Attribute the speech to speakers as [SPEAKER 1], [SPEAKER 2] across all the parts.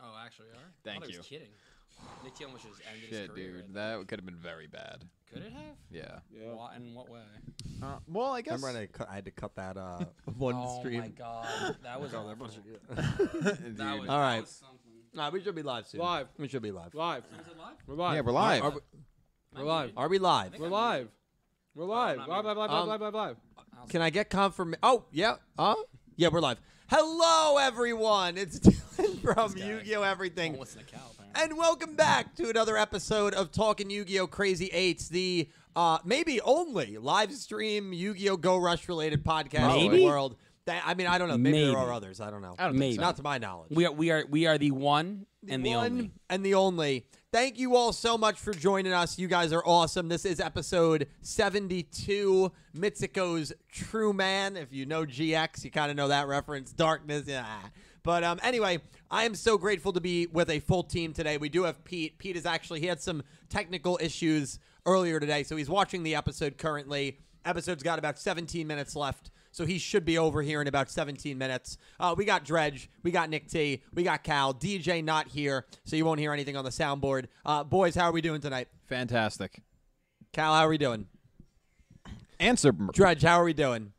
[SPEAKER 1] Oh, actually, are.
[SPEAKER 2] Thank
[SPEAKER 1] I thought he
[SPEAKER 2] you.
[SPEAKER 1] was kidding. Nick Tielman should just ended his
[SPEAKER 2] Shit,
[SPEAKER 1] career.
[SPEAKER 2] dude, that could have been very bad.
[SPEAKER 1] Could it have?
[SPEAKER 2] Yeah.
[SPEAKER 3] Yeah.
[SPEAKER 1] Why, in what way?
[SPEAKER 2] Uh, well, I guess.
[SPEAKER 4] Remember, when I, cut, I had to cut that uh, one
[SPEAKER 1] oh
[SPEAKER 4] stream.
[SPEAKER 1] my god, that was awful.
[SPEAKER 2] Dude.
[SPEAKER 1] That was,
[SPEAKER 4] All
[SPEAKER 1] that
[SPEAKER 4] right.
[SPEAKER 1] was something.
[SPEAKER 4] Nah, we should be live soon.
[SPEAKER 3] Live.
[SPEAKER 4] We should be live.
[SPEAKER 3] Live.
[SPEAKER 1] Is it live?
[SPEAKER 3] We're live.
[SPEAKER 2] yeah, we're live.
[SPEAKER 4] Are we,
[SPEAKER 3] We're live.
[SPEAKER 4] are we live?
[SPEAKER 1] think
[SPEAKER 3] We're
[SPEAKER 1] I'm
[SPEAKER 3] live. We're live.
[SPEAKER 1] I'm not
[SPEAKER 3] Live, live, live,
[SPEAKER 4] Um,
[SPEAKER 3] live, live, live, live.
[SPEAKER 4] Can I get confirm? Oh, yeah. Huh? Yeah, we're live. Hello, everyone. It's Dylan from
[SPEAKER 1] guy.
[SPEAKER 4] Yu-Gi-Oh! Everything.
[SPEAKER 1] What's in a cow? Apparently.
[SPEAKER 4] And welcome back to another episode of Talking Yu-Gi-Oh! Crazy Eights, the uh, maybe only live stream Yu-Gi-Oh! Go Rush related podcast in
[SPEAKER 2] Maybe?
[SPEAKER 4] the world. That, I mean, I don't know. Maybe, there
[SPEAKER 5] Maybe.
[SPEAKER 4] are others. I don't know.
[SPEAKER 5] I don't think Maybe. so.
[SPEAKER 4] Not to my knowledge.
[SPEAKER 5] We are we are we are the one and the
[SPEAKER 4] one
[SPEAKER 5] only.
[SPEAKER 4] and the only. Thank you all so much for joining us. You guys are awesome. This is episode 72, Mitsuko's True Man. If you know GX, you kind of know that reference. Darkness, yeah. But um, anyway, I am so grateful to be with a full team today. We do have Pete. Pete is actually, he had some technical issues earlier today, so he's watching the episode currently. Episode's got about 17 minutes left, so he should be over here in about 17 minutes. Uh, we got Dredge, we got Nick T, we got Cal, DJ not here, so you won't hear anything on the soundboard. Uh, boys, how are we doing tonight?
[SPEAKER 2] Fantastic.
[SPEAKER 4] Cal, how are we doing?
[SPEAKER 2] Answer.
[SPEAKER 4] Dredge, how are we doing?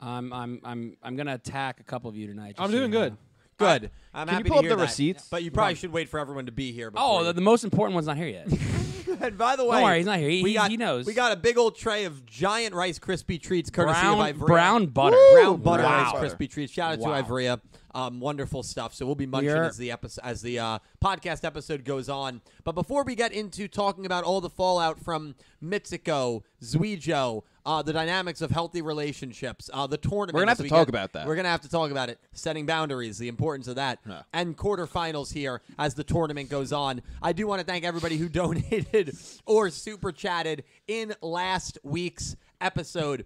[SPEAKER 5] I'm I'm I'm I'm gonna attack a couple of you tonight. just
[SPEAKER 3] I'm
[SPEAKER 5] so
[SPEAKER 3] doing
[SPEAKER 5] you
[SPEAKER 3] good.
[SPEAKER 5] know.
[SPEAKER 4] Good. I, am
[SPEAKER 2] Can you
[SPEAKER 4] happy
[SPEAKER 2] pull
[SPEAKER 4] to
[SPEAKER 2] up
[SPEAKER 4] hear
[SPEAKER 2] the
[SPEAKER 4] that.
[SPEAKER 2] receipts?
[SPEAKER 4] But you probably should wait for everyone to be here.
[SPEAKER 5] Oh, the,
[SPEAKER 4] before
[SPEAKER 5] the most important one's not here yet.
[SPEAKER 4] you- and by the way,
[SPEAKER 5] worry, he's not here. He-
[SPEAKER 4] we
[SPEAKER 5] he-
[SPEAKER 4] got,
[SPEAKER 5] he knows.
[SPEAKER 4] We got a big old tray of giant Rice Krispie treats, courtesy
[SPEAKER 5] brown
[SPEAKER 4] of Ivrea.
[SPEAKER 5] brown butter.
[SPEAKER 4] brown butter
[SPEAKER 5] Wow.
[SPEAKER 4] Rice Krispie treats. Shout out
[SPEAKER 5] Wow.
[SPEAKER 4] to Ivrea. Um, wonderful stuff. So we'll be munching
[SPEAKER 5] You're-
[SPEAKER 4] as the episode as the uh, podcast episode goes on. But before we get into talking about all the fallout from Mitsuko, Zuijo, uh, the dynamics of healthy relationships, uh, the tournament,
[SPEAKER 2] We're gonna have to talk about that.
[SPEAKER 4] We're gonna have to talk about it. Setting boundaries, the importance of that,
[SPEAKER 2] Yeah.
[SPEAKER 4] and quarterfinals here as the tournament goes on. I do want to thank everybody who donated or super chatted in last week's episode.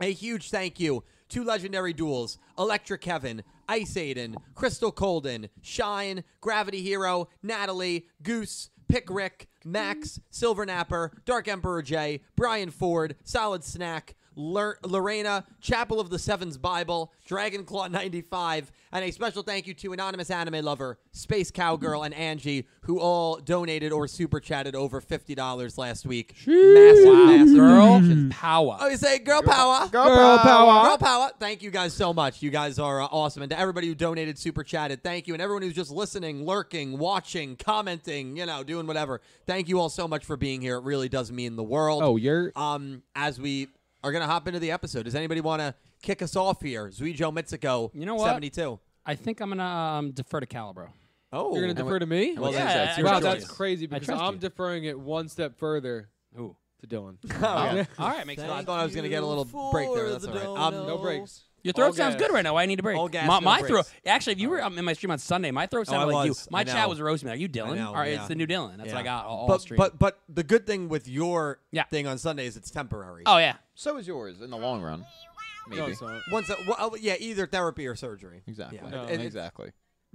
[SPEAKER 4] A huge thank you to Legendary Duels, Electric Kevin, Ice Aiden, Crystal Colden, Shine, Gravity Hero, Natalie, Goose, Pick Rick, Max, Silver Napper, Dark Emperor J, Brian Ford, Solid Snack, Lor- Lorena, Chapel of the Sevens Bible, Dragon Claw 95, and a special thank you to Anonymous Anime Lover, Space Cowgirl, and Angie, who all donated or super chatted over $50 last week. Massive, massive
[SPEAKER 5] Girl
[SPEAKER 4] donations.
[SPEAKER 5] power.
[SPEAKER 4] Oh, you say girl power.
[SPEAKER 2] Girl Girl power. power.
[SPEAKER 4] Girl power. Thank you guys so much. You guys are uh, awesome. And to everybody who donated, super chatted, thank you. And everyone who's just listening, lurking, watching, commenting, you know, doing whatever. Thank you all so much for being here. It really does mean the world.
[SPEAKER 2] Oh, you're.
[SPEAKER 4] Um, as we are going to hop into the episode, does anybody want to kick us off here? Zuijo Mitsuko,
[SPEAKER 5] You know what?
[SPEAKER 4] 72.
[SPEAKER 5] I think I'm gonna um, defer to Calibro.
[SPEAKER 4] Oh.
[SPEAKER 3] You're gonna defer to me?
[SPEAKER 4] Well,
[SPEAKER 5] Yeah,
[SPEAKER 4] that's- that's
[SPEAKER 5] I-
[SPEAKER 4] your
[SPEAKER 3] wow,
[SPEAKER 5] I trust
[SPEAKER 3] that's
[SPEAKER 5] you.
[SPEAKER 3] crazy
[SPEAKER 5] I
[SPEAKER 3] because
[SPEAKER 5] trust
[SPEAKER 3] I'm
[SPEAKER 5] you.
[SPEAKER 3] deferring it one step further
[SPEAKER 5] Ooh.
[SPEAKER 3] to Dylan.
[SPEAKER 2] Oh,
[SPEAKER 4] Okay.
[SPEAKER 5] All right, makes
[SPEAKER 4] I
[SPEAKER 5] sense.
[SPEAKER 4] thought I was going to get a little break there. That's all right. Um,
[SPEAKER 3] No breaks.
[SPEAKER 5] Your throat
[SPEAKER 3] All
[SPEAKER 5] sounds
[SPEAKER 3] gas.
[SPEAKER 5] good right now. Why I need a break.
[SPEAKER 4] All gas,
[SPEAKER 5] my
[SPEAKER 4] no
[SPEAKER 5] my
[SPEAKER 4] breaks.
[SPEAKER 5] throat. Actually, if you were um, in my stream on Sunday, my throat sounded
[SPEAKER 4] I
[SPEAKER 5] like
[SPEAKER 4] was.
[SPEAKER 5] you. My
[SPEAKER 4] I know.
[SPEAKER 5] chat was roasting me. Are you Dylan?
[SPEAKER 4] know,
[SPEAKER 5] All right,
[SPEAKER 4] yeah.
[SPEAKER 5] it's the new Dylan. That's what I
[SPEAKER 4] Yeah.
[SPEAKER 5] got all, all
[SPEAKER 4] but,
[SPEAKER 5] stream.
[SPEAKER 4] but but the good thing with your
[SPEAKER 5] Yeah.
[SPEAKER 4] thing on Sunday is it's temporary.
[SPEAKER 5] oh yeah,
[SPEAKER 2] So is yours in the long run. Maybe.
[SPEAKER 3] No, it's not.
[SPEAKER 4] Once, a, well, oh, yeah, either therapy or surgery.
[SPEAKER 2] Exactly.
[SPEAKER 4] Yeah.
[SPEAKER 3] No,
[SPEAKER 4] It- it-
[SPEAKER 2] exactly.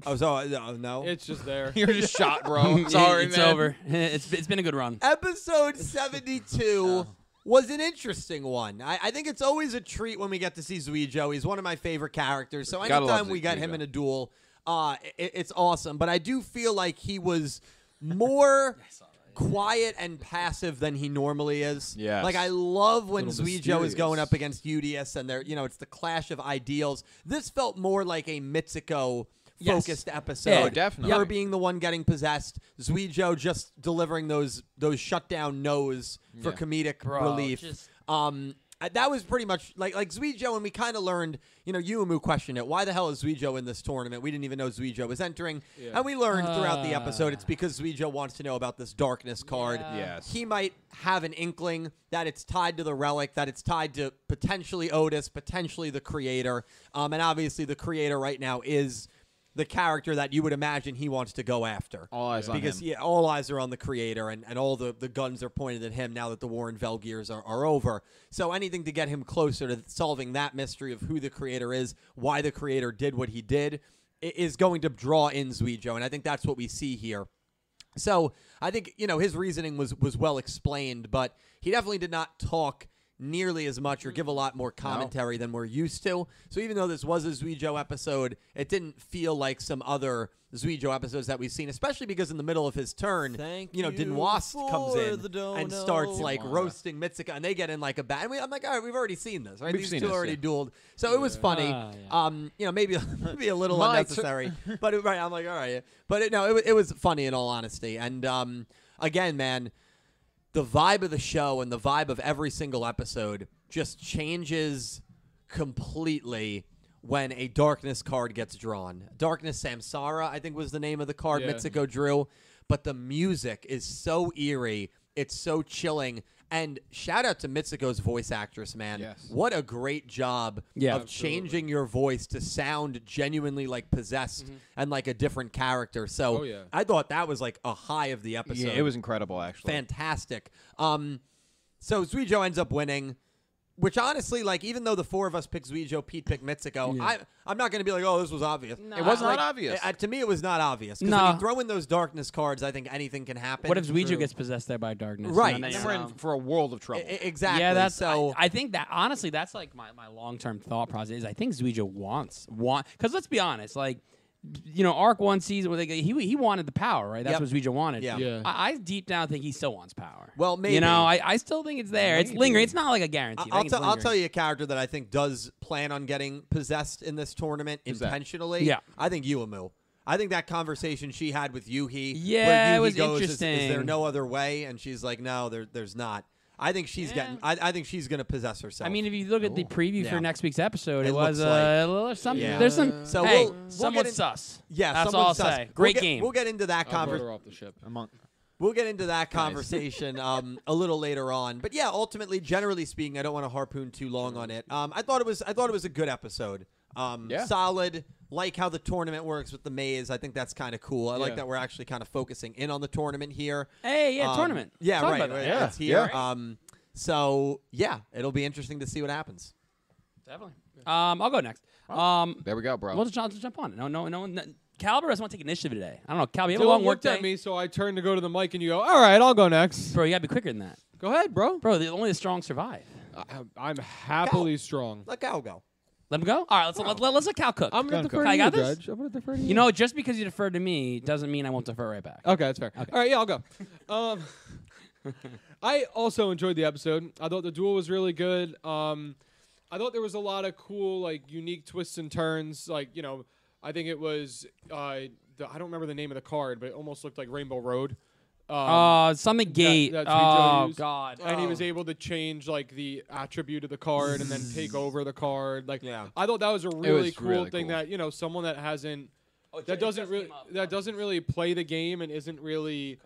[SPEAKER 4] Oh, so uh, no, no.
[SPEAKER 3] It's just there.
[SPEAKER 2] You're just shot, bro. Sorry,
[SPEAKER 5] it's
[SPEAKER 2] man.
[SPEAKER 5] over. It's it's been a good run.
[SPEAKER 4] Episode seventy-two was an interesting one. I, I think it's always a treat when we get to see Zuijo. He's one of my favorite characters. So
[SPEAKER 2] Gotta love
[SPEAKER 4] anytime we get him
[SPEAKER 2] Zuijo.
[SPEAKER 4] in a duel, uh, it, it's awesome. But I do feel like he was more. Quiet and passive than he normally is.
[SPEAKER 2] Yes.
[SPEAKER 4] Like I love when
[SPEAKER 2] Little
[SPEAKER 4] Zuijo is
[SPEAKER 2] mysterious.
[SPEAKER 4] going up against UDS and they're you know, it's the clash of ideals. This felt more like a Mitsuko
[SPEAKER 5] Yes.
[SPEAKER 4] focused episode.
[SPEAKER 5] Yeah. Oh,
[SPEAKER 2] definitely.
[SPEAKER 4] Her being the one getting possessed, Zuijo just delivering those those shutdown no's for
[SPEAKER 2] Yeah.
[SPEAKER 4] comedic
[SPEAKER 5] Bro,
[SPEAKER 4] relief.
[SPEAKER 5] just-
[SPEAKER 4] Um, I- that was pretty much like like Zuijo, and we kind of learned, you know, Yuumu questioned it. Why the hell is Zuijo in this tournament? We didn't even know Zuijo was entering,
[SPEAKER 3] Yeah.
[SPEAKER 4] and we learned throughout the
[SPEAKER 5] Ah.
[SPEAKER 4] episode it's because Zuijo wants to know about this darkness card.
[SPEAKER 5] Yeah.
[SPEAKER 2] Yes.
[SPEAKER 4] He might have an inkling that it's tied to the relic, that it's tied to potentially Otis, potentially the creator. Um, and obviously, the creator right now is the character that you would imagine he wants to go after.
[SPEAKER 2] All eyes on
[SPEAKER 4] because
[SPEAKER 2] him.
[SPEAKER 4] yeah, all eyes are on the creator, and, and all the, the guns are pointed at him now that the war in Velgears are, are over. So anything to get him closer to solving that mystery of who the creator is, why the creator did what he did, i- is going to draw in Zuijo, and I think that's what we see here. So I think you know his reasoning was was well explained, but he definitely did not talk nearly as much or give a lot more commentary than we're used to. So even though this was a Zuijo episode, it didn't feel like some other Zuijo episodes that we've seen, especially because in the middle of his turn,
[SPEAKER 5] Thank
[SPEAKER 4] you know,
[SPEAKER 5] you
[SPEAKER 4] Dinwast comes
[SPEAKER 5] for
[SPEAKER 4] in
[SPEAKER 5] the
[SPEAKER 4] and starts
[SPEAKER 5] dono.
[SPEAKER 4] like roasting Mitsuka, and they get in like a bat. And we, I'm like, all right, we've already seen this. Right?
[SPEAKER 2] We've
[SPEAKER 4] These
[SPEAKER 2] seen
[SPEAKER 4] two
[SPEAKER 2] this,
[SPEAKER 4] already
[SPEAKER 2] yeah.
[SPEAKER 4] dueled, so it was funny.
[SPEAKER 5] Ah, yeah.
[SPEAKER 4] Um, you know, maybe maybe a little
[SPEAKER 2] My
[SPEAKER 4] unnecessary, but it, right, I'm like, all right, but it, no, it, wa- it was funny in all honesty. And um, again, man, the vibe of the show and the vibe of every single episode just changes completely when a darkness card gets drawn. Darkness Samsara, I think, was the name of the card
[SPEAKER 3] Yeah.
[SPEAKER 4] Mitsuko drew. But the music is so eerie, it's so chilling. And shout out to Mitsuko's voice actress, man.
[SPEAKER 3] Yes.
[SPEAKER 4] What a great job
[SPEAKER 5] Yeah.
[SPEAKER 4] of changing your voice to sound genuinely like possessed
[SPEAKER 2] Mm-hmm.
[SPEAKER 4] and like a different character. So
[SPEAKER 3] Oh, yeah.
[SPEAKER 4] I thought that was like a high of the episode
[SPEAKER 2] Yeah, it was incredible actually.
[SPEAKER 4] fantastic. Um, so Zuijo ends up winning, which honestly, like, even though the four of us picked Zuijo, Pete picked Mitsuko, I, I'm not going to be like, oh, this was obvious.
[SPEAKER 2] It was not
[SPEAKER 4] Like,
[SPEAKER 2] obvious.
[SPEAKER 4] uh, to me, it was not obvious. 'Cause
[SPEAKER 5] Nah.
[SPEAKER 4] when you throw in those darkness cards, I think anything can happen.
[SPEAKER 5] What if Zuiju
[SPEAKER 3] True.
[SPEAKER 5] gets possessed there by darkness?
[SPEAKER 4] Right.
[SPEAKER 5] And then
[SPEAKER 2] And
[SPEAKER 5] you
[SPEAKER 2] then we're in
[SPEAKER 5] know.
[SPEAKER 2] for a world of
[SPEAKER 4] I- I-
[SPEAKER 2] trouble.
[SPEAKER 4] E, exactly?
[SPEAKER 5] Yeah, that's
[SPEAKER 4] so.
[SPEAKER 5] I, I think that honestly, that's like my, my long term thought process is I think Zuija wants want because let's be honest, like you know, Arc One season where they go- he he wanted the power, right? That's what
[SPEAKER 4] Yep.
[SPEAKER 5] Zuija wanted.
[SPEAKER 4] Yeah.
[SPEAKER 3] Yeah.
[SPEAKER 5] I, I deep down think he still wants power.
[SPEAKER 4] Well, maybe.
[SPEAKER 5] you know, I, I still think it's there. It's lingering. It's not like a guarantee. I
[SPEAKER 4] I'll,
[SPEAKER 5] think it's
[SPEAKER 4] tell- I'll
[SPEAKER 5] lingering.
[SPEAKER 4] tell you a character that I think does plan on getting possessed in this tournament
[SPEAKER 2] that?
[SPEAKER 4] intentionally.
[SPEAKER 5] Yeah.
[SPEAKER 4] I think Yuumu. I think that conversation she had with Yuhi.
[SPEAKER 5] Yeah,
[SPEAKER 4] where
[SPEAKER 5] it
[SPEAKER 4] Yuhi
[SPEAKER 5] was
[SPEAKER 4] goes, "Is- Is, there
[SPEAKER 5] interesting.
[SPEAKER 4] no other way? And she's like, no, there, there's not. I think she's
[SPEAKER 5] Yeah.
[SPEAKER 4] getting. I, I think she's gonna possess herself.
[SPEAKER 5] I mean, if you look at the preview
[SPEAKER 4] Yeah.
[SPEAKER 5] for next week's episode,
[SPEAKER 4] It
[SPEAKER 5] it, was
[SPEAKER 4] looks
[SPEAKER 5] uh, a little something.
[SPEAKER 4] Yeah.
[SPEAKER 5] There's some.
[SPEAKER 4] So
[SPEAKER 5] hey,
[SPEAKER 4] we'll- we'll
[SPEAKER 5] somewhat
[SPEAKER 4] get in-
[SPEAKER 5] sus.
[SPEAKER 4] yeah,
[SPEAKER 5] that's
[SPEAKER 4] someone
[SPEAKER 5] all I'll
[SPEAKER 4] sus.
[SPEAKER 5] say.
[SPEAKER 4] We'll
[SPEAKER 5] Great
[SPEAKER 4] get-
[SPEAKER 5] game.
[SPEAKER 4] We'll get into that
[SPEAKER 3] I brought
[SPEAKER 4] conversation.
[SPEAKER 3] her off the ship.
[SPEAKER 2] Among
[SPEAKER 4] We'll get into that conversation um, a little later on. But yeah, ultimately, generally speaking, I don't want to harpoon too long on it. Um, I thought it was I thought it was a good episode. Um,
[SPEAKER 3] Yeah.
[SPEAKER 4] Solid. Like how the tournament works with the maze. I think that's kind of cool. I like
[SPEAKER 3] Yeah.
[SPEAKER 4] that we're actually kind of focusing in on the tournament here.
[SPEAKER 5] Hey, yeah,
[SPEAKER 4] Um,
[SPEAKER 5] tournament.
[SPEAKER 4] Yeah,
[SPEAKER 5] Talk
[SPEAKER 4] right.
[SPEAKER 5] about
[SPEAKER 4] right,
[SPEAKER 5] that.
[SPEAKER 4] It's here. Um, so yeah, it'll be interesting to see what happens.
[SPEAKER 5] Definitely. Um, I'll go next. Um,
[SPEAKER 2] There we go, bro.
[SPEAKER 5] we'll just, I'll just jump on it. No, no, no. no Caliber doesn't want to take initiative today. I don't know. Caliber, you have a
[SPEAKER 3] Dylan
[SPEAKER 5] long work
[SPEAKER 3] looked
[SPEAKER 5] day.
[SPEAKER 3] at me, so I turned to go to the mic, and you go, "All right, I'll go next."
[SPEAKER 5] Bro, you gotta be quicker than that.
[SPEAKER 3] Go ahead, bro.
[SPEAKER 5] Bro, the, only the strong survive.
[SPEAKER 3] I, I'm happily strong.
[SPEAKER 4] Let Gal go.
[SPEAKER 5] Let him go. All right, let's let, let, us let Cal cook.
[SPEAKER 3] I'm gonna
[SPEAKER 2] Duncan.
[SPEAKER 3] defer
[SPEAKER 5] Can I
[SPEAKER 3] to you,
[SPEAKER 5] got this?
[SPEAKER 3] Judge. I'm gonna defer to you.
[SPEAKER 5] you know, just because you deferred to me doesn't mean I won't defer right back.
[SPEAKER 3] Okay, that's fair. All right, yeah, I'll go. Um, I also enjoyed the episode. I thought the duel was really good. Um, I thought there was a lot of cool, like, unique twists and turns. Like, you know, I think it was uh, the, I don't remember the name of the card, but it almost looked like Rainbow Road. Um,
[SPEAKER 5] Uh, something gate.
[SPEAKER 3] that's what Joe
[SPEAKER 5] oh
[SPEAKER 3] used.
[SPEAKER 5] God.
[SPEAKER 3] and he
[SPEAKER 5] Oh.
[SPEAKER 3] was able to change like the attribute of the card and then take over the card. Like,
[SPEAKER 4] Yeah.
[SPEAKER 3] I thought that was a really
[SPEAKER 2] was
[SPEAKER 3] cool
[SPEAKER 2] really
[SPEAKER 3] thing
[SPEAKER 2] cool.
[SPEAKER 3] that you know someone that hasn't
[SPEAKER 5] it just
[SPEAKER 3] that doesn't
[SPEAKER 5] came
[SPEAKER 3] really
[SPEAKER 5] up.
[SPEAKER 3] that doesn't really play the game and isn't really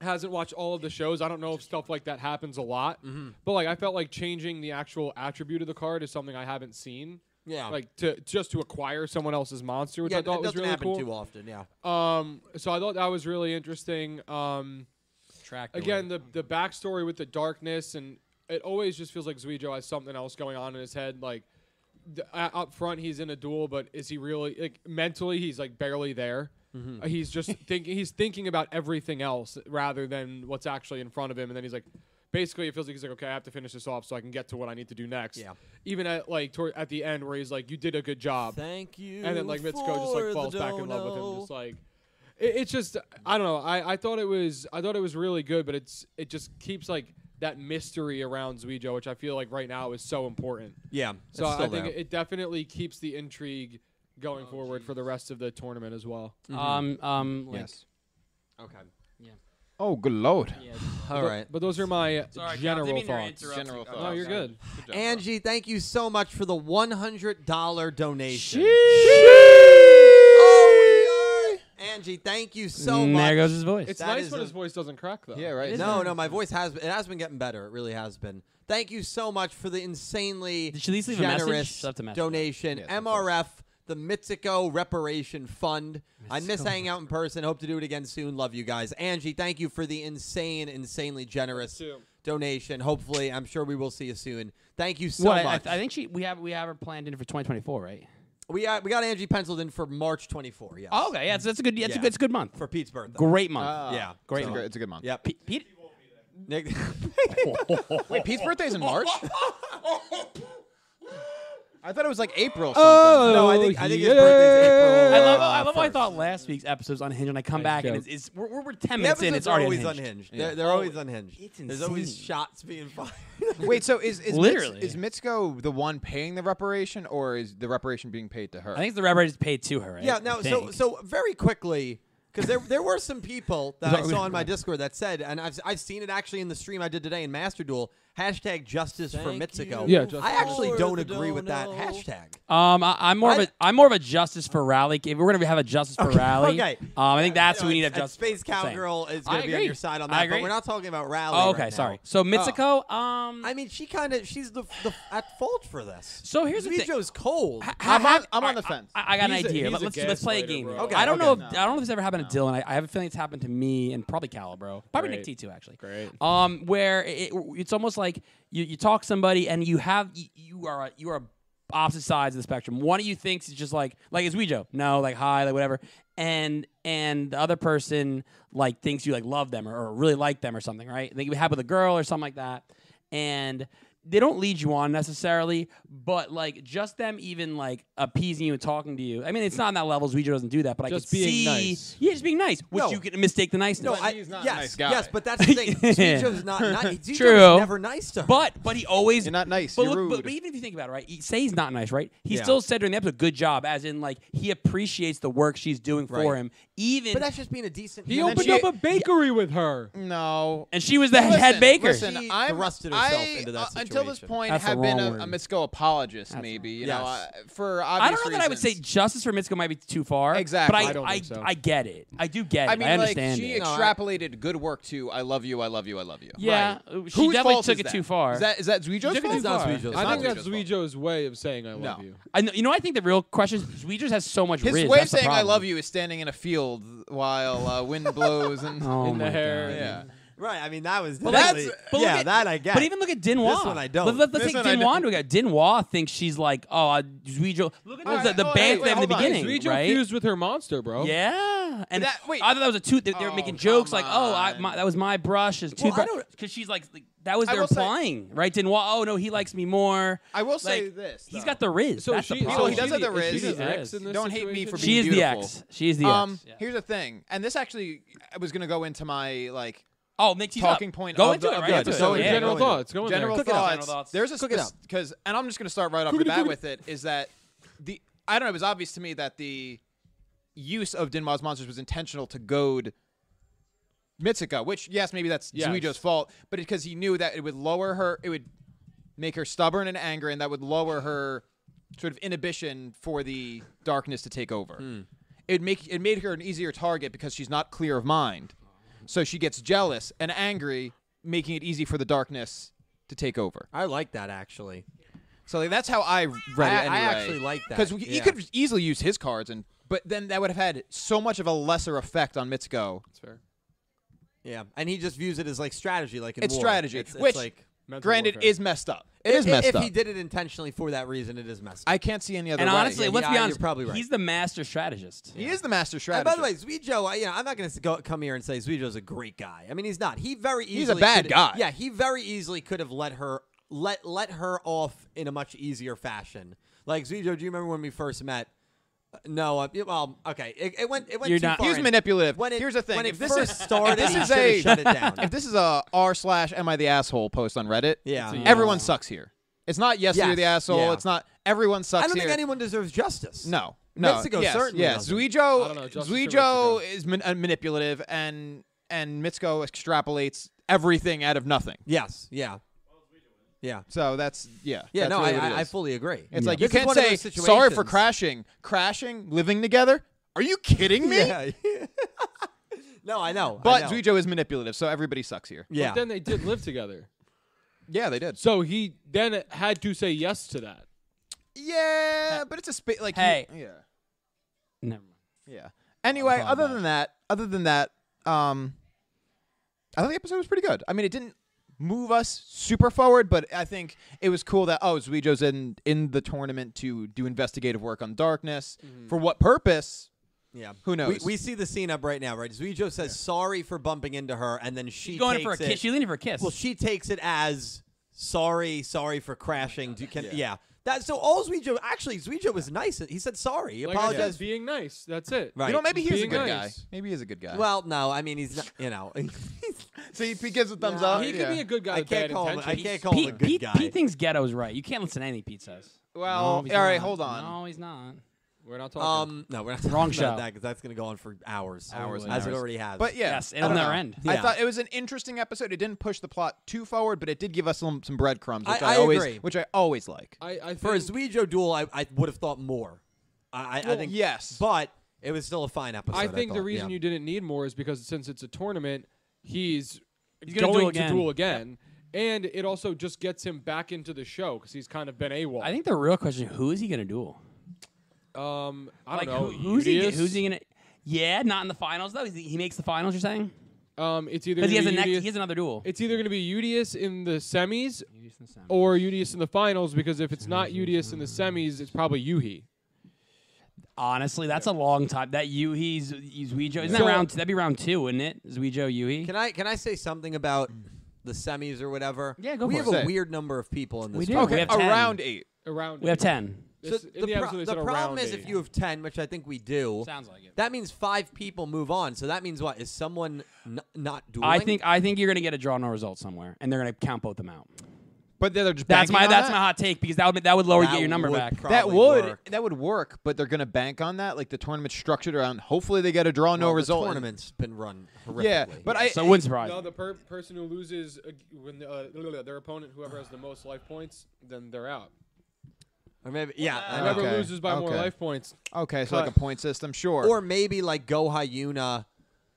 [SPEAKER 3] hasn't watched all of the shows. I don't know if stuff like that happens a lot,
[SPEAKER 4] Mm-hmm.
[SPEAKER 3] but like I felt like changing the actual attribute of the card is something I haven't seen.
[SPEAKER 4] Yeah.
[SPEAKER 3] like to just to acquire someone else's monster, which
[SPEAKER 4] yeah,
[SPEAKER 3] I
[SPEAKER 4] it
[SPEAKER 3] thought was
[SPEAKER 4] doesn't
[SPEAKER 3] really
[SPEAKER 4] happen
[SPEAKER 3] cool.
[SPEAKER 4] too often. Yeah.
[SPEAKER 3] Um, so I thought that was really interesting. Um,
[SPEAKER 5] Track
[SPEAKER 3] again, the the backstory with the darkness, and it always just feels like Zuijo has something else going on in his head. Like th- uh, up front, he's in a duel, but is he really like mentally? He's like barely there.
[SPEAKER 4] Mm-hmm.
[SPEAKER 3] Uh, he's just thinking. He's thinking about everything else rather than what's actually in front of him. And then he's like, basically, it feels like he's like, okay, I have to finish this off so I can get to what I need to do next.
[SPEAKER 4] Yeah.
[SPEAKER 3] Even at like toward, at the end where he's like, you did a good job
[SPEAKER 4] Thank you.
[SPEAKER 3] and then like Mitsuko just like falls back in love with him. Just like it, it's just I don't know. I, I thought it was I thought it was really good, but it's it just keeps like that mystery around Zuijo, which I feel like right now is so important.
[SPEAKER 4] yeah.
[SPEAKER 3] So
[SPEAKER 4] it's
[SPEAKER 3] I
[SPEAKER 4] still
[SPEAKER 3] think
[SPEAKER 4] there.
[SPEAKER 3] it, it definitely keeps the intrigue going forward for the rest of the tournament as well.
[SPEAKER 5] Um. Um. Like,
[SPEAKER 2] yes.
[SPEAKER 4] okay.
[SPEAKER 2] Oh, good lord.
[SPEAKER 4] All right.
[SPEAKER 3] But those are my
[SPEAKER 5] Sorry, Cal,
[SPEAKER 3] general
[SPEAKER 5] didn't mean to
[SPEAKER 3] thoughts.
[SPEAKER 5] interrupt.
[SPEAKER 2] General
[SPEAKER 5] Oh,
[SPEAKER 2] thoughts.
[SPEAKER 3] No, you're good.
[SPEAKER 2] Good job, bro.
[SPEAKER 4] Angie, thank you so much for the one hundred dollar donation. Oh, we are. Angie, thank you so
[SPEAKER 5] Mm,
[SPEAKER 4] much.
[SPEAKER 5] there goes his voice.
[SPEAKER 3] It's
[SPEAKER 4] That
[SPEAKER 3] nice
[SPEAKER 4] is
[SPEAKER 3] when
[SPEAKER 4] a-
[SPEAKER 3] his voice doesn't crack though.
[SPEAKER 2] Yeah, right.
[SPEAKER 4] No, no, my voice has it has been getting better. It really has been. Thank you so much for the insanely
[SPEAKER 5] Did she at least leave a message?
[SPEAKER 4] generous
[SPEAKER 5] She'll have to message
[SPEAKER 4] donation.
[SPEAKER 2] Yes, of course.
[SPEAKER 4] MRF, the Mitsuko Reparation Fund. I miss
[SPEAKER 5] Mitsuko
[SPEAKER 4] hanging out in person. Hope to do it again soon. Love you guys. Angie, thank you for the insane, insanely generous
[SPEAKER 3] too.
[SPEAKER 4] donation. Hopefully, I'm sure we will see you soon. Thank you so
[SPEAKER 5] What, I, I,
[SPEAKER 4] much.
[SPEAKER 5] I think she we have we have her planned in for 2024, right?
[SPEAKER 4] We got we got Angie penciled in for March 24. Yes.
[SPEAKER 5] Oh, okay, yeah, Uh, that's, that's a good. That's
[SPEAKER 4] Yeah.
[SPEAKER 5] a good. It's a good month.
[SPEAKER 4] for Pete's birthday.
[SPEAKER 5] Great month.
[SPEAKER 2] Ah,
[SPEAKER 4] yeah,
[SPEAKER 5] great
[SPEAKER 2] It's a
[SPEAKER 5] month.
[SPEAKER 2] good, it's a good month.
[SPEAKER 4] Yep.
[SPEAKER 5] Pe- Pete.
[SPEAKER 4] Nick,
[SPEAKER 2] Wait, Pete's birthday's in March. I thought it was like April. Something.
[SPEAKER 5] Oh.
[SPEAKER 4] no, I think I think his birthday's April.
[SPEAKER 5] I love,
[SPEAKER 4] uh,
[SPEAKER 5] I love how I
[SPEAKER 4] first.
[SPEAKER 5] thought last week's episode was unhinged, and I come back and
[SPEAKER 3] joke.
[SPEAKER 5] it's, it's we're, we're, we're ten
[SPEAKER 4] The
[SPEAKER 5] minutes in.
[SPEAKER 4] episodes
[SPEAKER 5] It's
[SPEAKER 4] are
[SPEAKER 5] already
[SPEAKER 4] always unhinged.
[SPEAKER 5] unhinged.
[SPEAKER 4] They're, they're always unhinged.
[SPEAKER 5] Oh, it's
[SPEAKER 4] There's always
[SPEAKER 5] insane.
[SPEAKER 4] shots being fired.
[SPEAKER 2] Wait, so is is,
[SPEAKER 5] Literally.
[SPEAKER 2] Mitz, is Mitsko the one paying the reparation, or is the reparation being paid to her?
[SPEAKER 5] I think the red is paid to her, right?
[SPEAKER 4] yeah.
[SPEAKER 5] I
[SPEAKER 4] No. So
[SPEAKER 5] think.
[SPEAKER 4] so very quickly. Because there, there were some people that I
[SPEAKER 5] Sorry.
[SPEAKER 4] saw on my Discord that said, and I've, I've seen it actually in the stream I did today in Master Duel, hashtag justice for
[SPEAKER 5] Thank
[SPEAKER 4] Mitsuko.
[SPEAKER 5] you
[SPEAKER 3] Yeah, justice
[SPEAKER 4] I actually
[SPEAKER 5] for
[SPEAKER 4] don't
[SPEAKER 5] the
[SPEAKER 4] agree with that
[SPEAKER 5] dono.
[SPEAKER 4] hashtag.
[SPEAKER 5] Um, I, I'm more of
[SPEAKER 4] I-
[SPEAKER 5] a I'm more of a justice for rally. If we're gonna have a justice for rally,
[SPEAKER 4] okay.
[SPEAKER 5] Um, I think that's
[SPEAKER 4] No,
[SPEAKER 5] who we need to
[SPEAKER 4] it's-
[SPEAKER 5] have justice.
[SPEAKER 4] Space
[SPEAKER 5] for. Same.
[SPEAKER 4] Cowgirl is
[SPEAKER 5] I
[SPEAKER 4] going to be on
[SPEAKER 5] agree.
[SPEAKER 4] your side on
[SPEAKER 5] I
[SPEAKER 4] that, but
[SPEAKER 5] agree.
[SPEAKER 4] we're not talking about rally.
[SPEAKER 5] Oh,
[SPEAKER 4] right
[SPEAKER 5] okay,
[SPEAKER 4] now.
[SPEAKER 5] sorry. So Mitsuko, um,
[SPEAKER 4] I mean, she kind of she's the, the at fault for this.
[SPEAKER 5] So here's the thing.
[SPEAKER 4] Mijo's cold.
[SPEAKER 2] I'm
[SPEAKER 5] Ha-
[SPEAKER 2] on-
[SPEAKER 5] ha-
[SPEAKER 2] I'm on
[SPEAKER 5] alright,
[SPEAKER 2] the fence.
[SPEAKER 5] I, I got an
[SPEAKER 3] He's a-
[SPEAKER 5] idea.
[SPEAKER 3] he's
[SPEAKER 5] Let,
[SPEAKER 3] a
[SPEAKER 5] us let's play a
[SPEAKER 3] gaslighter,
[SPEAKER 5] game.
[SPEAKER 3] bro.
[SPEAKER 5] here.
[SPEAKER 4] Okay,
[SPEAKER 5] I don't
[SPEAKER 4] okay.
[SPEAKER 5] know. If,
[SPEAKER 4] No.
[SPEAKER 5] I don't know if it's ever happened to Dylan. I, I have a feeling it's happened to me and probably Cal, bro. Probably Nick T
[SPEAKER 3] Great.
[SPEAKER 5] too, actually.
[SPEAKER 3] Great.
[SPEAKER 5] Um, where it, it's almost like you, you talk to somebody and you have you, you are you are opposite sides of the spectrum. One of you thinks it's just like like it's Weejo. No, like hi, like whatever. And and the other person like thinks you like love them or, or really like them or something, right? They could be happy with a girl or something like that. And they don't lead you on necessarily, but like just them even like appeasing you and talking to you. I mean, it's not on that level. Weejo doesn't do that, but I
[SPEAKER 3] Just
[SPEAKER 5] could
[SPEAKER 3] being
[SPEAKER 5] see,
[SPEAKER 3] nice.
[SPEAKER 5] yeah, just being nice, which
[SPEAKER 4] No.
[SPEAKER 5] you could mistake the niceness.
[SPEAKER 4] No,
[SPEAKER 2] But
[SPEAKER 4] I,
[SPEAKER 2] he's not a
[SPEAKER 4] yes,
[SPEAKER 2] nice guy.
[SPEAKER 4] yes, but that's the thing. Mijo's not nice. Mijo's
[SPEAKER 5] True.
[SPEAKER 4] never nice to her.
[SPEAKER 5] But but he always
[SPEAKER 2] You're not nice.
[SPEAKER 5] But,
[SPEAKER 2] You're
[SPEAKER 5] look, but-
[SPEAKER 2] rude.
[SPEAKER 5] but even if you think about it, right? He, say he's not nice, right? He
[SPEAKER 4] Yeah.
[SPEAKER 5] still said during the episode, "Good job," as in like he appreciates the work she's doing for
[SPEAKER 4] Right.
[SPEAKER 5] him, even.
[SPEAKER 4] but that's just being a decent.
[SPEAKER 3] He
[SPEAKER 4] human
[SPEAKER 3] opened
[SPEAKER 5] she-
[SPEAKER 3] up a bakery with her.
[SPEAKER 2] no.
[SPEAKER 5] and she was the head
[SPEAKER 2] Listen,
[SPEAKER 5] baker.
[SPEAKER 2] Listen,
[SPEAKER 4] She
[SPEAKER 2] I'm,
[SPEAKER 4] thrusted
[SPEAKER 2] I,
[SPEAKER 4] herself into that
[SPEAKER 2] uh, until this
[SPEAKER 4] situation.
[SPEAKER 2] point,
[SPEAKER 5] That's the
[SPEAKER 2] have been
[SPEAKER 5] wrong
[SPEAKER 2] a,
[SPEAKER 5] word.
[SPEAKER 2] a Mitsko apologist, maybe. You know,
[SPEAKER 4] Yes.
[SPEAKER 2] uh, for obvious
[SPEAKER 5] I don't know that I would say
[SPEAKER 2] reasons.
[SPEAKER 5] justice for Mitsuko might be too far.
[SPEAKER 2] Exactly.
[SPEAKER 5] But I
[SPEAKER 2] I
[SPEAKER 3] don't
[SPEAKER 5] I,
[SPEAKER 3] think so.
[SPEAKER 5] I get it. I do get it.
[SPEAKER 2] I mean, like
[SPEAKER 5] understand
[SPEAKER 2] she
[SPEAKER 5] it.
[SPEAKER 4] No, I-
[SPEAKER 2] extrapolated good work to "I love you, I love you, I love you."
[SPEAKER 5] yeah, uh, she
[SPEAKER 2] Whose
[SPEAKER 5] definitely
[SPEAKER 2] fault
[SPEAKER 5] took
[SPEAKER 2] is
[SPEAKER 5] it
[SPEAKER 2] that?
[SPEAKER 5] too far.
[SPEAKER 2] Is that is that Zuijo's
[SPEAKER 5] took it
[SPEAKER 2] fault?
[SPEAKER 5] too It's not far. Zuijo's
[SPEAKER 2] It's
[SPEAKER 4] fault.
[SPEAKER 2] not
[SPEAKER 3] I think that's
[SPEAKER 2] Zuijo's fault.
[SPEAKER 3] Zuijo's way of saying I love
[SPEAKER 2] No.
[SPEAKER 3] you.
[SPEAKER 5] I know, you know, I think the real question is, we just has so much
[SPEAKER 2] His
[SPEAKER 5] riz,
[SPEAKER 2] way of
[SPEAKER 5] that's the
[SPEAKER 2] saying "I
[SPEAKER 5] problem.
[SPEAKER 2] love you" is standing in a field while uh, wind blows and
[SPEAKER 5] Oh
[SPEAKER 3] In the
[SPEAKER 5] my
[SPEAKER 3] hair.
[SPEAKER 5] God.
[SPEAKER 2] yeah.
[SPEAKER 4] right. I mean, that was.
[SPEAKER 5] But
[SPEAKER 4] that's,
[SPEAKER 5] like- but look
[SPEAKER 4] yeah,
[SPEAKER 5] at-
[SPEAKER 4] that I get.
[SPEAKER 5] But even look at Dinwa.
[SPEAKER 4] This one I don't.
[SPEAKER 5] Let, let, let's
[SPEAKER 2] This
[SPEAKER 5] take
[SPEAKER 2] one I
[SPEAKER 5] Dinwa into account. Dinwa thinks she's like, oh, uh, Zuijo. Look at
[SPEAKER 2] All
[SPEAKER 5] the,
[SPEAKER 2] right,
[SPEAKER 5] the
[SPEAKER 2] hold
[SPEAKER 5] banter
[SPEAKER 2] on, wait,
[SPEAKER 5] they have in the
[SPEAKER 2] hold on.
[SPEAKER 5] beginning,
[SPEAKER 3] Zuijo
[SPEAKER 5] right?
[SPEAKER 3] fused with her monster, bro.
[SPEAKER 5] Yeah, and
[SPEAKER 2] that- wait.
[SPEAKER 5] I thought that was a tooth. They, they were
[SPEAKER 2] Oh,
[SPEAKER 5] making jokes like,
[SPEAKER 2] come
[SPEAKER 5] "Oh, I,
[SPEAKER 2] on.
[SPEAKER 5] my, that was my brush." Is
[SPEAKER 4] Well, I
[SPEAKER 5] toothbrush
[SPEAKER 4] don't-
[SPEAKER 5] because she's like, like, that was
[SPEAKER 2] I
[SPEAKER 5] their
[SPEAKER 2] will say-
[SPEAKER 5] implying, right? Didn't wa- oh no, he likes me more.
[SPEAKER 2] I will say
[SPEAKER 5] Like,
[SPEAKER 2] this,
[SPEAKER 5] he's
[SPEAKER 2] though.
[SPEAKER 5] got the riz.
[SPEAKER 3] So
[SPEAKER 5] That's
[SPEAKER 3] she,
[SPEAKER 5] the
[SPEAKER 3] so
[SPEAKER 5] problem. Oh,
[SPEAKER 2] he does
[SPEAKER 3] she
[SPEAKER 2] have the
[SPEAKER 3] the- is she
[SPEAKER 2] riz.
[SPEAKER 3] the ex in this
[SPEAKER 2] Don't hate me for being
[SPEAKER 3] situation?
[SPEAKER 5] she is the
[SPEAKER 2] beautiful.
[SPEAKER 5] ex. She is the
[SPEAKER 2] Um,
[SPEAKER 5] ex. Yeah.
[SPEAKER 2] here's the thing, and this actually I was gonna go into my like
[SPEAKER 5] Oh, Nick, he's
[SPEAKER 2] talking
[SPEAKER 5] up.
[SPEAKER 2] point
[SPEAKER 5] Go
[SPEAKER 2] of
[SPEAKER 5] into
[SPEAKER 2] the-
[SPEAKER 5] it,
[SPEAKER 2] of
[SPEAKER 5] right?
[SPEAKER 2] the
[SPEAKER 5] Into it.
[SPEAKER 2] episode.
[SPEAKER 3] So
[SPEAKER 5] Yeah,
[SPEAKER 4] Yeah,
[SPEAKER 3] general
[SPEAKER 4] go into it.
[SPEAKER 3] thoughts. Go in
[SPEAKER 2] general
[SPEAKER 3] there.
[SPEAKER 5] Cook it up.
[SPEAKER 2] thoughts.
[SPEAKER 5] General thoughts.
[SPEAKER 2] There's a
[SPEAKER 4] Cook it up.
[SPEAKER 2] because, and I'm just gonna start right off
[SPEAKER 3] Cook
[SPEAKER 2] the
[SPEAKER 3] it,
[SPEAKER 2] bat
[SPEAKER 3] cook it.
[SPEAKER 2] with it. Is that the I don't know. It was obvious to me that the use of Dinma's monsters was intentional to goad Mitsuka, which yes, maybe that's
[SPEAKER 3] Yes.
[SPEAKER 2] Zuijo's fault, but because he knew that it would lower her, it would make her stubborn and angry, and that would lower her sort of inhibition for the darkness to take over. It make it made her an easier target because she's not clear of mind, so she gets jealous and angry, making it easy for the darkness to take over.
[SPEAKER 4] I like that actually.
[SPEAKER 2] So like, that's how I read it.
[SPEAKER 4] I- I
[SPEAKER 2] Anyway.
[SPEAKER 4] actually like that,
[SPEAKER 2] because he
[SPEAKER 4] yeah.
[SPEAKER 2] could easily use his cards, and but then that would have had so much of a lesser effect on Mitsuko.
[SPEAKER 3] That's fair.
[SPEAKER 4] Yeah, and he just views it as like strategy, like in
[SPEAKER 2] It's
[SPEAKER 4] war.
[SPEAKER 2] strategy,
[SPEAKER 4] It's, it's
[SPEAKER 2] which
[SPEAKER 4] like
[SPEAKER 3] Mental
[SPEAKER 2] granted
[SPEAKER 3] warfare.
[SPEAKER 2] is messed up. It is
[SPEAKER 4] if,
[SPEAKER 2] messed
[SPEAKER 4] if
[SPEAKER 2] up.
[SPEAKER 4] he did it intentionally for that reason, it is messed up.
[SPEAKER 2] I can't see any other
[SPEAKER 5] And
[SPEAKER 2] way.
[SPEAKER 5] honestly,
[SPEAKER 4] Yeah,
[SPEAKER 5] let's be
[SPEAKER 4] yeah, you're
[SPEAKER 5] honest.
[SPEAKER 4] probably right.
[SPEAKER 5] He's the master strategist.
[SPEAKER 2] he is the master
[SPEAKER 4] And
[SPEAKER 2] strategist.
[SPEAKER 4] by the way, Zuijo, I, you know, I'm not going to go, come here and say Zuijo's a great guy. I mean, he's not. He very easily
[SPEAKER 2] a bad
[SPEAKER 4] could-
[SPEAKER 2] guy.
[SPEAKER 4] Yeah, he very easily could have let her let let her off in a much easier fashion. Like Zuijo, do you remember when we first met? Uh, No, uh, yeah, well, okay, it, it went it went
[SPEAKER 5] You're
[SPEAKER 4] too
[SPEAKER 5] not-
[SPEAKER 4] far.
[SPEAKER 2] he was manipulative.
[SPEAKER 4] When it,
[SPEAKER 2] Here's the thing:
[SPEAKER 4] when
[SPEAKER 2] if
[SPEAKER 4] it
[SPEAKER 2] this
[SPEAKER 4] first
[SPEAKER 2] is
[SPEAKER 4] started,
[SPEAKER 2] if this
[SPEAKER 4] he
[SPEAKER 2] is
[SPEAKER 4] should
[SPEAKER 2] a
[SPEAKER 4] have shut it down.
[SPEAKER 2] if this is a r slash am I the asshole post on Reddit,
[SPEAKER 4] Yeah. It's a
[SPEAKER 2] everyone sucks here. It's not yes,
[SPEAKER 4] Yes,
[SPEAKER 2] you're the asshole.
[SPEAKER 4] yeah.
[SPEAKER 2] It's not everyone sucks.
[SPEAKER 4] I don't think
[SPEAKER 2] here.
[SPEAKER 4] anyone deserves justice.
[SPEAKER 2] No, no.
[SPEAKER 4] Mitsuko
[SPEAKER 2] yes,
[SPEAKER 4] certainly
[SPEAKER 2] Yes,
[SPEAKER 4] doesn't.
[SPEAKER 3] I don't know,
[SPEAKER 2] Zuijo.
[SPEAKER 3] Justice
[SPEAKER 2] Zuijo
[SPEAKER 3] for Mitsuko.
[SPEAKER 2] is man- uh, manipulative, and and Mitsuko extrapolates everything out of nothing.
[SPEAKER 4] Yes. Yeah. Yeah.
[SPEAKER 2] So that's yeah.
[SPEAKER 4] Yeah.
[SPEAKER 2] that's
[SPEAKER 4] no,
[SPEAKER 2] really
[SPEAKER 4] I,
[SPEAKER 2] what it
[SPEAKER 4] I- I
[SPEAKER 2] is.
[SPEAKER 4] fully agree.
[SPEAKER 2] It's like
[SPEAKER 4] This
[SPEAKER 2] you
[SPEAKER 4] is
[SPEAKER 2] can't
[SPEAKER 4] one of
[SPEAKER 2] say
[SPEAKER 4] those
[SPEAKER 2] sorry for
[SPEAKER 4] situations-
[SPEAKER 2] crashing, crashing, living together. Are you kidding me?
[SPEAKER 4] Yeah. no, I know. I
[SPEAKER 2] But
[SPEAKER 4] know.
[SPEAKER 2] Zuijo is manipulative, so everybody sucks here.
[SPEAKER 4] Yeah.
[SPEAKER 3] But then they did live together.
[SPEAKER 2] Yeah, they did.
[SPEAKER 3] So he then had to say yes to that.
[SPEAKER 2] Yeah, but it's a spa- like
[SPEAKER 5] Hey.
[SPEAKER 2] you- yeah,
[SPEAKER 5] Never mind.
[SPEAKER 2] yeah. Anyway,
[SPEAKER 5] thought
[SPEAKER 2] other
[SPEAKER 5] about
[SPEAKER 2] than that, other than that, um, I thought the episode was pretty good. I mean, it didn't move us super forward, but I think it was cool that oh, Zuijo's in in the tournament to do investigative work on darkness. For what purpose?
[SPEAKER 4] Yeah.
[SPEAKER 2] Who knows?
[SPEAKER 4] We, we see the scene up right now, right? Zuijo says sorry for bumping into her, and then she
[SPEAKER 5] She's going in for a
[SPEAKER 4] takes
[SPEAKER 5] kiss.
[SPEAKER 4] it-
[SPEAKER 5] She's leaning for a kiss.
[SPEAKER 4] Well, she takes it as sorry, sorry for crashing. Do you can, yeah. That so all Zuijo actually Zuijo was nice. He said sorry. He
[SPEAKER 3] Like I said,
[SPEAKER 4] apologized.
[SPEAKER 3] being nice. That's it.
[SPEAKER 4] Right.
[SPEAKER 2] you know, maybe he's a
[SPEAKER 3] Being
[SPEAKER 2] good
[SPEAKER 3] nice.
[SPEAKER 2] guy. Maybe he's a good guy.
[SPEAKER 4] Well, no, I mean he's not. You know,
[SPEAKER 2] see, he gives a thumbs
[SPEAKER 4] Nah,
[SPEAKER 2] up.
[SPEAKER 3] He could
[SPEAKER 2] yeah.
[SPEAKER 3] be a good guy
[SPEAKER 4] I
[SPEAKER 3] with
[SPEAKER 4] can't
[SPEAKER 3] bad
[SPEAKER 4] call him. I
[SPEAKER 3] intentions.
[SPEAKER 4] can't call him a
[SPEAKER 5] Pete,
[SPEAKER 4] good
[SPEAKER 5] Pete,
[SPEAKER 4] guy.
[SPEAKER 5] Pete thinks Ghetto's right. You can't listen to anything Pete says. No,
[SPEAKER 2] well,
[SPEAKER 5] he's
[SPEAKER 2] all right,
[SPEAKER 5] not.
[SPEAKER 2] hold on.
[SPEAKER 5] No, he's not.
[SPEAKER 3] We're not talking.
[SPEAKER 4] Um, no, we're not talking
[SPEAKER 5] Wrong
[SPEAKER 4] about
[SPEAKER 5] show.
[SPEAKER 4] that because that's going to go on for hours,
[SPEAKER 2] Hours
[SPEAKER 4] as
[SPEAKER 2] and
[SPEAKER 4] it
[SPEAKER 2] hours.
[SPEAKER 4] already has.
[SPEAKER 2] But yeah,
[SPEAKER 5] Yes,
[SPEAKER 2] I
[SPEAKER 5] it'll
[SPEAKER 2] don't
[SPEAKER 5] never
[SPEAKER 2] know.
[SPEAKER 5] end.
[SPEAKER 2] I
[SPEAKER 4] Yeah.
[SPEAKER 2] thought it was an interesting episode. It didn't push the plot too forward, but it did give us some, some breadcrumbs, which I,
[SPEAKER 4] I- I
[SPEAKER 2] always
[SPEAKER 4] agree.
[SPEAKER 2] which I always like.
[SPEAKER 3] I, I think
[SPEAKER 4] for a Zuijo duel, I, I would have thought more. I, I, I
[SPEAKER 2] Well,
[SPEAKER 4] think
[SPEAKER 2] yes.
[SPEAKER 4] but it was still a fine episode.
[SPEAKER 3] I think the
[SPEAKER 4] thought,
[SPEAKER 3] reason
[SPEAKER 4] yeah.
[SPEAKER 3] you didn't need more is because since it's a tournament, he's,
[SPEAKER 5] gonna
[SPEAKER 3] going
[SPEAKER 5] duel
[SPEAKER 3] to
[SPEAKER 5] again.
[SPEAKER 3] duel again, and it also just gets him back into the show because he's kind of been AWOL.
[SPEAKER 5] I think the real question: Who is he going to duel?
[SPEAKER 3] Um, I
[SPEAKER 5] like
[SPEAKER 3] don't know.
[SPEAKER 5] who, who's he?
[SPEAKER 3] Udius?
[SPEAKER 5] Who's he going to? Yeah, not in the finals though. Is He, he makes the finals. You're saying
[SPEAKER 3] Um, it's either
[SPEAKER 5] because he has a
[SPEAKER 3] gonna be
[SPEAKER 5] next.
[SPEAKER 3] Udius-
[SPEAKER 5] He has another duel.
[SPEAKER 3] It's either going to be Udius in the semis
[SPEAKER 5] Udius and Sam.
[SPEAKER 3] or Udius in the finals because if it's not Udius in the semis, it's probably Yuhi.
[SPEAKER 5] Honestly, that's a long time. That Yuhi's Zuijo. Isn't that
[SPEAKER 3] So-
[SPEAKER 5] round? That'd be round two, wouldn't it? Zuijo Yuhi.
[SPEAKER 4] Can I can I say something about the semis or whatever?
[SPEAKER 5] Yeah, go
[SPEAKER 4] we
[SPEAKER 5] for
[SPEAKER 4] have
[SPEAKER 5] it.
[SPEAKER 4] a
[SPEAKER 2] Say.
[SPEAKER 4] weird number of people in this.
[SPEAKER 5] We do.
[SPEAKER 4] tournament.
[SPEAKER 5] We have 10.
[SPEAKER 2] Around eight.
[SPEAKER 3] Around
[SPEAKER 5] We have ten.
[SPEAKER 4] So
[SPEAKER 3] This, in
[SPEAKER 4] the,
[SPEAKER 3] the,
[SPEAKER 4] pro-
[SPEAKER 3] episode, they
[SPEAKER 4] the
[SPEAKER 3] said
[SPEAKER 4] problem
[SPEAKER 3] around
[SPEAKER 4] is if
[SPEAKER 3] eight.
[SPEAKER 4] you have ten, which I think we do,
[SPEAKER 5] Sounds like it.
[SPEAKER 4] that means five people move on. So that means what? Is someone n- not dueling?
[SPEAKER 5] I think I think you're going to get a draw no result somewhere, and they're going to count both them out.
[SPEAKER 2] But they're just
[SPEAKER 5] That's
[SPEAKER 2] banking
[SPEAKER 5] my
[SPEAKER 2] on
[SPEAKER 5] that's
[SPEAKER 2] that.
[SPEAKER 5] my hot take because that would that would lower
[SPEAKER 4] That
[SPEAKER 5] get your number
[SPEAKER 4] would
[SPEAKER 5] back.
[SPEAKER 4] pro-
[SPEAKER 2] That
[SPEAKER 4] probably
[SPEAKER 2] would
[SPEAKER 4] work.
[SPEAKER 2] that would work, but they're gonna bank on that. Like the tournament's structured around. Hopefully, they get a draw, no
[SPEAKER 4] Well,
[SPEAKER 2] result.
[SPEAKER 4] The
[SPEAKER 2] and-
[SPEAKER 4] tournament's been run horrifically.
[SPEAKER 2] Yeah, but I
[SPEAKER 5] so it wouldn't surprise.
[SPEAKER 3] No,
[SPEAKER 5] me.
[SPEAKER 3] the per- person who loses uh, when uh, their opponent, whoever has the most life points, then they're out.
[SPEAKER 4] or maybe yeah, I know.
[SPEAKER 3] Whoever
[SPEAKER 2] Okay,
[SPEAKER 3] loses by more
[SPEAKER 2] okay.
[SPEAKER 3] life points,
[SPEAKER 2] okay, so like
[SPEAKER 3] Cut.
[SPEAKER 2] a point system, sure.
[SPEAKER 4] or maybe like Goha Yuna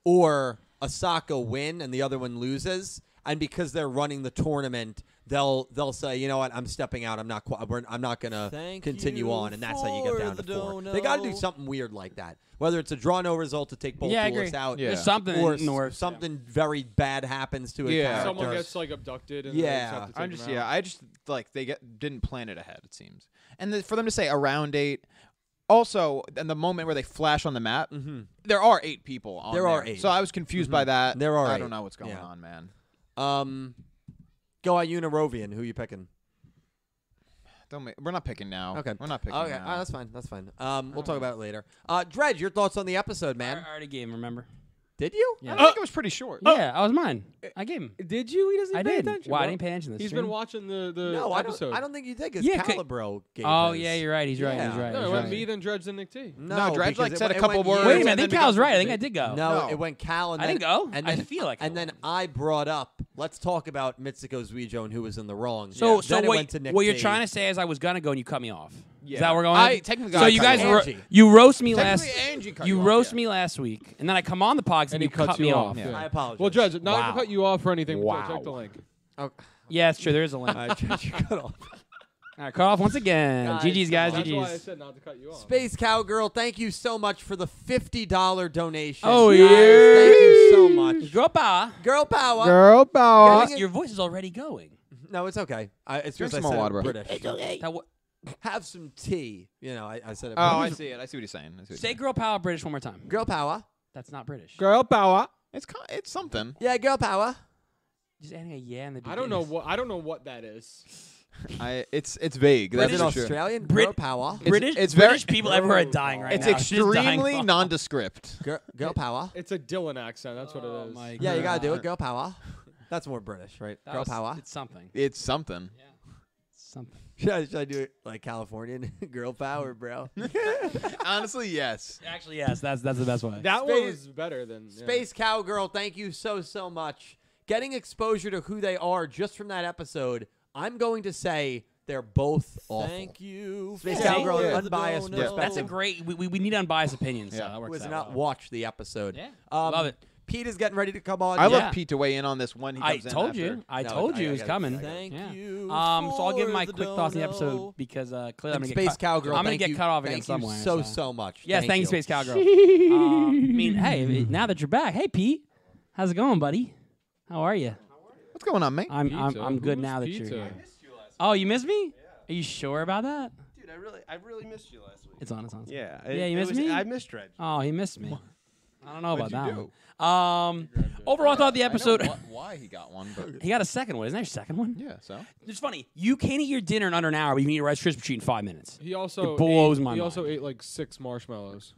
[SPEAKER 4] or Asaka win and the other one loses, and because they're running the tournament, they'll they'll say, you know what, I'm stepping out. I'm not qu- we're, I'm not gonna
[SPEAKER 6] Thank
[SPEAKER 4] continue
[SPEAKER 6] you
[SPEAKER 4] on, and that's how you get
[SPEAKER 6] for
[SPEAKER 4] down to
[SPEAKER 6] the
[SPEAKER 4] four. They got to do
[SPEAKER 6] dono.
[SPEAKER 4] something weird like that, whether it's a draw no result to take both
[SPEAKER 5] Yeah, I
[SPEAKER 4] duelists
[SPEAKER 5] agree.
[SPEAKER 4] out,
[SPEAKER 2] Yeah.
[SPEAKER 5] There's something
[SPEAKER 4] or
[SPEAKER 5] in the
[SPEAKER 4] s-
[SPEAKER 5] works.
[SPEAKER 4] something very bad happens to a
[SPEAKER 2] Yeah.
[SPEAKER 4] character.
[SPEAKER 3] someone gets like abducted. And
[SPEAKER 4] Yeah.
[SPEAKER 2] I'm just yeah. I just like they get didn't plan it ahead. It seems, and the, for them to say around eight. Also, in the moment where they flash on the map, there are eight people. on
[SPEAKER 4] Mm-hmm. There
[SPEAKER 2] There
[SPEAKER 4] are eight. Mm-hmm.
[SPEAKER 2] So I was confused by that.
[SPEAKER 4] There are
[SPEAKER 2] I
[SPEAKER 4] eight.
[SPEAKER 2] don't know what's going
[SPEAKER 4] Yeah.
[SPEAKER 2] on, man.
[SPEAKER 4] um, Goha Yuna Rovian, who you picking?
[SPEAKER 2] Don't make, we're not picking now.
[SPEAKER 4] Okay,
[SPEAKER 2] we're not picking.
[SPEAKER 4] Okay,
[SPEAKER 2] now.
[SPEAKER 4] Ah, that's fine. That's fine. Um, we'll talk about it later. Uh, Dredge, your thoughts on the episode,
[SPEAKER 5] I,
[SPEAKER 4] man?
[SPEAKER 5] I already gave him. Remember?
[SPEAKER 4] Did you?
[SPEAKER 2] I think it was pretty short.
[SPEAKER 4] Uh,
[SPEAKER 5] Yeah, I was mine. I gave him.
[SPEAKER 3] Did you? He doesn't.
[SPEAKER 5] I did. Wow, I didn't pay attention to this.
[SPEAKER 3] He's
[SPEAKER 5] stream.
[SPEAKER 3] been watching the the
[SPEAKER 4] No, I
[SPEAKER 3] episode.
[SPEAKER 4] don't, I don't think you did because
[SPEAKER 5] Yeah, 'cause-
[SPEAKER 4] Calibro gave
[SPEAKER 5] Oh
[SPEAKER 4] his.
[SPEAKER 5] yeah, you're right. He's right.
[SPEAKER 4] Yeah.
[SPEAKER 5] He's right.
[SPEAKER 3] No,
[SPEAKER 5] he's
[SPEAKER 3] it went
[SPEAKER 5] right.
[SPEAKER 3] me then Dredge then Nick T.
[SPEAKER 2] No, Dredge,
[SPEAKER 4] because
[SPEAKER 2] like,
[SPEAKER 4] it
[SPEAKER 2] said a
[SPEAKER 4] went- it
[SPEAKER 2] couple
[SPEAKER 4] went
[SPEAKER 2] words.
[SPEAKER 4] years
[SPEAKER 5] Wait a minute. I
[SPEAKER 4] and
[SPEAKER 5] think
[SPEAKER 4] then
[SPEAKER 5] Cal's
[SPEAKER 4] because-
[SPEAKER 5] right. I think I did go.
[SPEAKER 4] No,
[SPEAKER 2] No.
[SPEAKER 4] it went Cal and
[SPEAKER 5] I
[SPEAKER 4] then,
[SPEAKER 5] didn't go.
[SPEAKER 4] And
[SPEAKER 5] I
[SPEAKER 4] then,
[SPEAKER 5] didn't feel like I
[SPEAKER 4] And then
[SPEAKER 5] went.
[SPEAKER 4] I brought up, let's talk about Mitsuko Zuijo and who was in the wrong.
[SPEAKER 5] So,
[SPEAKER 4] Yeah.
[SPEAKER 5] so
[SPEAKER 4] then it
[SPEAKER 5] what,
[SPEAKER 4] went to Nick
[SPEAKER 5] what you're
[SPEAKER 4] T.
[SPEAKER 5] trying to say is I was gonna go and you cut me off. Is
[SPEAKER 2] Yeah.
[SPEAKER 5] that where we're going?
[SPEAKER 2] I- technically
[SPEAKER 5] so
[SPEAKER 2] I
[SPEAKER 5] you
[SPEAKER 2] cut
[SPEAKER 5] guys
[SPEAKER 2] you
[SPEAKER 5] ro-
[SPEAKER 4] off. Angie.
[SPEAKER 5] you roast me last.
[SPEAKER 2] Technically, Angie cut
[SPEAKER 5] you
[SPEAKER 2] you off,
[SPEAKER 5] roast
[SPEAKER 2] yeah.
[SPEAKER 5] me last week, and then I come on the podcast and,
[SPEAKER 3] And
[SPEAKER 5] you
[SPEAKER 3] he cuts
[SPEAKER 5] cut
[SPEAKER 3] you
[SPEAKER 5] me
[SPEAKER 3] off,
[SPEAKER 5] off.
[SPEAKER 3] yeah.
[SPEAKER 4] I apologize.
[SPEAKER 3] Well, Dredge, not
[SPEAKER 5] Wow.
[SPEAKER 3] to cut you off or anything. Wow.
[SPEAKER 5] Wow.
[SPEAKER 3] Check the link.
[SPEAKER 4] Oh,
[SPEAKER 5] Yeah, it's true. There is a link.
[SPEAKER 4] all right, Dredge, you cut off.
[SPEAKER 5] All right, cut off once again.
[SPEAKER 4] Guys,
[SPEAKER 5] GG's, guys.
[SPEAKER 4] come
[SPEAKER 3] That's why I
[SPEAKER 5] GG's.
[SPEAKER 3] said not to cut you off.
[SPEAKER 4] Space Cowgirl, thank you so much for the $50 donation.
[SPEAKER 5] Oh,
[SPEAKER 4] Guys,
[SPEAKER 5] yeah.
[SPEAKER 4] Thank you so much.
[SPEAKER 5] Drop out.
[SPEAKER 4] Girl power.
[SPEAKER 2] Girl power.
[SPEAKER 4] Getting it-
[SPEAKER 5] Your voice is already going.
[SPEAKER 4] No, it's okay. I, it's
[SPEAKER 2] Drink
[SPEAKER 4] because I
[SPEAKER 2] some more
[SPEAKER 4] said it
[SPEAKER 2] water, bro.
[SPEAKER 4] British.
[SPEAKER 5] That wa-
[SPEAKER 4] Have some tea. You know, I, I said it.
[SPEAKER 2] Oh, I
[SPEAKER 4] British.
[SPEAKER 2] see it. I see what he's saying. I see what he's
[SPEAKER 5] Say
[SPEAKER 2] saying.
[SPEAKER 5] "girl power" British one more time.
[SPEAKER 4] Girl power.
[SPEAKER 5] That's not British.
[SPEAKER 2] Girl power. It's con- it's something.
[SPEAKER 4] Yeah, girl power.
[SPEAKER 5] Just adding a yeah in the
[SPEAKER 3] I
[SPEAKER 5] beginning.
[SPEAKER 3] don't know what I don't know what that is.
[SPEAKER 2] I it's it's vague.
[SPEAKER 4] Is
[SPEAKER 2] That's
[SPEAKER 4] it
[SPEAKER 2] for sure.
[SPEAKER 4] Australian?
[SPEAKER 5] Brit-
[SPEAKER 4] girl power.
[SPEAKER 5] British.
[SPEAKER 2] it's very-
[SPEAKER 5] British people everywhere are dying right
[SPEAKER 2] It's
[SPEAKER 5] now. Just dying
[SPEAKER 2] extremely
[SPEAKER 5] off.
[SPEAKER 2] nondescript.
[SPEAKER 4] Girl, girl power.
[SPEAKER 3] It's a Dylan accent. That's what
[SPEAKER 5] Oh
[SPEAKER 3] it is.
[SPEAKER 5] my
[SPEAKER 4] Yeah, you gotta do it.
[SPEAKER 2] Uh,
[SPEAKER 4] Girl power. That's more British, right?
[SPEAKER 5] That
[SPEAKER 4] girl
[SPEAKER 5] was-
[SPEAKER 4] power.
[SPEAKER 5] It's something.
[SPEAKER 2] It's something.
[SPEAKER 5] Something.
[SPEAKER 4] Should I, should I do it like Californian? girl power, bro.
[SPEAKER 2] Honestly, yes.
[SPEAKER 5] Actually, yes. That's that's the best one.
[SPEAKER 3] That one
[SPEAKER 4] Space-
[SPEAKER 3] was better than yeah.
[SPEAKER 4] Space Cowgirl, thank you so so much. Getting exposure to who they are just from that episode, I'm going to say they're both awful.
[SPEAKER 6] Thank you.
[SPEAKER 4] Space
[SPEAKER 6] for
[SPEAKER 4] Cowgirl,
[SPEAKER 6] the
[SPEAKER 4] unbiased
[SPEAKER 6] dono.
[SPEAKER 4] perspective.
[SPEAKER 5] That's a great. We, we, we need unbiased opinions. So
[SPEAKER 2] Yeah.
[SPEAKER 5] that works
[SPEAKER 4] Was
[SPEAKER 5] out
[SPEAKER 4] not
[SPEAKER 5] well.
[SPEAKER 4] watched the episode.
[SPEAKER 5] Yeah.
[SPEAKER 4] Um,
[SPEAKER 5] Love it.
[SPEAKER 4] Pete is getting ready to come on.
[SPEAKER 2] I
[SPEAKER 5] Yeah.
[SPEAKER 2] love Pete to weigh in on this when he comes
[SPEAKER 5] I
[SPEAKER 2] in.
[SPEAKER 5] told
[SPEAKER 2] after.
[SPEAKER 5] you. I
[SPEAKER 4] No,
[SPEAKER 5] told
[SPEAKER 4] I-
[SPEAKER 5] you
[SPEAKER 4] I
[SPEAKER 5] it was
[SPEAKER 4] gotta-
[SPEAKER 5] coming.
[SPEAKER 4] I gotta-
[SPEAKER 6] Thank
[SPEAKER 5] Yeah.
[SPEAKER 6] you.
[SPEAKER 5] Um, so I'll give
[SPEAKER 6] for
[SPEAKER 5] my
[SPEAKER 6] the
[SPEAKER 5] quick thoughts on the
[SPEAKER 6] dono.
[SPEAKER 5] episode because uh, clearly I'm
[SPEAKER 4] And
[SPEAKER 5] gonna
[SPEAKER 4] Space
[SPEAKER 5] get cut.
[SPEAKER 4] Cowgirl,
[SPEAKER 5] I'm gonna
[SPEAKER 4] thank
[SPEAKER 5] get
[SPEAKER 4] you-
[SPEAKER 5] cut off again
[SPEAKER 4] thank you
[SPEAKER 5] somewhere.
[SPEAKER 4] So so much.
[SPEAKER 5] Yes, thank you,
[SPEAKER 4] Space
[SPEAKER 5] Space Cowgirl. uh, I mean, hey, it- now that you're back, hey Pete, how's it going, buddy? How are you?
[SPEAKER 2] What's going on, mate?
[SPEAKER 5] I'm I'm,
[SPEAKER 3] Pizza?
[SPEAKER 5] I'm good
[SPEAKER 3] Who's
[SPEAKER 5] now that
[SPEAKER 3] pizza?
[SPEAKER 5] you're here. Oh, you missed me? Are you sure about that?
[SPEAKER 2] Dude,
[SPEAKER 6] dude, I really, I really missed you last week.
[SPEAKER 5] It's on. It's on. it's on.
[SPEAKER 6] Yeah,
[SPEAKER 5] Yeah, you missed
[SPEAKER 6] was,
[SPEAKER 5] me?
[SPEAKER 6] I missed Reg.
[SPEAKER 5] Oh, he missed me. I don't know
[SPEAKER 2] What'd
[SPEAKER 5] about
[SPEAKER 2] you
[SPEAKER 5] that. one. Um, overall, I thought the episode.
[SPEAKER 2] I know wh- why he got one, but
[SPEAKER 5] He got a second one. Isn't that your second one?
[SPEAKER 2] yeah. So
[SPEAKER 5] It's funny. You can't eat your dinner in under an hour, but you can eat a Rice Krispie treat in five minutes.
[SPEAKER 3] He also
[SPEAKER 5] It blows
[SPEAKER 3] ate,
[SPEAKER 5] my
[SPEAKER 3] He also
[SPEAKER 5] mind.
[SPEAKER 3] ate like six marshmallows.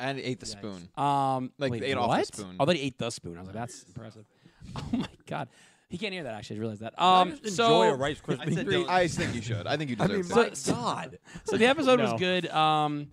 [SPEAKER 2] and he ate the spoon.
[SPEAKER 5] Um,
[SPEAKER 2] Like,
[SPEAKER 5] wait,
[SPEAKER 2] they ate
[SPEAKER 5] what?
[SPEAKER 2] off the spoon.
[SPEAKER 5] Oh, they ate the spoon. I was like, that's impressive. Oh my god, he can't hear that. Actually, I realized that. Um, so
[SPEAKER 4] enjoy a Rice
[SPEAKER 6] I said
[SPEAKER 4] Krispie
[SPEAKER 6] don't-
[SPEAKER 4] treat.
[SPEAKER 2] I think you should. I think you deserve.
[SPEAKER 4] mean,
[SPEAKER 2] it.
[SPEAKER 4] my God.
[SPEAKER 5] So the episode was
[SPEAKER 3] No.
[SPEAKER 5] good. Um,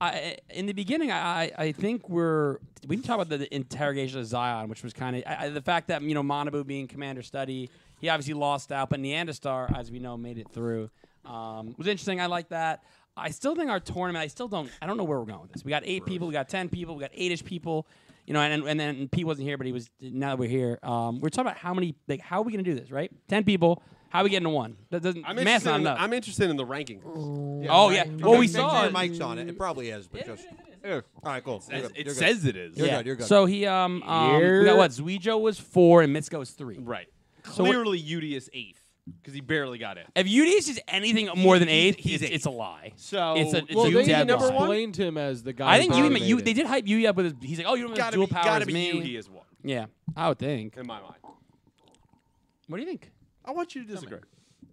[SPEAKER 5] I, in the beginning, I, I I think we're we didn't talk about the, the interrogation of Zion, which was kind of I, I- the fact that you know Monabu being Commander Study, he obviously lost out, but Neanderstar, as we know, made it through. Um, was interesting. I like that. I still think our tournament. I still don't. I don't know where we're going with this. We got eight people. We got ten people. We got eight-ish people. You know, and and then Pete wasn't here, but he was. Now that we're here, um, we're talking about how many. Like, how are we going to do this? Right, ten people. How are we getting to one? That doesn't.
[SPEAKER 6] I'm
[SPEAKER 5] math's
[SPEAKER 6] interested,
[SPEAKER 5] not
[SPEAKER 6] in,
[SPEAKER 5] enough.
[SPEAKER 6] I'm interested in the rankings.
[SPEAKER 5] oh yeah. Well, we
[SPEAKER 4] Make sure
[SPEAKER 5] saw
[SPEAKER 4] your
[SPEAKER 5] it.
[SPEAKER 4] Mike's on it. It probably is, but just. All right, cool. You're good. You're good.
[SPEAKER 6] it is.
[SPEAKER 4] You're good. You're good.
[SPEAKER 5] So he um, um we got what Zuijo was four and Mitsuko was three.
[SPEAKER 7] Right.
[SPEAKER 5] what-
[SPEAKER 7] Clearly, Yudi is eighth because he barely got in.
[SPEAKER 5] If UDS is anything more than
[SPEAKER 7] he's-
[SPEAKER 5] eighth,
[SPEAKER 7] he's
[SPEAKER 5] it's,
[SPEAKER 7] eighth.
[SPEAKER 5] it's a lie.
[SPEAKER 7] So-
[SPEAKER 5] it's a, it's
[SPEAKER 3] well,
[SPEAKER 5] a
[SPEAKER 3] they
[SPEAKER 5] dead
[SPEAKER 3] never
[SPEAKER 5] lie.
[SPEAKER 3] explained him as the guy.
[SPEAKER 5] I think you,
[SPEAKER 3] nominated.
[SPEAKER 5] you they did hype Yui up with his. He's like, oh, you don't have
[SPEAKER 7] Gotta
[SPEAKER 5] the dual
[SPEAKER 7] be,
[SPEAKER 5] power
[SPEAKER 7] gotta
[SPEAKER 5] as
[SPEAKER 7] be
[SPEAKER 5] me.
[SPEAKER 7] Yudi is one
[SPEAKER 5] Yeah, I would think.
[SPEAKER 7] in my mind.
[SPEAKER 5] What do you think?
[SPEAKER 7] I want you to disagree.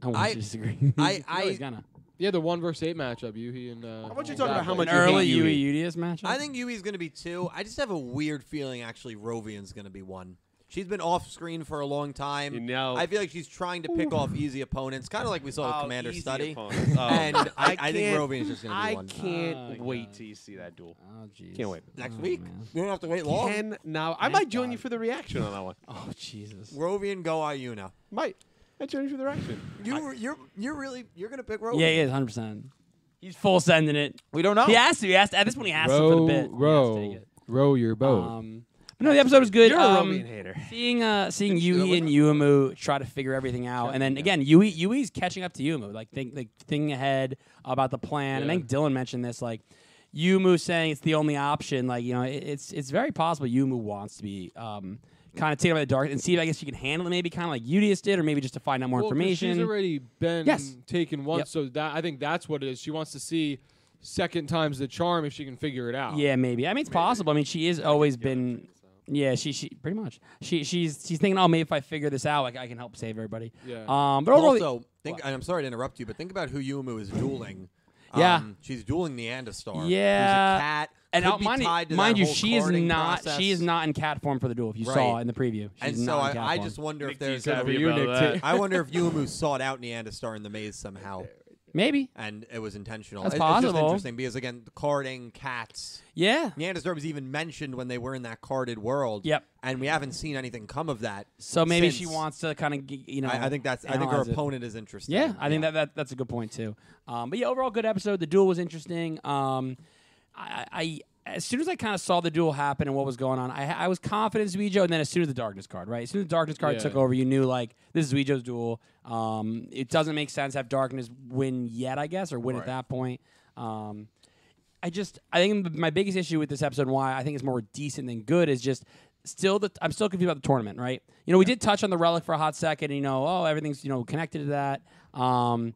[SPEAKER 5] I would
[SPEAKER 4] I-
[SPEAKER 5] disagree.
[SPEAKER 4] I-
[SPEAKER 5] No,
[SPEAKER 4] I-
[SPEAKER 5] he's gonna.
[SPEAKER 3] Yeah, the one versus eight matchup. You, he, and uh,
[SPEAKER 6] I want you to talk about how
[SPEAKER 5] An
[SPEAKER 6] much you
[SPEAKER 5] early
[SPEAKER 6] hate Yui.
[SPEAKER 5] Yui UDS matchup.
[SPEAKER 4] I think Yui's going to be two. I just have a weird feeling, actually, Rovian's going to be one. She's been off screen for a long time.
[SPEAKER 6] You know-
[SPEAKER 4] I feel like she's trying to pick off easy opponents, kind of like we saw with Commander
[SPEAKER 6] easy
[SPEAKER 4] Study.
[SPEAKER 6] opponents. Oh.
[SPEAKER 4] And I, I, think
[SPEAKER 6] can't-
[SPEAKER 4] Rovian's just going to be
[SPEAKER 6] I
[SPEAKER 4] one.
[SPEAKER 5] Oh,
[SPEAKER 6] can't wait
[SPEAKER 5] God.
[SPEAKER 6] till you see that duel.
[SPEAKER 5] Oh jeez.
[SPEAKER 6] Ah, Can't wait.
[SPEAKER 4] Next
[SPEAKER 5] Oh,
[SPEAKER 4] week.
[SPEAKER 5] man.
[SPEAKER 4] You don't have to wait long.
[SPEAKER 6] Can now I
[SPEAKER 5] Thank
[SPEAKER 6] might join
[SPEAKER 5] God.
[SPEAKER 6] you for the reaction on that one.
[SPEAKER 5] Oh Jesus.
[SPEAKER 4] Rovian, go Ayuna.
[SPEAKER 6] Might I join you for the reaction?
[SPEAKER 4] You, you're, you're really, you're going to pick Rovian.
[SPEAKER 5] Yeah, he is hundred percent. He's full sending it.
[SPEAKER 2] We don't know.
[SPEAKER 7] Oh.
[SPEAKER 5] He has to. He has to. At this point, he has to for the
[SPEAKER 3] row,
[SPEAKER 5] bit. He has to take
[SPEAKER 3] row,
[SPEAKER 5] it.
[SPEAKER 3] row your boat.
[SPEAKER 5] Um, but no, the episode was good.
[SPEAKER 6] You're
[SPEAKER 5] um,
[SPEAKER 6] a Robian hater.
[SPEAKER 5] Seeing uh, seeing Yui and Yuumu try to figure everything out, and then again, Yui Yui's catching up to Yuumu, like think like thinking ahead about the plan. And I
[SPEAKER 3] Yeah.
[SPEAKER 5] think Dylan mentioned this, like Yuumu saying it's the only option. Like you know, it, it's it's very possible Yuumu wants to be um, kind of taken by the dark and see if I guess she can handle it, maybe kind of like Udius did, or maybe just to find out more
[SPEAKER 3] Well, 'cause
[SPEAKER 5] information.
[SPEAKER 3] She's already been
[SPEAKER 5] Yes.
[SPEAKER 3] taken once,
[SPEAKER 5] Yep.
[SPEAKER 3] so that I think that's what it is. She wants to see second times the charm if she can figure it out.
[SPEAKER 5] Yeah, maybe. I mean, it's possible. I mean, she has always been. Yeah, she she pretty much. She she's she's thinking, oh, maybe if I figure this out, like I can help save everybody.
[SPEAKER 3] Yeah.
[SPEAKER 5] Um, but overall,
[SPEAKER 4] also, think, and I'm sorry to interrupt you, but think about who Yuumu is dueling.
[SPEAKER 5] Yeah.
[SPEAKER 4] Um, she's dueling Neanderstar.
[SPEAKER 5] Yeah.
[SPEAKER 4] who's a cat.
[SPEAKER 5] and
[SPEAKER 4] could
[SPEAKER 5] I'll-
[SPEAKER 4] be
[SPEAKER 5] mind,
[SPEAKER 4] tied to
[SPEAKER 5] mind
[SPEAKER 4] that
[SPEAKER 5] you,
[SPEAKER 4] whole
[SPEAKER 5] she is
[SPEAKER 4] carding
[SPEAKER 5] not
[SPEAKER 4] process.
[SPEAKER 5] she is not in cat form for the duel. If you saw
[SPEAKER 4] Right.
[SPEAKER 5] in the preview, she's
[SPEAKER 4] And
[SPEAKER 5] not
[SPEAKER 4] so
[SPEAKER 5] in cat
[SPEAKER 4] I, I
[SPEAKER 5] form.
[SPEAKER 4] just wonder if there's
[SPEAKER 7] Nick's happy
[SPEAKER 3] you,
[SPEAKER 7] about
[SPEAKER 3] Nick
[SPEAKER 7] that.
[SPEAKER 4] I wonder if Yuumu sought out Neanderstar in the maze somehow,
[SPEAKER 5] maybe
[SPEAKER 4] and it was intentional.
[SPEAKER 5] That's
[SPEAKER 4] It- it's just
[SPEAKER 5] possible.
[SPEAKER 4] interesting because again, carding cats.
[SPEAKER 5] yeah.
[SPEAKER 4] Neanderstar was even mentioned when they were in that carded world.
[SPEAKER 5] Yep.
[SPEAKER 4] And we haven't seen anything come of that.
[SPEAKER 5] So maybe she
[SPEAKER 4] since.
[SPEAKER 5] wants to kind of you know.
[SPEAKER 4] I, I think that's. I think her
[SPEAKER 5] analyze it.
[SPEAKER 4] opponent is interested.
[SPEAKER 5] Yeah, I think that, that that's a good point too. Um, but yeah, overall good episode. The duel was interesting. Um, I, I as soon as I kind of saw the duel happen and what was going on, I, I was confident in Zuijo, and then as soon as the darkness card, right? As soon as the darkness card
[SPEAKER 3] Yeah.
[SPEAKER 5] took over, you knew like this is Zuijo's duel. Um, it doesn't make sense to have darkness win yet, I guess, or win at that point. Um, I just I think my biggest issue with this episode and why I think it's more decent than good is just still the I'm still confused about the tournament, right? You know, we did touch on the relic for a hot second, and you know, oh, everything's you know connected to that. Um,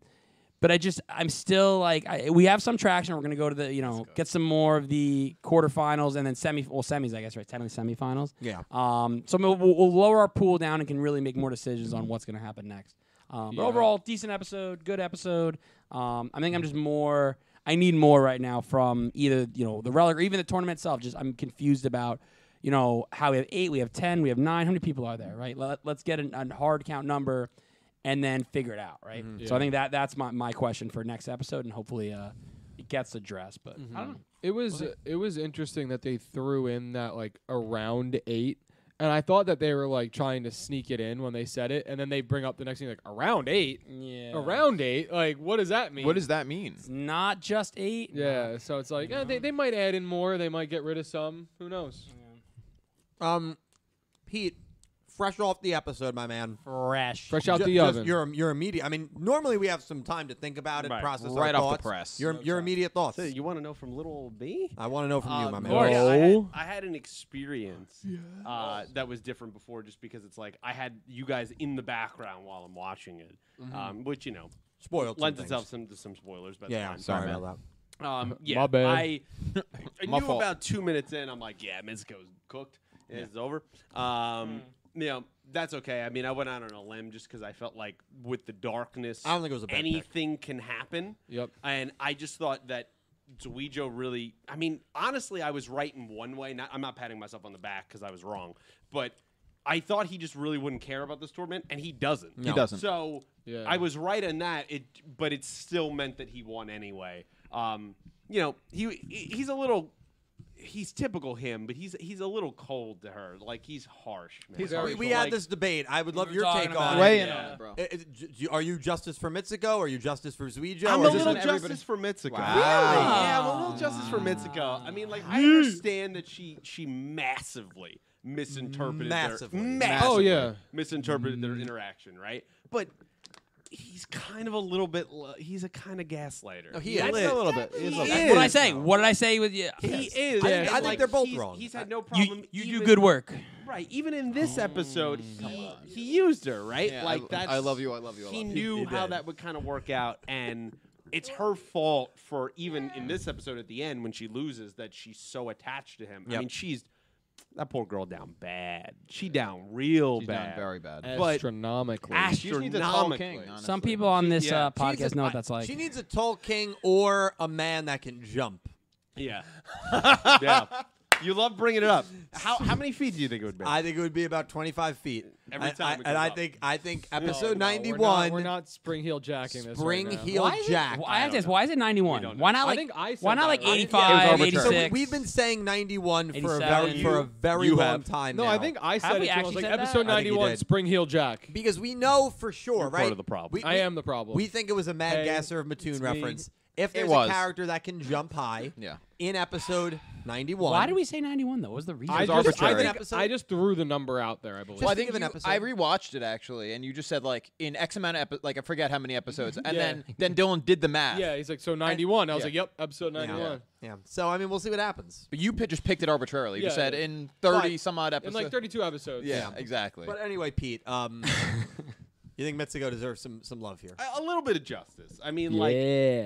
[SPEAKER 5] but I just I'm still like I, we have some traction. We're gonna go to the you know get some more of the quarterfinals and then semi well semis I guess right technically semifinals.
[SPEAKER 4] Yeah.
[SPEAKER 5] Um, so we'll, we'll lower our pool down and can really make more decisions on what's gonna happen next. Um, but overall, decent episode, good episode. Um, I think I'm just more. I need more right now from either you know the relic or even the tournament itself. Just I'm confused about you know how we have eight, we have ten, we have nine. How many people are there? Right. Let, let's get an, a hard count number and then figure it out. Right. So I think that that's my, my question for next episode and hopefully uh, it gets addressed. But I don't know.
[SPEAKER 3] It was it was interesting that they threw in that like around eight, and I thought that they were like trying to sneak it in when they said it, and then they bring up the next thing like around eight,
[SPEAKER 5] Yeah.
[SPEAKER 3] around eight. Like, what does that mean?
[SPEAKER 2] What does that mean?
[SPEAKER 5] not just eight.
[SPEAKER 3] Yeah, so it's like eh, they they might add in more, they might get rid of some. Who knows?
[SPEAKER 4] Um, Pete, fresh off the episode, my man.
[SPEAKER 5] Fresh.
[SPEAKER 3] Fresh out
[SPEAKER 4] Ju-
[SPEAKER 3] the
[SPEAKER 4] just
[SPEAKER 3] oven.
[SPEAKER 4] Your your immediate. I mean, normally we have some time to think about it,
[SPEAKER 7] Right.
[SPEAKER 4] process
[SPEAKER 2] Right
[SPEAKER 4] our
[SPEAKER 2] off the
[SPEAKER 4] thoughts.
[SPEAKER 2] press.
[SPEAKER 4] Your your immediate thoughts.
[SPEAKER 6] So you want to know from little old me?
[SPEAKER 4] I want to know from you, my man.
[SPEAKER 7] Lord,
[SPEAKER 5] course.
[SPEAKER 7] Uh, I, had, I had an experience uh, that was different before, just because it's like I had you guys in the background while I'm watching it, um, which you know
[SPEAKER 4] Mm-hmm. Spoiled. some
[SPEAKER 7] lends
[SPEAKER 4] things.
[SPEAKER 7] itself some to some spoilers, but
[SPEAKER 4] Yeah,
[SPEAKER 7] fine,
[SPEAKER 4] sorry
[SPEAKER 7] my bad.
[SPEAKER 4] about
[SPEAKER 5] Um, yeah,
[SPEAKER 3] My bad.
[SPEAKER 5] I
[SPEAKER 7] I
[SPEAKER 2] My
[SPEAKER 7] knew
[SPEAKER 2] fault.
[SPEAKER 7] about two minutes in, I'm like, yeah, Mizuko's cooked. It's over. Um, You know, that's okay. I mean, I went out on a limb just because I felt like with the darkness,
[SPEAKER 4] I don't think it was a bad pick.
[SPEAKER 7] anything can happen.
[SPEAKER 3] Yep.
[SPEAKER 7] And I just thought that Zuijo really. I mean, honestly, I was right in one way. Not, I'm not patting myself on the back because I was wrong, but I thought he just really wouldn't care about this tournament, and he doesn't.
[SPEAKER 2] He doesn't.
[SPEAKER 7] So
[SPEAKER 3] Yeah.
[SPEAKER 7] I was right in that. It, but it still meant that he won anyway. Um, you know, he he- he's a little. He's typical him, but he's he's a little cold to her. Like he's harsh. Man.
[SPEAKER 2] He's
[SPEAKER 4] that.
[SPEAKER 2] very
[SPEAKER 4] We, we
[SPEAKER 2] cool.
[SPEAKER 4] had this debate. I would love
[SPEAKER 5] were
[SPEAKER 4] your
[SPEAKER 5] talking
[SPEAKER 4] take
[SPEAKER 5] about
[SPEAKER 4] on.
[SPEAKER 5] it.
[SPEAKER 2] Weigh
[SPEAKER 5] Way
[SPEAKER 2] in
[SPEAKER 5] Yeah.
[SPEAKER 2] on it, bro.
[SPEAKER 4] I- I- j- j- Are you justice for Mitsuko? Are you justice for Zuijo?
[SPEAKER 7] I'm
[SPEAKER 4] Or
[SPEAKER 7] a
[SPEAKER 4] is this
[SPEAKER 7] little
[SPEAKER 4] an-
[SPEAKER 2] everybody-
[SPEAKER 7] justice for Mitsuko.
[SPEAKER 4] Wow.
[SPEAKER 7] Really? Yeah, I'm a little justice for Mitsuko. I mean, like I understand that she she massively misinterpreted
[SPEAKER 4] Massively.
[SPEAKER 7] their
[SPEAKER 3] Oh, yeah.
[SPEAKER 7] misinterpreted their interaction, right? But he's kind of a little bit l- he's a kind of gaslighter.
[SPEAKER 4] No, he
[SPEAKER 7] That's
[SPEAKER 4] is.
[SPEAKER 7] a little
[SPEAKER 6] bit. He is.
[SPEAKER 7] He
[SPEAKER 5] that's what I
[SPEAKER 7] is.
[SPEAKER 5] say. What did I say with you?
[SPEAKER 7] He
[SPEAKER 4] I
[SPEAKER 7] is.
[SPEAKER 4] think-
[SPEAKER 7] and,
[SPEAKER 4] I think
[SPEAKER 7] like,
[SPEAKER 4] they're both
[SPEAKER 7] he's-
[SPEAKER 4] wrong.
[SPEAKER 7] He's had no problem.
[SPEAKER 5] You, you do
[SPEAKER 7] even-
[SPEAKER 5] good work.
[SPEAKER 7] Right. Even in this episode, he he used her, right?
[SPEAKER 2] Oh, Yeah, I-
[SPEAKER 7] like that's
[SPEAKER 2] I love you, I love you, I
[SPEAKER 7] He
[SPEAKER 2] love you.
[SPEAKER 7] knew
[SPEAKER 4] He
[SPEAKER 7] how
[SPEAKER 4] did.
[SPEAKER 7] that would kind of work out and it's her fault for even in this episode at the end when she loses that she's so attached to him. I
[SPEAKER 4] Yep.
[SPEAKER 7] mean, she's that poor girl down bad. She down real
[SPEAKER 2] She's
[SPEAKER 7] bad.
[SPEAKER 2] down very bad.
[SPEAKER 7] But
[SPEAKER 3] Astronomically.
[SPEAKER 2] She just needs a tall king,
[SPEAKER 7] astronomically.
[SPEAKER 2] honestly.
[SPEAKER 5] Some people on this uh,
[SPEAKER 7] yeah.
[SPEAKER 4] She needs
[SPEAKER 5] podcast
[SPEAKER 4] a-
[SPEAKER 5] know
[SPEAKER 4] I-
[SPEAKER 5] what that's like.
[SPEAKER 4] She needs a tall king or a man that can jump.
[SPEAKER 7] Yeah. yeah. You love bringing it up. How how many feet do you think it would be?
[SPEAKER 4] I think it would be about 25 feet.
[SPEAKER 7] Every
[SPEAKER 4] I-
[SPEAKER 7] time
[SPEAKER 4] I-
[SPEAKER 7] it
[SPEAKER 4] and
[SPEAKER 7] goes
[SPEAKER 4] I
[SPEAKER 7] up.
[SPEAKER 4] think I think episode
[SPEAKER 3] We're
[SPEAKER 4] 91
[SPEAKER 3] not, we're not spring heel jacking this.
[SPEAKER 4] Spring
[SPEAKER 3] right now.
[SPEAKER 4] heel
[SPEAKER 5] why is
[SPEAKER 4] jack.
[SPEAKER 5] It, why, I have to
[SPEAKER 7] don't
[SPEAKER 5] ask, why is it 91? Why not
[SPEAKER 3] I
[SPEAKER 5] like
[SPEAKER 3] think I said
[SPEAKER 5] why not
[SPEAKER 3] that,
[SPEAKER 5] like
[SPEAKER 3] right? Yeah, it was
[SPEAKER 5] 85,
[SPEAKER 2] arbitrary.
[SPEAKER 4] so
[SPEAKER 5] 86?
[SPEAKER 2] So
[SPEAKER 4] we, have been saying 91 for a
[SPEAKER 5] 87.
[SPEAKER 4] very for a very
[SPEAKER 7] You
[SPEAKER 4] long
[SPEAKER 7] have.
[SPEAKER 4] time
[SPEAKER 3] No,
[SPEAKER 4] now.
[SPEAKER 3] I think I said
[SPEAKER 5] we
[SPEAKER 3] it. Too. I was
[SPEAKER 5] actually
[SPEAKER 3] like
[SPEAKER 5] said that?
[SPEAKER 3] episode
[SPEAKER 4] I think he
[SPEAKER 3] 91,
[SPEAKER 4] did.
[SPEAKER 3] spring heel jack.
[SPEAKER 4] because we know for sure, right?
[SPEAKER 7] of the problem.
[SPEAKER 4] We-
[SPEAKER 3] I
[SPEAKER 4] we-
[SPEAKER 3] am the problem.
[SPEAKER 4] We think it was a Mad
[SPEAKER 3] Hey,
[SPEAKER 4] Gasser of Mattoon
[SPEAKER 3] it's me.
[SPEAKER 4] reference. If there's a
[SPEAKER 2] was.
[SPEAKER 4] character that can jump high,
[SPEAKER 2] Yeah.
[SPEAKER 4] in episode 91.
[SPEAKER 5] Why did we say 91 though? What was the reason?
[SPEAKER 3] I
[SPEAKER 2] It was
[SPEAKER 3] just, I,
[SPEAKER 2] arbitrary.
[SPEAKER 3] think, I just threw the number out there. I believe.
[SPEAKER 4] Just
[SPEAKER 2] Well, I
[SPEAKER 4] think
[SPEAKER 2] think
[SPEAKER 4] of an
[SPEAKER 2] you-
[SPEAKER 4] episode.
[SPEAKER 2] I rewatched it actually, and you just said like in X amount of epi- like I forget how many episodes, and
[SPEAKER 3] Yeah.
[SPEAKER 2] then then Dylan did the math.
[SPEAKER 3] yeah, he's like so 91. I, was
[SPEAKER 2] yeah.
[SPEAKER 3] like, yep, episode
[SPEAKER 4] Yeah.
[SPEAKER 3] 91.
[SPEAKER 4] Yeah. So I mean, we'll see what happens.
[SPEAKER 2] But you pi- just picked it arbitrarily. You
[SPEAKER 3] Yeah,
[SPEAKER 2] just said
[SPEAKER 3] yeah.
[SPEAKER 2] in thirty
[SPEAKER 4] But-
[SPEAKER 2] some odd
[SPEAKER 3] In
[SPEAKER 2] episodes.
[SPEAKER 3] like 32 episodes.
[SPEAKER 2] yeah, exactly.
[SPEAKER 4] But anyway, Pete, um, you think Mitsuko deserves some some love here?
[SPEAKER 7] a little bit of justice. I mean, like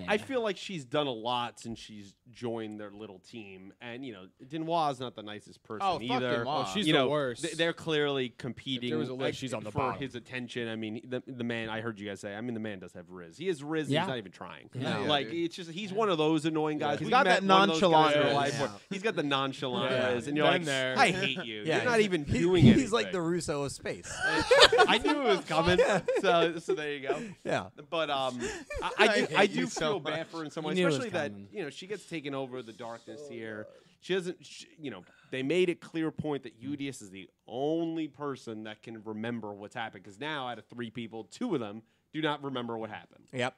[SPEAKER 7] I feel like she's done a lot since she's joined their little team, and you know, Dinois not the nicest person
[SPEAKER 2] Oh, fuck
[SPEAKER 7] either.
[SPEAKER 2] Dinois.
[SPEAKER 3] she's
[SPEAKER 7] you
[SPEAKER 3] the
[SPEAKER 7] know,
[SPEAKER 3] worst.
[SPEAKER 7] th- They're clearly competing.
[SPEAKER 3] If there was a list,
[SPEAKER 7] like,
[SPEAKER 3] she's on the
[SPEAKER 7] for
[SPEAKER 3] bottom.
[SPEAKER 7] his attention. I mean, the, the man. I heard you guys say. I mean, the man does have Riz. He is Riz. and
[SPEAKER 5] Yeah.
[SPEAKER 7] He's not even trying.
[SPEAKER 2] Yeah,
[SPEAKER 7] like
[SPEAKER 2] dude.
[SPEAKER 7] it's just he's one of those annoying guys.
[SPEAKER 2] He's
[SPEAKER 7] We've
[SPEAKER 2] got
[SPEAKER 7] met
[SPEAKER 2] that
[SPEAKER 7] one of those guys in
[SPEAKER 2] nonchalant
[SPEAKER 7] real
[SPEAKER 2] Riz.
[SPEAKER 7] life where
[SPEAKER 4] Yeah.
[SPEAKER 7] He's got the nonchalant
[SPEAKER 3] Yeah.
[SPEAKER 7] Riz, and you're
[SPEAKER 3] Been
[SPEAKER 7] like,
[SPEAKER 3] there.
[SPEAKER 7] I hate you. you're not
[SPEAKER 4] he's-
[SPEAKER 7] even
[SPEAKER 4] he-
[SPEAKER 7] doing
[SPEAKER 4] He's
[SPEAKER 7] anything.
[SPEAKER 4] like the Russo of space.
[SPEAKER 7] I knew it was coming. So, so there you go.
[SPEAKER 4] yeah.
[SPEAKER 7] But um, I, I, do, I
[SPEAKER 2] hate you
[SPEAKER 7] do
[SPEAKER 2] so
[SPEAKER 7] feel bad for her in some
[SPEAKER 5] You
[SPEAKER 7] way,
[SPEAKER 5] knew it was
[SPEAKER 7] especially that
[SPEAKER 5] coming.
[SPEAKER 7] you know she gets taken over the darkness here. She doesn't, sh you know, they made it clear point that Udius is the only person that can remember what's happened because now out of three people, two of them do not remember what happened.
[SPEAKER 4] Yep.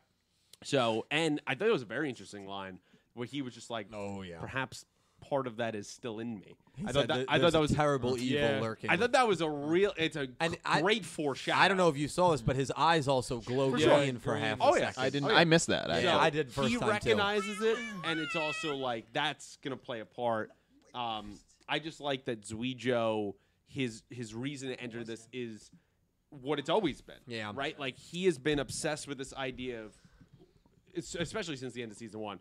[SPEAKER 7] So, and I thought it was a very interesting line where he was just like,
[SPEAKER 4] Oh, yeah.
[SPEAKER 7] perhaps part of that is still in me."
[SPEAKER 4] He
[SPEAKER 7] I
[SPEAKER 4] said
[SPEAKER 7] thought that,
[SPEAKER 4] th-
[SPEAKER 7] I
[SPEAKER 4] there's
[SPEAKER 7] thought that
[SPEAKER 4] a
[SPEAKER 7] was
[SPEAKER 4] terrible evil
[SPEAKER 3] Yeah.
[SPEAKER 4] lurking.
[SPEAKER 7] I thought that was a real. It's a
[SPEAKER 4] And I-
[SPEAKER 7] great foreshadowing.
[SPEAKER 4] I don't know if you saw this, but his eyes also glow
[SPEAKER 7] sure.
[SPEAKER 4] green for half
[SPEAKER 7] Oh,
[SPEAKER 4] a
[SPEAKER 7] yeah.
[SPEAKER 4] second.
[SPEAKER 2] I didn't.
[SPEAKER 7] Oh, yeah.
[SPEAKER 2] I missed that.
[SPEAKER 4] Yeah,
[SPEAKER 2] Actually.
[SPEAKER 4] I did first
[SPEAKER 7] he
[SPEAKER 4] time too.
[SPEAKER 7] recognizes it, and it's also like that's gonna play a part. Um, I just like that Zuijo, his his reason to enter this is what it's always been.
[SPEAKER 4] Yeah.
[SPEAKER 7] right. Like he has been obsessed with this idea of, it's- especially since the end of season one.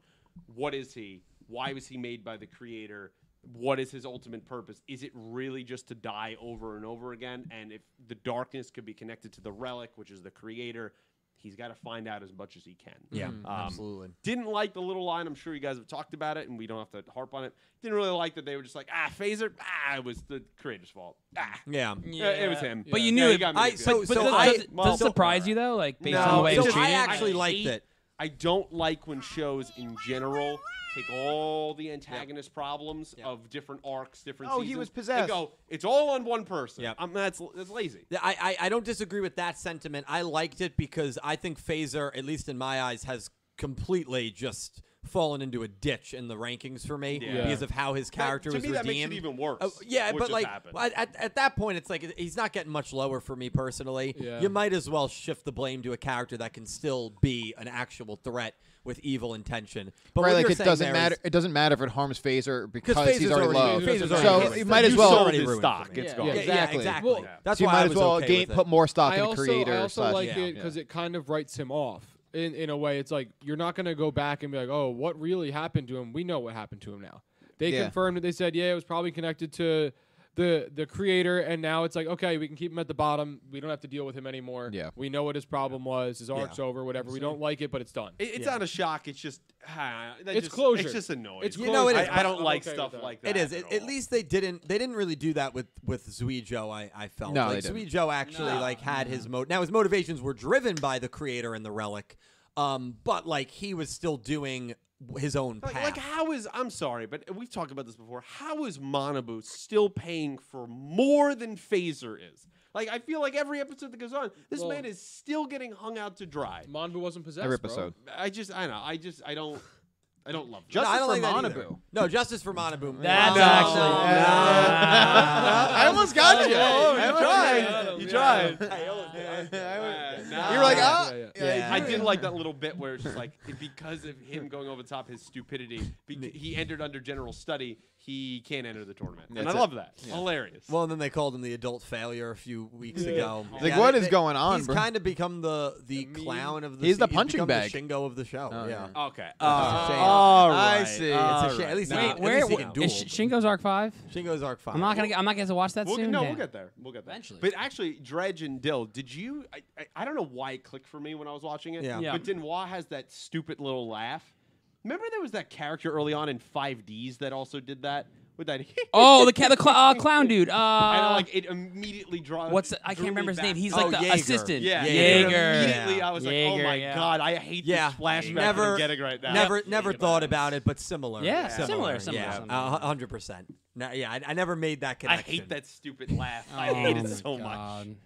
[SPEAKER 7] What is he? Why was he made by the creator? What is his ultimate purpose? Is it really just to die over and over again? And if the darkness could be connected to the relic, which is the creator, he's got to find out as much as he can.
[SPEAKER 4] Yeah,
[SPEAKER 7] Um,
[SPEAKER 4] absolutely.
[SPEAKER 7] didn't like the little line. I'm sure you guys have talked about it, and we don't have to harp on it. Didn't really like that they were just like, ah, phaser. Ah, it was the creator's fault. Ah,
[SPEAKER 4] Yeah.
[SPEAKER 7] Uh, it was him.
[SPEAKER 5] But
[SPEAKER 7] Yeah.
[SPEAKER 5] you knew
[SPEAKER 7] Yeah,
[SPEAKER 5] it.
[SPEAKER 7] got me
[SPEAKER 4] I
[SPEAKER 7] good.
[SPEAKER 4] so
[SPEAKER 5] But
[SPEAKER 4] so
[SPEAKER 5] does,
[SPEAKER 4] I
[SPEAKER 5] does, it- does it
[SPEAKER 7] well-
[SPEAKER 5] surprise you though? Like based on the
[SPEAKER 7] No,
[SPEAKER 5] way
[SPEAKER 4] so
[SPEAKER 5] it was
[SPEAKER 4] I
[SPEAKER 5] treated?
[SPEAKER 4] actually
[SPEAKER 7] Oh, I
[SPEAKER 4] liked
[SPEAKER 7] hate-
[SPEAKER 4] it.
[SPEAKER 7] I don't like when shows in general take all the antagonist problems of different arcs, different.
[SPEAKER 2] Oh, he
[SPEAKER 7] seasons,
[SPEAKER 2] was
[SPEAKER 7] and
[SPEAKER 2] possessed.
[SPEAKER 7] go, it's all on one person.
[SPEAKER 4] Yep.
[SPEAKER 7] I'm, that's that's lazy.
[SPEAKER 4] Yeah, I, I I don't disagree with that sentiment. I liked it because I think Phaser, at least in my eyes, has completely just fallen into a ditch in the rankings for me
[SPEAKER 7] Yeah.
[SPEAKER 4] because of how his character
[SPEAKER 7] to
[SPEAKER 4] was
[SPEAKER 7] me, that
[SPEAKER 4] redeemed.
[SPEAKER 7] makes it even worse,
[SPEAKER 4] Oh, yeah,
[SPEAKER 7] what
[SPEAKER 4] but
[SPEAKER 7] just
[SPEAKER 4] like
[SPEAKER 7] happened.
[SPEAKER 4] well, at, at that point, it's like he's not getting much lower for me personally.
[SPEAKER 3] Yeah.
[SPEAKER 4] You might as well shift the blame to a character that can still be an actual threat with evil intention. But
[SPEAKER 2] Right,
[SPEAKER 4] what
[SPEAKER 2] like
[SPEAKER 4] you're
[SPEAKER 2] it
[SPEAKER 4] saying
[SPEAKER 2] doesn't
[SPEAKER 4] there
[SPEAKER 2] matter.
[SPEAKER 4] is-
[SPEAKER 2] It doesn't matter if it harms Phaser because he's
[SPEAKER 4] Phaser's
[SPEAKER 2] already,
[SPEAKER 4] already-
[SPEAKER 2] low.
[SPEAKER 4] Phaser's
[SPEAKER 2] so
[SPEAKER 4] already
[SPEAKER 2] it
[SPEAKER 4] ruined.
[SPEAKER 2] might as
[SPEAKER 4] You
[SPEAKER 2] well.
[SPEAKER 4] sold
[SPEAKER 7] his
[SPEAKER 4] ruined
[SPEAKER 7] stock.
[SPEAKER 4] for me.
[SPEAKER 7] It's
[SPEAKER 4] Yeah,
[SPEAKER 7] gone.
[SPEAKER 4] yeah,
[SPEAKER 2] Exactly.
[SPEAKER 4] exactly.
[SPEAKER 3] Well,
[SPEAKER 4] That's
[SPEAKER 2] so you
[SPEAKER 4] why
[SPEAKER 2] might
[SPEAKER 4] I
[SPEAKER 2] as
[SPEAKER 4] was
[SPEAKER 2] well
[SPEAKER 4] okay
[SPEAKER 2] gain,
[SPEAKER 4] with it.
[SPEAKER 2] put more stock
[SPEAKER 3] I
[SPEAKER 2] in
[SPEAKER 3] also,
[SPEAKER 2] creator.
[SPEAKER 3] I also
[SPEAKER 2] slash-
[SPEAKER 3] like
[SPEAKER 4] Yeah.
[SPEAKER 3] it because it kind of writes him off. in in a way. It's like you're not gonna go back and be like, oh, what really happened to him? We know what happened to him now. They
[SPEAKER 2] Yeah.
[SPEAKER 3] confirmed it. They said, yeah, it was probably connected to the the creator, and now it's like, okay, we can keep him at the bottom. We don't have to deal with him anymore.
[SPEAKER 2] Yeah.
[SPEAKER 3] we know what his problem was. His arc's over. Whatever. We don't like it, but it's done.
[SPEAKER 7] It- it's not a shock. It's just ah, that
[SPEAKER 3] It's
[SPEAKER 7] just-
[SPEAKER 3] closure.
[SPEAKER 7] It's just annoying.
[SPEAKER 3] It's
[SPEAKER 4] You know it
[SPEAKER 7] I,
[SPEAKER 4] is,
[SPEAKER 7] I don't
[SPEAKER 3] I'm
[SPEAKER 7] like
[SPEAKER 3] okay with
[SPEAKER 7] stuff
[SPEAKER 3] that.
[SPEAKER 7] like
[SPEAKER 4] It
[SPEAKER 7] that.
[SPEAKER 4] is.
[SPEAKER 7] At,
[SPEAKER 4] It, at
[SPEAKER 7] all.
[SPEAKER 4] least they didn't. They didn't really do that with with Zuijo. I I felt
[SPEAKER 2] No,
[SPEAKER 4] like
[SPEAKER 2] they didn't.
[SPEAKER 4] Zuijo actually
[SPEAKER 1] No.
[SPEAKER 4] like had his mo. Now his motivations were driven by the creator and the relic, um, but like he was still doing his own
[SPEAKER 7] Like,
[SPEAKER 4] path.
[SPEAKER 7] like, how is I'm sorry, but we've talked about this before. How is Monabu still paying for more than Phaser is? Like I feel like every episode that goes on, this
[SPEAKER 3] Well-
[SPEAKER 7] man is still getting hung out to dry.
[SPEAKER 3] Monbu wasn't possessed.
[SPEAKER 2] Every
[SPEAKER 3] bro.
[SPEAKER 2] episode.
[SPEAKER 7] I just I know I just I don't I don't love
[SPEAKER 4] No,
[SPEAKER 7] that.
[SPEAKER 4] I
[SPEAKER 2] Justice
[SPEAKER 4] don't like
[SPEAKER 2] for
[SPEAKER 4] that either.
[SPEAKER 2] Monabu.
[SPEAKER 4] No, justice for Monabu.
[SPEAKER 5] That's
[SPEAKER 4] No.
[SPEAKER 5] actually-
[SPEAKER 2] I almost got you. I almost got
[SPEAKER 7] You tried.
[SPEAKER 2] you. You're like,
[SPEAKER 3] Yeah,
[SPEAKER 2] ah.
[SPEAKER 3] yeah,
[SPEAKER 4] yeah. Yeah.
[SPEAKER 7] I did like that little bit where it's just like it- because of him going over the top, his stupidity. Be- he entered under general study. He can't enter the tournament, and
[SPEAKER 2] That's
[SPEAKER 7] I
[SPEAKER 2] it.
[SPEAKER 7] love that. Hilarious.
[SPEAKER 4] Well, and then they called him the adult failure a few weeks ago.
[SPEAKER 2] It's like, what
[SPEAKER 4] they-
[SPEAKER 2] is
[SPEAKER 4] they-
[SPEAKER 2] going on,
[SPEAKER 4] He's
[SPEAKER 2] bro?
[SPEAKER 4] kind of become the the clown of the.
[SPEAKER 2] He's the
[SPEAKER 4] se-
[SPEAKER 2] punching
[SPEAKER 4] become
[SPEAKER 2] bag. Oh,
[SPEAKER 4] the Shingo of the show. yeah.
[SPEAKER 7] okay.
[SPEAKER 4] Uh, shame.
[SPEAKER 7] all
[SPEAKER 2] I
[SPEAKER 7] right.
[SPEAKER 2] see.
[SPEAKER 7] All
[SPEAKER 4] It's a shame. At least
[SPEAKER 7] right.
[SPEAKER 4] he-
[SPEAKER 7] Nah.
[SPEAKER 4] at
[SPEAKER 5] Where
[SPEAKER 4] least he can duel.
[SPEAKER 5] is Sh- Shingo's Arc Five?
[SPEAKER 4] Shingo's Arc Five.
[SPEAKER 5] I'm not gonna. Get, I'm not gonna get to watch that
[SPEAKER 7] We'll,
[SPEAKER 5] soon.
[SPEAKER 7] no,
[SPEAKER 5] Dan.
[SPEAKER 7] we'll get there. We'll get there.
[SPEAKER 1] Eventually.
[SPEAKER 7] But actually, Dredge and Dill, did you? I, I, I don't know why it clicked for me when I was watching it.
[SPEAKER 4] Yeah.
[SPEAKER 5] Yeah.
[SPEAKER 7] But Dinois has that stupid little laugh. Remember there was that character early on in 5Ds that also did that with that.
[SPEAKER 5] Oh, the ca- the cl- uh, clown dude. Uh,
[SPEAKER 7] and I, like it immediately draws.
[SPEAKER 5] what's I can't remember his name. He's like
[SPEAKER 4] Oh,
[SPEAKER 5] the
[SPEAKER 4] Jaeger.
[SPEAKER 5] assistant.
[SPEAKER 7] yeah.
[SPEAKER 4] Yeah.
[SPEAKER 7] and
[SPEAKER 5] Jaeger.
[SPEAKER 7] Immediately, I was like, oh
[SPEAKER 5] Jaeger,
[SPEAKER 7] my
[SPEAKER 5] yeah.
[SPEAKER 7] god, I hate
[SPEAKER 4] Yeah.
[SPEAKER 7] this flashback.
[SPEAKER 4] Never-
[SPEAKER 7] I'm getting right now.
[SPEAKER 4] Never, never thought about it, but similar.
[SPEAKER 5] Yeah, similar, similar,
[SPEAKER 4] yeah,
[SPEAKER 5] similar.
[SPEAKER 4] a hundred percent. No, yeah, I, I never made that
[SPEAKER 7] I
[SPEAKER 4] connection.
[SPEAKER 7] hate that stupid laugh. I
[SPEAKER 5] Oh
[SPEAKER 7] hate it
[SPEAKER 5] my
[SPEAKER 7] so much.
[SPEAKER 5] God.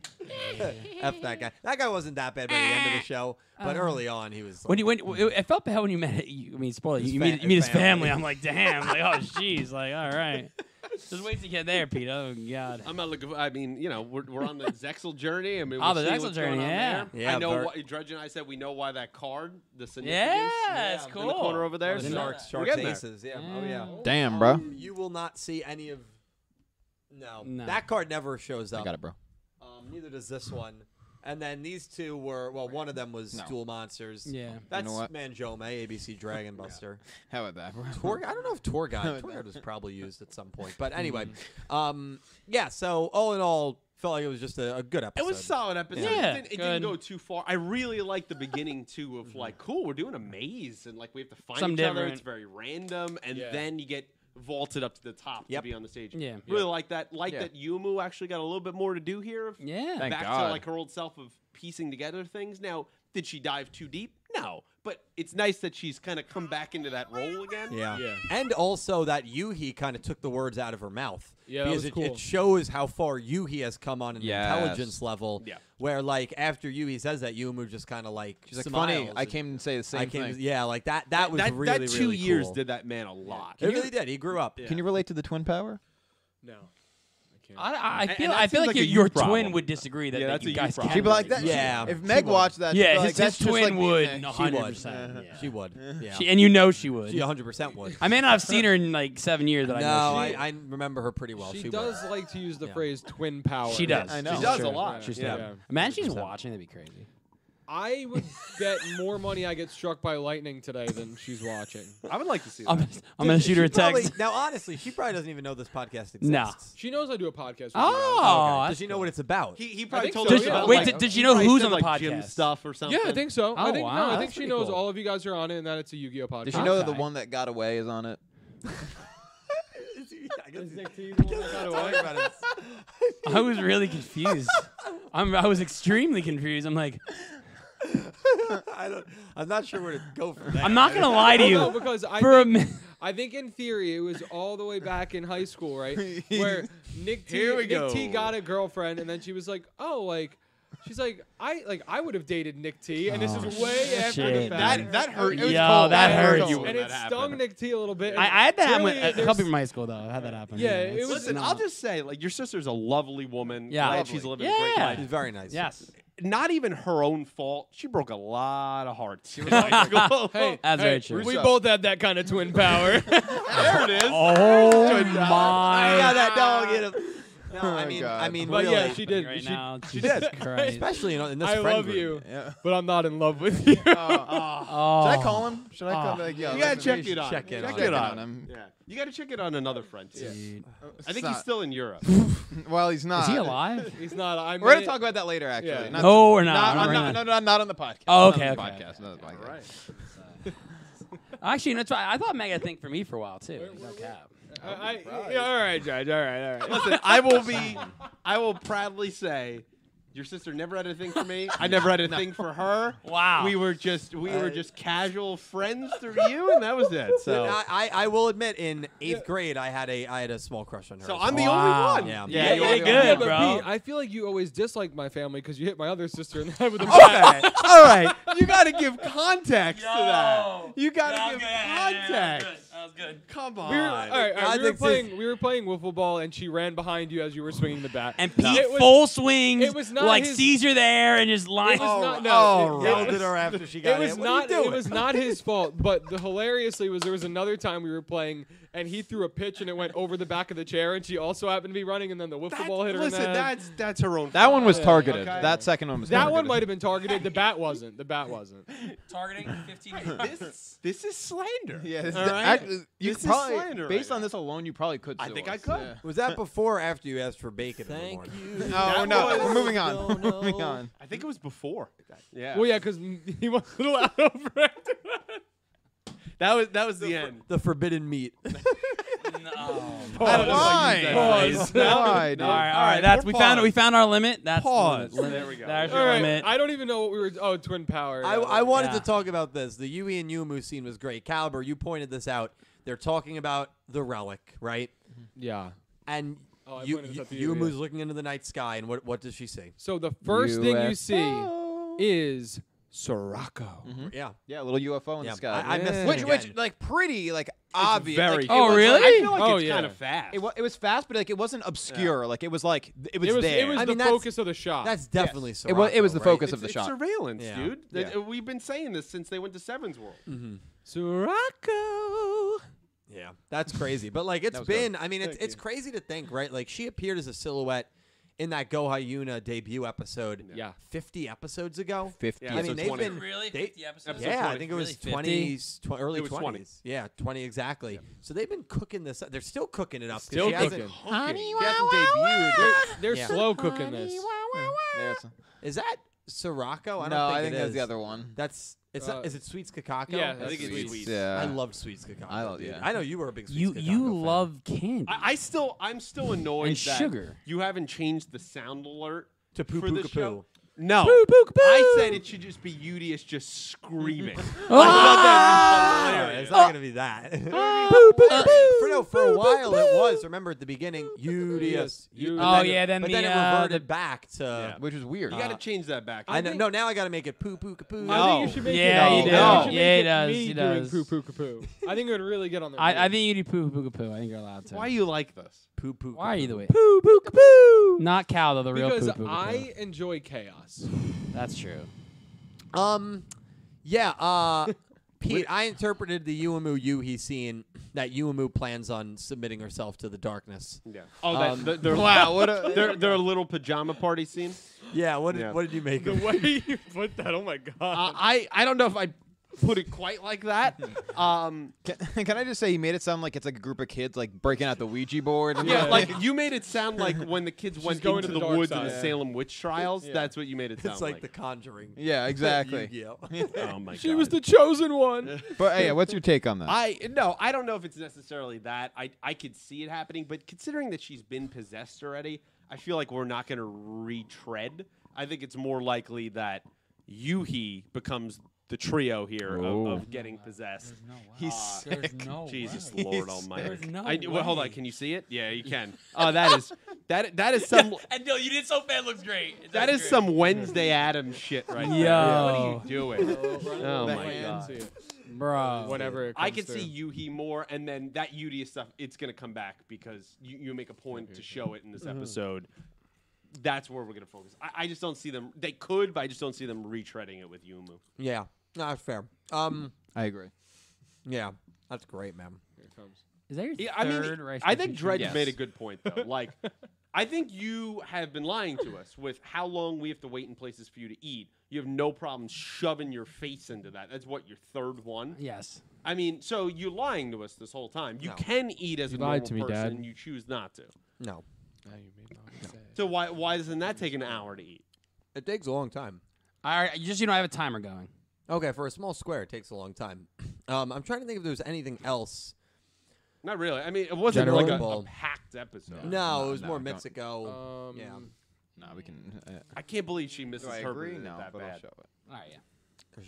[SPEAKER 4] F that guy. That guy wasn't that bad by the end
[SPEAKER 5] Eh.
[SPEAKER 4] of the show,
[SPEAKER 5] Uh-huh.
[SPEAKER 4] but early on he was.
[SPEAKER 5] When
[SPEAKER 4] like-
[SPEAKER 5] you when I felt bad when you met. You, I mean, spoiler.
[SPEAKER 4] His
[SPEAKER 5] You,
[SPEAKER 4] fa-
[SPEAKER 5] meet you meet his
[SPEAKER 4] family.
[SPEAKER 5] family. I'm like, damn. Like, oh, jeez. Like, all right. Just wait to get there, Pete. Oh God.
[SPEAKER 7] I'm not looking. For, I mean, you know, we're, we're on the Zexel journey. I mean,
[SPEAKER 5] Oh,
[SPEAKER 7] we'll
[SPEAKER 5] the
[SPEAKER 7] see
[SPEAKER 5] Zexal
[SPEAKER 7] what's going
[SPEAKER 5] journey,
[SPEAKER 7] on
[SPEAKER 5] yeah.
[SPEAKER 7] there.
[SPEAKER 4] Yeah,
[SPEAKER 7] I know.
[SPEAKER 4] Bert-
[SPEAKER 7] What, Drudge and I said we know why that card, the significance.
[SPEAKER 5] Yeah, it's
[SPEAKER 7] In the
[SPEAKER 5] cool.
[SPEAKER 7] corner over there.
[SPEAKER 5] Oh,
[SPEAKER 7] so
[SPEAKER 5] didn't know
[SPEAKER 4] sharks,
[SPEAKER 5] that.
[SPEAKER 7] we're
[SPEAKER 4] sharks,
[SPEAKER 7] getting there.
[SPEAKER 4] aces. Yeah. Oh yeah.
[SPEAKER 5] Mm.
[SPEAKER 2] Damn, bro.
[SPEAKER 4] Um, you will not see any of. No,
[SPEAKER 5] No.
[SPEAKER 4] that card never shows up.
[SPEAKER 2] I got it, bro.
[SPEAKER 4] Um, neither does this one. And then these two were well, one of them was Duel Monsters.
[SPEAKER 5] Yeah.
[SPEAKER 4] That's
[SPEAKER 2] You know what?
[SPEAKER 4] Manjome, ABC Dragon Buster.
[SPEAKER 2] How about that, bro?
[SPEAKER 4] Tor- I don't know if Tour Guide. Tour Guide was probably used at some point, but anyway,
[SPEAKER 2] Mm-hmm.
[SPEAKER 4] um, yeah. So all in all, felt like it was just a, a good episode.
[SPEAKER 7] It was solid episode.
[SPEAKER 5] Yeah,
[SPEAKER 7] it, didn't, it
[SPEAKER 5] good.
[SPEAKER 7] didn't go too far. I really liked the beginning too of like, cool, we're doing a maze and like we have to find
[SPEAKER 5] Something
[SPEAKER 7] each other. It's
[SPEAKER 5] different.
[SPEAKER 7] very random, and
[SPEAKER 3] Yeah.
[SPEAKER 7] then you get vaulted up to the top
[SPEAKER 4] Yep.
[SPEAKER 7] to be on the stage.
[SPEAKER 5] Yeah.
[SPEAKER 7] really like that. Like
[SPEAKER 2] Yeah.
[SPEAKER 7] that Yumu actually got a little bit more to do here. Of
[SPEAKER 5] Yeah.
[SPEAKER 2] Thank
[SPEAKER 7] back
[SPEAKER 2] God.
[SPEAKER 7] to like her old self of piecing together things. Now, did she dive too deep? No, but it's nice that she's kind of come back into that role again.
[SPEAKER 4] Yeah.
[SPEAKER 3] Yeah.
[SPEAKER 4] And also that Yuhi kind of took the words out of her mouth.
[SPEAKER 3] Yeah, that
[SPEAKER 4] Because
[SPEAKER 3] was
[SPEAKER 4] it,
[SPEAKER 3] cool.
[SPEAKER 4] it shows how far Yuhi has come on an
[SPEAKER 2] Yes.
[SPEAKER 4] intelligence level.
[SPEAKER 7] Yeah.
[SPEAKER 4] Where like after Yuhi says that, Yumu just kind of like
[SPEAKER 2] She's like,
[SPEAKER 4] smiles
[SPEAKER 2] funny. I
[SPEAKER 4] and-
[SPEAKER 2] came and say the same
[SPEAKER 4] I came.
[SPEAKER 2] thing.
[SPEAKER 4] Yeah, like that. That was
[SPEAKER 7] that, that
[SPEAKER 4] really
[SPEAKER 7] two
[SPEAKER 4] really
[SPEAKER 7] years
[SPEAKER 4] cool.
[SPEAKER 7] did that man a lot.
[SPEAKER 4] It really did. He grew up.
[SPEAKER 2] Can you relate to the twin power?
[SPEAKER 3] No. I can't.
[SPEAKER 5] I, I- I feel
[SPEAKER 7] that
[SPEAKER 5] I feel like,
[SPEAKER 7] seems like a
[SPEAKER 5] your,
[SPEAKER 7] you
[SPEAKER 5] your
[SPEAKER 7] problem.
[SPEAKER 5] twin would disagree that,
[SPEAKER 7] Yeah,
[SPEAKER 5] that
[SPEAKER 7] that's
[SPEAKER 5] you
[SPEAKER 7] a you
[SPEAKER 5] guys
[SPEAKER 7] problem.
[SPEAKER 5] can
[SPEAKER 2] People like
[SPEAKER 7] relate.
[SPEAKER 2] that.
[SPEAKER 4] Yeah,
[SPEAKER 2] If
[SPEAKER 4] she
[SPEAKER 2] Meg
[SPEAKER 4] would.
[SPEAKER 2] watched that, she'd be
[SPEAKER 5] Yeah,
[SPEAKER 2] like,
[SPEAKER 5] his,
[SPEAKER 2] that's
[SPEAKER 5] his
[SPEAKER 2] just like
[SPEAKER 5] twin
[SPEAKER 2] me,
[SPEAKER 5] would
[SPEAKER 2] Meg."
[SPEAKER 4] She
[SPEAKER 5] 100.
[SPEAKER 4] would.
[SPEAKER 5] percent
[SPEAKER 4] She would. Yeah.
[SPEAKER 5] She, and you know she would.
[SPEAKER 4] She 100% would.
[SPEAKER 5] I may not have seen her in like seven years, but
[SPEAKER 4] no,
[SPEAKER 5] I know
[SPEAKER 4] I,
[SPEAKER 5] she,
[SPEAKER 4] I remember her pretty well.
[SPEAKER 3] she,
[SPEAKER 4] She,
[SPEAKER 3] does
[SPEAKER 4] would.
[SPEAKER 3] like to use the
[SPEAKER 4] Yeah.
[SPEAKER 3] phrase twin power.
[SPEAKER 5] she does.
[SPEAKER 2] I know.
[SPEAKER 5] She's
[SPEAKER 2] She does a
[SPEAKER 5] sure.
[SPEAKER 7] lot.
[SPEAKER 5] She's
[SPEAKER 3] Yeah.
[SPEAKER 5] terrible. Imagine she's watching. That'd be crazy.
[SPEAKER 3] I would bet more money I get struck by lightning today than she's watching.
[SPEAKER 7] I would like to see that.
[SPEAKER 5] I'm, I'm gonna shoot her a
[SPEAKER 4] Probably-
[SPEAKER 5] text.
[SPEAKER 4] now, honestly, she probably doesn't even know this podcast exists.
[SPEAKER 5] No.
[SPEAKER 3] She knows I do a podcast. With you guys.
[SPEAKER 5] Oh,
[SPEAKER 4] Does
[SPEAKER 5] that's
[SPEAKER 4] she know what it's about?
[SPEAKER 7] he, he probably
[SPEAKER 3] think
[SPEAKER 7] told
[SPEAKER 3] so,
[SPEAKER 7] us
[SPEAKER 3] yeah.
[SPEAKER 7] about
[SPEAKER 3] Wait,
[SPEAKER 7] like,
[SPEAKER 3] did-
[SPEAKER 5] did you
[SPEAKER 7] he
[SPEAKER 5] know
[SPEAKER 7] probably
[SPEAKER 5] who's
[SPEAKER 7] said,
[SPEAKER 5] on the
[SPEAKER 7] like, gym
[SPEAKER 5] podcast?
[SPEAKER 7] stuff or something?
[SPEAKER 3] yeah, I think so. I
[SPEAKER 5] Oh,
[SPEAKER 3] think
[SPEAKER 5] wow,
[SPEAKER 3] no, I
[SPEAKER 5] that's
[SPEAKER 3] think she
[SPEAKER 5] pretty
[SPEAKER 3] knows
[SPEAKER 5] cool.
[SPEAKER 3] all of you guys are on it, and that it's a Yu-Gi-Oh podcast. Oh,
[SPEAKER 2] Did you know that the
[SPEAKER 5] Okay.
[SPEAKER 2] one that got away is on it?
[SPEAKER 4] I guess Talk about it.
[SPEAKER 5] I was really confused. I'm, I was extremely confused. I'm like,
[SPEAKER 4] I don't, I'm not sure where to go from there.
[SPEAKER 5] I'm not gonna lie to
[SPEAKER 3] No,
[SPEAKER 5] you.
[SPEAKER 3] because I
[SPEAKER 5] For a
[SPEAKER 3] think,
[SPEAKER 5] minute,
[SPEAKER 3] I think in theory it was all the way back in high school, right? Where Nick T,
[SPEAKER 7] Here we
[SPEAKER 3] Nick
[SPEAKER 7] go.
[SPEAKER 3] T got a girlfriend, and then she was like, "Oh, like." She's like, I like I would have dated Nick T, and this is way after the
[SPEAKER 5] Oh, shit,
[SPEAKER 3] fact.
[SPEAKER 7] that that hurt. It was
[SPEAKER 5] Yo,
[SPEAKER 7] cold.
[SPEAKER 5] that hurt
[SPEAKER 7] cold
[SPEAKER 5] you
[SPEAKER 7] when
[SPEAKER 3] and it
[SPEAKER 7] that happened.
[SPEAKER 3] stung Nick T a little bit. and
[SPEAKER 5] I, I had that happen
[SPEAKER 3] really,
[SPEAKER 5] with a
[SPEAKER 3] there's-
[SPEAKER 5] couple people in my uh, school though. I had that happen.
[SPEAKER 3] Yeah, it
[SPEAKER 5] it's
[SPEAKER 3] was-
[SPEAKER 7] Listen,
[SPEAKER 5] not-
[SPEAKER 7] I'll just say, like, your sister's a lovely woman.
[SPEAKER 5] Yeah.
[SPEAKER 7] Glad she's living a great
[SPEAKER 5] Yeah.
[SPEAKER 7] life.
[SPEAKER 4] She's very nice.
[SPEAKER 5] yes.
[SPEAKER 7] Not even her own fault. She broke a lot of hearts.
[SPEAKER 3] Hey,
[SPEAKER 5] That's
[SPEAKER 3] hey,
[SPEAKER 5] very true.
[SPEAKER 3] We both have that kind of twin power.
[SPEAKER 7] there it is.
[SPEAKER 5] Oh my!
[SPEAKER 4] Yeah, that dog hit him. No, I
[SPEAKER 2] Oh,
[SPEAKER 4] mean,
[SPEAKER 2] God.
[SPEAKER 4] I mean,
[SPEAKER 3] But
[SPEAKER 4] really,
[SPEAKER 3] yeah, she did.
[SPEAKER 5] right
[SPEAKER 3] she,
[SPEAKER 5] now.
[SPEAKER 3] she
[SPEAKER 5] Jesus
[SPEAKER 3] did.
[SPEAKER 5] Christ.
[SPEAKER 4] especially in, in this
[SPEAKER 3] I
[SPEAKER 4] friend
[SPEAKER 3] love
[SPEAKER 4] group.
[SPEAKER 3] you,
[SPEAKER 2] Yeah.
[SPEAKER 3] but I'm not in love with you.
[SPEAKER 5] Oh.
[SPEAKER 2] Should I call him? Should I call him? Like, yo,
[SPEAKER 7] You gotta
[SPEAKER 2] listen,
[SPEAKER 7] check
[SPEAKER 2] we
[SPEAKER 7] it
[SPEAKER 2] should
[SPEAKER 7] on.
[SPEAKER 4] check in
[SPEAKER 7] check
[SPEAKER 4] on
[SPEAKER 7] it
[SPEAKER 4] him.
[SPEAKER 7] on him. Yeah, you gotta check it on another front. too.
[SPEAKER 5] Dude.
[SPEAKER 7] I think
[SPEAKER 2] Stop.
[SPEAKER 7] he's still in Europe.
[SPEAKER 2] Well, he's not.
[SPEAKER 5] Is
[SPEAKER 3] Uh,
[SPEAKER 5] he alive? Oh,
[SPEAKER 3] He's not. I
[SPEAKER 2] We're gonna
[SPEAKER 3] mean-
[SPEAKER 2] talk about that later, actually.
[SPEAKER 3] Yeah.
[SPEAKER 2] Not-
[SPEAKER 5] No, we're not.
[SPEAKER 2] Not,
[SPEAKER 5] Not
[SPEAKER 2] on-
[SPEAKER 5] right
[SPEAKER 2] not-
[SPEAKER 5] now.
[SPEAKER 2] no, no, not on the podcast.
[SPEAKER 5] Oh,
[SPEAKER 2] Not on
[SPEAKER 5] okay,
[SPEAKER 2] the
[SPEAKER 5] okay.
[SPEAKER 2] Podcast. not on the podcast.
[SPEAKER 7] right.
[SPEAKER 5] Actually, that's right. I thought Mega Think for me for a while too. No cap.
[SPEAKER 3] I, I- yeah, all right, Judge. All right, all right.
[SPEAKER 7] Listen, I will be. I will proudly say, your sister never had a thing for me. I never had a thing for her.
[SPEAKER 5] Wow.
[SPEAKER 7] We were just we were just casual friends through you, and that was it. So.
[SPEAKER 4] I, I, I will admit, in eighth grade, I had a I had a small crush on her.
[SPEAKER 7] so
[SPEAKER 4] as
[SPEAKER 7] I'm the
[SPEAKER 4] well.
[SPEAKER 5] Wow.
[SPEAKER 7] only one.
[SPEAKER 4] Yeah.
[SPEAKER 7] yeah,
[SPEAKER 5] Yeah,
[SPEAKER 7] you're
[SPEAKER 5] yeah,
[SPEAKER 7] the
[SPEAKER 5] good,
[SPEAKER 7] only one.
[SPEAKER 3] but
[SPEAKER 5] bro.
[SPEAKER 3] Pete, I feel like you always disliked my family because you hit my other sister in the head with a bat.
[SPEAKER 7] Okay. All right. You got to give context to that. You got to give context.
[SPEAKER 5] That was good.
[SPEAKER 7] Come on.
[SPEAKER 3] We were, all right, all right,
[SPEAKER 4] I
[SPEAKER 3] we were
[SPEAKER 4] think this-
[SPEAKER 3] playing. We were playing wiffle ball, and she ran behind you as you were swinging the bat.
[SPEAKER 5] And Pete
[SPEAKER 3] It was-
[SPEAKER 5] full swings,
[SPEAKER 3] it was not
[SPEAKER 5] like
[SPEAKER 3] his-
[SPEAKER 5] Caesar there, and just
[SPEAKER 3] It
[SPEAKER 5] lines.
[SPEAKER 3] was not. No,
[SPEAKER 4] Oh,
[SPEAKER 3] it- it
[SPEAKER 4] yelled
[SPEAKER 3] was-
[SPEAKER 4] at her after she got
[SPEAKER 3] It was not.
[SPEAKER 4] hit. What are you
[SPEAKER 3] It
[SPEAKER 4] doing?
[SPEAKER 3] was not his fault. But the hilariously was there was another time we were playing and he threw a pitch and it went over the back of the chair and she also happened to be running and then the wiffle ball hit her. in the
[SPEAKER 7] listen,
[SPEAKER 3] head.
[SPEAKER 7] that's that's her own.
[SPEAKER 2] That one was
[SPEAKER 3] Yeah,
[SPEAKER 2] targeted.
[SPEAKER 7] okay.
[SPEAKER 2] That second one was.
[SPEAKER 3] that
[SPEAKER 2] targeted.
[SPEAKER 3] one might have been targeted. The bat wasn't. The bat wasn't.
[SPEAKER 5] targeting 15
[SPEAKER 7] This this is slander.
[SPEAKER 2] Yeah, this,
[SPEAKER 7] All
[SPEAKER 2] the-
[SPEAKER 7] right?
[SPEAKER 2] act- you
[SPEAKER 7] This is
[SPEAKER 2] probably,
[SPEAKER 7] slander
[SPEAKER 2] based
[SPEAKER 7] right
[SPEAKER 2] on
[SPEAKER 7] now.
[SPEAKER 2] this alone, you probably could.
[SPEAKER 7] I
[SPEAKER 2] sue
[SPEAKER 7] think I
[SPEAKER 2] us.
[SPEAKER 7] could.
[SPEAKER 2] Yeah.
[SPEAKER 4] Was that before or after you asked for bacon in the
[SPEAKER 5] Thank
[SPEAKER 4] morning?
[SPEAKER 5] you.
[SPEAKER 2] No, we're not.
[SPEAKER 7] was-
[SPEAKER 2] We're moving on.
[SPEAKER 4] No,
[SPEAKER 2] We're moving
[SPEAKER 4] no.
[SPEAKER 2] on.
[SPEAKER 7] I think it was before. Yeah.
[SPEAKER 3] Well, yeah, because he wasn't allowed over after that.
[SPEAKER 7] That was that was the, end.
[SPEAKER 4] The forbidden meat.
[SPEAKER 7] I don't know
[SPEAKER 2] Why?
[SPEAKER 7] if I
[SPEAKER 3] Pause.
[SPEAKER 7] used that phrase. No.
[SPEAKER 2] Why,
[SPEAKER 5] All right,
[SPEAKER 2] dude?
[SPEAKER 5] all right.
[SPEAKER 7] right,
[SPEAKER 5] That's
[SPEAKER 7] we're
[SPEAKER 5] we found it. We
[SPEAKER 7] paused.
[SPEAKER 5] found our limit. That's the
[SPEAKER 7] Pause.
[SPEAKER 5] limit.
[SPEAKER 7] There we go.
[SPEAKER 5] There's your
[SPEAKER 3] All right.
[SPEAKER 5] limit.
[SPEAKER 3] I don't even know what we were. Oh, twin power.
[SPEAKER 4] I,
[SPEAKER 3] yeah.
[SPEAKER 4] I wanted
[SPEAKER 5] Yeah.
[SPEAKER 4] to talk about this. The Yui and Yumu scene was great. Caliber, you pointed this out. They're talking about the relic, right?
[SPEAKER 3] yeah.
[SPEAKER 4] And
[SPEAKER 3] Oh, I
[SPEAKER 4] Yu-
[SPEAKER 3] pointed this out to you,
[SPEAKER 4] Yu- Yumu's
[SPEAKER 3] yeah.
[SPEAKER 4] looking into the night sky, and what, what does she see?
[SPEAKER 3] So the first thing you
[SPEAKER 2] UFO.
[SPEAKER 3] see is Sirocco.
[SPEAKER 5] Mm-hmm.
[SPEAKER 4] Yeah.
[SPEAKER 2] Yeah, a little UFO in
[SPEAKER 4] Yeah,
[SPEAKER 2] the sky.
[SPEAKER 4] I- I missed it
[SPEAKER 2] which,
[SPEAKER 4] again.
[SPEAKER 2] which, like, pretty, like, obvious. like,
[SPEAKER 7] very
[SPEAKER 2] it
[SPEAKER 7] Oh,
[SPEAKER 2] was, like-
[SPEAKER 5] really?
[SPEAKER 7] I feel like
[SPEAKER 3] Oh,
[SPEAKER 7] it's
[SPEAKER 3] yeah.
[SPEAKER 7] kind of fast.
[SPEAKER 2] It, wa- it was fast, but like it wasn't obscure. Like it was like th- it was,
[SPEAKER 3] It was.
[SPEAKER 2] there.
[SPEAKER 3] It was
[SPEAKER 4] I
[SPEAKER 3] the
[SPEAKER 4] mean, that's-
[SPEAKER 3] focus of the shot.
[SPEAKER 4] That's definitely so.
[SPEAKER 2] It wa- it was the focus
[SPEAKER 7] it's,
[SPEAKER 2] of the
[SPEAKER 7] it's
[SPEAKER 2] shot.
[SPEAKER 7] surveillance,
[SPEAKER 4] Yeah.
[SPEAKER 7] dude. That-
[SPEAKER 2] Yeah.
[SPEAKER 7] uh, We've been saying this since they went to Seven's World.
[SPEAKER 3] Sirocco.
[SPEAKER 4] Yeah, that's crazy. But like, it's
[SPEAKER 2] was good.
[SPEAKER 4] been. I mean, it's it's crazy to think, right? Like, she appeared as a silhouette in that Goha Yuna debut episode.
[SPEAKER 3] Yeah.
[SPEAKER 4] fifty episodes ago.
[SPEAKER 2] 50.
[SPEAKER 7] Yeah,
[SPEAKER 4] I
[SPEAKER 7] so
[SPEAKER 4] mean, they've
[SPEAKER 7] 20.
[SPEAKER 4] been
[SPEAKER 5] Really?
[SPEAKER 4] they-
[SPEAKER 5] 50 episodes?
[SPEAKER 4] Yeah,
[SPEAKER 7] Episode
[SPEAKER 4] I think it was
[SPEAKER 5] 20. Really?
[SPEAKER 4] 20s, tw- early
[SPEAKER 7] It was 20.
[SPEAKER 4] 20s. Yeah, 20 exactly. So they've been cooking this up. They're still cooking it up. 'cause
[SPEAKER 3] Still
[SPEAKER 4] she hasn't-
[SPEAKER 3] cooking.
[SPEAKER 7] Honey,
[SPEAKER 4] she hasn't
[SPEAKER 3] They're,
[SPEAKER 4] debuted. They're-
[SPEAKER 3] they're
[SPEAKER 4] Yeah.
[SPEAKER 3] slow cooking this.
[SPEAKER 2] There it's-
[SPEAKER 4] Is that Sirocco? I don't
[SPEAKER 2] no,
[SPEAKER 4] think
[SPEAKER 2] I think
[SPEAKER 4] it
[SPEAKER 2] that was
[SPEAKER 4] is.
[SPEAKER 2] the other one.
[SPEAKER 4] That's it's not,
[SPEAKER 3] Uh,
[SPEAKER 4] is it Sweets Kakako?
[SPEAKER 3] yeah, I
[SPEAKER 4] That's
[SPEAKER 3] think it's
[SPEAKER 4] Sweets.
[SPEAKER 7] Sweets.
[SPEAKER 2] Yeah.
[SPEAKER 4] I loved Sweets Kakako.
[SPEAKER 2] I love-
[SPEAKER 4] dude.
[SPEAKER 2] yeah.
[SPEAKER 4] I know you were a big Sweets
[SPEAKER 5] You
[SPEAKER 4] Kakako
[SPEAKER 5] you
[SPEAKER 4] fan.
[SPEAKER 5] love candy.
[SPEAKER 7] I, I still, I'm still annoyed
[SPEAKER 5] And
[SPEAKER 7] that
[SPEAKER 5] sugar.
[SPEAKER 7] you haven't changed the sound alert
[SPEAKER 4] To poo
[SPEAKER 7] for
[SPEAKER 4] poo
[SPEAKER 7] the
[SPEAKER 4] ka
[SPEAKER 7] show.
[SPEAKER 4] poo.
[SPEAKER 7] No,
[SPEAKER 5] Poo poo ka poo.
[SPEAKER 7] I said it should just be Udius just screaming.
[SPEAKER 4] Oh,
[SPEAKER 7] I
[SPEAKER 4] it's
[SPEAKER 7] thought that was hilarious.
[SPEAKER 4] not gonna
[SPEAKER 3] Ah.
[SPEAKER 4] be that. Uh, for no, for a while it was. Remember at the beginning, UDS.
[SPEAKER 3] you-
[SPEAKER 5] Oh, yeah, then
[SPEAKER 4] but
[SPEAKER 5] the,
[SPEAKER 4] then it
[SPEAKER 5] uh,
[SPEAKER 4] reverted
[SPEAKER 5] the-
[SPEAKER 4] back to.
[SPEAKER 2] Which was weird.
[SPEAKER 7] You got to change that back.
[SPEAKER 4] I know. No, now I got to make it poo poo kapoo.
[SPEAKER 3] I think you should make
[SPEAKER 5] Yeah,
[SPEAKER 3] it.
[SPEAKER 5] he
[SPEAKER 3] you
[SPEAKER 2] does.
[SPEAKER 3] should
[SPEAKER 5] Yeah, he
[SPEAKER 3] make it
[SPEAKER 5] does.
[SPEAKER 3] Me
[SPEAKER 5] He
[SPEAKER 3] doing
[SPEAKER 5] does.
[SPEAKER 3] Poo poo kapoo. I think it would really get on the.
[SPEAKER 5] I, I think you do poo poo poo. I think you're allowed to.
[SPEAKER 7] Why you like this?
[SPEAKER 4] poo poo.
[SPEAKER 5] Why either way?
[SPEAKER 3] poo poo kapoo.
[SPEAKER 5] Not cow though. The real
[SPEAKER 3] Because
[SPEAKER 5] poo poo.
[SPEAKER 3] I enjoy chaos.
[SPEAKER 5] That's true.
[SPEAKER 4] Um, yeah. Uh, Pete, I interpreted the Uemu Yuhi scene that Uemu plans on submitting herself to the darkness.
[SPEAKER 7] Yeah. Oh, that, the, their, wow, what a, their, their little pajama party scene.
[SPEAKER 4] Yeah. What did
[SPEAKER 7] Yeah.
[SPEAKER 4] What did you make of? it?
[SPEAKER 3] way you put that, oh my god.
[SPEAKER 7] Uh, I, I don't know if I put it quite like that. Um,
[SPEAKER 2] Can, can I just say he made it sound like it's like a group of kids like breaking out the Ouija board? And
[SPEAKER 7] yeah, like you made it sound like when the kids went
[SPEAKER 3] going
[SPEAKER 7] into
[SPEAKER 3] to
[SPEAKER 7] the,
[SPEAKER 3] the dark
[SPEAKER 7] woods in
[SPEAKER 3] side.
[SPEAKER 7] the Salem witch trials. That's what you made it sound
[SPEAKER 4] It's like The Conjuring.
[SPEAKER 2] yeah, exactly.
[SPEAKER 4] Yu-Gi-Oh.
[SPEAKER 7] oh my
[SPEAKER 3] she was the chosen one.
[SPEAKER 2] But yeah, what's your take on that?
[SPEAKER 7] I no, I don't know if it's necessarily that. I I could see it happening, but considering that she's been possessed already, I feel like we're not going to retread. I think it's more likely that Yuhi becomes the trio here of, of getting possessed.
[SPEAKER 2] He's
[SPEAKER 5] Ah, There's no
[SPEAKER 7] Jesus
[SPEAKER 5] way.
[SPEAKER 7] Lord Almighty!
[SPEAKER 5] There's no
[SPEAKER 7] I, well, hold on,
[SPEAKER 5] way.
[SPEAKER 7] can you see it? Yeah, you can. Oh, that is that that is some
[SPEAKER 5] And no, you did so bad. Looks great.
[SPEAKER 7] that is some Wednesday Adams shit right there.
[SPEAKER 5] Yo.
[SPEAKER 7] What are you doing? Oh
[SPEAKER 3] The
[SPEAKER 7] my
[SPEAKER 3] hands
[SPEAKER 7] God.
[SPEAKER 3] here.
[SPEAKER 5] bro.
[SPEAKER 3] Whenever it comes
[SPEAKER 7] I could
[SPEAKER 3] through.
[SPEAKER 7] see Yuhi more, and then that Yudia stuff, it's going to come back because you, you make a point to show it
[SPEAKER 3] Mm-hmm.
[SPEAKER 7] in this episode. That's where we're going to focus. I, I just don't see them. They could, but I just don't see them retreading it with Yumu.
[SPEAKER 4] Yeah. No, that's fair. Um.
[SPEAKER 2] I agree.
[SPEAKER 4] Yeah. That's great, man.
[SPEAKER 5] Is that your
[SPEAKER 7] Yeah,
[SPEAKER 5] third
[SPEAKER 7] I mean,
[SPEAKER 5] rice
[SPEAKER 7] I think
[SPEAKER 5] dish?
[SPEAKER 7] Dredge
[SPEAKER 2] Yes.
[SPEAKER 7] made a good point, though. Like, I think you have been lying to us with how long we have to wait in places for you to eat. You have no problem shoving your face into that. That's what your third one.
[SPEAKER 5] Yes.
[SPEAKER 7] I mean, so you're lying to us this whole time. You can eat as a
[SPEAKER 3] lied
[SPEAKER 7] normal
[SPEAKER 3] to me, Dad.
[SPEAKER 7] person. You choose not to.
[SPEAKER 4] No,
[SPEAKER 7] So why why doesn't that take an hour to eat?
[SPEAKER 4] it takes a long time.
[SPEAKER 5] All right. Just you know, I have a timer going.
[SPEAKER 4] Okay, for a small square, it takes a long time. Um, I'm trying to think if there's anything else.
[SPEAKER 7] Not really. I mean, it wasn't
[SPEAKER 4] General
[SPEAKER 7] like a, a
[SPEAKER 4] Ball.
[SPEAKER 7] packed episode.
[SPEAKER 4] No, it was
[SPEAKER 2] no,
[SPEAKER 4] more
[SPEAKER 2] don't.
[SPEAKER 4] Mexico.
[SPEAKER 3] Um,
[SPEAKER 4] yeah,
[SPEAKER 2] No, we can. Uh,
[SPEAKER 7] I can't believe she misses
[SPEAKER 2] do I
[SPEAKER 7] her
[SPEAKER 2] agree?
[SPEAKER 7] birthday
[SPEAKER 2] No,
[SPEAKER 7] that
[SPEAKER 2] but I'll
[SPEAKER 7] bad.
[SPEAKER 2] show it.
[SPEAKER 5] All right. Yeah.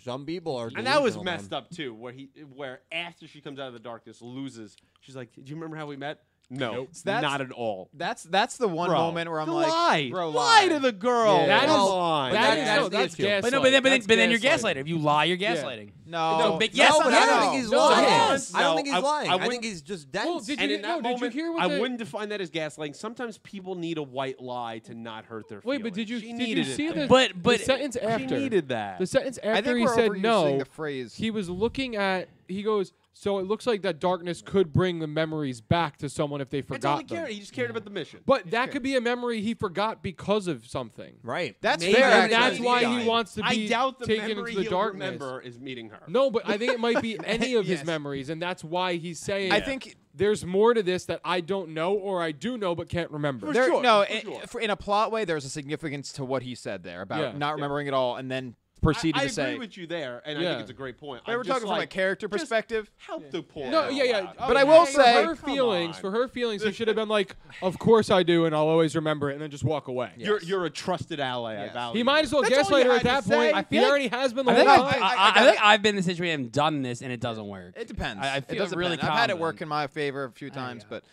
[SPEAKER 4] some people are.
[SPEAKER 7] And that was messed up too, where he where after she comes out of the darkness loses, she's like, "Do you remember how we met?" No,
[SPEAKER 2] So that's-
[SPEAKER 7] not at all.
[SPEAKER 2] That's that's the one
[SPEAKER 7] Bro,
[SPEAKER 2] moment where I'm
[SPEAKER 7] the
[SPEAKER 2] like,
[SPEAKER 7] lie.
[SPEAKER 2] bro,
[SPEAKER 7] lie to the girl.
[SPEAKER 2] Yeah. That
[SPEAKER 7] Come
[SPEAKER 4] is-
[SPEAKER 7] on.
[SPEAKER 4] but
[SPEAKER 3] That
[SPEAKER 4] that-
[SPEAKER 3] is-
[SPEAKER 4] that's
[SPEAKER 3] no,
[SPEAKER 4] the
[SPEAKER 3] that's
[SPEAKER 4] issue.
[SPEAKER 3] gaslighting.
[SPEAKER 5] But no, but then, but then,
[SPEAKER 3] That's
[SPEAKER 5] but then you're
[SPEAKER 3] gaslighting.
[SPEAKER 5] gaslighting. If you lie, you're gaslighting.
[SPEAKER 2] No,
[SPEAKER 5] No, but yes,
[SPEAKER 4] no, but
[SPEAKER 5] I'm
[SPEAKER 4] I don't
[SPEAKER 5] lying.
[SPEAKER 4] think he's
[SPEAKER 3] No,
[SPEAKER 4] lying.
[SPEAKER 3] yes.
[SPEAKER 4] I don't
[SPEAKER 7] No,
[SPEAKER 4] think he's
[SPEAKER 7] I-
[SPEAKER 4] lying.
[SPEAKER 7] I
[SPEAKER 4] I, think
[SPEAKER 7] wouldn't-
[SPEAKER 4] he's just dense.
[SPEAKER 3] Well, did
[SPEAKER 7] and
[SPEAKER 3] you,
[SPEAKER 7] in
[SPEAKER 3] no,
[SPEAKER 7] that moment,
[SPEAKER 3] did you hear what
[SPEAKER 7] I
[SPEAKER 3] they-
[SPEAKER 7] wouldn't define that as gaslighting. Sometimes people need a white lie to not hurt their.
[SPEAKER 3] Wait, but
[SPEAKER 7] feelings.
[SPEAKER 3] did you
[SPEAKER 7] She
[SPEAKER 3] did you
[SPEAKER 7] needed it
[SPEAKER 3] see
[SPEAKER 7] there.
[SPEAKER 3] the,
[SPEAKER 5] But-
[SPEAKER 3] the
[SPEAKER 5] but-
[SPEAKER 3] sentence
[SPEAKER 7] She
[SPEAKER 3] after
[SPEAKER 7] needed that.
[SPEAKER 3] the sentence
[SPEAKER 2] I
[SPEAKER 3] after
[SPEAKER 2] think
[SPEAKER 3] he
[SPEAKER 2] we're
[SPEAKER 3] said
[SPEAKER 2] overusing
[SPEAKER 3] no?
[SPEAKER 2] the phrase.
[SPEAKER 3] He was looking at. He goes. So it looks like that darkness could bring the memories back to someone if they
[SPEAKER 7] That's all he
[SPEAKER 3] forgot them.
[SPEAKER 7] cared. He just cared about the mission.
[SPEAKER 3] But that could be a memory he forgot because of something.
[SPEAKER 4] right.
[SPEAKER 2] that's
[SPEAKER 4] Maybe
[SPEAKER 2] fair.
[SPEAKER 4] that's
[SPEAKER 3] And that's
[SPEAKER 2] actually.
[SPEAKER 3] why
[SPEAKER 4] Guy.
[SPEAKER 3] he wants to be
[SPEAKER 7] I doubt the
[SPEAKER 3] taken
[SPEAKER 7] memory
[SPEAKER 3] into the
[SPEAKER 7] he'll
[SPEAKER 3] darkness.
[SPEAKER 7] remember is meeting her.
[SPEAKER 3] No, but I think it might be any of
[SPEAKER 2] Yes.
[SPEAKER 3] his memories, and that's why he's saying.
[SPEAKER 2] I think-
[SPEAKER 3] there's more to this that I don't know, or I do know but can't remember.
[SPEAKER 2] There, no,
[SPEAKER 7] for
[SPEAKER 2] i-
[SPEAKER 7] sure.
[SPEAKER 2] for- in a plot way, there's a significance to what he said there about
[SPEAKER 3] Yeah.
[SPEAKER 2] not remembering it all and then
[SPEAKER 7] I,
[SPEAKER 2] proceeding
[SPEAKER 7] I
[SPEAKER 2] to say.
[SPEAKER 7] agree with you there, and I
[SPEAKER 3] Yeah.
[SPEAKER 7] think it's a great point.
[SPEAKER 2] But
[SPEAKER 7] I'm
[SPEAKER 2] we're
[SPEAKER 7] just
[SPEAKER 2] talking from a
[SPEAKER 7] like,
[SPEAKER 2] character
[SPEAKER 7] just
[SPEAKER 2] perspective.
[SPEAKER 7] Help the poor.
[SPEAKER 3] No,
[SPEAKER 7] girl
[SPEAKER 3] yeah, yeah.
[SPEAKER 7] out.
[SPEAKER 3] Oh,
[SPEAKER 2] But I
[SPEAKER 3] yeah.
[SPEAKER 2] will
[SPEAKER 3] for
[SPEAKER 2] say-
[SPEAKER 3] her
[SPEAKER 7] Come
[SPEAKER 3] feelings,
[SPEAKER 7] on.
[SPEAKER 3] for her feelings, he should have been like, "Of course I do, and I'll always remember it," and then just walk away.
[SPEAKER 7] You're you're a trusted ally. I
[SPEAKER 2] Yes.
[SPEAKER 7] value
[SPEAKER 3] He might as well
[SPEAKER 2] That's all
[SPEAKER 3] gaslight
[SPEAKER 2] you
[SPEAKER 3] her at
[SPEAKER 2] had
[SPEAKER 3] that
[SPEAKER 2] to
[SPEAKER 3] point.
[SPEAKER 2] say.
[SPEAKER 3] I
[SPEAKER 2] Yeah.
[SPEAKER 3] feel he already has been the
[SPEAKER 5] I
[SPEAKER 3] whole
[SPEAKER 5] think,
[SPEAKER 3] time.
[SPEAKER 5] I, I,
[SPEAKER 2] I- I
[SPEAKER 5] I
[SPEAKER 2] got
[SPEAKER 5] think
[SPEAKER 2] it.
[SPEAKER 5] I've been in the situation and done this, and it doesn't work.
[SPEAKER 2] It depends.
[SPEAKER 5] I- I
[SPEAKER 2] it
[SPEAKER 5] feel
[SPEAKER 2] doesn't
[SPEAKER 5] really
[SPEAKER 2] depend. I've had it
[SPEAKER 5] confident.
[SPEAKER 2] work in my favor a few times,
[SPEAKER 5] yeah.
[SPEAKER 2] but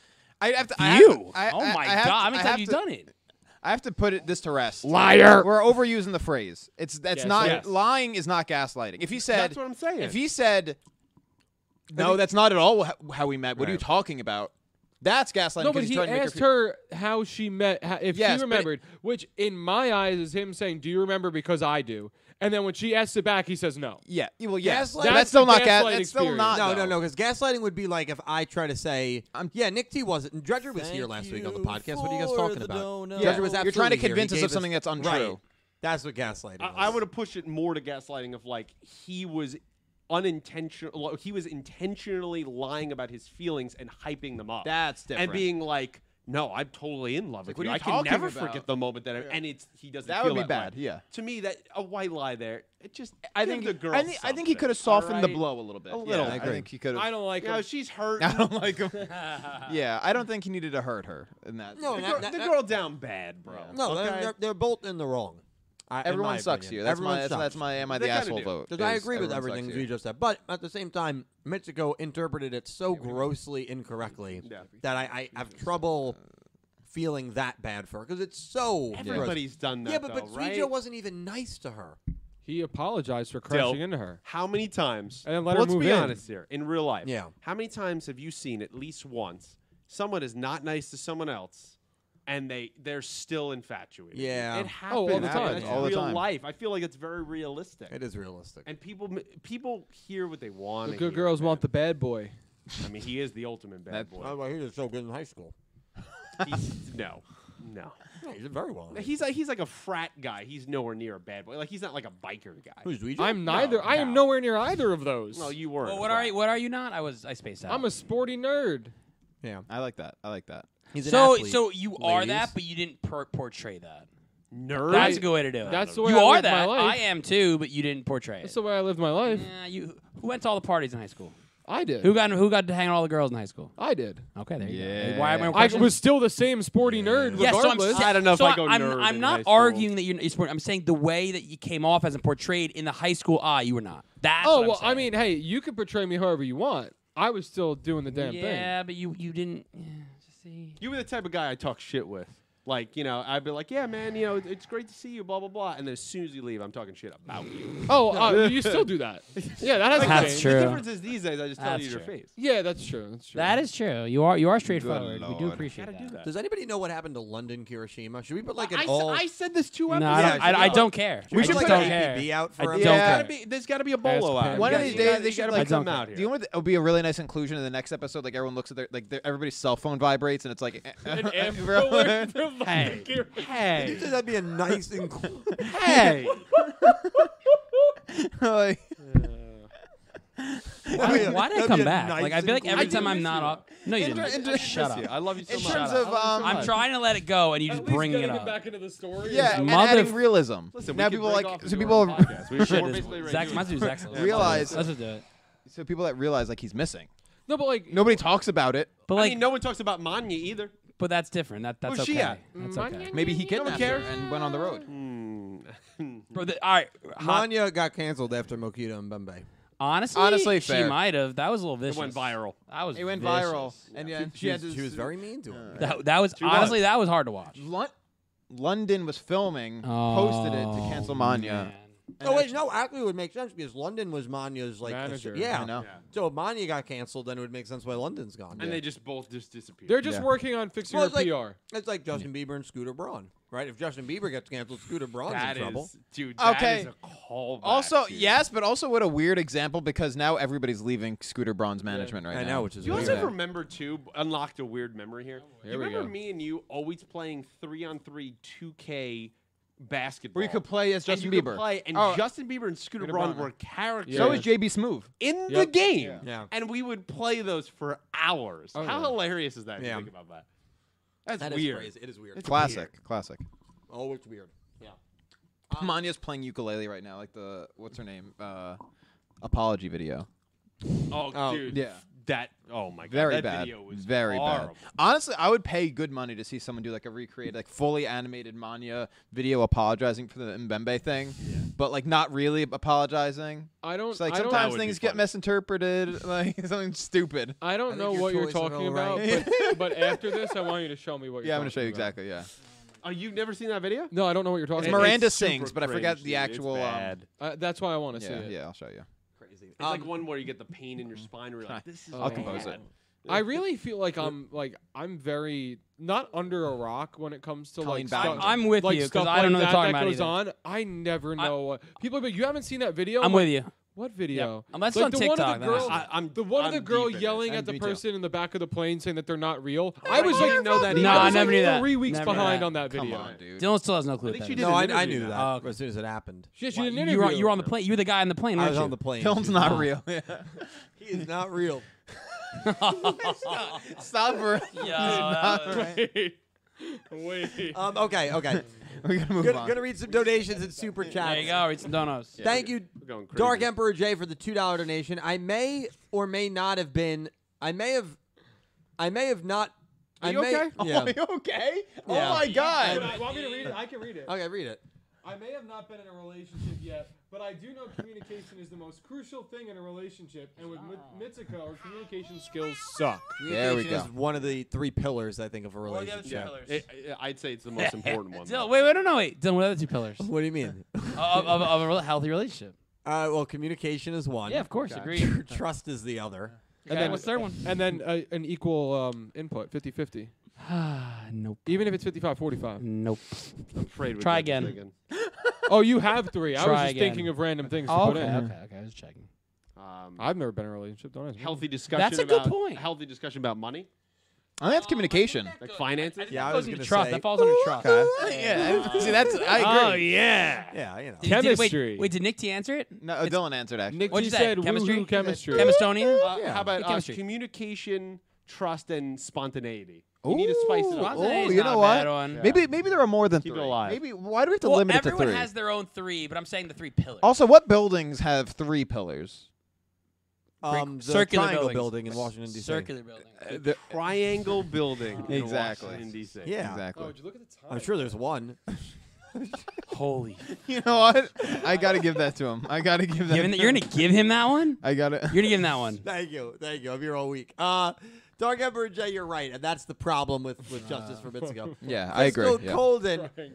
[SPEAKER 2] I have to. I have to-
[SPEAKER 5] you?
[SPEAKER 2] I-
[SPEAKER 5] oh
[SPEAKER 2] I-
[SPEAKER 5] my
[SPEAKER 2] I
[SPEAKER 5] god!
[SPEAKER 2] have to-
[SPEAKER 5] How many times
[SPEAKER 2] I
[SPEAKER 5] have
[SPEAKER 2] have
[SPEAKER 5] you
[SPEAKER 2] to-
[SPEAKER 5] done it?
[SPEAKER 2] I have to put it this to rest.
[SPEAKER 5] Liar.
[SPEAKER 2] We're overusing the phrase. It's that's
[SPEAKER 3] Yes.
[SPEAKER 2] not
[SPEAKER 3] Yes.
[SPEAKER 2] lying is not gaslighting. If he said
[SPEAKER 7] That's what I'm saying.
[SPEAKER 2] If he said no, that's not at all wh- how we met. What are you talking about? That's gaslighting.
[SPEAKER 3] no,
[SPEAKER 2] 'cause
[SPEAKER 3] but
[SPEAKER 2] he's
[SPEAKER 3] he
[SPEAKER 2] trying to make
[SPEAKER 3] asked
[SPEAKER 2] feel-
[SPEAKER 3] her how she met, how, if
[SPEAKER 2] Yes, but
[SPEAKER 3] she
[SPEAKER 2] it-
[SPEAKER 3] remembered, which in my eyes is him saying, "Do you remember?" Because I do. And then when she asks it back, he says no.
[SPEAKER 2] Yeah. yeah, Well, yes.
[SPEAKER 4] Gaslighting-
[SPEAKER 2] That's,
[SPEAKER 3] That's
[SPEAKER 2] still
[SPEAKER 3] the
[SPEAKER 2] not gas.
[SPEAKER 3] gaslight
[SPEAKER 2] That's still not.
[SPEAKER 4] No, no,
[SPEAKER 2] though.
[SPEAKER 4] no, because gaslighting would be like if I try to say, um, yeah, Nick T wasn't. Dredger was here last week on the podcast. What are you guys talking about?
[SPEAKER 2] Yeah.
[SPEAKER 4] Dredger was
[SPEAKER 2] You're
[SPEAKER 4] absolutely
[SPEAKER 2] trying to
[SPEAKER 4] here. He
[SPEAKER 2] convince us
[SPEAKER 4] gave
[SPEAKER 2] of something that's untrue.
[SPEAKER 4] Right. That's what gaslighting is.
[SPEAKER 7] I, I would have pushed it more to gaslighting of like he was unintentional. like, He was intentionally lying about his feelings and hyping them up.
[SPEAKER 2] That's
[SPEAKER 7] and
[SPEAKER 2] different.
[SPEAKER 7] being like, "No, I'm totally in love
[SPEAKER 2] what
[SPEAKER 7] with you.
[SPEAKER 2] are you
[SPEAKER 7] I can
[SPEAKER 2] talking
[SPEAKER 7] never
[SPEAKER 2] about?"
[SPEAKER 7] forget the moment that." I, and it's he doesn't.
[SPEAKER 2] That would
[SPEAKER 7] feel
[SPEAKER 2] be
[SPEAKER 7] way.
[SPEAKER 2] bad, yeah.
[SPEAKER 7] To me, that a white lie there. It just.
[SPEAKER 2] I
[SPEAKER 7] give
[SPEAKER 2] think.
[SPEAKER 7] the girl.
[SPEAKER 2] I think, I think he
[SPEAKER 7] something,
[SPEAKER 2] could have softened the
[SPEAKER 7] alright?
[SPEAKER 2] blow a little bit.
[SPEAKER 7] A little.
[SPEAKER 2] Yeah, I,
[SPEAKER 7] I
[SPEAKER 4] agree.
[SPEAKER 2] think he could have.
[SPEAKER 3] I don't like
[SPEAKER 7] You know,
[SPEAKER 3] him.
[SPEAKER 7] she's hurt.
[SPEAKER 2] I don't like him. yeah, I don't think he needed to hurt her in that.
[SPEAKER 4] No,
[SPEAKER 7] The
[SPEAKER 4] that-
[SPEAKER 7] girl,
[SPEAKER 4] that-
[SPEAKER 7] the
[SPEAKER 4] that-
[SPEAKER 7] girl down bad, bro.
[SPEAKER 4] No, they're-
[SPEAKER 7] Okay?
[SPEAKER 4] they're, they're both in the wrong. I, in
[SPEAKER 2] everyone
[SPEAKER 4] my
[SPEAKER 2] sucks
[SPEAKER 4] opinion.
[SPEAKER 2] you. That's
[SPEAKER 4] everyone
[SPEAKER 2] my. That's,
[SPEAKER 4] sucks.
[SPEAKER 2] that's my. Am I
[SPEAKER 7] They
[SPEAKER 2] the
[SPEAKER 7] kinda
[SPEAKER 2] asshole
[SPEAKER 7] do.
[SPEAKER 2] vote?
[SPEAKER 4] Because I
[SPEAKER 2] is
[SPEAKER 4] agree with
[SPEAKER 2] everyone sucks
[SPEAKER 4] everything
[SPEAKER 2] you.
[SPEAKER 4] you just said, but at the same time, Mitsuko interpreted it so grossly incorrectly
[SPEAKER 7] Yeah.
[SPEAKER 4] that I, I have trouble feeling that bad for her because it's so. gross.
[SPEAKER 7] Everybody's done that.
[SPEAKER 4] Yeah, but
[SPEAKER 7] though,
[SPEAKER 4] but
[SPEAKER 7] right?
[SPEAKER 4] Suijo wasn't even nice to her.
[SPEAKER 3] he apologized for crashing into her.
[SPEAKER 7] How many times?
[SPEAKER 3] And then let her
[SPEAKER 7] let's
[SPEAKER 3] move
[SPEAKER 7] be
[SPEAKER 3] in.
[SPEAKER 7] honest here. In real life,
[SPEAKER 4] Yeah.
[SPEAKER 7] How many times have you seen at least once someone is not nice to someone else, and they they're still infatuated?
[SPEAKER 4] Yeah.
[SPEAKER 7] it
[SPEAKER 3] Oh,
[SPEAKER 7] happens.
[SPEAKER 3] all the time.
[SPEAKER 7] That's
[SPEAKER 2] All the
[SPEAKER 7] real
[SPEAKER 2] time.
[SPEAKER 7] life. I feel like it's very realistic.
[SPEAKER 4] It is realistic.
[SPEAKER 7] And people m- people hear what they want.
[SPEAKER 3] The good girls want the bad boy.
[SPEAKER 7] I mean, he is the ultimate bad
[SPEAKER 2] That's-
[SPEAKER 4] Oh,
[SPEAKER 7] boy.
[SPEAKER 4] well, he was so good in high school.
[SPEAKER 7] He's- no, no.
[SPEAKER 4] Yeah, he did very well. in high
[SPEAKER 7] He's like he's like a frat guy. He's nowhere near a bad boy. Like he's not like a biker guy.
[SPEAKER 4] school. Who's Luigi?
[SPEAKER 3] I'm neither. I am
[SPEAKER 7] no.
[SPEAKER 3] nowhere near either of those.
[SPEAKER 7] well, you were.
[SPEAKER 5] Well, what are you? What are you not? I was. I spaced out.
[SPEAKER 3] I'm a sporty nerd.
[SPEAKER 4] Yeah,
[SPEAKER 2] I like that. I like that.
[SPEAKER 4] he's an
[SPEAKER 5] so
[SPEAKER 4] athlete.
[SPEAKER 5] so you are that,
[SPEAKER 4] ladies.
[SPEAKER 5] but you didn't per- portray that.
[SPEAKER 7] nerd?
[SPEAKER 5] That's a good way to do it.
[SPEAKER 3] That's the
[SPEAKER 5] you
[SPEAKER 3] way I
[SPEAKER 5] are
[SPEAKER 3] lived my
[SPEAKER 5] that.
[SPEAKER 3] life.
[SPEAKER 5] I am too, but you didn't portray it.
[SPEAKER 3] That's the way I lived my life.
[SPEAKER 5] Nah, you who went to all the parties in high school?
[SPEAKER 3] I did.
[SPEAKER 5] Who got who got to hang out all the girls in high school?
[SPEAKER 3] I did.
[SPEAKER 5] Okay, there you
[SPEAKER 2] Yeah.
[SPEAKER 5] go. Why am I?
[SPEAKER 3] I
[SPEAKER 5] questioning-
[SPEAKER 3] was still the same sporty nerd
[SPEAKER 5] Yeah, so I'm,
[SPEAKER 3] regardless.
[SPEAKER 5] sa-
[SPEAKER 7] I don't know if
[SPEAKER 5] so
[SPEAKER 7] I go
[SPEAKER 5] I'm,
[SPEAKER 7] nerd
[SPEAKER 5] I'm
[SPEAKER 7] in
[SPEAKER 5] not
[SPEAKER 7] high school.
[SPEAKER 5] arguing that you're not sport. I'm saying the way that you came off as and portrayed in the high school eye, you were not. That's
[SPEAKER 3] oh
[SPEAKER 5] what I'm
[SPEAKER 3] well, I
[SPEAKER 5] saying.
[SPEAKER 3] mean, hey, you could portray me however you want. I was still doing the damn
[SPEAKER 5] yeah, but you you didn't. Yeah, just see.
[SPEAKER 7] You were the type of guy I talk shit with. Like, you know, I'd be like, yeah, man, you know, it- it's great to see you, blah, blah, blah. And then as soon as you leave, I'm talking shit about you.
[SPEAKER 3] thing. Oh, uh, you still do that. Yeah, that hasn't
[SPEAKER 5] That's
[SPEAKER 3] changed.
[SPEAKER 5] true.
[SPEAKER 7] The difference is these days, I just tell
[SPEAKER 5] That's
[SPEAKER 7] you to your
[SPEAKER 5] true.
[SPEAKER 7] face.
[SPEAKER 3] Yeah, that's true. That's true.
[SPEAKER 5] That is true. You are you are straightforward. We do
[SPEAKER 2] lord.
[SPEAKER 5] appreciate
[SPEAKER 7] Gotta do that.
[SPEAKER 4] Does anybody know what happened to London, Kirishima? Should we put like an
[SPEAKER 7] I, s-
[SPEAKER 4] all?
[SPEAKER 7] I said this two
[SPEAKER 5] No,
[SPEAKER 7] episodes
[SPEAKER 5] I
[SPEAKER 4] Yeah,
[SPEAKER 5] don't,
[SPEAKER 4] I should
[SPEAKER 5] I, I
[SPEAKER 4] go.
[SPEAKER 5] don't care.
[SPEAKER 4] Should we
[SPEAKER 5] I
[SPEAKER 4] put
[SPEAKER 5] just
[SPEAKER 4] like
[SPEAKER 5] don't
[SPEAKER 4] an
[SPEAKER 5] care.
[SPEAKER 4] APB out
[SPEAKER 5] I
[SPEAKER 4] for
[SPEAKER 5] don't
[SPEAKER 4] everyone?
[SPEAKER 2] care.
[SPEAKER 7] Gotta be, there's got to be a bolo
[SPEAKER 3] Ask
[SPEAKER 7] out.
[SPEAKER 3] Pam.
[SPEAKER 2] One
[SPEAKER 7] You
[SPEAKER 2] of
[SPEAKER 7] guys-
[SPEAKER 2] these
[SPEAKER 7] you
[SPEAKER 2] days,
[SPEAKER 7] gotta-
[SPEAKER 2] they
[SPEAKER 7] you
[SPEAKER 2] should
[SPEAKER 7] gotta
[SPEAKER 2] like
[SPEAKER 7] come
[SPEAKER 5] don't
[SPEAKER 7] out
[SPEAKER 2] Do
[SPEAKER 7] here.
[SPEAKER 2] you know what? It'll be a really nice inclusion in the next episode. Like everyone looks at their like their, everybody's cell phone vibrates and it's like eh,
[SPEAKER 3] An
[SPEAKER 2] everyone-
[SPEAKER 3] Amber
[SPEAKER 5] Hey,
[SPEAKER 4] You said that'd be a nice and cool.
[SPEAKER 5] hey.
[SPEAKER 2] Like,
[SPEAKER 5] Why, why did I
[SPEAKER 4] That'd
[SPEAKER 5] come
[SPEAKER 4] be a
[SPEAKER 5] back?
[SPEAKER 4] nice
[SPEAKER 5] like I feel
[SPEAKER 4] and
[SPEAKER 5] like every
[SPEAKER 4] cool-
[SPEAKER 5] time I'm not up. No, you didn't.
[SPEAKER 2] inter-
[SPEAKER 5] Shut up.
[SPEAKER 7] I love you so
[SPEAKER 2] in
[SPEAKER 7] much.
[SPEAKER 2] terms of um,
[SPEAKER 5] I'm trying to let it go, and you just
[SPEAKER 3] At least
[SPEAKER 5] bring it
[SPEAKER 3] getting
[SPEAKER 5] up.
[SPEAKER 3] back into the story.
[SPEAKER 2] yeah, and
[SPEAKER 5] Mother-
[SPEAKER 2] adding realism.
[SPEAKER 7] Listen, we
[SPEAKER 2] now
[SPEAKER 7] could
[SPEAKER 2] people like
[SPEAKER 7] break off and
[SPEAKER 2] so
[SPEAKER 7] do our
[SPEAKER 2] people
[SPEAKER 7] own podcast. We-
[SPEAKER 5] Shit,
[SPEAKER 7] we're
[SPEAKER 5] this-
[SPEAKER 7] basically right
[SPEAKER 5] Zach,
[SPEAKER 7] here.
[SPEAKER 5] mine's do Zach's. list.
[SPEAKER 2] Realize-
[SPEAKER 5] Let's just do it.
[SPEAKER 2] so people that realize like he's missing.
[SPEAKER 3] No, but like
[SPEAKER 2] Nobody talks about it.
[SPEAKER 5] But
[SPEAKER 7] I
[SPEAKER 5] like,
[SPEAKER 7] mean, no one talks about Manya either.
[SPEAKER 5] but that's different. That that's
[SPEAKER 2] Oh,
[SPEAKER 7] Where's
[SPEAKER 5] okay.
[SPEAKER 7] she at?
[SPEAKER 5] That's okay.
[SPEAKER 2] Maybe
[SPEAKER 7] Mm,
[SPEAKER 2] he kidnapped her and went on the road.
[SPEAKER 5] Mm. Bro, the, all right. Hot,
[SPEAKER 4] Manya got canceled after Mokito and Bombay.
[SPEAKER 5] honestly,
[SPEAKER 2] Honestly,
[SPEAKER 5] she
[SPEAKER 2] fair.
[SPEAKER 5] might have. That was a little vicious.
[SPEAKER 7] It went viral.
[SPEAKER 5] That was.
[SPEAKER 2] It went
[SPEAKER 5] vicious.
[SPEAKER 2] viral, and yeah, she,
[SPEAKER 4] She,
[SPEAKER 2] had
[SPEAKER 4] was,
[SPEAKER 2] to.
[SPEAKER 4] she was very mean to him.
[SPEAKER 5] That, that was honestly that was hard to watch.
[SPEAKER 2] Lon- London was filming, posted it to
[SPEAKER 5] Oh,
[SPEAKER 2] cancel Manya.
[SPEAKER 4] Oh wait, no, actually, it would make sense because London was Manya's like
[SPEAKER 3] Manager.
[SPEAKER 4] Yeah,
[SPEAKER 7] Oh.
[SPEAKER 2] I know.
[SPEAKER 4] So if Manya got canceled, then it would make sense why London's gone.
[SPEAKER 7] And they just both just disappeared.
[SPEAKER 3] they're just
[SPEAKER 2] Yeah.
[SPEAKER 3] working on fixing
[SPEAKER 4] Well,
[SPEAKER 3] her
[SPEAKER 4] it's like-
[SPEAKER 3] PR.
[SPEAKER 4] it's like Justin Bieber and Scooter Braun, right? If Justin Bieber gets canceled, Scooter Braun's
[SPEAKER 7] That
[SPEAKER 4] in trouble.
[SPEAKER 7] is- dude. that
[SPEAKER 2] Okay.
[SPEAKER 7] is a callback.
[SPEAKER 2] Also,
[SPEAKER 7] dude.
[SPEAKER 2] yes, but also what a weird example because now everybody's leaving Scooter Braun's management right
[SPEAKER 4] I
[SPEAKER 2] now.
[SPEAKER 4] know, which is
[SPEAKER 7] Do you
[SPEAKER 4] weird.
[SPEAKER 7] also remember too? b- Unlocked a weird memory here. Do you
[SPEAKER 2] Here we
[SPEAKER 7] remember
[SPEAKER 2] go.
[SPEAKER 7] me and you always playing three on three, two K basketball?
[SPEAKER 2] where you could play as
[SPEAKER 7] And
[SPEAKER 2] Justin
[SPEAKER 7] you could
[SPEAKER 2] Bieber.
[SPEAKER 7] play, and
[SPEAKER 2] Oh,
[SPEAKER 7] Justin Bieber and Scooter
[SPEAKER 2] Scooter
[SPEAKER 7] Braun
[SPEAKER 2] Braun.
[SPEAKER 7] were characters
[SPEAKER 2] so is JB Smoove.
[SPEAKER 7] in the
[SPEAKER 3] Yep.
[SPEAKER 7] game,
[SPEAKER 4] Yeah.
[SPEAKER 7] and we would play those for hours.
[SPEAKER 2] Oh,
[SPEAKER 7] How hilarious is that? if you
[SPEAKER 4] Yeah.
[SPEAKER 7] Think about that. That's
[SPEAKER 4] That is
[SPEAKER 7] weird.
[SPEAKER 4] crazy. It is weird.
[SPEAKER 2] Classic, classic.
[SPEAKER 4] oh, it's weird. Yeah. Uh,
[SPEAKER 2] Manya's playing ukulele right now, like the what's her name uh, apology video.
[SPEAKER 7] Oh,
[SPEAKER 4] Oh,
[SPEAKER 7] dude.
[SPEAKER 2] yeah.
[SPEAKER 7] That. Oh my god.
[SPEAKER 2] Very
[SPEAKER 7] that
[SPEAKER 2] bad.
[SPEAKER 7] Video was
[SPEAKER 2] Very
[SPEAKER 7] horrible.
[SPEAKER 2] bad. Honestly, I would pay good money to see someone do like a recreated, like fully animated Manya video apologizing for the Mbembe thing, but like not really apologizing.
[SPEAKER 3] I don't.
[SPEAKER 2] It's like
[SPEAKER 3] I don't,
[SPEAKER 2] sometimes
[SPEAKER 7] would be
[SPEAKER 2] things get
[SPEAKER 7] funny.
[SPEAKER 2] misinterpreted, like something stupid.
[SPEAKER 3] I don't
[SPEAKER 4] think
[SPEAKER 3] know
[SPEAKER 4] your
[SPEAKER 3] what you're
[SPEAKER 4] choice of
[SPEAKER 3] talking
[SPEAKER 4] all
[SPEAKER 3] about,
[SPEAKER 4] right.
[SPEAKER 3] but, but after this, I want you to show me what.
[SPEAKER 2] Yeah, I'm
[SPEAKER 3] going
[SPEAKER 2] gonna
[SPEAKER 3] to
[SPEAKER 2] show you
[SPEAKER 3] about.
[SPEAKER 2] exactly. Yeah,
[SPEAKER 7] Oh, you've never seen that video?
[SPEAKER 3] No, I don't know what you're talking
[SPEAKER 2] It's
[SPEAKER 3] about.
[SPEAKER 2] Miranda
[SPEAKER 7] super
[SPEAKER 2] sings, but I forgot
[SPEAKER 7] cringe,
[SPEAKER 2] the
[SPEAKER 7] dude. It's
[SPEAKER 2] actual, um,
[SPEAKER 7] bad.
[SPEAKER 3] Uh, that's why I want to see
[SPEAKER 2] yeah,
[SPEAKER 3] it.
[SPEAKER 2] yeah. I'll show you.
[SPEAKER 4] Crazy. Um,
[SPEAKER 7] It's like one where you get the pain in your spine. Where you're like, this is.
[SPEAKER 2] I'll compose it.
[SPEAKER 3] I really feel like I'm like I'm very not under a rock when it comes to
[SPEAKER 2] Colleen
[SPEAKER 3] like stuff,
[SPEAKER 2] Ballinger.
[SPEAKER 5] I'm with
[SPEAKER 3] like
[SPEAKER 5] you
[SPEAKER 3] stuff
[SPEAKER 5] because
[SPEAKER 3] like
[SPEAKER 5] I don't know what
[SPEAKER 3] that,
[SPEAKER 5] they're talking
[SPEAKER 3] that
[SPEAKER 5] about
[SPEAKER 3] goes
[SPEAKER 5] either.
[SPEAKER 3] on. I never know what people. But you haven't seen that video.
[SPEAKER 5] I'm
[SPEAKER 3] Like,
[SPEAKER 5] with you.
[SPEAKER 3] What video?
[SPEAKER 5] Unless it's
[SPEAKER 3] like
[SPEAKER 5] on TikTok,
[SPEAKER 3] the One of the
[SPEAKER 5] then I
[SPEAKER 3] girl,
[SPEAKER 5] see it.
[SPEAKER 7] I, am
[SPEAKER 3] the one
[SPEAKER 7] i
[SPEAKER 3] of the girl yelling
[SPEAKER 2] this.
[SPEAKER 3] at the
[SPEAKER 2] Me too.
[SPEAKER 3] person in the back of the plane saying that they're not real. I was like,
[SPEAKER 7] didn't know that
[SPEAKER 5] No,
[SPEAKER 7] either.
[SPEAKER 5] I
[SPEAKER 3] was,
[SPEAKER 5] never
[SPEAKER 3] like,
[SPEAKER 5] knew that.
[SPEAKER 3] Three weeks
[SPEAKER 5] Never knew
[SPEAKER 3] behind
[SPEAKER 5] that.
[SPEAKER 3] on that video.
[SPEAKER 2] Come on, dude.
[SPEAKER 5] Dylan still has no clue.
[SPEAKER 7] I
[SPEAKER 5] what
[SPEAKER 7] think
[SPEAKER 5] that
[SPEAKER 7] she
[SPEAKER 5] is.
[SPEAKER 7] did
[SPEAKER 4] No,
[SPEAKER 7] an
[SPEAKER 4] I, I
[SPEAKER 7] interview
[SPEAKER 4] knew that
[SPEAKER 7] now.
[SPEAKER 5] Oh, okay.
[SPEAKER 4] as soon as it happened.
[SPEAKER 3] She, she did an
[SPEAKER 5] You
[SPEAKER 3] interview.
[SPEAKER 5] were, you were on the plane. You were the guy on the plane,
[SPEAKER 4] I
[SPEAKER 5] weren't
[SPEAKER 4] was
[SPEAKER 5] you?
[SPEAKER 4] on the plane.
[SPEAKER 2] Film's
[SPEAKER 4] She-
[SPEAKER 2] not real.
[SPEAKER 4] He is not real.
[SPEAKER 2] Stop her.
[SPEAKER 3] Wait, wait.
[SPEAKER 4] Um, okay, okay.
[SPEAKER 2] We're gonna move
[SPEAKER 4] gonna,
[SPEAKER 2] on.
[SPEAKER 4] gonna read some donations and super chats.
[SPEAKER 5] There you go. It's donuts.
[SPEAKER 4] Thank you,
[SPEAKER 7] We're going crazy.
[SPEAKER 4] Dark Emperor J, for the two dollar donation. I may or may not have been. I may have. I may have not. I
[SPEAKER 2] you
[SPEAKER 4] may.
[SPEAKER 2] okay?
[SPEAKER 4] Yeah.
[SPEAKER 2] Are you okay?
[SPEAKER 4] Yeah.
[SPEAKER 2] Oh my god.
[SPEAKER 3] want me to read it? I can read
[SPEAKER 2] Oh,
[SPEAKER 3] it.
[SPEAKER 4] Okay, read it.
[SPEAKER 3] I may have not been in a relationship yet, but I do know communication is the most crucial thing in a relationship, and with Mi- Mitsuko, her communication skills suck.
[SPEAKER 2] There we
[SPEAKER 4] Communication
[SPEAKER 2] go.
[SPEAKER 4] Is one of the three pillars I think of a relationship.
[SPEAKER 7] Yeah. It- it- I'd say it's the most important one.
[SPEAKER 5] Dylan, wait, wait, no, no, wait. Dylan, what are the two pillars
[SPEAKER 4] What do you mean? uh,
[SPEAKER 5] of, of, of a rel- healthy relationship?
[SPEAKER 4] well, communication is one.
[SPEAKER 5] Yeah, of course. Agree.
[SPEAKER 4] Trust is the other.
[SPEAKER 5] And
[SPEAKER 3] then-
[SPEAKER 5] then what's the third one?
[SPEAKER 3] And then uh, an equal um, input, 50 50.
[SPEAKER 5] nope.
[SPEAKER 3] Even if it's 55 45.
[SPEAKER 5] Nope.
[SPEAKER 7] I'm afraid we're
[SPEAKER 5] Try
[SPEAKER 7] doing this
[SPEAKER 5] again.
[SPEAKER 3] Oh, you have three. I was
[SPEAKER 5] Try
[SPEAKER 3] just
[SPEAKER 5] again.
[SPEAKER 3] thinking of random things to put
[SPEAKER 5] Oh, Okay,
[SPEAKER 3] in.
[SPEAKER 5] okay, okay. I was checking.
[SPEAKER 7] Um,
[SPEAKER 3] I've never been in a relationship, don't I?
[SPEAKER 7] healthy discussion.
[SPEAKER 5] That's a good
[SPEAKER 7] about-
[SPEAKER 5] point.
[SPEAKER 7] Healthy discussion about money,
[SPEAKER 2] I think that's communication.
[SPEAKER 7] like finances.
[SPEAKER 4] Yeah, I
[SPEAKER 5] That
[SPEAKER 4] was
[SPEAKER 5] goes into
[SPEAKER 4] gonna
[SPEAKER 5] trust.
[SPEAKER 4] say-
[SPEAKER 5] That falls under trust.
[SPEAKER 2] yeah. I- See, that's I agree.
[SPEAKER 7] yeah.
[SPEAKER 4] Yeah, you know.
[SPEAKER 5] Did- did- wait,
[SPEAKER 3] Chemistry.
[SPEAKER 5] Wait, did Nick T answer it?
[SPEAKER 2] No, uh, Dylan answered actually.
[SPEAKER 3] Nick
[SPEAKER 5] What'd
[SPEAKER 3] T
[SPEAKER 5] you say?
[SPEAKER 3] said,
[SPEAKER 5] Chemistry?
[SPEAKER 3] woohoo, chemistry.
[SPEAKER 5] Chemistonia?
[SPEAKER 7] Uh, How about
[SPEAKER 5] Good
[SPEAKER 7] uh,
[SPEAKER 5] chemistry.
[SPEAKER 7] communication, trust, and spontaneity? You need to spice it up.
[SPEAKER 5] Ooh.
[SPEAKER 2] Oh,
[SPEAKER 5] Spontaneity is
[SPEAKER 2] you
[SPEAKER 5] not
[SPEAKER 2] know
[SPEAKER 5] a
[SPEAKER 2] what?
[SPEAKER 5] bad one.
[SPEAKER 2] Maybe maybe there are more than
[SPEAKER 7] Keep it
[SPEAKER 2] three.
[SPEAKER 7] alive.
[SPEAKER 2] Maybe why do we have to
[SPEAKER 5] well,
[SPEAKER 2] limit it to
[SPEAKER 5] everyone
[SPEAKER 2] three?
[SPEAKER 5] has their own three, but I'm saying the three pillars.
[SPEAKER 2] also, what buildings have three pillars?
[SPEAKER 4] Um, the
[SPEAKER 5] circular
[SPEAKER 4] triangle
[SPEAKER 5] buildings.
[SPEAKER 4] building in Washington D.C.
[SPEAKER 5] circular building.
[SPEAKER 2] the,
[SPEAKER 7] Triangle building. in
[SPEAKER 2] Exactly.
[SPEAKER 7] Washington, D.C.
[SPEAKER 4] Yeah.
[SPEAKER 2] Exactly.
[SPEAKER 3] Oh, did you look at the time?
[SPEAKER 4] I'm sure there's one.
[SPEAKER 5] Holy.
[SPEAKER 2] You know what? I gotta give that to him. I gotta give that.
[SPEAKER 5] Given
[SPEAKER 2] to
[SPEAKER 5] that- you're
[SPEAKER 2] him.
[SPEAKER 5] gonna give him that one?
[SPEAKER 2] I gotta.
[SPEAKER 5] You're gonna give him that one.
[SPEAKER 4] Thank you, thank you. I'm here all week. Uh, Dark Emperor J, you're right, and that's the problem with with Justice for Mitsuko.
[SPEAKER 2] yeah, I agree.
[SPEAKER 4] Crystal
[SPEAKER 2] yeah.
[SPEAKER 4] Colden,
[SPEAKER 5] Thank,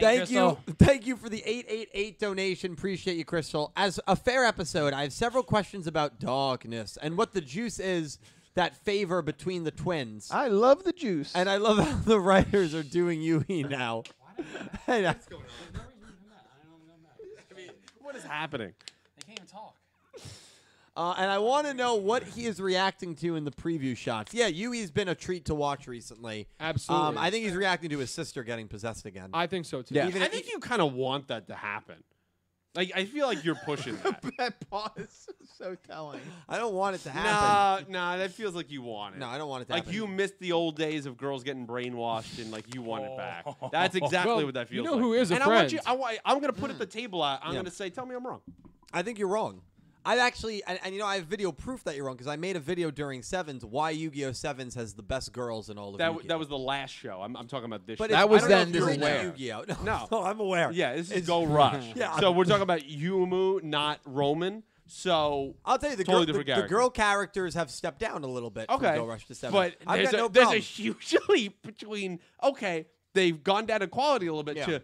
[SPEAKER 4] Thank you,
[SPEAKER 5] Crystal.
[SPEAKER 4] thank you for the eight eight eight donation. Appreciate you, Crystal. As a fair episode, I have several questions about darkness and what the juice is that favor between the twins.
[SPEAKER 2] I love the juice.
[SPEAKER 4] and I love how the writers are doing Yui now. And I-
[SPEAKER 7] What is happening?
[SPEAKER 5] They can't even talk.
[SPEAKER 4] Uh, and I want to know what he is reacting to in the preview shots. Yeah, Yui's been a treat to watch recently.
[SPEAKER 3] Absolutely.
[SPEAKER 4] Um, I think he's reacting to his sister getting possessed again.
[SPEAKER 3] I think so too.
[SPEAKER 2] Yeah.
[SPEAKER 4] Even
[SPEAKER 7] I
[SPEAKER 4] if- e-
[SPEAKER 7] think you kind of want that to happen. Like I feel like you're pushing that.
[SPEAKER 2] that pause is so telling.
[SPEAKER 4] I don't want it to happen.
[SPEAKER 7] nah, nah, that feels like you want it.
[SPEAKER 4] No, I don't want it to
[SPEAKER 7] Like
[SPEAKER 4] happen.
[SPEAKER 7] you missed the old days of girls getting brainwashed and like you want it back. That's exactly
[SPEAKER 3] Well,
[SPEAKER 7] what that
[SPEAKER 3] you
[SPEAKER 7] feels
[SPEAKER 3] know
[SPEAKER 7] like.
[SPEAKER 3] who is a
[SPEAKER 7] and I want you.
[SPEAKER 3] friend.
[SPEAKER 7] I want, I'm gonna put at the table out. I'm
[SPEAKER 4] Yeah.
[SPEAKER 7] gonna say, tell me I'm wrong.
[SPEAKER 4] I think you're wrong. I've actually, and, and you know, I have video proof that you're wrong because I made a video during Sevens why Yu-Gi-Oh Sevens has the best girls in all of
[SPEAKER 7] That
[SPEAKER 4] Yu-Gi-Oh.
[SPEAKER 7] w- that was the last show. I'm, I'm talking about this.
[SPEAKER 4] but
[SPEAKER 7] show.
[SPEAKER 4] it's-
[SPEAKER 2] That
[SPEAKER 4] I
[SPEAKER 2] was
[SPEAKER 4] don't know
[SPEAKER 2] then,
[SPEAKER 4] if
[SPEAKER 2] this
[SPEAKER 4] you're
[SPEAKER 2] is
[SPEAKER 4] into
[SPEAKER 2] where.
[SPEAKER 4] Yu-Gi-Oh. No,
[SPEAKER 7] No.
[SPEAKER 4] I'm aware.
[SPEAKER 7] yeah, this is Go Rush.
[SPEAKER 4] Yeah.
[SPEAKER 7] So we're talking about Yumu, not Roman. So
[SPEAKER 4] I'll tell you the
[SPEAKER 7] Totally
[SPEAKER 4] girl, the-
[SPEAKER 7] different
[SPEAKER 4] the,
[SPEAKER 7] character.
[SPEAKER 4] girl characters have stepped down a little bit.
[SPEAKER 7] okay,
[SPEAKER 4] from Go Rush to Seven.
[SPEAKER 7] But
[SPEAKER 4] I've
[SPEAKER 7] there's,
[SPEAKER 4] got
[SPEAKER 7] a,
[SPEAKER 4] no
[SPEAKER 7] there's a
[SPEAKER 4] problem.
[SPEAKER 7] huge leap between okay, they've gone down in quality a little bit
[SPEAKER 4] Yeah.
[SPEAKER 7] to,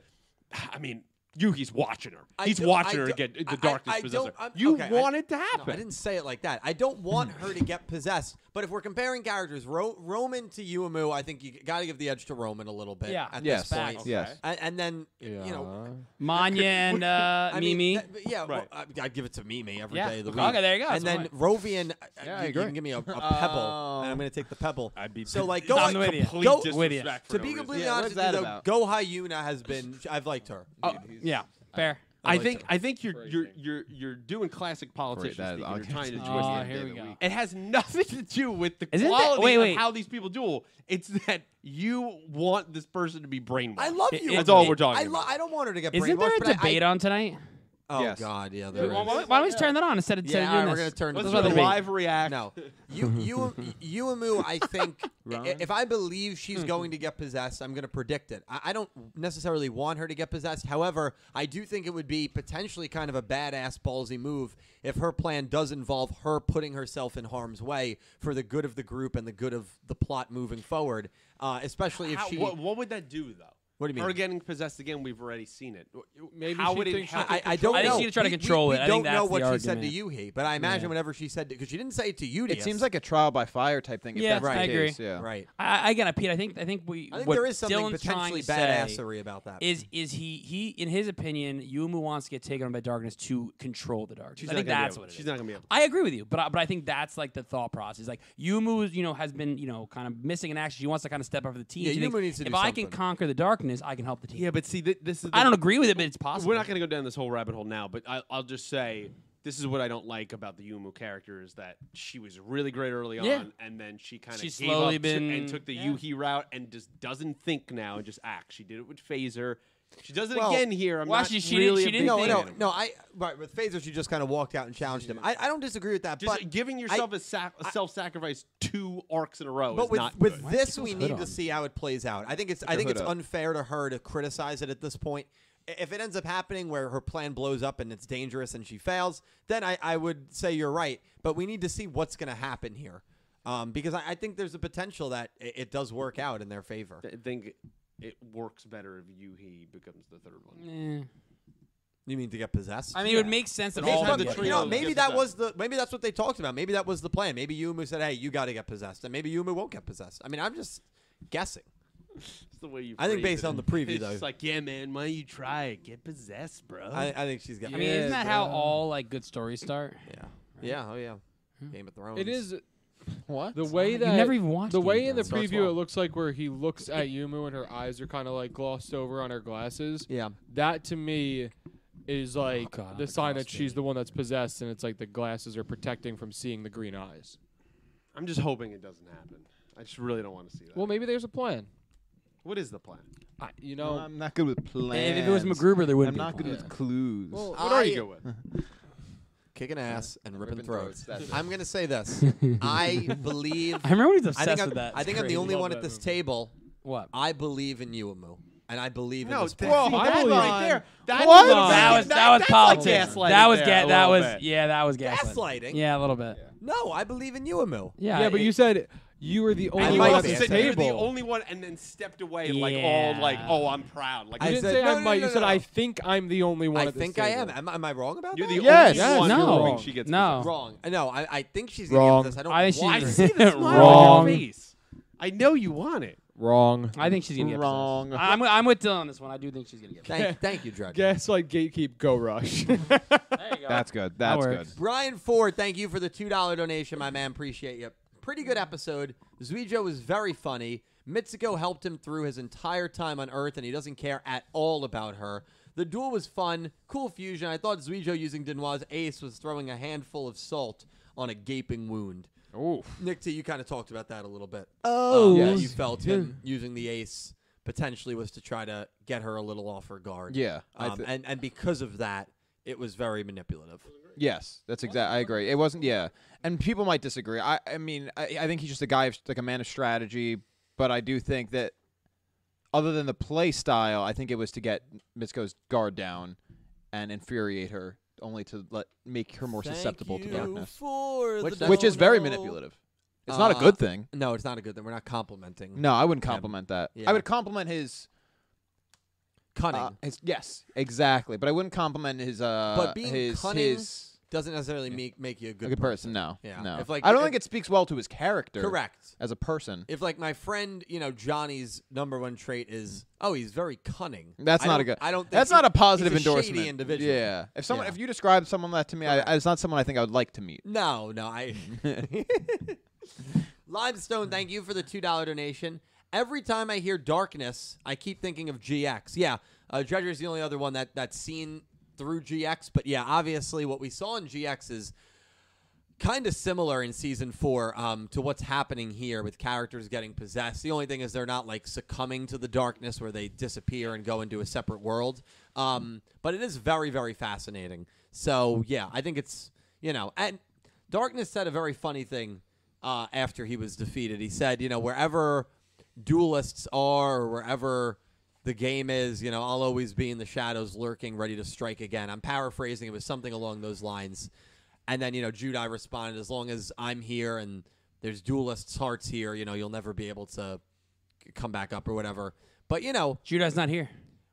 [SPEAKER 7] I mean, Yugi's watching her.
[SPEAKER 4] I
[SPEAKER 7] He's
[SPEAKER 4] don't-
[SPEAKER 7] watching
[SPEAKER 4] I
[SPEAKER 7] her
[SPEAKER 4] don't-
[SPEAKER 7] get
[SPEAKER 4] I- I-
[SPEAKER 7] the darkness
[SPEAKER 4] I
[SPEAKER 7] possessor.
[SPEAKER 4] don't- I'm-
[SPEAKER 7] You
[SPEAKER 4] okay, I-
[SPEAKER 7] want it to
[SPEAKER 4] No,
[SPEAKER 7] happen.
[SPEAKER 4] I didn't say it like that. I don't want her to get possessed. But if we're comparing characters, Ro- Roman to Uemu, I think you got to give the edge to Roman a little bit.
[SPEAKER 5] Yeah.
[SPEAKER 4] At
[SPEAKER 2] Yes.
[SPEAKER 4] this point.
[SPEAKER 2] Okay. Yes.
[SPEAKER 4] And, and then you know,
[SPEAKER 5] Manya and uh,
[SPEAKER 4] I mean,
[SPEAKER 5] Mimi.
[SPEAKER 4] that- but yeah, well,
[SPEAKER 7] Right.
[SPEAKER 4] I- I'd give it to Mimi every day
[SPEAKER 5] Yeah.
[SPEAKER 4] of the week.
[SPEAKER 5] Okay, there you go.
[SPEAKER 4] And
[SPEAKER 5] That's
[SPEAKER 4] then
[SPEAKER 5] fine.
[SPEAKER 4] Rovian, uh,
[SPEAKER 2] Yeah, I
[SPEAKER 4] you, you
[SPEAKER 2] agree.
[SPEAKER 4] can give me a, a pebble, and I'm going to take the pebble.
[SPEAKER 7] I'd be
[SPEAKER 4] so like
[SPEAKER 7] I'm
[SPEAKER 4] go
[SPEAKER 5] I'm with you.
[SPEAKER 7] complete
[SPEAKER 4] Go-
[SPEAKER 7] disrespect for
[SPEAKER 4] to
[SPEAKER 7] no
[SPEAKER 4] be
[SPEAKER 7] reason.
[SPEAKER 4] completely
[SPEAKER 2] Yeah, what's
[SPEAKER 4] honest with
[SPEAKER 2] that
[SPEAKER 4] you, though,
[SPEAKER 2] about?
[SPEAKER 4] Go Hyuna has been. I've liked her.
[SPEAKER 5] Oh, yeah, fair.
[SPEAKER 7] I
[SPEAKER 4] like
[SPEAKER 7] think
[SPEAKER 4] her.
[SPEAKER 7] I think you're you're you're you're doing classic politicians.
[SPEAKER 2] that is
[SPEAKER 7] thinking you're
[SPEAKER 2] awesome.
[SPEAKER 7] trying to twist
[SPEAKER 5] Ah,
[SPEAKER 7] it.
[SPEAKER 5] here we go.
[SPEAKER 7] It has nothing to do with the
[SPEAKER 5] Isn't that-
[SPEAKER 7] quality
[SPEAKER 5] wait, wait.
[SPEAKER 7] of how these people duel. It's that you want this person to be brainwashed.
[SPEAKER 4] I love
[SPEAKER 5] It-
[SPEAKER 4] you.
[SPEAKER 5] it-
[SPEAKER 7] That's all
[SPEAKER 5] it-
[SPEAKER 7] we're talking
[SPEAKER 4] I, lo-
[SPEAKER 7] about.
[SPEAKER 4] I don't want her to get.
[SPEAKER 5] Isn't there
[SPEAKER 4] brainwashed,
[SPEAKER 5] a
[SPEAKER 4] but I-
[SPEAKER 5] debate
[SPEAKER 4] I,
[SPEAKER 5] on tonight?
[SPEAKER 4] Oh
[SPEAKER 2] Yes.
[SPEAKER 4] God, yeah, there is.
[SPEAKER 5] Why don't we just turn that on instead of
[SPEAKER 4] Yeah,
[SPEAKER 5] instead of
[SPEAKER 4] all right,
[SPEAKER 5] doing
[SPEAKER 4] we're
[SPEAKER 5] this?
[SPEAKER 4] gonna turn
[SPEAKER 7] Let's
[SPEAKER 4] this
[SPEAKER 5] That's
[SPEAKER 7] do
[SPEAKER 5] what
[SPEAKER 7] the
[SPEAKER 5] I mean.
[SPEAKER 7] live react.
[SPEAKER 4] No, you you you Uemu, I think i- if I believe
[SPEAKER 5] Hmm.
[SPEAKER 4] she's going to get possessed, I'm going to predict it. I, I don't necessarily want her to get possessed. However, I do think it would be potentially kind of a badass ballsy move if her plan does involve her putting herself in harm's way for the good of the group and the good of the plot moving forward. Uh, especially if
[SPEAKER 7] How-
[SPEAKER 4] she,
[SPEAKER 7] what, what would that do though?
[SPEAKER 4] What do you mean?
[SPEAKER 7] Her getting possessed again? We've already seen it.
[SPEAKER 3] Maybe
[SPEAKER 7] How
[SPEAKER 3] she
[SPEAKER 7] would it
[SPEAKER 3] thinks she
[SPEAKER 7] help?
[SPEAKER 3] can
[SPEAKER 4] I, I don't
[SPEAKER 5] I think
[SPEAKER 4] know.
[SPEAKER 5] she's gonna try to
[SPEAKER 4] We- we-
[SPEAKER 5] control
[SPEAKER 4] we
[SPEAKER 5] it. I
[SPEAKER 4] don't
[SPEAKER 5] think
[SPEAKER 4] know
[SPEAKER 5] that's
[SPEAKER 4] what
[SPEAKER 5] the
[SPEAKER 4] she said to
[SPEAKER 5] argument.
[SPEAKER 4] Yuhi, but I imagine whenever she said because she didn't say it to Yuhi.
[SPEAKER 2] It seems like a trial by fire type thing. If
[SPEAKER 5] Yeah,
[SPEAKER 2] that's the
[SPEAKER 5] I agree.
[SPEAKER 2] case, Yeah.
[SPEAKER 4] right.
[SPEAKER 5] I, I get it, Pete. I think I think we.
[SPEAKER 4] I think
[SPEAKER 5] what
[SPEAKER 4] there is something
[SPEAKER 5] Dylan's trying
[SPEAKER 4] potentially
[SPEAKER 5] to say
[SPEAKER 4] badassery about that.
[SPEAKER 5] Is is he he in his opinion, Yumu wants to get taken on by darkness to control the darkness.
[SPEAKER 7] She's
[SPEAKER 5] I
[SPEAKER 7] not
[SPEAKER 5] think
[SPEAKER 7] gonna be
[SPEAKER 5] that's
[SPEAKER 7] able-
[SPEAKER 5] what it is.
[SPEAKER 7] she's not gonna be able to.
[SPEAKER 5] I agree with you, but I, but I think that's like the thought process. Like Yumu, is, you know, has been you know kind of missing in action. She wants to kind of step up for the team.
[SPEAKER 4] Yeah,
[SPEAKER 5] She thinks,
[SPEAKER 4] Yumu needs to
[SPEAKER 5] If
[SPEAKER 4] do
[SPEAKER 5] I can
[SPEAKER 4] something."
[SPEAKER 5] conquer the darkness, I can help the team.
[SPEAKER 7] Yeah, but see, th- this is.
[SPEAKER 5] I
[SPEAKER 7] the-
[SPEAKER 5] don't agree with it, but it's possible.
[SPEAKER 7] We're not going to go down this whole rabbit hole now, but I, I'll just say this is what I don't like about the Yumu character is that she was really great early on,
[SPEAKER 5] Yeah.
[SPEAKER 7] and then she kind of
[SPEAKER 5] She's
[SPEAKER 7] gave
[SPEAKER 5] slowly
[SPEAKER 7] up
[SPEAKER 5] been-
[SPEAKER 7] to, and took the
[SPEAKER 5] yeah.
[SPEAKER 7] Yuhi route and just doesn't think now and just acts. She did it with Phaser. She does it
[SPEAKER 4] Well-
[SPEAKER 7] again here. I'm
[SPEAKER 5] Well,
[SPEAKER 7] not
[SPEAKER 5] she- she didn't-
[SPEAKER 7] really
[SPEAKER 5] she
[SPEAKER 7] a
[SPEAKER 5] didn't
[SPEAKER 7] big
[SPEAKER 4] No,
[SPEAKER 5] think-
[SPEAKER 7] fan
[SPEAKER 4] no,
[SPEAKER 7] of it.
[SPEAKER 4] no. I right with Phaser, she just kind of walked out and challenged him. I, I don't disagree with that,
[SPEAKER 7] Just
[SPEAKER 4] but
[SPEAKER 7] giving yourself a sac- a self-sacrifice two arcs in a row
[SPEAKER 4] but
[SPEAKER 7] is
[SPEAKER 4] with
[SPEAKER 7] not
[SPEAKER 4] with
[SPEAKER 7] good.
[SPEAKER 4] this, we
[SPEAKER 5] hood
[SPEAKER 4] need to
[SPEAKER 5] on?
[SPEAKER 4] see how it plays out. I think it's I
[SPEAKER 2] your
[SPEAKER 4] think
[SPEAKER 2] hood
[SPEAKER 4] it's
[SPEAKER 2] up.
[SPEAKER 4] unfair to her to criticize it at this point. I- If it ends up happening where her plan blows up and it's dangerous and she fails, then I, I would say you're right. But we need to see what's going to happen here, um, because I, I think there's a potential that it, it does work out in their favor.
[SPEAKER 7] I think it works better if Yuhi becomes the third one.
[SPEAKER 5] Eh.
[SPEAKER 4] You mean to get possessed?
[SPEAKER 5] I mean, it would make sense at
[SPEAKER 7] Based
[SPEAKER 5] all.
[SPEAKER 7] on
[SPEAKER 5] to
[SPEAKER 7] the
[SPEAKER 5] me.
[SPEAKER 4] you know,
[SPEAKER 7] trio
[SPEAKER 4] maybe
[SPEAKER 7] gets
[SPEAKER 4] that
[SPEAKER 7] possessed.
[SPEAKER 4] was the maybe that's what they talked about. Maybe that was the plan. Maybe Yumu said, "Hey, you got to get possessed," and maybe Yumu won't get possessed. I mean, I'm just guessing.
[SPEAKER 7] It's the way you.
[SPEAKER 4] I think
[SPEAKER 7] phrase
[SPEAKER 4] based
[SPEAKER 7] it.
[SPEAKER 4] on the preview,
[SPEAKER 7] it's
[SPEAKER 4] though.
[SPEAKER 7] just like, yeah, man, why don't you try it? Get possessed, bro.
[SPEAKER 4] I, I think she's getting.
[SPEAKER 5] I mean, isn't that how all like good stories start?
[SPEAKER 4] yeah, yeah, oh yeah, Game of Thrones.
[SPEAKER 3] It is
[SPEAKER 2] What?
[SPEAKER 3] the way
[SPEAKER 5] You
[SPEAKER 3] that
[SPEAKER 5] never even watched
[SPEAKER 3] the
[SPEAKER 5] Game
[SPEAKER 3] way
[SPEAKER 5] of
[SPEAKER 3] in the
[SPEAKER 4] Thrones. Starts
[SPEAKER 3] preview.
[SPEAKER 4] well.
[SPEAKER 3] It looks like where he looks at Yumu and her eyes are kind of like glossed over on her glasses.
[SPEAKER 4] Yeah.
[SPEAKER 3] that to me is like
[SPEAKER 5] God,
[SPEAKER 3] the
[SPEAKER 5] the
[SPEAKER 3] sign that
[SPEAKER 5] gloss
[SPEAKER 3] she's the one that's possessed, and it's like the glasses are protecting from seeing the green eyes.
[SPEAKER 7] I'm just hoping it doesn't happen. I just really don't want to see that.
[SPEAKER 3] Well, maybe there's a plan.
[SPEAKER 7] what is the plan?
[SPEAKER 3] I, you know,
[SPEAKER 2] I'm not good with plans.
[SPEAKER 5] If it was MacGruber, there wouldn't
[SPEAKER 2] I'm
[SPEAKER 5] be a
[SPEAKER 2] not good
[SPEAKER 5] plan.
[SPEAKER 2] with clues.
[SPEAKER 3] Well,
[SPEAKER 7] What are you
[SPEAKER 4] I-
[SPEAKER 7] good with?
[SPEAKER 4] kicking ass and ripping,
[SPEAKER 2] ripping
[SPEAKER 4] throats.
[SPEAKER 2] throats, that's it.
[SPEAKER 4] I'm gonna say this. I believe.
[SPEAKER 5] I remember he was
[SPEAKER 4] I
[SPEAKER 5] obsessed
[SPEAKER 4] think I'm,
[SPEAKER 5] with that.
[SPEAKER 4] I think I'm the only
[SPEAKER 3] Love
[SPEAKER 4] one at
[SPEAKER 3] that
[SPEAKER 4] this
[SPEAKER 3] movie.
[SPEAKER 4] table.
[SPEAKER 5] what?
[SPEAKER 4] I believe in Yumu, and I believe in
[SPEAKER 7] No,
[SPEAKER 4] this.
[SPEAKER 7] that,
[SPEAKER 4] plan.
[SPEAKER 7] see,
[SPEAKER 3] I
[SPEAKER 7] that
[SPEAKER 3] believe-
[SPEAKER 7] right there. That's
[SPEAKER 2] What?
[SPEAKER 7] little-
[SPEAKER 5] that
[SPEAKER 2] That
[SPEAKER 5] was that was
[SPEAKER 7] that's
[SPEAKER 5] politics.
[SPEAKER 7] Like gaslighting
[SPEAKER 5] that was
[SPEAKER 7] there
[SPEAKER 5] ga-
[SPEAKER 7] a
[SPEAKER 5] that
[SPEAKER 7] little
[SPEAKER 5] was
[SPEAKER 7] bit.
[SPEAKER 5] yeah that was gaslighting.
[SPEAKER 4] Gaslighting?
[SPEAKER 5] Yeah, a little bit.
[SPEAKER 4] No, I believe in Yumu.
[SPEAKER 5] Yeah,
[SPEAKER 3] yeah, but
[SPEAKER 5] it-
[SPEAKER 3] you said you were the
[SPEAKER 4] I
[SPEAKER 3] only
[SPEAKER 7] You
[SPEAKER 3] one
[SPEAKER 4] might
[SPEAKER 3] at
[SPEAKER 7] also
[SPEAKER 4] be.
[SPEAKER 3] this
[SPEAKER 7] said you're
[SPEAKER 3] table.
[SPEAKER 7] the only one, and then stepped away like all
[SPEAKER 5] Yeah.
[SPEAKER 7] like, oh, I'm proud. Like
[SPEAKER 4] I
[SPEAKER 3] you
[SPEAKER 7] you're
[SPEAKER 3] didn't
[SPEAKER 4] said-
[SPEAKER 3] say
[SPEAKER 4] no,
[SPEAKER 3] I
[SPEAKER 4] no,
[SPEAKER 3] might.
[SPEAKER 4] no,
[SPEAKER 3] you
[SPEAKER 4] no,
[SPEAKER 3] said
[SPEAKER 4] no.
[SPEAKER 3] I think I'm the only one.
[SPEAKER 4] I
[SPEAKER 3] at this
[SPEAKER 4] think I
[SPEAKER 3] table."
[SPEAKER 4] am. Am, I- am I wrong about
[SPEAKER 7] the
[SPEAKER 4] that?
[SPEAKER 7] only
[SPEAKER 3] Yes.
[SPEAKER 7] one
[SPEAKER 5] No.
[SPEAKER 7] who thinks she gets.
[SPEAKER 5] No.
[SPEAKER 7] possessed.
[SPEAKER 4] Wrong. No, I, I think she's
[SPEAKER 3] Wrong.
[SPEAKER 4] Gonna get this. I don't.
[SPEAKER 5] Oh. I think she's
[SPEAKER 4] want
[SPEAKER 7] I
[SPEAKER 4] it.
[SPEAKER 7] see the smile on
[SPEAKER 5] Wrong.
[SPEAKER 7] your face. I know you want it.
[SPEAKER 3] Wrong.
[SPEAKER 5] I think she's gonna get
[SPEAKER 2] Wrong.
[SPEAKER 5] Possessed. I'm I'm with Dylan on this one. I do think she's gonna get. Possessed.
[SPEAKER 4] Thank, thank you, Drudge.
[SPEAKER 3] Guess like gatekeep go rush.
[SPEAKER 5] There you go.
[SPEAKER 2] That's good. That's good.
[SPEAKER 5] works.
[SPEAKER 4] Brian Ford, thank you for the two dollar donation, my man. Appreciate you. Pretty good episode. Zuijo was very funny. Mitsuko helped him through his entire time on Earth, and he doesn't care at all about her. The duel was fun, cool fusion. I thought Zuijo using Denois' ace was throwing a handful of salt on a gaping wound.
[SPEAKER 2] Ooh.
[SPEAKER 4] Nick T, you kind of talked about that a little bit.
[SPEAKER 5] Oh,
[SPEAKER 4] Um,
[SPEAKER 5] yes.
[SPEAKER 4] you felt him using the ace potentially was to try to get her a little off her guard.
[SPEAKER 2] Yeah, I
[SPEAKER 4] um,
[SPEAKER 2] thi-
[SPEAKER 4] and and because of that, it was very manipulative.
[SPEAKER 2] Yes, that's exactly. I agree. It wasn't. Yeah, and people might disagree. I, I mean, I, I think he's just a guy, of, like a man of strategy. But I do think that, other than the play style, I think it was to get Mitsuko's guard down and infuriate her, only to let make her more susceptiple to darkness,
[SPEAKER 4] which,
[SPEAKER 2] which is very manipulative. It's not a
[SPEAKER 4] Uh,
[SPEAKER 2] good thing.
[SPEAKER 4] No, it's not a good thing. We're not complimenting.
[SPEAKER 2] No, uh, I wouldn't compliment that.
[SPEAKER 4] Yeah.
[SPEAKER 2] I would compliment his,
[SPEAKER 4] Cunning
[SPEAKER 2] uh, his. Yes, exactly. But I wouldn't compliment his. Uh,
[SPEAKER 4] But being
[SPEAKER 2] his,
[SPEAKER 4] cunning-
[SPEAKER 2] his
[SPEAKER 4] doesn't necessarily make make you a
[SPEAKER 2] a
[SPEAKER 4] good,
[SPEAKER 2] good person. No,
[SPEAKER 4] Yeah.
[SPEAKER 2] no.
[SPEAKER 4] If, like,
[SPEAKER 2] I don't
[SPEAKER 4] if-
[SPEAKER 2] think it speaks well to his character.
[SPEAKER 4] Correct.
[SPEAKER 2] as a person.
[SPEAKER 4] If like my friend, you know, Johnny's number one trait is oh he's very cunning.
[SPEAKER 2] That's
[SPEAKER 4] I
[SPEAKER 2] not a
[SPEAKER 4] don't-
[SPEAKER 2] good.
[SPEAKER 4] I don't. Think
[SPEAKER 2] that's
[SPEAKER 4] he-
[SPEAKER 2] not a positive
[SPEAKER 4] he's a
[SPEAKER 2] endorsement.
[SPEAKER 4] Shady individual.
[SPEAKER 2] Yeah. If someone,
[SPEAKER 4] Yeah.
[SPEAKER 2] if you describe someone that to me, I, I, it's not someone I think I would like to meet.
[SPEAKER 4] No, no, I. Limestone, thank you for the two dollar donation. Every time I hear darkness, I keep thinking of GX. Yeah, uh, Dredger is the only other one that that's seen through GX. But yeah, obviously, what we saw in GX is kind of similar in season four um, to what's happening here with characters getting possessed. The only thing is they're not like succumbing to the darkness where they disappear and go into a separate world. Um, but it is very, very fascinating. So yeah, I think it's you know, and darkness said a very funny thing uh, after he was defeated. He said, you know, wherever duelists are or wherever the game is, you know, I'll always be in the shadows lurking, ready to strike again. I'm paraphrasing. It was something along those lines. And then, you know, Judai responded, as long as I'm here and there's duelists' hearts here, you know, you'll never be able to c- come back up or whatever. But, you know,
[SPEAKER 5] Judah's not here.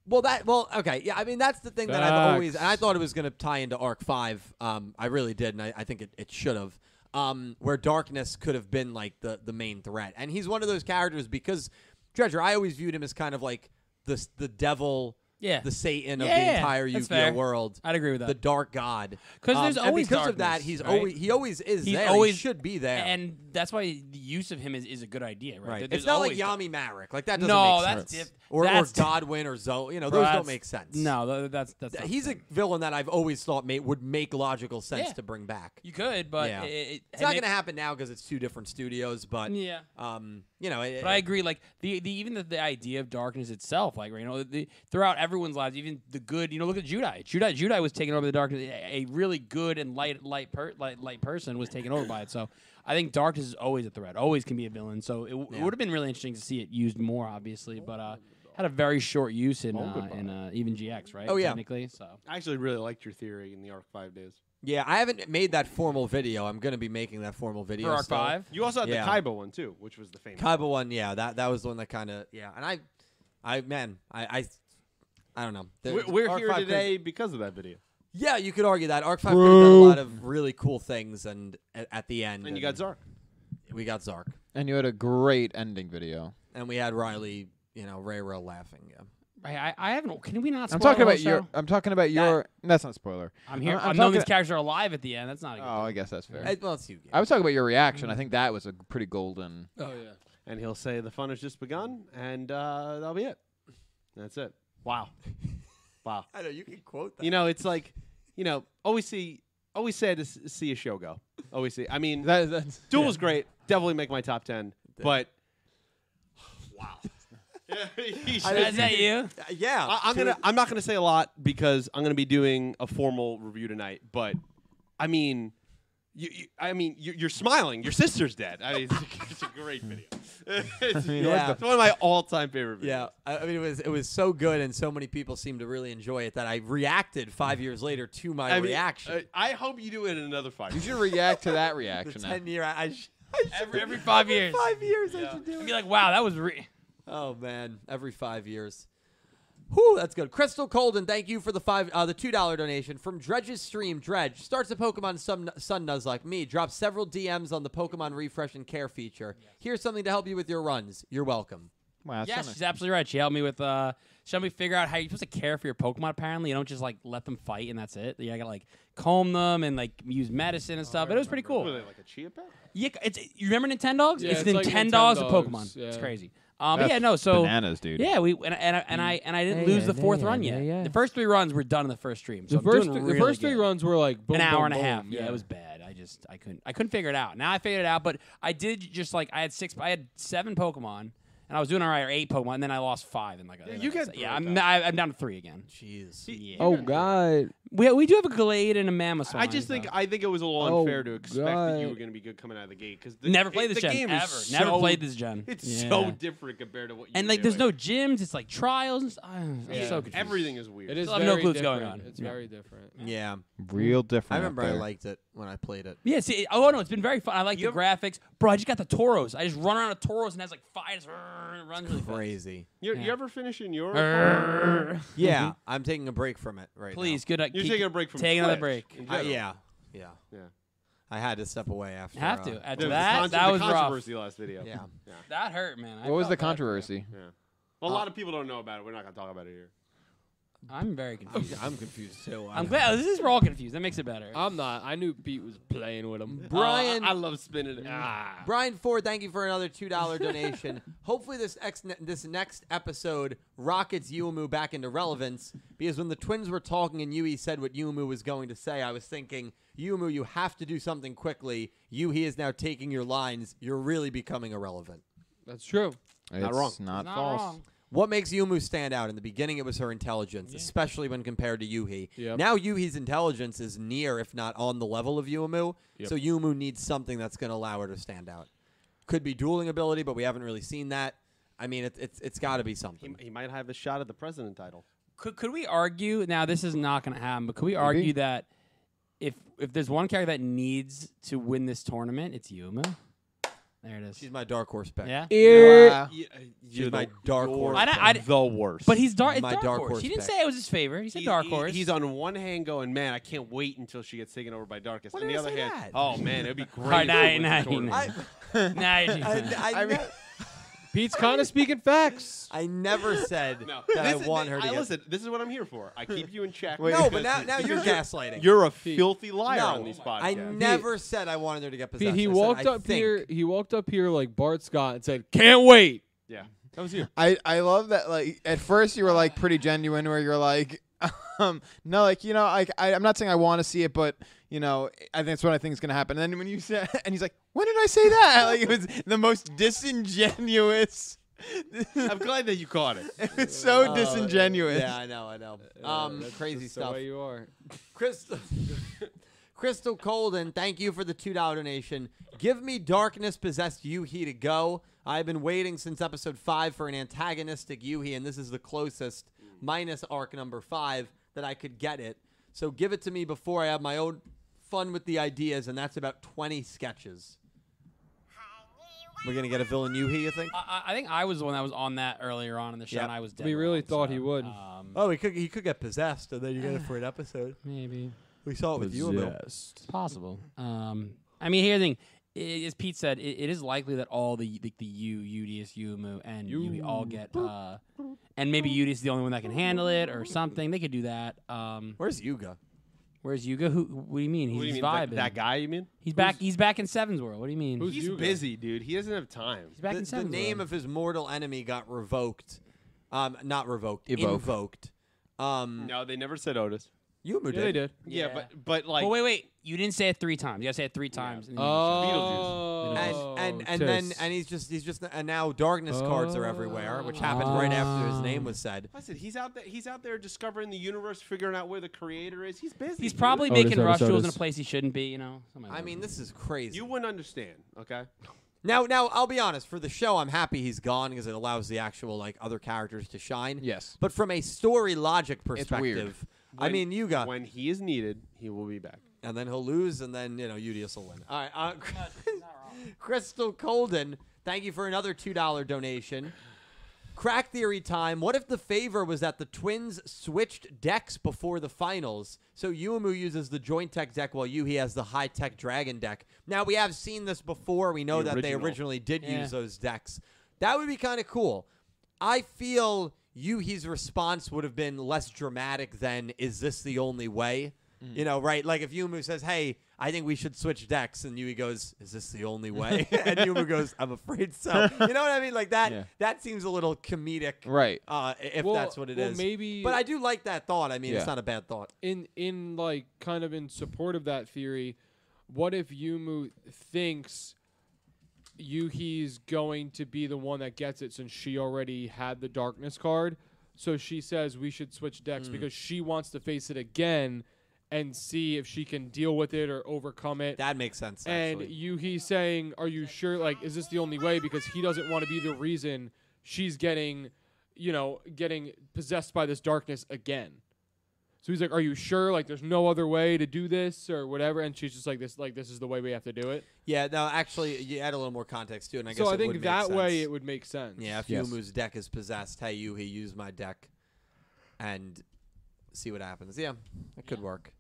[SPEAKER 4] well, that, well, okay. Yeah, I mean, that's the thing that I've always, and I
[SPEAKER 3] Facts.
[SPEAKER 4] thought it was going to tie into Arc 5. Um, I really did, and I, I think it, it should have. Um, where darkness could have been like the, the main threat. And he's one of those characters because Treasure, I always viewed him as kind of like the, s- the devil,
[SPEAKER 5] Yeah.
[SPEAKER 4] the Satan of the
[SPEAKER 5] Yeah,
[SPEAKER 4] entire
[SPEAKER 5] that's
[SPEAKER 4] Yu Gi Oh!
[SPEAKER 5] fair.
[SPEAKER 4] world
[SPEAKER 5] I'd agree with that.
[SPEAKER 4] the dark god. Um,
[SPEAKER 5] 'Cause there's
[SPEAKER 4] and
[SPEAKER 5] always
[SPEAKER 4] because of that,
[SPEAKER 5] darkness,
[SPEAKER 4] he's
[SPEAKER 5] right?
[SPEAKER 4] always he always is
[SPEAKER 5] He's
[SPEAKER 4] there.
[SPEAKER 5] always-
[SPEAKER 4] he should be there.
[SPEAKER 5] and that's why the use of him is, is a good idea, right?
[SPEAKER 4] right,
[SPEAKER 5] There-
[SPEAKER 4] it's
[SPEAKER 5] there's
[SPEAKER 4] not like
[SPEAKER 5] always-
[SPEAKER 4] Yami Marek. Like that doesn't
[SPEAKER 5] No,
[SPEAKER 4] make
[SPEAKER 5] that's
[SPEAKER 4] sense.
[SPEAKER 5] diff-
[SPEAKER 4] or
[SPEAKER 5] that's
[SPEAKER 4] or
[SPEAKER 5] diff-
[SPEAKER 4] Godwin or Zoe. You know,
[SPEAKER 5] Bro,
[SPEAKER 4] those
[SPEAKER 5] that's-
[SPEAKER 4] don't make sense.
[SPEAKER 5] No, tha- that's that's.
[SPEAKER 4] Th-
[SPEAKER 5] not
[SPEAKER 4] he's a
[SPEAKER 5] fair.
[SPEAKER 4] villain that I've always thought made, would make logical sense
[SPEAKER 5] Yeah.
[SPEAKER 4] to bring back.
[SPEAKER 5] You could, but
[SPEAKER 4] Yeah.
[SPEAKER 5] it, it,
[SPEAKER 4] It's not
[SPEAKER 5] and
[SPEAKER 4] going
[SPEAKER 5] it-
[SPEAKER 4] to happen now because it's two different studios. But
[SPEAKER 5] Yeah.
[SPEAKER 4] um, you know, it,
[SPEAKER 5] But I agree. Like the, the even the, the idea of darkness itself, like you know, the, throughout everyone's lives, even the good. You know, look at Judai. Judai, Judai was taken over the darkness. A, a really good and light, light, per, light, light person was taken over by it. So I think darkness is always a threat. Always can be a villain. So it, w it would have been really interesting to see it used more, obviously. But uh, had a very short use in uh, in uh, even GX, right?
[SPEAKER 4] Oh, yeah.
[SPEAKER 5] technically. So
[SPEAKER 7] I actually really liked your theory in the Arc Five days.
[SPEAKER 4] yeah, I haven't made that formal video. I'm going to be making that formal video.
[SPEAKER 5] for arc
[SPEAKER 4] still.
[SPEAKER 5] five,
[SPEAKER 7] You also had
[SPEAKER 4] Yeah.
[SPEAKER 7] the Kaiba one too, which was the famous.
[SPEAKER 4] Kaiba one, yeah, that that was the one that kind of yeah, and I, I man, I I, I don't know. The-
[SPEAKER 7] We're, we're
[SPEAKER 4] Arc
[SPEAKER 7] here
[SPEAKER 4] 5 could've-
[SPEAKER 7] today because of that video.
[SPEAKER 4] yeah, you could argue that Arc Five could have done a lot of really cool things, and at, at the end,
[SPEAKER 7] And you got Zark.
[SPEAKER 4] we got Zark,
[SPEAKER 2] And you had a great ending video.
[SPEAKER 4] and we had Riley, you know, Rayra laughing. Yeah,
[SPEAKER 5] Right, I, I haven't. Can we not? Spoil
[SPEAKER 2] I'm talking
[SPEAKER 5] the whole
[SPEAKER 2] about your.
[SPEAKER 5] show?
[SPEAKER 2] I'm talking about your. That's not a spoiler.
[SPEAKER 5] I'm here.
[SPEAKER 2] I'm
[SPEAKER 5] I'm, knowing
[SPEAKER 2] talking-
[SPEAKER 5] these characters are alive at the end. That's not. A good
[SPEAKER 2] Oh, I guess that's fair.
[SPEAKER 4] Eh, well, it's you.
[SPEAKER 2] I was talking about your reaction.
[SPEAKER 4] Mm.
[SPEAKER 2] I think that was a pretty golden.
[SPEAKER 1] Oh yeah.
[SPEAKER 7] And he'll say the fun has just begun, and uh, that'll be it. That's it. Wow. wow.
[SPEAKER 4] I know you can quote that.
[SPEAKER 7] You know, it's like, you know, always see, always sad to s- see a show go. Always see. I mean,
[SPEAKER 2] That, that's
[SPEAKER 7] Duel was great. Definitely make my top ten. But wow.
[SPEAKER 5] Is that you?
[SPEAKER 4] uh, yeah,
[SPEAKER 7] I, I'm gonna. I'm not gonna say a lot because I'm gonna be doing a formal review tonight. But I mean, you. you I mean, you, you're smiling. Your sister's dead. I mean, it's, it's a great video. it's,
[SPEAKER 4] Yeah.
[SPEAKER 7] it's one of my all-time favorite videos.
[SPEAKER 4] Yeah, I I mean it was it was so good, and so many people seemed to really enjoy it that I reacted five years later to my
[SPEAKER 7] I mean,
[SPEAKER 4] reaction.
[SPEAKER 7] uh, I hope you do it in another fight.
[SPEAKER 2] You should react to that
[SPEAKER 4] the
[SPEAKER 2] reaction. now.
[SPEAKER 4] ten year, I, I, sh- I should-
[SPEAKER 5] Every, every five years.
[SPEAKER 4] five years I should do
[SPEAKER 5] I'd
[SPEAKER 4] it.
[SPEAKER 5] be like, wow, that was. Re-
[SPEAKER 4] Oh man, every five years. Whew, that's good. Crystal Colden, thank you for the five, uh, the two dollar donation from Dredge's stream. Dredge starts a Pokemon Sun, Sun Nuzlocke. Me drops several DMs on the Pokemon Refresh and Care feature. Here's something to help you with your runs. You're welcome.
[SPEAKER 2] Wow, that's
[SPEAKER 5] yes,
[SPEAKER 2] kinda-
[SPEAKER 5] she's absolutely right. She helped me with uh she helped me figure out how you're supposed to care for your Pokemon apparently. You don't just like let them fight and that's it. You gotta like comb them and like use medicine and stuff. But it was pretty cool.
[SPEAKER 7] What are they, like a chia pet?
[SPEAKER 5] Yeah, it's you remember Nintendogs?
[SPEAKER 3] Yeah,
[SPEAKER 5] it's,
[SPEAKER 3] it's like
[SPEAKER 5] Nintendogs of
[SPEAKER 3] Nintendogs,
[SPEAKER 5] Pokemon. It's
[SPEAKER 3] yeah.
[SPEAKER 5] crazy. Um but yeah, no, so
[SPEAKER 2] bananas, dude.
[SPEAKER 5] Yeah, we and, I- and, I and I and I didn't lose the fourth run yet. The first three runs were done in the first stream. So
[SPEAKER 3] The
[SPEAKER 5] I'm
[SPEAKER 3] first,
[SPEAKER 5] doing
[SPEAKER 3] th-
[SPEAKER 5] really
[SPEAKER 3] the first three
[SPEAKER 5] good.
[SPEAKER 3] runs were like boom,
[SPEAKER 5] an hour
[SPEAKER 3] boom,
[SPEAKER 5] and a
[SPEAKER 3] boom.
[SPEAKER 5] half. Yeah. it was bad. I just I couldn't I couldn't figure it out. Now I figured it out, but I did just like I had six I had seven Pokemon and I was doing all right or eight Pokemon and then I lost five in like a,
[SPEAKER 7] you
[SPEAKER 5] like a-
[SPEAKER 7] get
[SPEAKER 5] yeah
[SPEAKER 7] through it,
[SPEAKER 5] I'm
[SPEAKER 7] though.
[SPEAKER 5] I, I'm down to three again.
[SPEAKER 4] Jeez.
[SPEAKER 5] Yeah.
[SPEAKER 6] Oh God.
[SPEAKER 5] we we do have a Glade and a Mammoth.
[SPEAKER 7] I just think I think it was a little
[SPEAKER 6] Oh,
[SPEAKER 7] unfair to expect that you
[SPEAKER 6] God.
[SPEAKER 7] were going to be good coming out of the gate because
[SPEAKER 5] never played this
[SPEAKER 7] the
[SPEAKER 5] gen
[SPEAKER 7] game
[SPEAKER 5] ever.
[SPEAKER 7] Is
[SPEAKER 5] never
[SPEAKER 7] so-
[SPEAKER 5] played this gen.
[SPEAKER 7] It's
[SPEAKER 5] Yeah.
[SPEAKER 7] so different compared to what you
[SPEAKER 5] and
[SPEAKER 7] were
[SPEAKER 5] like there's no
[SPEAKER 7] doing.
[SPEAKER 5] gyms. It's like trials. And stuff. I'm
[SPEAKER 3] Yeah.
[SPEAKER 5] so confused.
[SPEAKER 7] everything is weird.
[SPEAKER 3] It is
[SPEAKER 5] Still have no
[SPEAKER 3] very
[SPEAKER 5] clue what's going
[SPEAKER 3] different.
[SPEAKER 5] on.
[SPEAKER 3] It's
[SPEAKER 5] Yeah.
[SPEAKER 3] very different.
[SPEAKER 4] Yeah.
[SPEAKER 2] Real different.
[SPEAKER 4] I
[SPEAKER 2] out
[SPEAKER 4] remember I
[SPEAKER 2] there.
[SPEAKER 4] liked it when I played it.
[SPEAKER 5] Yeah, see, oh no, it's been very fun. I like
[SPEAKER 7] You
[SPEAKER 5] the graphics, bro. I just got the Toros. I just run around a Toros and has like five. Just, rrr, runs really fast.
[SPEAKER 4] Crazy.
[SPEAKER 7] You're,
[SPEAKER 5] Yeah.
[SPEAKER 7] You ever finishing your?
[SPEAKER 5] Rrr.
[SPEAKER 4] Yeah, I'm taking a break from it right
[SPEAKER 5] Mm-hmm. Please, good.
[SPEAKER 7] You're
[SPEAKER 5] keep-
[SPEAKER 7] taking a break from.
[SPEAKER 5] Take another
[SPEAKER 7] Twitch
[SPEAKER 5] break. Uh,
[SPEAKER 7] in
[SPEAKER 4] now. I-
[SPEAKER 7] general.
[SPEAKER 4] yeah. Yeah.
[SPEAKER 7] Yeah.
[SPEAKER 4] I had to step away after.
[SPEAKER 5] Have
[SPEAKER 4] uh,
[SPEAKER 5] to. After
[SPEAKER 7] There was the
[SPEAKER 5] that,
[SPEAKER 7] con-
[SPEAKER 5] that
[SPEAKER 7] the
[SPEAKER 5] was rough.
[SPEAKER 7] controversy last video.
[SPEAKER 4] Yeah.
[SPEAKER 5] That hurt, man. I
[SPEAKER 2] What
[SPEAKER 5] felt
[SPEAKER 2] was the
[SPEAKER 5] bad for you.
[SPEAKER 2] controversy?
[SPEAKER 7] Yeah. Well, a lot of people don't know about it. We're not going to talk about it here.
[SPEAKER 5] I'm very confused.
[SPEAKER 4] I'm confused too.
[SPEAKER 5] I'm glad this is we're all confused. That makes it better.
[SPEAKER 3] I'm not. I knew Pete was playing with him.
[SPEAKER 4] Brian
[SPEAKER 7] Oh, I, I love spinning it. Ah.
[SPEAKER 4] Brian Ford, thank you for another two dollar donation. Hopefully, this ex- this next episode rockets Uemu back into relevance because when the twins were talking and Yui said what Uemu was going to say, I was thinking, Uemu, you have to do something quickly. Yui is now taking your lines. You're really becoming irrelevant.
[SPEAKER 3] That's true.
[SPEAKER 2] It's not wrong. Not,
[SPEAKER 5] Not
[SPEAKER 2] false.
[SPEAKER 5] wrong.
[SPEAKER 4] What makes Yumu stand out? In the beginning, it was her intelligence, especially when compared to Yuhi.
[SPEAKER 3] Yep.
[SPEAKER 4] Now Yuhi's intelligence is near, if not on the level of Yumu. So Yumu needs something that's going to allow her to stand out. Could be dueling ability, but we haven't really seen that. I mean, it, it's it's got to be
[SPEAKER 7] He,
[SPEAKER 4] something.
[SPEAKER 7] he might have a shot at the president title.
[SPEAKER 5] Could could we argue now? This is not going to happen, but could we argue that if if there's one character that needs to win this tournament, it's Yuma. There it is.
[SPEAKER 4] She's my dark horse pick.
[SPEAKER 5] Yeah.
[SPEAKER 2] Yeah.
[SPEAKER 7] uh,
[SPEAKER 4] She's my dark horse.
[SPEAKER 5] I don't- I don't-
[SPEAKER 7] the worst.
[SPEAKER 5] But he's dark. It's
[SPEAKER 4] My
[SPEAKER 5] dark,
[SPEAKER 4] dark
[SPEAKER 5] horse.
[SPEAKER 4] horse
[SPEAKER 5] He didn't
[SPEAKER 4] pick.
[SPEAKER 5] say it was his favorite. He said
[SPEAKER 7] He-
[SPEAKER 5] dark
[SPEAKER 7] he-
[SPEAKER 5] horse.
[SPEAKER 7] He's on one hand going, man, I can't wait until she gets taken over by Darkest.
[SPEAKER 4] What
[SPEAKER 7] on the
[SPEAKER 4] did I
[SPEAKER 7] other
[SPEAKER 4] say
[SPEAKER 7] hand,
[SPEAKER 4] that?
[SPEAKER 7] oh man, it'd be great.
[SPEAKER 5] right,
[SPEAKER 7] if
[SPEAKER 5] now-
[SPEAKER 7] it was
[SPEAKER 5] now
[SPEAKER 7] a
[SPEAKER 5] he
[SPEAKER 7] tournament.
[SPEAKER 5] knows.
[SPEAKER 4] I,
[SPEAKER 5] Nah, you're
[SPEAKER 4] I,
[SPEAKER 5] just-
[SPEAKER 4] I, ne-
[SPEAKER 3] Pete's kind of speaking facts.
[SPEAKER 4] I never said
[SPEAKER 7] No,
[SPEAKER 4] that I
[SPEAKER 7] This is-
[SPEAKER 4] want her to
[SPEAKER 7] I-
[SPEAKER 4] get.
[SPEAKER 7] listen. This is what I'm here for. I keep you in check.
[SPEAKER 4] No, but
[SPEAKER 7] because
[SPEAKER 4] now, now you're gaslighting.
[SPEAKER 7] you're a filthy liar
[SPEAKER 4] no,
[SPEAKER 7] on these podcasts.
[SPEAKER 4] I never said I wanted her to get possessed.
[SPEAKER 3] Pete, he
[SPEAKER 4] I said,
[SPEAKER 3] walked
[SPEAKER 4] I
[SPEAKER 3] up
[SPEAKER 4] think.
[SPEAKER 3] here. He walked up here like Bart Scott and said, "Can't wait."
[SPEAKER 7] yeah, that was you.
[SPEAKER 2] I, I love that like at first you were like pretty genuine where you're like um no like you know like I, I'm not saying I want to see it but you know I think that's what I think is gonna happen and then when you said and he's like when did I say that like it was the most disingenuous
[SPEAKER 7] I'm glad that you caught it.
[SPEAKER 2] it's so
[SPEAKER 4] Oh,
[SPEAKER 2] disingenuous
[SPEAKER 4] Yeah, I know, I know. Um, crazy
[SPEAKER 3] That's the
[SPEAKER 4] stuff.
[SPEAKER 3] way you are.
[SPEAKER 4] Crystal, Crystal Colden, thank you for the two dollar donation. Give me darkness possessed Yuhi to go. I've been waiting since episode five for an antagonistic Yuhi, and this is the closest, minus arc number five, that I could get it. So give it to me before I have my own fun with the ideas, and that's about twenty sketches. We're gonna get a villain Yuhi, you think?
[SPEAKER 5] I, I I think I was the one that was on that earlier on in the show,
[SPEAKER 4] Yep.
[SPEAKER 5] and I was dead.
[SPEAKER 3] We really
[SPEAKER 5] wrong,
[SPEAKER 3] thought
[SPEAKER 5] so,
[SPEAKER 3] he would.
[SPEAKER 5] Um,
[SPEAKER 4] Oh, he could he could get possessed, and then you get it for an episode.
[SPEAKER 5] maybe
[SPEAKER 4] We saw it with you, Emil.
[SPEAKER 5] it's possible. Um, I mean, here's the thing. I- as Pete said, it, it is likely that all the like the U, UDS, UMU, and Yui all get, uh, and maybe UDS is the only one that can handle it or something. They could do that. Um,
[SPEAKER 4] Where's Yuga?
[SPEAKER 5] where's Yuga? Who? What do you mean? He's
[SPEAKER 7] what do you mean,
[SPEAKER 5] vibing.
[SPEAKER 7] that, that guy? You mean?
[SPEAKER 5] He's back. He's back in Seven's World. What do you mean?
[SPEAKER 3] Who's
[SPEAKER 7] He's
[SPEAKER 3] Yuga?
[SPEAKER 7] busy, dude. He doesn't have time.
[SPEAKER 5] he's back
[SPEAKER 4] the,
[SPEAKER 5] in
[SPEAKER 4] the
[SPEAKER 5] Seven's
[SPEAKER 4] name
[SPEAKER 5] World.
[SPEAKER 4] of his mortal enemy got revoked. Um, not revoked.
[SPEAKER 2] Evoke.
[SPEAKER 4] Invoked. Um,
[SPEAKER 7] No, they never said Otis.
[SPEAKER 4] Yumu did.
[SPEAKER 3] Yeah, they did.
[SPEAKER 7] Yeah,
[SPEAKER 5] Yeah.
[SPEAKER 7] but but like
[SPEAKER 5] Oh wait, wait! You didn't say it three times. You gotta say it three times. and then you just-
[SPEAKER 3] Oh,
[SPEAKER 4] And and, and then and he's just he's just and now darkness cards are everywhere, which happened right after his name was said.
[SPEAKER 7] Listen, he's out there. He's out there discovering the universe, figuring out where the creator is. He's busy.
[SPEAKER 5] He's
[SPEAKER 7] dude.
[SPEAKER 5] probably
[SPEAKER 3] Otis,
[SPEAKER 5] making rush
[SPEAKER 3] Otis,
[SPEAKER 5] rules in a
[SPEAKER 3] Otis.
[SPEAKER 5] place he shouldn't be. You know. Something like
[SPEAKER 4] I
[SPEAKER 5] that.
[SPEAKER 4] mean, this is crazy.
[SPEAKER 7] You wouldn't understand, okay?
[SPEAKER 4] now, now I'll be honest. For the show, I'm happy he's gone because it allows the actual like other characters to shine.
[SPEAKER 2] Yes.
[SPEAKER 4] But from a story logic
[SPEAKER 2] weird.
[SPEAKER 4] perspective, I mean, Yuga,
[SPEAKER 7] When he is needed, he will be back.
[SPEAKER 4] and then he'll lose, and then you know UDS will win. All right, uh, Crystal Colden, thank you for another two dollar donation. Crack theory time. What if the favor was that the twins switched decks before the finals? So Uemu uses the joint tech deck while Yuhi has the high tech dragon deck. Now we have seen this before. We know
[SPEAKER 7] The
[SPEAKER 4] that they
[SPEAKER 7] original.
[SPEAKER 4] originally did
[SPEAKER 5] Yeah.
[SPEAKER 4] use those decks. That would be kind of cool. I feel Yuhi's response would have been less dramatic than "Is this the only way?"
[SPEAKER 3] Mm.
[SPEAKER 4] You know, right? Like if Yumu says, "Hey, I think we should switch decks," and Yui goes, "Is this the only way?" and Yumu goes, "I'm afraid so." You know what I mean? Like that.
[SPEAKER 2] Yeah.
[SPEAKER 4] That seems a little comedic,
[SPEAKER 2] Right.
[SPEAKER 4] Uh, i- if
[SPEAKER 3] Well-
[SPEAKER 4] that's what it
[SPEAKER 3] well,
[SPEAKER 4] is.
[SPEAKER 3] maybe-
[SPEAKER 4] But I do like that thought. I mean,
[SPEAKER 2] Yeah.
[SPEAKER 4] it's not a bad thought.
[SPEAKER 3] in in like kind of in support of that theory, what if Yumu thinks Yuhi's going to be the one that gets it since she already had the darkness card? So she says we should switch decks because she wants to face it again and see if she can deal with it or overcome it.
[SPEAKER 4] That makes sense.
[SPEAKER 3] and
[SPEAKER 4] actually.
[SPEAKER 3] Yuhi saying, "Are you sure? Like, is this the only way?" Because he doesn't want to be the reason she's getting, you know, getting possessed by this darkness again. So he's like, "Are you sure? Like, there's no other way to do this or whatever." And she's just like, "This, like, this is the way we have to do it."
[SPEAKER 4] yeah, no, actually, you add a little more context too, and I guess
[SPEAKER 3] so I
[SPEAKER 4] it would
[SPEAKER 3] think
[SPEAKER 4] make
[SPEAKER 3] that way
[SPEAKER 4] sense.
[SPEAKER 3] it would make sense.
[SPEAKER 4] Yeah, if
[SPEAKER 2] Yes.
[SPEAKER 4] Yumu's deck is possessed, hey, you, he use my deck and see what happens. Yeah, it could work.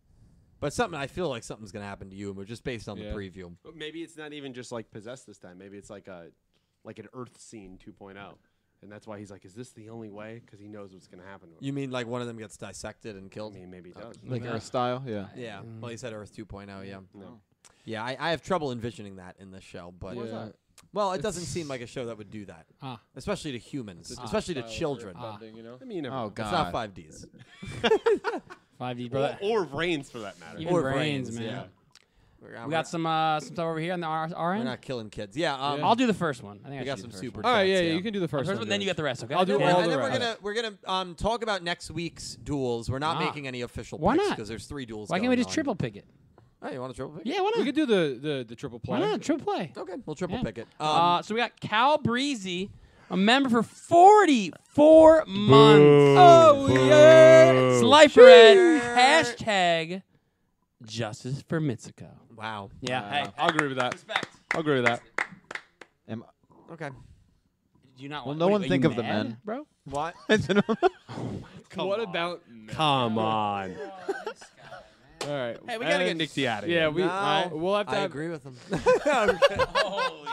[SPEAKER 4] But something, I feel like something's going to happen to Yumu just based on
[SPEAKER 3] Yeah.
[SPEAKER 4] the preview.
[SPEAKER 7] But maybe it's not even just like possessed this time. Maybe it's like a like an Earth scene 2.0, and that's why he's like, "Is this the only way?" Because he knows what's going to happen to him.
[SPEAKER 4] You mean like one of them gets dissected and
[SPEAKER 7] I
[SPEAKER 4] killed?
[SPEAKER 7] mean, maybe he does.
[SPEAKER 2] Like Earth style, yeah.
[SPEAKER 4] Yeah. Well, he said Earth 2.0, yeah.
[SPEAKER 7] No.
[SPEAKER 4] Yeah, I, I have trouble envisioning that in this show, but
[SPEAKER 3] Yeah.
[SPEAKER 4] well, it doesn't seem like a show that would do that,
[SPEAKER 5] Ah.
[SPEAKER 4] especially to humans, especially to
[SPEAKER 3] Style of
[SPEAKER 4] children.
[SPEAKER 5] Ah.
[SPEAKER 3] earthbending, you know?
[SPEAKER 7] I mean, you never
[SPEAKER 2] Oh
[SPEAKER 7] know.
[SPEAKER 4] It's
[SPEAKER 2] god.
[SPEAKER 4] not 5Ds.
[SPEAKER 5] 5D,
[SPEAKER 7] or,
[SPEAKER 5] brother.
[SPEAKER 7] or brains for that matter.
[SPEAKER 5] Even
[SPEAKER 4] or
[SPEAKER 5] brains,
[SPEAKER 4] brains,
[SPEAKER 5] man.
[SPEAKER 4] yeah.
[SPEAKER 5] We got some uh, some stuff over here on the R-
[SPEAKER 4] We're
[SPEAKER 5] RN.
[SPEAKER 4] not killing kids. Yeah, um,
[SPEAKER 3] Yeah.
[SPEAKER 5] I'll do the first one. I think I
[SPEAKER 4] we
[SPEAKER 5] should do
[SPEAKER 4] got
[SPEAKER 5] the
[SPEAKER 4] some
[SPEAKER 5] first
[SPEAKER 4] super
[SPEAKER 5] one.
[SPEAKER 3] All right,
[SPEAKER 4] chats,
[SPEAKER 3] yeah, you can do the first,
[SPEAKER 5] First one, then you
[SPEAKER 3] George.
[SPEAKER 5] got the rest. Okay.
[SPEAKER 3] I'll do
[SPEAKER 5] Okay.
[SPEAKER 3] all
[SPEAKER 4] and
[SPEAKER 3] the
[SPEAKER 4] then we're
[SPEAKER 3] rest.
[SPEAKER 4] gonna we're gonna um, talk about next week's duels. We're not
[SPEAKER 5] Ah.
[SPEAKER 4] making any official
[SPEAKER 5] Why
[SPEAKER 4] picks
[SPEAKER 5] not?
[SPEAKER 4] because there's three duels.
[SPEAKER 5] Why can't we
[SPEAKER 4] going
[SPEAKER 5] just
[SPEAKER 4] on.
[SPEAKER 5] triple pick it?
[SPEAKER 4] Hey, you want a triple pick?
[SPEAKER 5] Yeah, why
[SPEAKER 3] We
[SPEAKER 5] not?
[SPEAKER 3] could do the the, the triple play.
[SPEAKER 5] Why not? Triple play.
[SPEAKER 4] Okay, we'll triple
[SPEAKER 5] Yeah.
[SPEAKER 4] pick it. Um,
[SPEAKER 5] uh, so we got Cal Breezy, a member for 44 months. Oh, yeah. Slifer at hashtag justice for Mitsuko.
[SPEAKER 4] Um, wow.
[SPEAKER 5] Yeah, hey.
[SPEAKER 3] I'll agree with that.
[SPEAKER 5] Respect.
[SPEAKER 3] I'll agree with that.
[SPEAKER 2] Am-
[SPEAKER 4] Okay.
[SPEAKER 5] Do you not
[SPEAKER 2] Well,
[SPEAKER 5] want-
[SPEAKER 2] no
[SPEAKER 5] wait,
[SPEAKER 2] one
[SPEAKER 5] are
[SPEAKER 2] think
[SPEAKER 5] you
[SPEAKER 2] of the
[SPEAKER 5] mad,
[SPEAKER 2] men.
[SPEAKER 5] Bro?
[SPEAKER 4] What?
[SPEAKER 3] what about?
[SPEAKER 7] Come on.
[SPEAKER 3] All right.
[SPEAKER 7] Hey, we gotta get
[SPEAKER 3] And-
[SPEAKER 7] Nick D out of
[SPEAKER 3] Yeah,
[SPEAKER 7] here.
[SPEAKER 3] we.
[SPEAKER 4] No,
[SPEAKER 3] We'll have to.
[SPEAKER 4] I
[SPEAKER 3] have-
[SPEAKER 4] agree with him.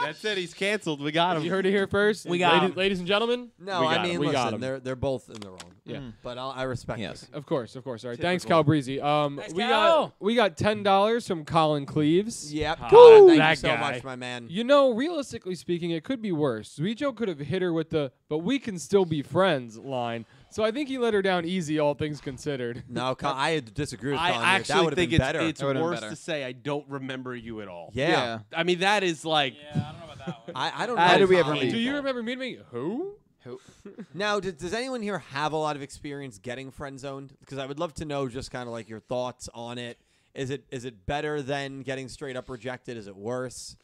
[SPEAKER 7] That's it. He's canceled. We got him.
[SPEAKER 3] You heard it here first.
[SPEAKER 5] We got
[SPEAKER 3] ladies,
[SPEAKER 5] him.
[SPEAKER 3] ladies and gentlemen.
[SPEAKER 4] no,
[SPEAKER 3] we
[SPEAKER 4] I
[SPEAKER 3] got
[SPEAKER 4] mean,
[SPEAKER 3] him. we
[SPEAKER 4] listen,
[SPEAKER 3] got him.
[SPEAKER 4] they're they're both in the wrong.
[SPEAKER 3] Yeah.
[SPEAKER 5] Mm.
[SPEAKER 4] But I'll, I respect.
[SPEAKER 2] Yes.
[SPEAKER 4] it.
[SPEAKER 3] Of course, of course. All right. Thanks, Cal Breezy. Um,
[SPEAKER 5] Thanks,
[SPEAKER 3] we
[SPEAKER 5] Cal.
[SPEAKER 3] got we got ten dollars from Colin Cleves.
[SPEAKER 4] Yep.
[SPEAKER 3] Ah,
[SPEAKER 4] Colin, thank you
[SPEAKER 3] that
[SPEAKER 4] so
[SPEAKER 3] guy.
[SPEAKER 4] much, my man.
[SPEAKER 3] You know, realistically speaking, it could be worse. Zuijo could have hit her with the "but we can still be friends" line, so I think he let her down easy, all things considered.
[SPEAKER 4] No, Col- I had to disagree with
[SPEAKER 7] I
[SPEAKER 4] Colin. here. that
[SPEAKER 7] actually
[SPEAKER 4] would have
[SPEAKER 7] think
[SPEAKER 4] been
[SPEAKER 7] it's,
[SPEAKER 4] better.
[SPEAKER 7] it's
[SPEAKER 2] That would've been
[SPEAKER 7] worse
[SPEAKER 2] better.
[SPEAKER 7] to say I don't remember you at all.
[SPEAKER 4] yeah.
[SPEAKER 2] Yeah.
[SPEAKER 7] I mean, that is like
[SPEAKER 4] I, I don't.
[SPEAKER 2] How
[SPEAKER 4] know
[SPEAKER 2] did we
[SPEAKER 4] if
[SPEAKER 2] ever
[SPEAKER 4] Colin-
[SPEAKER 2] meet?
[SPEAKER 3] Do you remember me meeting who?
[SPEAKER 4] Now, does, does anyone here have a lot of experience getting friend zoned? Because I would love to know just kind of like your thoughts on it. Is it is it better than getting straight up rejected? Is it worse?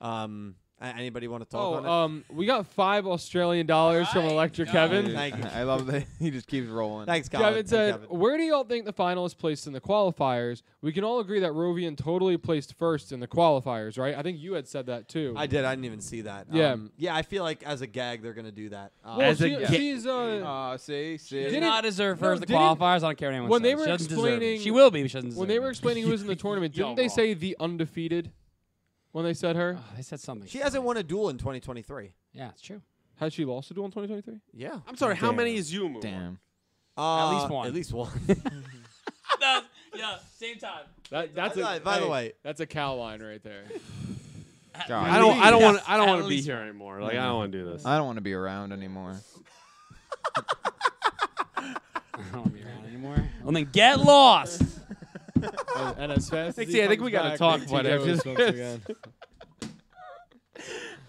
[SPEAKER 4] Um, a- anybody want to talk
[SPEAKER 3] Oh,
[SPEAKER 4] on it?
[SPEAKER 3] um, we got five Australian dollars from Electric Kevin.
[SPEAKER 4] Thank you.
[SPEAKER 2] I love that he just keeps rolling.
[SPEAKER 4] Thanks, Colin.
[SPEAKER 3] Kevin
[SPEAKER 4] Thanks,
[SPEAKER 3] said,
[SPEAKER 4] Kevin.
[SPEAKER 3] "Where do y'all think the finalists placed in the qualifiers? We can all agree that Rovian totally placed first in the qualifiers, right? I think you had said that too.
[SPEAKER 4] I did. I didn't even see that.
[SPEAKER 3] Yeah.
[SPEAKER 4] Um, yeah. I feel like as a gag, they're gonna do that. Um,
[SPEAKER 3] Well,
[SPEAKER 7] As a
[SPEAKER 3] she-
[SPEAKER 7] ga-
[SPEAKER 3] she's uh,
[SPEAKER 2] Uh, see, see.
[SPEAKER 5] Did
[SPEAKER 3] Didn't-
[SPEAKER 5] not deserve
[SPEAKER 3] no,
[SPEAKER 5] hers the
[SPEAKER 3] didn't-
[SPEAKER 5] qualifiers. I don't care what anyone
[SPEAKER 3] When
[SPEAKER 5] says.
[SPEAKER 3] they were
[SPEAKER 5] she doesn't deserve it.
[SPEAKER 3] explaining-
[SPEAKER 5] She will be, but she doesn't deserve
[SPEAKER 3] when they
[SPEAKER 5] it.
[SPEAKER 3] were explaining who was in the tournament,
[SPEAKER 7] Y'all
[SPEAKER 3] didn't they
[SPEAKER 7] wrong.
[SPEAKER 3] say the undefeated when they said her?
[SPEAKER 5] Oh, they said something.
[SPEAKER 4] she hasn't won a duel in 2023.
[SPEAKER 5] Yeah, it's true.
[SPEAKER 3] Has she lost a duel in 2023?
[SPEAKER 4] Yeah.
[SPEAKER 7] I'm sorry. How many is you?
[SPEAKER 2] Damn.
[SPEAKER 4] Uh,
[SPEAKER 5] least one.
[SPEAKER 4] At least one.
[SPEAKER 5] yeah, same time.
[SPEAKER 3] That, that's a,
[SPEAKER 4] By the- by the
[SPEAKER 3] hey,
[SPEAKER 4] way-
[SPEAKER 3] that's a cow line right there.
[SPEAKER 2] God.
[SPEAKER 7] I don't. I don't want. I don't
[SPEAKER 5] At
[SPEAKER 7] want to be
[SPEAKER 5] least
[SPEAKER 7] here anymore. Like I don't want to do this.
[SPEAKER 2] I don't want to be around anymore.
[SPEAKER 5] I don't want to be around anymore. Well, then get lost.
[SPEAKER 3] and, and as fast as
[SPEAKER 7] Dixie,
[SPEAKER 3] he
[SPEAKER 7] I think
[SPEAKER 3] comes
[SPEAKER 7] we gotta
[SPEAKER 3] back,
[SPEAKER 7] talk
[SPEAKER 3] Big
[SPEAKER 7] about
[SPEAKER 3] T
[SPEAKER 7] it
[SPEAKER 3] goes
[SPEAKER 7] after
[SPEAKER 3] once
[SPEAKER 7] this.
[SPEAKER 3] again.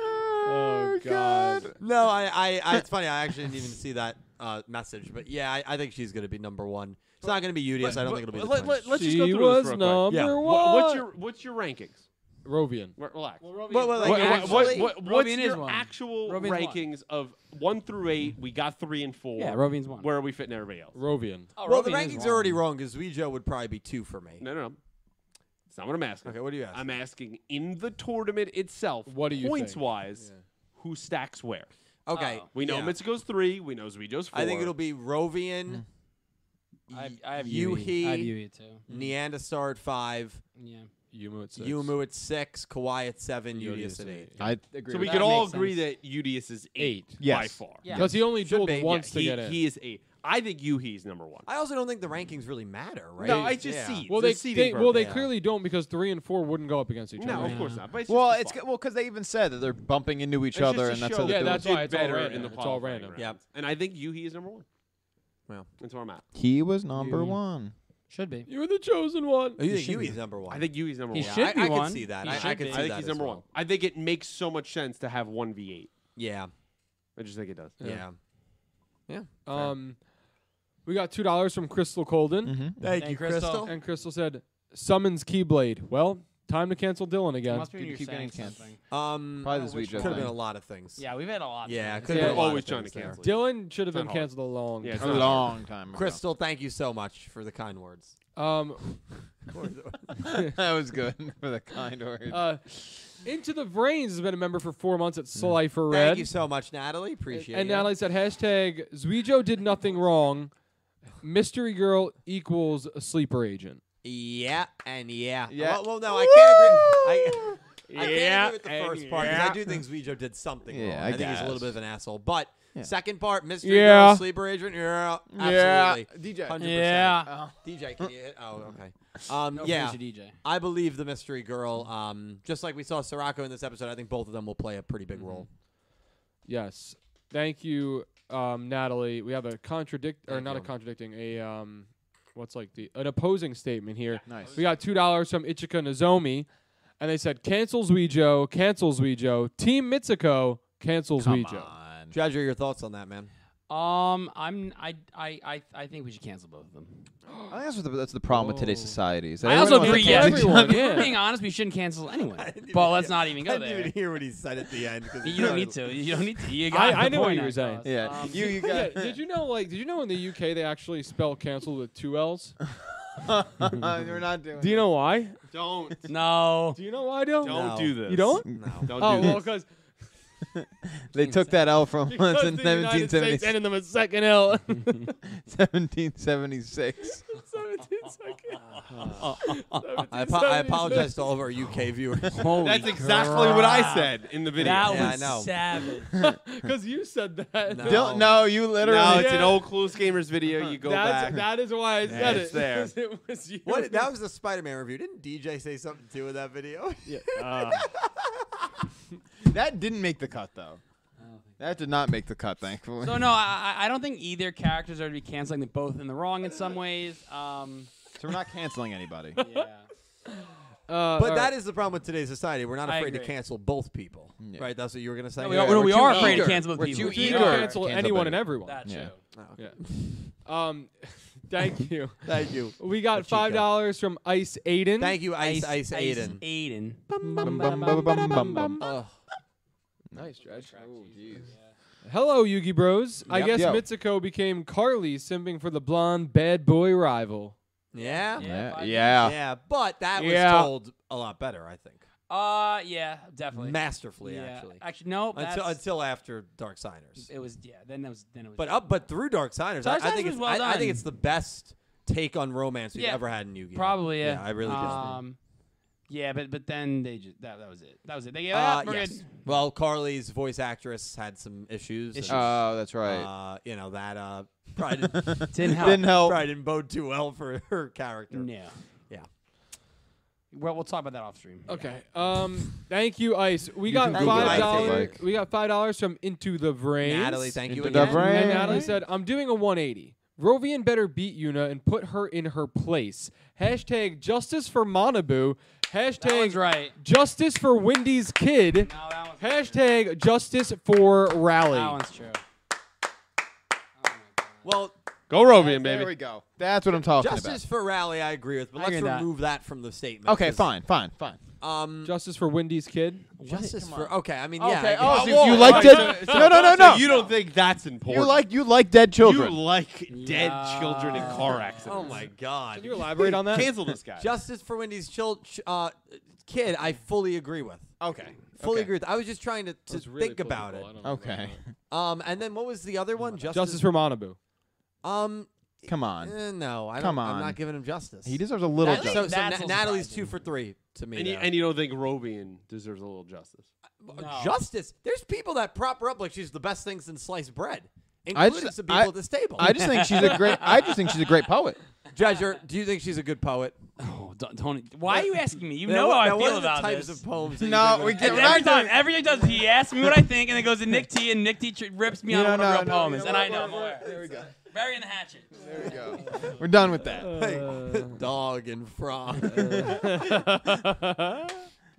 [SPEAKER 2] Ah,
[SPEAKER 3] oh God!
[SPEAKER 4] No, I, I, I, it's funny. I actually didn't even see that uh, message, but yeah, I, I think she's going to be number one. It's not going to be Udius. I don't think it'll be. the
[SPEAKER 7] Let,
[SPEAKER 4] twins.
[SPEAKER 7] let, let's
[SPEAKER 3] she
[SPEAKER 7] just go through
[SPEAKER 3] was
[SPEAKER 7] this real quick.
[SPEAKER 3] number
[SPEAKER 4] Yeah.
[SPEAKER 3] one.
[SPEAKER 7] What- what's your What's your rankings?
[SPEAKER 3] Rovian?
[SPEAKER 7] Re- Relax.
[SPEAKER 4] But, uh, well, like,
[SPEAKER 7] What- what-
[SPEAKER 4] actually-
[SPEAKER 7] what- what- what's
[SPEAKER 5] Robian is
[SPEAKER 7] your
[SPEAKER 5] one.
[SPEAKER 7] actual
[SPEAKER 5] Robian's one.
[SPEAKER 7] rankings of one through eight? We got three and four.
[SPEAKER 5] Yeah, Robian's one.
[SPEAKER 7] Where are we fitting everybody else?
[SPEAKER 3] Rovian.
[SPEAKER 4] well, the rankings are already wrong because Ouija would probably be two for me.
[SPEAKER 7] No, no, no. It's not what I'm asking.
[SPEAKER 4] Okay, what are you asking?
[SPEAKER 7] I'm asking in the tournament itself.
[SPEAKER 3] What do you
[SPEAKER 7] points
[SPEAKER 3] think?
[SPEAKER 7] wise? Who stacks where?
[SPEAKER 4] Okay,
[SPEAKER 5] Oh.
[SPEAKER 7] uh, We know
[SPEAKER 4] yeah.
[SPEAKER 7] Mitsuko's three. We know Zuijo's four.
[SPEAKER 4] I think it'll be Rovian,
[SPEAKER 5] I have, I have
[SPEAKER 4] Yuhi.
[SPEAKER 5] Yuhi. I have Yuhi too.
[SPEAKER 4] Neanderstar at five,
[SPEAKER 5] Yeah.
[SPEAKER 3] Yumu at six.
[SPEAKER 4] Yumu at six, Kawhi at seven,
[SPEAKER 3] Yudi
[SPEAKER 4] Udius
[SPEAKER 3] at
[SPEAKER 4] at eight.
[SPEAKER 3] eight.
[SPEAKER 8] I
[SPEAKER 2] Agree
[SPEAKER 7] So
[SPEAKER 2] with
[SPEAKER 7] we
[SPEAKER 2] that.
[SPEAKER 7] could
[SPEAKER 5] That
[SPEAKER 7] all
[SPEAKER 5] makes
[SPEAKER 7] agree
[SPEAKER 5] sense.
[SPEAKER 7] that Udius is eight,
[SPEAKER 3] Eight.
[SPEAKER 7] by
[SPEAKER 8] Yes.
[SPEAKER 7] far.
[SPEAKER 9] Yeah.
[SPEAKER 3] Because he only
[SPEAKER 4] Should
[SPEAKER 3] dueled
[SPEAKER 4] be, yeah.
[SPEAKER 3] once
[SPEAKER 7] he,
[SPEAKER 3] to get in.
[SPEAKER 7] he is eight. I think Yuhi is number one.
[SPEAKER 4] I also don't think the rankings really matter, right?
[SPEAKER 7] No, I just
[SPEAKER 4] Yeah.
[SPEAKER 7] see.
[SPEAKER 3] well, they, they well they
[SPEAKER 4] Yeah.
[SPEAKER 3] clearly don't because three and four wouldn't go up against each
[SPEAKER 7] No,
[SPEAKER 3] other.
[SPEAKER 7] of course not. But it's
[SPEAKER 2] Well,
[SPEAKER 7] just
[SPEAKER 2] it's
[SPEAKER 7] for
[SPEAKER 2] good-
[SPEAKER 7] fun.
[SPEAKER 2] well because they even said that they're bumping into each
[SPEAKER 7] It's just
[SPEAKER 2] other,
[SPEAKER 7] to
[SPEAKER 2] and that's
[SPEAKER 7] show
[SPEAKER 2] how they
[SPEAKER 3] Yeah,
[SPEAKER 2] do
[SPEAKER 3] that's
[SPEAKER 2] it.
[SPEAKER 3] why it's all
[SPEAKER 7] better
[SPEAKER 3] random.
[SPEAKER 7] in the
[SPEAKER 3] It's all
[SPEAKER 7] qualifying
[SPEAKER 3] random.
[SPEAKER 7] rounds. And I think Yuhi is number one.
[SPEAKER 4] Well.
[SPEAKER 7] that's where I'm at.
[SPEAKER 2] He was number one.
[SPEAKER 5] Should be.
[SPEAKER 3] You're the chosen one.
[SPEAKER 4] Oh, You
[SPEAKER 5] should
[SPEAKER 4] think
[SPEAKER 5] be.
[SPEAKER 4] Yui's number one?
[SPEAKER 7] I think Yuhi's number
[SPEAKER 5] He
[SPEAKER 7] one.
[SPEAKER 5] should
[SPEAKER 4] I,
[SPEAKER 5] be
[SPEAKER 4] I
[SPEAKER 5] one.
[SPEAKER 4] Can see that.
[SPEAKER 5] He
[SPEAKER 4] I, I
[SPEAKER 5] should
[SPEAKER 4] can
[SPEAKER 5] be.
[SPEAKER 4] see
[SPEAKER 7] I think
[SPEAKER 4] that
[SPEAKER 7] he's
[SPEAKER 4] as
[SPEAKER 7] number
[SPEAKER 4] well.
[SPEAKER 7] one. I think it makes so much sense to have one v eight.
[SPEAKER 4] Yeah,
[SPEAKER 7] I just think it does.
[SPEAKER 4] yeah.
[SPEAKER 3] Um, we got two dollars from Crystal Colden,
[SPEAKER 4] Thank
[SPEAKER 5] Hey,
[SPEAKER 4] you,
[SPEAKER 5] Crystal.
[SPEAKER 4] Crystal.
[SPEAKER 3] and Crystal said, "Summons Keyblade." Well, time to cancel Dylan again.
[SPEAKER 5] Must be when
[SPEAKER 2] Dude,
[SPEAKER 5] you're
[SPEAKER 2] keep
[SPEAKER 5] saying
[SPEAKER 2] getting canceled.
[SPEAKER 5] something.
[SPEAKER 4] Um,
[SPEAKER 2] Probably this week.
[SPEAKER 4] could have been a lot of things.
[SPEAKER 9] Yeah, we've had a lot.
[SPEAKER 4] yeah.
[SPEAKER 9] of
[SPEAKER 4] Could
[SPEAKER 9] things.
[SPEAKER 4] have been a
[SPEAKER 3] Yeah.
[SPEAKER 4] lot
[SPEAKER 7] Always
[SPEAKER 4] of
[SPEAKER 7] trying to
[SPEAKER 4] things there.
[SPEAKER 7] cancel.
[SPEAKER 3] Dylan should have
[SPEAKER 7] It's not
[SPEAKER 3] been
[SPEAKER 7] hard.
[SPEAKER 3] canceled a long.
[SPEAKER 7] Yeah,
[SPEAKER 3] time.
[SPEAKER 7] it's
[SPEAKER 2] a
[SPEAKER 7] not-
[SPEAKER 2] long time. ago.
[SPEAKER 4] Crystal, thank you so much for the kind words.
[SPEAKER 3] Um,
[SPEAKER 2] that was good for the kind word.
[SPEAKER 3] uh, Into the Brains has been a member for four months at Slifer Red.
[SPEAKER 4] Thank you so much, Natalie. Appreciate it.
[SPEAKER 3] and Natalie said, hashtag Zuijo did nothing wrong. Mystery Girl equals a sleeper agent.
[SPEAKER 4] Yeah, and yeah.
[SPEAKER 2] Yeah.
[SPEAKER 4] Well, well, no, I can't agree. I, I
[SPEAKER 7] Yeah,
[SPEAKER 4] can't agree with the first part because I do think Zuijo did something
[SPEAKER 2] Yeah,
[SPEAKER 4] wrong.
[SPEAKER 2] I
[SPEAKER 4] I, think he's a little
[SPEAKER 2] guess.
[SPEAKER 4] bit of an asshole. But
[SPEAKER 2] Yeah.
[SPEAKER 4] second part, Mystery
[SPEAKER 3] Yeah.
[SPEAKER 4] Girl, Sleeper Agent, yeah, absolutely.
[SPEAKER 2] DJ.
[SPEAKER 4] 100%.
[SPEAKER 9] Oh.
[SPEAKER 5] Yeah.
[SPEAKER 4] DJ, can you hit? Oh, okay. Um,
[SPEAKER 5] No
[SPEAKER 4] yeah,
[SPEAKER 5] offense to DJ.
[SPEAKER 4] I believe the Mystery Girl, um, just like we saw Sirocco in this episode, I think both of them will play a pretty big role.
[SPEAKER 3] Yes. Thank you, um, Natalie. We have a contradict or
[SPEAKER 4] Thank
[SPEAKER 3] not a
[SPEAKER 4] you.
[SPEAKER 3] contradicting a um, what's like the an opposing statement here.
[SPEAKER 2] Nice.
[SPEAKER 3] We got two dollars from Ichika Nozomi, and they said cancels Weejo, cancels Weejo, Team Mitsuko cancels Weejo.
[SPEAKER 2] on.
[SPEAKER 4] Treasure, your thoughts on that, man?
[SPEAKER 5] Um, I'm I I I I think we should cancel both of them.
[SPEAKER 2] I think that's, what the, that's the problem with today's society. Is that
[SPEAKER 5] I also
[SPEAKER 2] everyone
[SPEAKER 5] agree.
[SPEAKER 2] wants
[SPEAKER 5] Yeah,
[SPEAKER 2] to cancel each
[SPEAKER 3] everyone,
[SPEAKER 2] other.
[SPEAKER 3] yeah.
[SPEAKER 5] being honest, we shouldn't cancel anyway. But let's not even go there.
[SPEAKER 4] hear what he said at the end.
[SPEAKER 5] You don't need to. You don't need to. You
[SPEAKER 3] I-
[SPEAKER 5] got.
[SPEAKER 3] I
[SPEAKER 5] the
[SPEAKER 3] know what
[SPEAKER 5] point
[SPEAKER 3] you were
[SPEAKER 5] across.
[SPEAKER 3] saying.
[SPEAKER 2] Yeah,
[SPEAKER 5] Um,
[SPEAKER 2] you you
[SPEAKER 3] Yeah,
[SPEAKER 2] got.
[SPEAKER 3] did you know like did you know in the UK they actually spell canceled with two L's?
[SPEAKER 2] We're not doing.
[SPEAKER 3] Do you know why?
[SPEAKER 7] Don't
[SPEAKER 5] No.
[SPEAKER 3] Do you know why, Dylan?
[SPEAKER 7] don't
[SPEAKER 4] No.
[SPEAKER 7] do this.
[SPEAKER 3] You don't?
[SPEAKER 4] No.
[SPEAKER 7] Don't
[SPEAKER 3] Oh
[SPEAKER 7] do
[SPEAKER 3] well,
[SPEAKER 7] this.
[SPEAKER 3] because
[SPEAKER 2] They took that L from
[SPEAKER 3] Because
[SPEAKER 2] us in
[SPEAKER 3] the United
[SPEAKER 2] 1776.
[SPEAKER 3] States ended them a second L.
[SPEAKER 2] 1776.
[SPEAKER 3] 17 seconds.
[SPEAKER 4] I, apo- I apologize to all of our UK viewers.
[SPEAKER 5] Holy
[SPEAKER 7] That's exactly what I said in the video.
[SPEAKER 5] That
[SPEAKER 4] Yeah, I
[SPEAKER 5] was
[SPEAKER 4] know.
[SPEAKER 5] savage.
[SPEAKER 3] Because you said that.
[SPEAKER 4] No.
[SPEAKER 2] Dil- no, you literally.
[SPEAKER 7] no, it's
[SPEAKER 3] Yeah.
[SPEAKER 7] an old Clueless Gamers video. You go
[SPEAKER 3] That's,
[SPEAKER 7] back.
[SPEAKER 3] That is why I said
[SPEAKER 7] it's
[SPEAKER 3] it.
[SPEAKER 7] there.
[SPEAKER 3] 'cause It was you.
[SPEAKER 4] What that was the Spider-Man review. Didn't DJ say something too in that video?
[SPEAKER 2] That didn't make the cut though. That did not make the cut, thankfully.
[SPEAKER 5] So no, I, I I don't think either characters are to be canceling. They're both in the wrong in some ways. Um,
[SPEAKER 2] So we're not canceling anybody.
[SPEAKER 5] yeah.
[SPEAKER 3] Uh,
[SPEAKER 4] But that is the problem with today's society. We're not
[SPEAKER 5] I
[SPEAKER 4] afraid to
[SPEAKER 5] agree.
[SPEAKER 4] cancel both people.
[SPEAKER 2] Yeah.
[SPEAKER 4] Right? That's what you were gonna say.
[SPEAKER 5] No, we are, no, we
[SPEAKER 2] too
[SPEAKER 5] are afraid
[SPEAKER 2] eager.
[SPEAKER 5] to cancel both
[SPEAKER 2] We're
[SPEAKER 5] people.
[SPEAKER 2] too
[SPEAKER 5] We
[SPEAKER 3] you
[SPEAKER 2] eager.
[SPEAKER 3] can
[SPEAKER 5] are.
[SPEAKER 3] cancel
[SPEAKER 2] Cancel
[SPEAKER 3] anyone
[SPEAKER 2] better.
[SPEAKER 3] and everyone.
[SPEAKER 5] That too.
[SPEAKER 2] Yeah.
[SPEAKER 3] Um, thank you.
[SPEAKER 4] Thank you.
[SPEAKER 3] We got
[SPEAKER 4] Chico.
[SPEAKER 3] five dollars from Ice Aiden.
[SPEAKER 4] Thank you, Ice Ice, Aiden.
[SPEAKER 5] Aiden.
[SPEAKER 2] Bum, bum, bum, bum, bum, bum.
[SPEAKER 4] Ugh.
[SPEAKER 3] Nice, Dredge. Hello, Yugi Bros. I
[SPEAKER 4] Yep.
[SPEAKER 3] guess
[SPEAKER 2] Yo.
[SPEAKER 3] Mitsuko became Carly, simping for the blonde bad boy rival.
[SPEAKER 4] Yeah. yeah.
[SPEAKER 2] Yeah.
[SPEAKER 5] five
[SPEAKER 2] yeah.
[SPEAKER 4] But that was
[SPEAKER 3] Yeah.
[SPEAKER 4] told a lot better, I think.
[SPEAKER 5] Uh, yeah, definitely.
[SPEAKER 4] Masterfully,
[SPEAKER 5] yeah.
[SPEAKER 4] actually.
[SPEAKER 5] Actually, no. That's,
[SPEAKER 4] Until until after Dark Signers.
[SPEAKER 5] it was yeah. Then it was then it was.
[SPEAKER 4] But up but through Dark Signers,
[SPEAKER 5] Dark
[SPEAKER 4] I, I
[SPEAKER 5] Signers
[SPEAKER 4] think
[SPEAKER 5] was
[SPEAKER 4] it's
[SPEAKER 5] well
[SPEAKER 4] I, I
[SPEAKER 5] done.
[SPEAKER 4] think it's the best take on romance we've
[SPEAKER 5] Yeah.
[SPEAKER 4] ever had in Yu-Gi-Oh.
[SPEAKER 5] probably yeah.
[SPEAKER 4] Yeah, I really do.
[SPEAKER 5] um, yeah, but but then they just that that was it. That was it. They gave
[SPEAKER 4] Uh,
[SPEAKER 5] up. We're
[SPEAKER 4] yes.
[SPEAKER 5] good.
[SPEAKER 4] Well, Carly's voice actress had some issues. and,
[SPEAKER 5] Issues.
[SPEAKER 2] Oh, that's right.
[SPEAKER 4] Uh, you know that uh, probably didn't,
[SPEAKER 5] Didn't help.
[SPEAKER 2] Didn't help.
[SPEAKER 4] probably didn't bode too well for her character.
[SPEAKER 5] No.
[SPEAKER 4] Yeah.
[SPEAKER 5] Well, we'll talk about that off stream.
[SPEAKER 3] Okay. Um. Thank you, Ice. We got
[SPEAKER 4] can Google
[SPEAKER 3] five
[SPEAKER 4] Ice if you
[SPEAKER 3] dollars.
[SPEAKER 2] like.
[SPEAKER 3] We got five dollars from Into the Brain.
[SPEAKER 4] Natalie, thank you
[SPEAKER 2] Into the
[SPEAKER 4] again.
[SPEAKER 2] brain.
[SPEAKER 3] And Natalie said, "I'm doing a 180. Rovian better beat Yuna and put her in her place. Hashtag justice for Monabu.
[SPEAKER 5] That one's
[SPEAKER 3] Hashtag
[SPEAKER 5] right.
[SPEAKER 3] justice for Wendy's kid.
[SPEAKER 5] No, that one's
[SPEAKER 3] Hashtag justice for
[SPEAKER 5] That
[SPEAKER 3] Rally.
[SPEAKER 5] one's true.
[SPEAKER 4] Well,
[SPEAKER 7] Go Rovian,
[SPEAKER 2] There
[SPEAKER 7] baby.
[SPEAKER 2] we go. That's what I'm talking
[SPEAKER 4] Justice for Rally, I agree with, but
[SPEAKER 5] I
[SPEAKER 4] let's
[SPEAKER 5] agree with that.
[SPEAKER 4] remove that. from the statement.
[SPEAKER 2] about. Okay,
[SPEAKER 4] 'cause,
[SPEAKER 2] fine, fine, fine.
[SPEAKER 4] Um,
[SPEAKER 3] Justice for Wendy's kid.
[SPEAKER 4] justice for. Okay, I mean, yeah.
[SPEAKER 2] okay.
[SPEAKER 4] I
[SPEAKER 2] Oh,
[SPEAKER 4] guess-
[SPEAKER 2] so you liked it? No, no, no, no.
[SPEAKER 7] You don't think that's important?
[SPEAKER 2] You like you like dead children.
[SPEAKER 7] You like dead
[SPEAKER 5] Yeah.
[SPEAKER 7] children in car accidents.
[SPEAKER 4] oh my
[SPEAKER 3] Can you
[SPEAKER 4] God.
[SPEAKER 3] elaborate on that?
[SPEAKER 7] Cancel this guy.
[SPEAKER 4] Justice for Wendy's chil- ch- uh, kid, I fully agree with.
[SPEAKER 2] okay.
[SPEAKER 4] Fully
[SPEAKER 2] okay.
[SPEAKER 4] agree with. I was just trying to, to think about it.
[SPEAKER 2] Okay.
[SPEAKER 4] Um, and then what was the other one? Justice,
[SPEAKER 3] Justice for Monabu.
[SPEAKER 4] Um,
[SPEAKER 2] Come on.
[SPEAKER 4] Eh, no, I don't,
[SPEAKER 2] Come
[SPEAKER 4] I'm
[SPEAKER 2] on.
[SPEAKER 4] not giving him justice.
[SPEAKER 2] He deserves a little
[SPEAKER 1] That-
[SPEAKER 2] justice.
[SPEAKER 4] So, so
[SPEAKER 1] That's
[SPEAKER 4] Na-
[SPEAKER 1] a
[SPEAKER 4] Natalie's
[SPEAKER 1] surprising.
[SPEAKER 4] two for three to me.
[SPEAKER 7] And you,
[SPEAKER 4] though.
[SPEAKER 7] and you don't think Robian deserves a little justice?
[SPEAKER 4] Uh, Justice. There's people that prop her up like she's the best thing since sliced bread,
[SPEAKER 2] I
[SPEAKER 4] including
[SPEAKER 2] just-
[SPEAKER 4] some people
[SPEAKER 2] I-
[SPEAKER 4] at this table.
[SPEAKER 2] I just think she's a great. I just think she's a great poet.
[SPEAKER 4] Judge, you're- do you think she's a good poet?
[SPEAKER 5] Oh, Don- Tony, why are you asking me? You
[SPEAKER 4] Now,
[SPEAKER 5] know
[SPEAKER 4] what-
[SPEAKER 5] how
[SPEAKER 4] now,
[SPEAKER 5] I
[SPEAKER 4] what
[SPEAKER 5] feel
[SPEAKER 4] are the
[SPEAKER 5] about
[SPEAKER 4] types
[SPEAKER 5] this.
[SPEAKER 4] of poems. that
[SPEAKER 2] No,
[SPEAKER 4] you think
[SPEAKER 2] we
[SPEAKER 4] would-
[SPEAKER 2] can't-
[SPEAKER 5] And
[SPEAKER 2] We're not
[SPEAKER 5] every time,
[SPEAKER 2] doing-
[SPEAKER 5] every time he does, he asks me what I think, and then goes to Nick T, and Nick T tri- rips me on
[SPEAKER 2] No,
[SPEAKER 5] what
[SPEAKER 2] no,
[SPEAKER 5] a real
[SPEAKER 2] no,
[SPEAKER 5] poem
[SPEAKER 2] no,
[SPEAKER 5] is,
[SPEAKER 2] no,
[SPEAKER 5] and I
[SPEAKER 2] we're-
[SPEAKER 5] know. I'm
[SPEAKER 2] we're-
[SPEAKER 5] aware.
[SPEAKER 2] there we go.
[SPEAKER 5] Burying the hatchet.
[SPEAKER 2] There we go. We're done with that.
[SPEAKER 4] dog and frog.
[SPEAKER 2] Uh,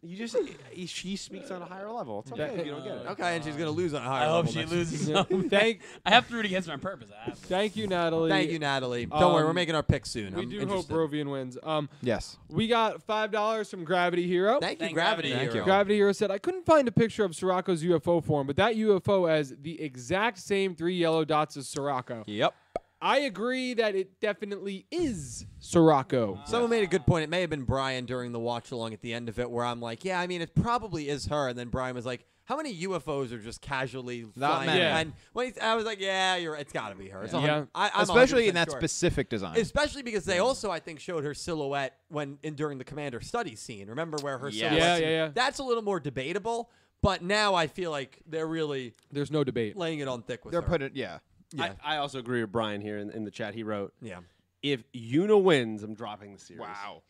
[SPEAKER 7] You just he- she speaks on a higher level. It's okay if you don't get it.
[SPEAKER 2] Uh,
[SPEAKER 4] okay, and she's gonna lose on a higher
[SPEAKER 5] I hope
[SPEAKER 4] level
[SPEAKER 5] she
[SPEAKER 4] next
[SPEAKER 5] loses.
[SPEAKER 3] Thank,
[SPEAKER 5] I have to root against her on purpose. I have to.
[SPEAKER 3] thank you, Natalie.
[SPEAKER 4] Thank you, Natalie. Don't worry, we're
[SPEAKER 3] Um,
[SPEAKER 4] making our pick soon.
[SPEAKER 3] We
[SPEAKER 4] I'm
[SPEAKER 3] do
[SPEAKER 4] interested.
[SPEAKER 3] hope Rovian wins. Um,
[SPEAKER 2] Yes.
[SPEAKER 3] we got five dollars from Gravity Hero.
[SPEAKER 4] Thank you,
[SPEAKER 5] Thank Gravity.
[SPEAKER 4] Gravity. Hero.
[SPEAKER 5] Thank
[SPEAKER 3] Gravity Hero said, I couldn't find a picture of Sirocco's UFO form, but that UFO has the exact same three yellow dots as Sirocco.
[SPEAKER 2] Yep.
[SPEAKER 3] I agree that it definitely is Sirocco.
[SPEAKER 4] Someone made a good point. It may have been Brian during the watch along at the end of it, where I'm like, "Yeah, I mean, it probably is her." And then Brian was like, "How many UFOs are just casually flying?"
[SPEAKER 2] many.
[SPEAKER 3] Yeah.
[SPEAKER 4] And when he, I was like, "Yeah, you're. right. It's got to be her." It's a
[SPEAKER 3] Yeah.
[SPEAKER 4] hundred- I, I'm
[SPEAKER 2] Especially in
[SPEAKER 4] 100%
[SPEAKER 2] that
[SPEAKER 4] sure.
[SPEAKER 2] specific design.
[SPEAKER 4] Especially because they also, I think, showed her silhouette when in during the commander study scene. Remember where her
[SPEAKER 2] Yes.
[SPEAKER 4] silhouette?
[SPEAKER 3] Yeah, yeah, yeah.
[SPEAKER 4] That's a little more debatable, but now I feel like they're really
[SPEAKER 3] There's no debate.
[SPEAKER 4] laying it on thick with
[SPEAKER 2] They're
[SPEAKER 4] her.
[SPEAKER 2] putting. Yeah.
[SPEAKER 4] Yeah.
[SPEAKER 7] I, I also agree with Brian here in, in the chat. He wrote,
[SPEAKER 4] yeah,
[SPEAKER 7] "If Una wins, I'm dropping the series."
[SPEAKER 3] Oh.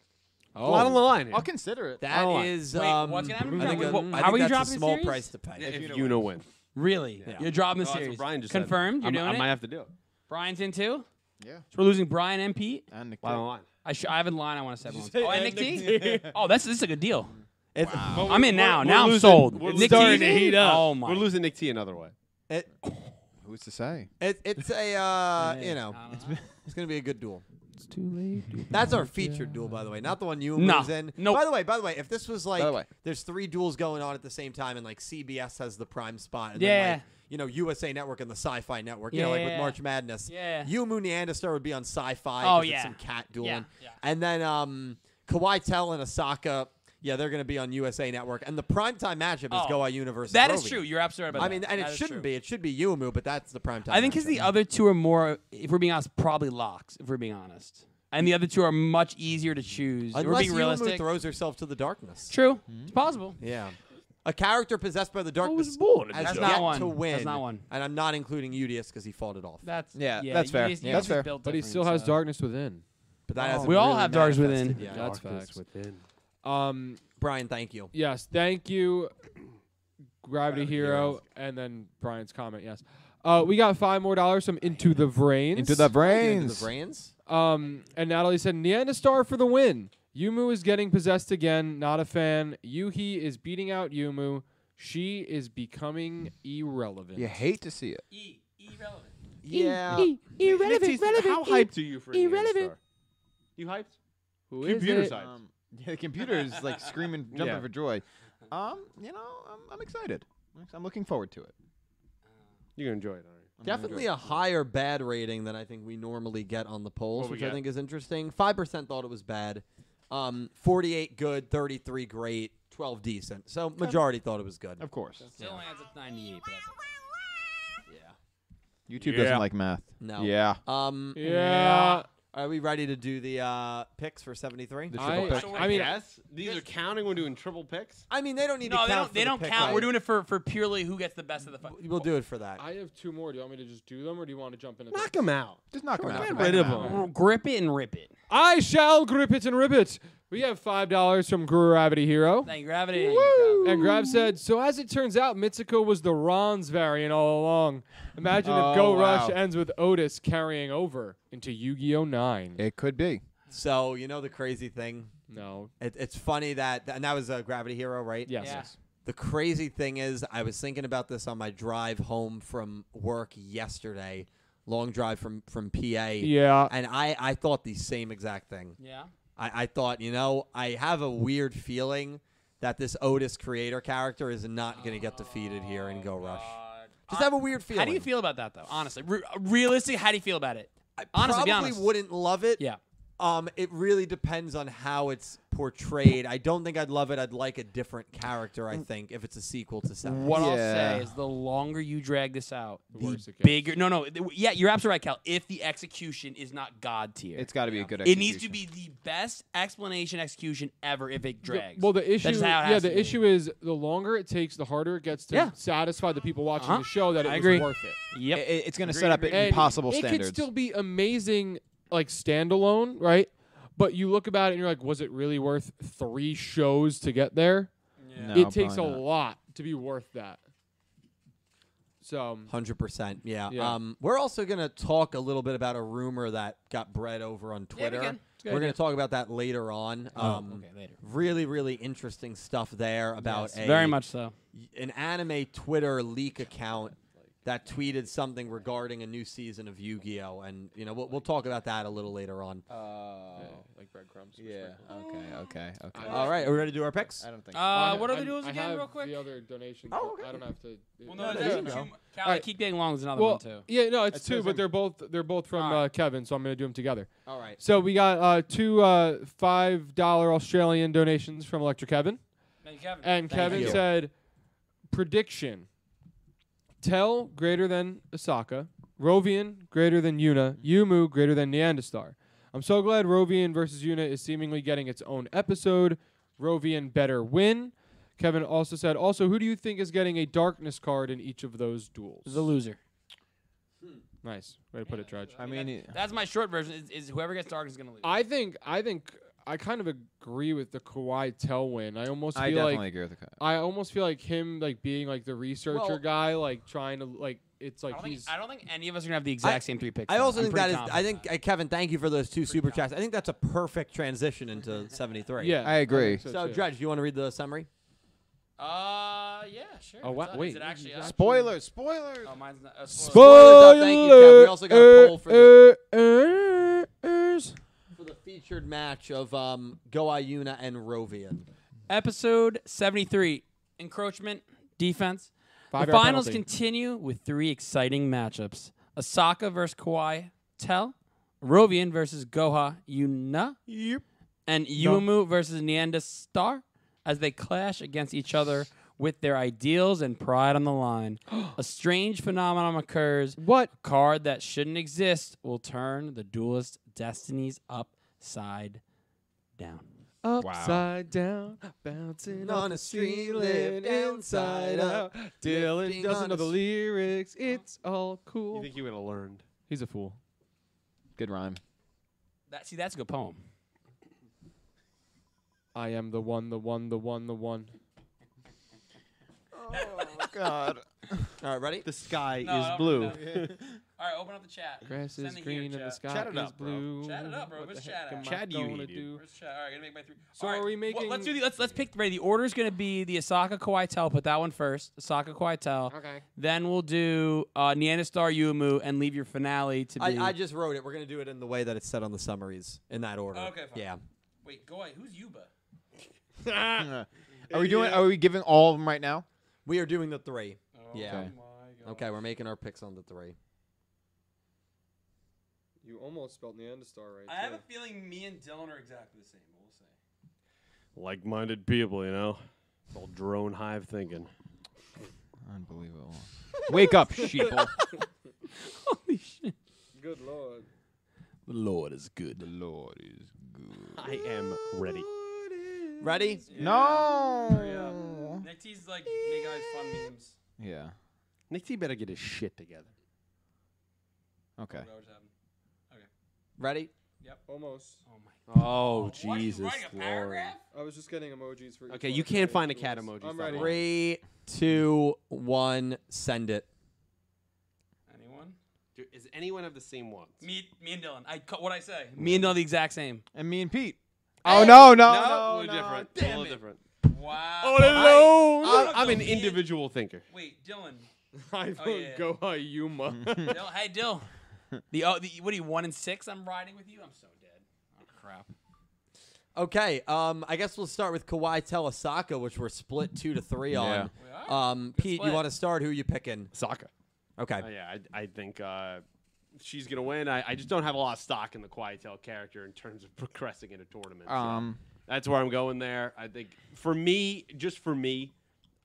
[SPEAKER 7] a lot on the line here.
[SPEAKER 2] I'll consider it.
[SPEAKER 4] that
[SPEAKER 7] Oh, I-
[SPEAKER 4] is.
[SPEAKER 5] Wait,
[SPEAKER 4] um,
[SPEAKER 5] what's gonna happen?
[SPEAKER 4] I think,
[SPEAKER 5] Wait,
[SPEAKER 4] a-
[SPEAKER 5] wh-
[SPEAKER 4] I
[SPEAKER 5] how
[SPEAKER 4] think
[SPEAKER 5] are you
[SPEAKER 4] that's
[SPEAKER 5] dropping
[SPEAKER 4] a
[SPEAKER 5] the
[SPEAKER 4] small
[SPEAKER 5] series?
[SPEAKER 4] price to pay.
[SPEAKER 7] If, Una wins,
[SPEAKER 5] Really? You're dropping the
[SPEAKER 7] Oh, that's
[SPEAKER 5] series.
[SPEAKER 7] what Brian just said.
[SPEAKER 5] Confirmed.
[SPEAKER 7] I'm-
[SPEAKER 5] You're
[SPEAKER 7] I
[SPEAKER 5] doing
[SPEAKER 7] might
[SPEAKER 5] it.
[SPEAKER 7] have to do it.
[SPEAKER 5] Brian's in too.
[SPEAKER 2] Yeah.
[SPEAKER 5] So we're losing Brian and Pete.
[SPEAKER 2] And Nick
[SPEAKER 7] Lot
[SPEAKER 2] Tate.
[SPEAKER 7] on the line.
[SPEAKER 5] I, sh- I have a line I want to set. once. Oh, and Nick T. oh, that's this is a good deal.
[SPEAKER 4] It's-
[SPEAKER 5] I'm in now.
[SPEAKER 7] We're
[SPEAKER 5] now I'm
[SPEAKER 7] losing-
[SPEAKER 5] sold.
[SPEAKER 7] we're
[SPEAKER 5] Nick
[SPEAKER 7] starting
[SPEAKER 5] T.
[SPEAKER 7] to heat up.
[SPEAKER 5] Oh my.
[SPEAKER 7] We're losing Nick T another way.
[SPEAKER 4] it,
[SPEAKER 2] Who's to say?
[SPEAKER 4] It, it's a uh, you know,
[SPEAKER 5] I
[SPEAKER 4] it's,
[SPEAKER 5] don't know.
[SPEAKER 4] gonna be a good duel. That's our featured duel, by the way, not the one you
[SPEAKER 5] No.
[SPEAKER 4] was in.
[SPEAKER 5] Nope.
[SPEAKER 4] By the way, by the way, if this was like,
[SPEAKER 2] the way.
[SPEAKER 4] there's three duels going on at the same time, and like CBS has the prime spot, and
[SPEAKER 5] Yeah.
[SPEAKER 4] then like, you know USA Network and the Sci-Fi Network, you know, like with
[SPEAKER 5] Yeah.
[SPEAKER 4] March Madness,
[SPEAKER 5] Yeah.
[SPEAKER 4] you Moon Neanderstar would be on Sci-Fi.
[SPEAKER 5] Oh,
[SPEAKER 4] 'cause it's
[SPEAKER 5] yeah.
[SPEAKER 4] some cat dueling,
[SPEAKER 5] yeah.
[SPEAKER 4] and then um, Kawhi Tell and Osaka, yeah, they're gonna be on USA Network, and the primetime matchup is
[SPEAKER 5] Oh.
[SPEAKER 4] Goa Universe.
[SPEAKER 5] That is true. You're absolutely right about
[SPEAKER 4] I
[SPEAKER 5] that.
[SPEAKER 4] mean, and
[SPEAKER 5] That
[SPEAKER 4] it
[SPEAKER 5] is
[SPEAKER 4] shouldn't
[SPEAKER 5] true.
[SPEAKER 4] be. It should be Umu, but that's the primetime.
[SPEAKER 5] I think because
[SPEAKER 4] matchup.
[SPEAKER 5] the other two are more, if we're being honest, probably locks. If we're being honest, and the other two are much easier to choose. If we're
[SPEAKER 4] Unless
[SPEAKER 5] being
[SPEAKER 4] Yumu
[SPEAKER 5] realistic.
[SPEAKER 4] throws herself to the darkness.
[SPEAKER 5] True, it's possible.
[SPEAKER 4] Yeah. A character possessed by the darkness
[SPEAKER 6] born.
[SPEAKER 4] has
[SPEAKER 5] That's
[SPEAKER 4] yet
[SPEAKER 5] not one.
[SPEAKER 4] to win.
[SPEAKER 5] That's not one.
[SPEAKER 4] And I'm not including Udius because he fought it off.
[SPEAKER 5] That's
[SPEAKER 2] Yeah, that's fair.
[SPEAKER 5] Udius-
[SPEAKER 2] Yeah.
[SPEAKER 5] Udius is
[SPEAKER 2] That's fair.
[SPEAKER 5] built
[SPEAKER 3] But he
[SPEAKER 5] different,
[SPEAKER 3] still has
[SPEAKER 5] so.
[SPEAKER 3] darkness within.
[SPEAKER 4] But that hasn't
[SPEAKER 5] We all
[SPEAKER 4] really
[SPEAKER 5] have Dark's
[SPEAKER 4] manifested
[SPEAKER 5] Within.
[SPEAKER 4] yet.
[SPEAKER 3] That's facts.
[SPEAKER 7] within.
[SPEAKER 3] Um,
[SPEAKER 4] Brian, thank you.
[SPEAKER 3] yes, thank you, Gravity,
[SPEAKER 7] Gravity
[SPEAKER 3] Hero, and then Brian's comment. Yes, uh, we got five more dollars from Into the Brains.
[SPEAKER 2] Into the
[SPEAKER 4] Into
[SPEAKER 2] brains.
[SPEAKER 4] the brains.
[SPEAKER 3] Um, and Natalie said, Neander Star for the win. Yumu is getting possessed again. Not a fan. Yuhi is beating out Yumu. She is becoming irrelevant.
[SPEAKER 2] You hate to see it.
[SPEAKER 5] E- irrelevant.
[SPEAKER 4] Yeah.
[SPEAKER 7] E, Irrelevant. E. how hyped are you for irrelevant? You hyped?
[SPEAKER 3] Who is
[SPEAKER 7] Computer
[SPEAKER 3] it?
[SPEAKER 7] side.
[SPEAKER 2] yeah, the computer is like screaming, jumping
[SPEAKER 7] Yeah.
[SPEAKER 2] for joy. Um, you know, I'm, I'm excited. I'm looking forward to it.
[SPEAKER 7] You're gonna enjoy it, aren't you?
[SPEAKER 4] Definitely a higher bad rating than I think we normally get on the polls,
[SPEAKER 7] What we
[SPEAKER 4] which I
[SPEAKER 7] get?
[SPEAKER 4] think is interesting. 5% thought it was bad. Um, 48 good, 33 great, 12 decent. So majority thought it was good.
[SPEAKER 2] Of course.
[SPEAKER 5] Still lands at 98. But that's okay.
[SPEAKER 2] YouTube
[SPEAKER 7] Yeah.
[SPEAKER 2] doesn't like math.
[SPEAKER 4] No.
[SPEAKER 2] Yeah.
[SPEAKER 4] Um,
[SPEAKER 3] Yeah.
[SPEAKER 4] Are we ready to do the uh, picks for 73?
[SPEAKER 2] The
[SPEAKER 3] I,
[SPEAKER 2] triple pick.
[SPEAKER 3] I- I mean,
[SPEAKER 7] yes. These are counting. We're doing triple picks.
[SPEAKER 4] I mean, they don't need
[SPEAKER 5] No,
[SPEAKER 4] to
[SPEAKER 5] they
[SPEAKER 4] count.
[SPEAKER 5] don't.
[SPEAKER 4] for
[SPEAKER 5] They
[SPEAKER 4] the
[SPEAKER 5] don't
[SPEAKER 4] pick,
[SPEAKER 5] count.
[SPEAKER 4] right?
[SPEAKER 5] We're doing it for for purely who gets the best of the fight.
[SPEAKER 4] We'll do it for that.
[SPEAKER 3] I have two more. Do you want me to just do them, or do you want to jump into?
[SPEAKER 7] Knock them out.
[SPEAKER 2] Just knock them out.
[SPEAKER 7] Get
[SPEAKER 2] Knock
[SPEAKER 7] rid of
[SPEAKER 2] them out.
[SPEAKER 7] them.
[SPEAKER 5] Grip it and rip it.
[SPEAKER 3] I shall grip it and rip it. We have five dollars from Gravity Hero.
[SPEAKER 5] Thank you, gravity.
[SPEAKER 3] And Grav said, so as it turns out, Mitsuko was the Ron's variant all along. Imagine
[SPEAKER 2] Oh,
[SPEAKER 3] if Go
[SPEAKER 2] wow.
[SPEAKER 3] Rush ends with Otis carrying over into Yu-Gi-Oh! 9.
[SPEAKER 2] It could be.
[SPEAKER 4] So you know the crazy thing.
[SPEAKER 3] no.
[SPEAKER 4] It, it's funny that, and that was a Gravity Hero, right?
[SPEAKER 3] Yes.
[SPEAKER 5] Yeah.
[SPEAKER 4] The crazy thing is, I was thinking about this on my drive home from work yesterday, long drive from from PA.
[SPEAKER 3] Yeah.
[SPEAKER 4] And I I thought the same exact thing.
[SPEAKER 5] Yeah.
[SPEAKER 4] I, I thought, you know, I have a weird feeling that this Otis creator character is not going to get defeated here in Go Rush. Just have a weird feeling.
[SPEAKER 5] How do you feel about that, though? Honestly, Re- realistically, how do you feel about it?
[SPEAKER 4] I
[SPEAKER 5] Honestly, be
[SPEAKER 4] probably
[SPEAKER 5] honest.
[SPEAKER 4] wouldn't love it.
[SPEAKER 5] Yeah.
[SPEAKER 4] Um, it really depends on how it's portrayed. I don't think I'd love it. I'd like a different character. I think if it's a sequel to Severance.
[SPEAKER 5] Mm. What I'll
[SPEAKER 2] Yeah.
[SPEAKER 5] say is the longer you drag this out, the,
[SPEAKER 3] worse it gets.
[SPEAKER 5] bigger. No, no. th- Yeah, you're absolutely right, Cal. If the execution is not god tier,
[SPEAKER 2] It's got to be a good.
[SPEAKER 5] it needs to
[SPEAKER 2] execution.
[SPEAKER 5] be the best explanation execution ever. If it
[SPEAKER 3] Yeah,
[SPEAKER 5] drags,
[SPEAKER 3] Well, the issue,
[SPEAKER 5] That's how it
[SPEAKER 3] yeah,
[SPEAKER 5] has to
[SPEAKER 3] the
[SPEAKER 5] be.
[SPEAKER 3] issue is the longer it takes, the harder it gets to
[SPEAKER 5] Yeah.
[SPEAKER 3] satisfy the people watching
[SPEAKER 5] Uh-huh.
[SPEAKER 3] the show that it
[SPEAKER 5] I
[SPEAKER 3] was
[SPEAKER 5] agree.
[SPEAKER 3] worth it.
[SPEAKER 5] Yep.
[SPEAKER 2] I- I- it's going to set up
[SPEAKER 3] And
[SPEAKER 2] impossible
[SPEAKER 3] it
[SPEAKER 2] standards.
[SPEAKER 3] could still be amazing, like standalone, right? But you look about it and you're like, was it really worth three shows to get there?
[SPEAKER 2] No,
[SPEAKER 3] it takes a
[SPEAKER 2] probably not.
[SPEAKER 3] lot to be worth that. So
[SPEAKER 4] Hundred percent, yeah.
[SPEAKER 3] Yeah.
[SPEAKER 4] Um, we're also gonna talk a little bit about a rumor that got bred over on
[SPEAKER 5] we
[SPEAKER 4] Twitter.
[SPEAKER 5] can. It's a good Oh,
[SPEAKER 4] we're gonna talk about that later on. Um,
[SPEAKER 5] okay, later.
[SPEAKER 4] Really, really interesting stuff there about a
[SPEAKER 5] Very much so.
[SPEAKER 4] an anime Twitter leak account that tweeted something regarding a new season of Yu-Gi-Oh, and you know we'll, we'll talk about that a little later on.
[SPEAKER 3] Uh, like breadcrumbs.
[SPEAKER 2] Yeah. Okay. Okay. Okay.
[SPEAKER 4] All right, are we ready to do our picks?
[SPEAKER 2] I don't think.
[SPEAKER 5] Uh, what are the rules
[SPEAKER 3] I
[SPEAKER 5] again,
[SPEAKER 3] have
[SPEAKER 5] real quick? Oh,
[SPEAKER 3] The other donation. I don't have to. do
[SPEAKER 5] Well,
[SPEAKER 3] that.
[SPEAKER 5] no,
[SPEAKER 4] there
[SPEAKER 5] that's
[SPEAKER 4] you go.
[SPEAKER 5] too mu- Cal, I
[SPEAKER 3] Alright.
[SPEAKER 5] keep getting long is another
[SPEAKER 3] Well,
[SPEAKER 5] one too.
[SPEAKER 3] yeah, no, it's two,
[SPEAKER 7] says
[SPEAKER 3] but
[SPEAKER 7] I'm-
[SPEAKER 3] they're both they're both from
[SPEAKER 5] Alright.
[SPEAKER 3] uh, Kevin, so I'm gonna do them together.
[SPEAKER 4] All right.
[SPEAKER 3] So we got uh, two uh, five dollar Australian donations from Electric Kevin,
[SPEAKER 5] Thank you, Kevin.
[SPEAKER 3] and Kevin
[SPEAKER 4] you.
[SPEAKER 3] said, "Prediction: Tell greater than Asaka, Rovian greater than Yuna, Yumu greater than Neanderstar. I'm so glad Rovian versus Yuna is seemingly getting its own episode. Rovian better win." Kevin also said, "Also, who do you think is getting a darkness card in each of those duels?"
[SPEAKER 5] the loser.
[SPEAKER 3] nice way to put it, Drudge.
[SPEAKER 2] I mean, it-
[SPEAKER 5] That's my short version. Is, is whoever gets dark is gonna lose.
[SPEAKER 3] I think I think I kind of agree with the Kawhi Tell win. I almost
[SPEAKER 2] I
[SPEAKER 3] feel
[SPEAKER 2] definitely
[SPEAKER 3] like
[SPEAKER 2] agree with the. co-
[SPEAKER 3] I almost feel like him like being like the researcher
[SPEAKER 4] Well-
[SPEAKER 3] guy, like trying to like it's
[SPEAKER 5] I
[SPEAKER 3] like
[SPEAKER 5] don't, think,
[SPEAKER 3] he's
[SPEAKER 5] I don't think any of us are gonna have the exact same three picks.
[SPEAKER 4] I
[SPEAKER 5] though.
[SPEAKER 4] also
[SPEAKER 5] I'm
[SPEAKER 4] think that
[SPEAKER 5] pretty
[SPEAKER 4] is. I
[SPEAKER 5] confident.
[SPEAKER 4] think uh, Kevin, thank you for those two super chats. I think that's a perfect transition into '73.
[SPEAKER 3] yeah.
[SPEAKER 2] I agree.
[SPEAKER 3] think
[SPEAKER 4] So,
[SPEAKER 3] too.
[SPEAKER 4] Dredge, do you want to read the summary?
[SPEAKER 5] Uh, yeah, sure.
[SPEAKER 3] Oh,
[SPEAKER 5] It's
[SPEAKER 3] wa-
[SPEAKER 5] up.
[SPEAKER 3] wait.
[SPEAKER 5] Is it actually? up?
[SPEAKER 2] Spoilers! Spoilers!
[SPEAKER 5] Oh, mine's not. Uh,
[SPEAKER 3] Spoil-
[SPEAKER 5] spoilers.
[SPEAKER 4] Spoilers up, thank you, Kev. We also got a poll for the- For the featured match of um, Go Ayuna and Rovian.
[SPEAKER 5] Episode seventy-three: Encroachment Defense. the
[SPEAKER 3] Five-hour
[SPEAKER 5] finals
[SPEAKER 3] penalty.
[SPEAKER 5] continue with three exciting matchups: Asaka versus Kawhi Tell, Rovian versus Goha Yuna, and Yumu versus Neanda Star, as they clash against each other with their ideals and pride on the line. A strange phenomenon occurs
[SPEAKER 3] What?
[SPEAKER 5] a card that shouldn't exist will turn the duelist's destinies upside down.
[SPEAKER 3] Upside down, bouncing
[SPEAKER 4] On
[SPEAKER 3] off
[SPEAKER 4] a
[SPEAKER 3] the
[SPEAKER 4] street,
[SPEAKER 3] ceiling,
[SPEAKER 4] lived inside out,
[SPEAKER 3] Dylan
[SPEAKER 4] lifting
[SPEAKER 3] doesn't
[SPEAKER 4] on
[SPEAKER 3] know
[SPEAKER 4] a
[SPEAKER 3] the
[SPEAKER 4] s-
[SPEAKER 3] lyrics. It's all
[SPEAKER 7] You
[SPEAKER 3] cool.
[SPEAKER 7] think you would have learned?
[SPEAKER 3] He's a fool.
[SPEAKER 2] Good rhyme.
[SPEAKER 5] That see, that's a good poem.
[SPEAKER 3] I am the one, the one, the one, the one.
[SPEAKER 4] All right, ready?
[SPEAKER 7] The sky
[SPEAKER 5] No, I
[SPEAKER 7] is
[SPEAKER 5] don't
[SPEAKER 7] blue.
[SPEAKER 5] remember All right, open up the chat.
[SPEAKER 3] Grass
[SPEAKER 5] Send
[SPEAKER 3] is
[SPEAKER 5] it
[SPEAKER 3] green
[SPEAKER 5] here,
[SPEAKER 3] and the
[SPEAKER 5] chat.
[SPEAKER 3] sky
[SPEAKER 7] Chat it
[SPEAKER 3] is
[SPEAKER 7] up, bro.
[SPEAKER 3] blue.
[SPEAKER 5] Chat it up, bro.
[SPEAKER 3] What the
[SPEAKER 5] Where's
[SPEAKER 3] heck
[SPEAKER 5] chat
[SPEAKER 3] am
[SPEAKER 5] at?
[SPEAKER 3] I
[SPEAKER 7] Chad, you
[SPEAKER 3] gonna
[SPEAKER 7] need, dude.
[SPEAKER 3] do?
[SPEAKER 5] Where's chat? All right, gonna make my three.
[SPEAKER 3] So
[SPEAKER 5] All right,
[SPEAKER 3] are we
[SPEAKER 5] well, let's do
[SPEAKER 3] making-
[SPEAKER 5] the let's let's pick ready. The order's gonna be the Asaka Kawhi Tell. Put that one first. Asaka Kawhi Tell.
[SPEAKER 3] Okay.
[SPEAKER 5] Then we'll do uh, Neanderstar Yumu and leave your finale to be.
[SPEAKER 4] I, I just wrote it. We're going to do it in the way that it's said on the summaries, in that order.
[SPEAKER 5] Okay, fine.
[SPEAKER 4] Yeah.
[SPEAKER 5] Wait, go away. Who's Yuba?
[SPEAKER 2] are we doing? Are we giving all of them right now?
[SPEAKER 4] We are doing the three. yeah.
[SPEAKER 2] Okay.
[SPEAKER 7] Oh
[SPEAKER 4] Okay, we're making our picks on the three.
[SPEAKER 3] You almost spelled Neanderstar right.
[SPEAKER 5] I have a feeling me and Dylan are exactly the same. We'll see.
[SPEAKER 7] Like-minded people, you know. It's all drone hive thinking.
[SPEAKER 2] Unbelievable. Wake up, sheeple.
[SPEAKER 5] Holy shit.
[SPEAKER 3] Good lord.
[SPEAKER 5] The Lord is good.
[SPEAKER 2] Lord is good.
[SPEAKER 7] I am ready.
[SPEAKER 4] Ready?
[SPEAKER 2] No.
[SPEAKER 5] Nick T's like making all these fun memes.
[SPEAKER 2] Yeah.
[SPEAKER 7] Nick T better get his shit together.
[SPEAKER 2] Okay.
[SPEAKER 5] Whatever's happening.
[SPEAKER 4] Ready?
[SPEAKER 3] Almost.
[SPEAKER 5] Oh my
[SPEAKER 7] Oh
[SPEAKER 5] Why are you
[SPEAKER 7] Jesus,
[SPEAKER 5] writing a
[SPEAKER 7] Lord.
[SPEAKER 5] paragraph?
[SPEAKER 3] I was just getting emojis for. each
[SPEAKER 7] Okay,
[SPEAKER 3] one
[SPEAKER 7] you
[SPEAKER 3] of
[SPEAKER 7] can't
[SPEAKER 3] the
[SPEAKER 7] find a
[SPEAKER 3] duels.
[SPEAKER 7] cat emoji,
[SPEAKER 3] I'm
[SPEAKER 7] stop
[SPEAKER 3] ready.
[SPEAKER 7] lying.
[SPEAKER 4] Three, two, one, send it.
[SPEAKER 5] Anyone?
[SPEAKER 7] Dude, Is anyone of the same ones?
[SPEAKER 5] Me, me and Dylan. I cut what I say. Me and Dylan the exact same.
[SPEAKER 2] And me and Pete. Oh no, no, no,
[SPEAKER 7] we're
[SPEAKER 2] no,
[SPEAKER 7] different.
[SPEAKER 2] Damn
[SPEAKER 7] We're
[SPEAKER 2] it.
[SPEAKER 7] different.
[SPEAKER 5] Wow.
[SPEAKER 7] I, am
[SPEAKER 5] I'm
[SPEAKER 7] an
[SPEAKER 5] the man.
[SPEAKER 7] individual thinker.
[SPEAKER 5] Wait, Dylan.
[SPEAKER 7] Oh,
[SPEAKER 3] I vote
[SPEAKER 5] yeah.
[SPEAKER 3] Go Ayuma.
[SPEAKER 5] Dylan hey, Dylan. The, oh, the what are you one and six? I'm riding with you. I'm so dead. Oh crap.
[SPEAKER 4] Okay, um, I guess we'll start with Kawhi Telasaka, which we're split two to three on.
[SPEAKER 5] We are.
[SPEAKER 4] Um, Pete,
[SPEAKER 5] split.
[SPEAKER 4] you want to start? Who you picking?
[SPEAKER 7] Saka.
[SPEAKER 4] Okay.
[SPEAKER 7] Oh, yeah, I, I think uh, she's gonna win. I, I just don't have a lot of stock in the Quietel character in terms of progressing in a tournament. so
[SPEAKER 2] Um,
[SPEAKER 7] That's where I'm going there. I think for me, just for me,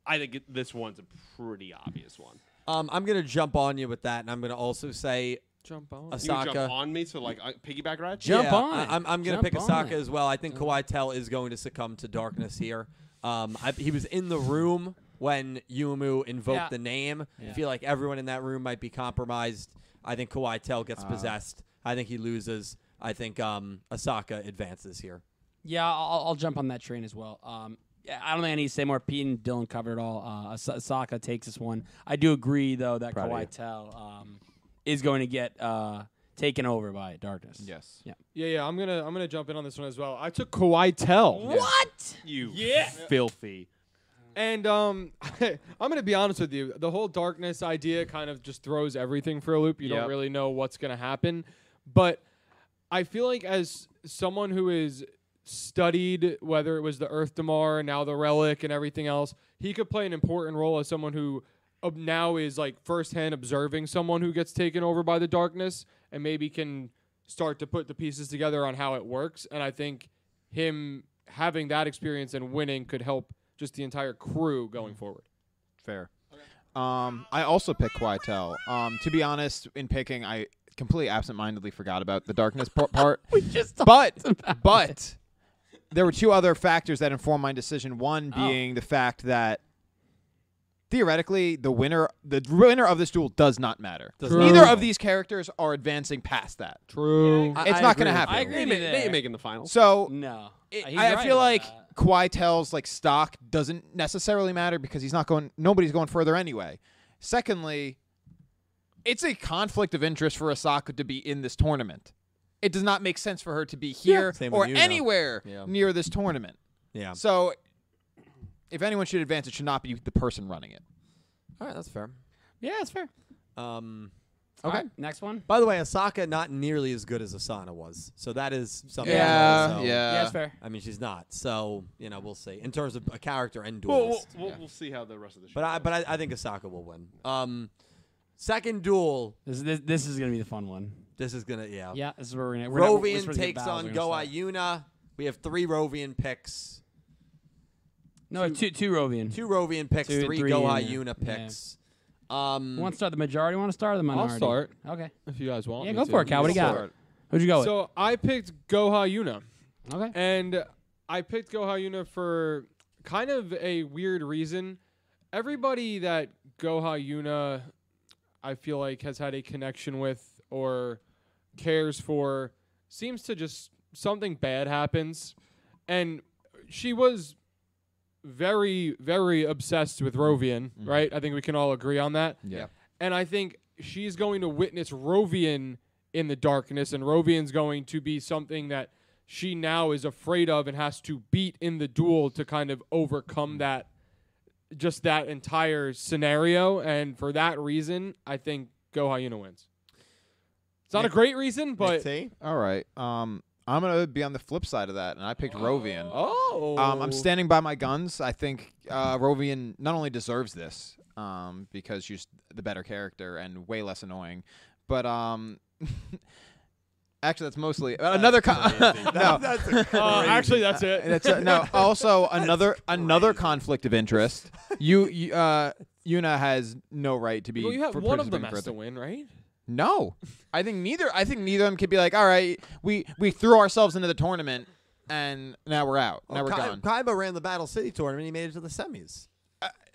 [SPEAKER 7] I think it, this one's a pretty obvious one.
[SPEAKER 4] Um, I'm gonna jump on you with that, and I'm gonna also say
[SPEAKER 3] Jump on.
[SPEAKER 7] You can
[SPEAKER 4] Osaka.
[SPEAKER 7] jump on me, so like I, piggyback ride.
[SPEAKER 5] Jump
[SPEAKER 4] Yeah,
[SPEAKER 5] on
[SPEAKER 4] I,
[SPEAKER 5] it.
[SPEAKER 4] am I'm gonna
[SPEAKER 5] Jump
[SPEAKER 4] pick
[SPEAKER 5] on
[SPEAKER 4] Osaka
[SPEAKER 5] it.
[SPEAKER 4] as well. I think Kawhi Tell is going to succumb to darkness here. Um, I, he was in the room when Yumu invoked
[SPEAKER 5] Yeah.
[SPEAKER 4] the name. I feel like everyone in that room might be compromised. I think Kawhi Tell gets
[SPEAKER 5] Ah.
[SPEAKER 4] possessed. I think he loses. I think um, Osaka advances here.
[SPEAKER 5] Yeah, I'll, I'll jump on that train as well. Um, yeah, I don't think I need to say more. Pete and Dylan covered it all. Uh, As- Asaka takes this one. I do agree, though, that
[SPEAKER 6] Proud of you.
[SPEAKER 5] Kawhi Tell um, is going to get uh, taken over by darkness.
[SPEAKER 6] Yes.
[SPEAKER 5] Yeah.
[SPEAKER 3] Yeah, yeah. I'm gonna I'm gonna jump in on this one as well. I took Kawhi Tell.
[SPEAKER 5] What?
[SPEAKER 7] You yeah. filthy.
[SPEAKER 3] And um, I'm gonna be honest with you. The whole darkness idea kind of just throws everything for a loop. You
[SPEAKER 7] Yep.
[SPEAKER 3] don't really know what's gonna happen. But I feel like as someone who is studied whether it was the Earth Damar now the relic and everything else, he could play an important role as someone who ob- now is like firsthand observing someone who gets taken over by the darkness and maybe can start to put the pieces together on how it works. And I think him having that experience and winning could help just the entire crew going forward.
[SPEAKER 2] Fair. Um, I also picked Quietel. Um, to be honest, in picking, I completely absentmindedly forgot about the darkness par- part. we just but but there were two other factors that informed my decision. One
[SPEAKER 3] Oh.
[SPEAKER 2] being the fact that theoretically, the winner the winner of this duel does not matter.
[SPEAKER 3] not
[SPEAKER 2] Neither
[SPEAKER 3] matter.
[SPEAKER 2] of these characters are advancing past that.
[SPEAKER 3] True.
[SPEAKER 4] I-
[SPEAKER 2] It's not
[SPEAKER 4] I agree
[SPEAKER 2] going to
[SPEAKER 4] with
[SPEAKER 2] happen.
[SPEAKER 5] I agree.
[SPEAKER 7] They,
[SPEAKER 5] with
[SPEAKER 7] ma-
[SPEAKER 5] you
[SPEAKER 7] they
[SPEAKER 5] there.
[SPEAKER 7] ain't making the finals.
[SPEAKER 2] So
[SPEAKER 5] No.
[SPEAKER 2] it-
[SPEAKER 5] He's
[SPEAKER 2] I, I
[SPEAKER 5] right
[SPEAKER 2] feel
[SPEAKER 5] about
[SPEAKER 2] like
[SPEAKER 5] that.
[SPEAKER 2] Quitel's like stock doesn't necessarily matter because he's not going. Nobody's going further anyway. Secondly, it's a conflict of interest for Osaka to be in this tournament. It does not make sense for her to be here
[SPEAKER 4] Same with
[SPEAKER 2] or
[SPEAKER 4] you, though.
[SPEAKER 2] anywhere
[SPEAKER 4] Yeah.
[SPEAKER 2] near this tournament.
[SPEAKER 4] Yeah.
[SPEAKER 2] So, if anyone should advance, it should not be the person running it.
[SPEAKER 4] All right, that's fair.
[SPEAKER 5] Yeah, that's fair.
[SPEAKER 4] Um,
[SPEAKER 5] All
[SPEAKER 4] okay.
[SPEAKER 5] right, next one.
[SPEAKER 4] By the way, Osaka not nearly as good as Asana was, so that is something. as
[SPEAKER 5] Yeah,
[SPEAKER 4] well, so-
[SPEAKER 5] yeah, that's fair.
[SPEAKER 4] I mean, she's not. So you know, we'll see in terms of a character and
[SPEAKER 7] Well,
[SPEAKER 4] duelist.
[SPEAKER 7] we'll, we'll, we'll see how the rest of the show.
[SPEAKER 4] But I
[SPEAKER 7] goes.
[SPEAKER 4] but I, I think Osaka will win. Um, second duel.
[SPEAKER 5] This, this, this is going to be the fun one.
[SPEAKER 4] This is gonna yeah.
[SPEAKER 5] Yeah, this is where we're going to.
[SPEAKER 4] Oh. Rovian takes on Go Iuna. We have three Rovian picks,
[SPEAKER 5] No, two, two Rovian.
[SPEAKER 4] two Rovian picks,
[SPEAKER 5] Two and
[SPEAKER 4] three,
[SPEAKER 5] three
[SPEAKER 4] Go
[SPEAKER 5] in there.
[SPEAKER 4] Iuna
[SPEAKER 5] Yeah.
[SPEAKER 4] picks. Um,
[SPEAKER 5] You want to start the majority? Want to start or the minority?
[SPEAKER 3] start.
[SPEAKER 5] Okay.
[SPEAKER 3] If you guys want.
[SPEAKER 5] Yeah,
[SPEAKER 3] me
[SPEAKER 5] go
[SPEAKER 3] to.
[SPEAKER 5] for it, Cal. What do you
[SPEAKER 3] Go
[SPEAKER 5] got?
[SPEAKER 3] for it.
[SPEAKER 5] Who'd you go with?
[SPEAKER 3] So I picked Goha Yuna,
[SPEAKER 5] okay.
[SPEAKER 3] and I picked Goha Yuna for kind of a weird reason. Everybody that Goha Yuna, I feel like, has had a connection with or cares for seems to just something bad happens. And she was very, very obsessed with Rovian, right? I think we can all agree on that.
[SPEAKER 2] Yeah.
[SPEAKER 3] And I think she's going to witness Rovian in the darkness, and Rovian's going to be something that she now is afraid of and has to beat in the duel to kind of overcome that just that entire scenario. And for that reason, I think Go Hyuna wins. It's not a great reason, but
[SPEAKER 2] All right. Um, I'm gonna be on the flip side of that, and I picked Rovian.
[SPEAKER 3] oh,
[SPEAKER 2] Um, I'm standing by my guns. I think uh, Rovian not only deserves this um, because she's the better character and way less annoying, but um, actually that's mostly another. Con- no, that's,
[SPEAKER 3] Uh, actually, that's it.
[SPEAKER 2] uh, no. Also, another another conflict of interest. You, you uh, Yuna has no right to be.
[SPEAKER 3] well, you have
[SPEAKER 2] for
[SPEAKER 3] one of them
[SPEAKER 2] participating
[SPEAKER 3] has
[SPEAKER 2] further.
[SPEAKER 3] to win, right?
[SPEAKER 2] No, I think neither. I think neither of them could be like, all right, we we threw ourselves into the tournament. And now we're out. Now
[SPEAKER 4] Well,
[SPEAKER 2] we're
[SPEAKER 4] Kai-
[SPEAKER 2] gone.
[SPEAKER 4] Kaiba ran the Battle City tournament. He made it to the semis.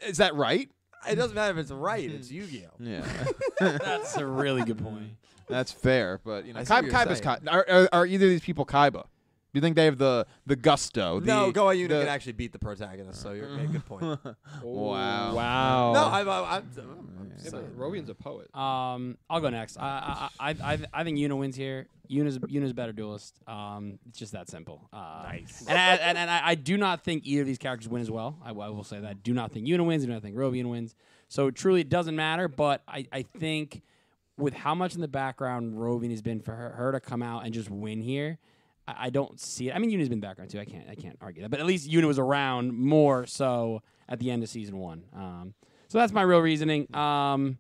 [SPEAKER 2] Is that right?
[SPEAKER 4] It doesn't matter if it's right. It's Yu-Gi-Oh.
[SPEAKER 2] Yeah,
[SPEAKER 5] That's a really good point.
[SPEAKER 2] that's fair. But you know,
[SPEAKER 4] I see what
[SPEAKER 2] Kai-
[SPEAKER 4] you're
[SPEAKER 2] Kaiba's
[SPEAKER 4] saying.
[SPEAKER 2] Kai- are, are, are either of these people Kaiba? Do you think they have the the gusto? The,
[SPEAKER 4] no, Go Iuna
[SPEAKER 2] the-
[SPEAKER 4] can actually beat the protagonist. So you're a good point. no,
[SPEAKER 2] Wow.
[SPEAKER 3] Wow.
[SPEAKER 4] I'm, I'm, I'm, I'm
[SPEAKER 3] Yeah, but
[SPEAKER 4] saying-
[SPEAKER 3] Rovian's a poet.
[SPEAKER 7] Uh,
[SPEAKER 5] Um, I'll go next. I I, I, I I think Una wins here. Una's Una's better duelist. Um, it's just that simple. Uh, nice. And I, and, and I, I do not think either of these characters win as well. I, I will say that. I do not think Una wins. I do not think Rovian wins. So truly, it doesn't matter. But I, I think with how much in the background Rovian has been for her, her to come out and just win here. I I don't see it. I mean, Una's been background too. I can't. I can't argue that. But at least Una was around more so at the end of season one. Um, so that's my real reasoning. Um,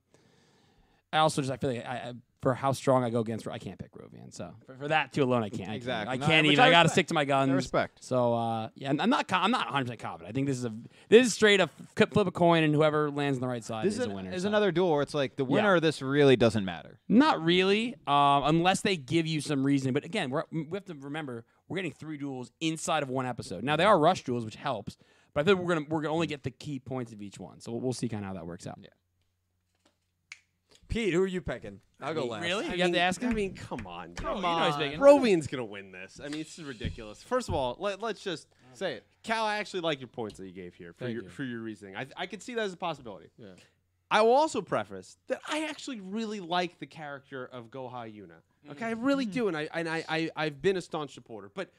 [SPEAKER 5] I also just I feel like I, I for how strong I go against. I can't pick Rovian, so for, for that too alone, I can't. I can't.
[SPEAKER 2] Exactly.
[SPEAKER 5] I
[SPEAKER 2] No,
[SPEAKER 5] can't,
[SPEAKER 2] which
[SPEAKER 5] even.
[SPEAKER 2] I
[SPEAKER 5] I, got to
[SPEAKER 2] respect.
[SPEAKER 5] stick to my guns.
[SPEAKER 2] respect.
[SPEAKER 5] So uh, yeah, and I'm not. co- I'm not 100 percent confident. I think this is a. This is straight up c- flip a coin, and whoever lands on the right side
[SPEAKER 2] This
[SPEAKER 5] is
[SPEAKER 2] is,
[SPEAKER 5] a winner.
[SPEAKER 2] is
[SPEAKER 5] so.
[SPEAKER 2] another duel where it's like the winner of this really doesn't matter.
[SPEAKER 5] Not really, um, unless they give you some reason. But again, we're, we have to remember we're getting three duels inside of one episode. Now they are rush duels, which helps, but I think we're gonna we're gonna only get the key points of each one. So we'll, we'll see kind of how that works out. Yeah.
[SPEAKER 4] Pete, who are you picking? I'll go last.
[SPEAKER 5] Really? you have to ask him.
[SPEAKER 7] I mean, come on. Come
[SPEAKER 5] you know he's big enough.
[SPEAKER 7] Rovian's going to win this. I mean, this is ridiculous. First of all, let, let's just say it. Cal, I actually like your points that you gave here for,
[SPEAKER 3] Thank
[SPEAKER 7] your,
[SPEAKER 3] you.
[SPEAKER 7] for your reasoning. I, I could see that as a possibility.
[SPEAKER 3] Yeah.
[SPEAKER 7] I will also preface that I actually really like the character of Gohai Yuna. Okay, I really
[SPEAKER 5] Mm.
[SPEAKER 7] do, and I and I, I I've been a staunch supporter. But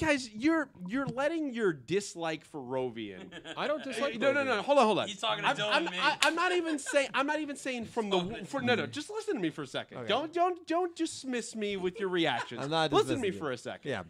[SPEAKER 7] guys, you're you're letting your dislike for Rovian.
[SPEAKER 3] I don't dislike.
[SPEAKER 7] uh, no, no,
[SPEAKER 3] Rovian.
[SPEAKER 7] no, hold on, hold on.
[SPEAKER 1] He's talking to
[SPEAKER 7] I'm,
[SPEAKER 1] Dylan
[SPEAKER 7] I'm,
[SPEAKER 1] and me.
[SPEAKER 7] I, am not even saying. I'm not even saying from the. For, no, no, just listen to me for a second. Don't don't don't dismiss me with your reactions.
[SPEAKER 4] I'm not
[SPEAKER 7] listen to me
[SPEAKER 4] dismissing you.
[SPEAKER 7] for a second.
[SPEAKER 4] Yeah.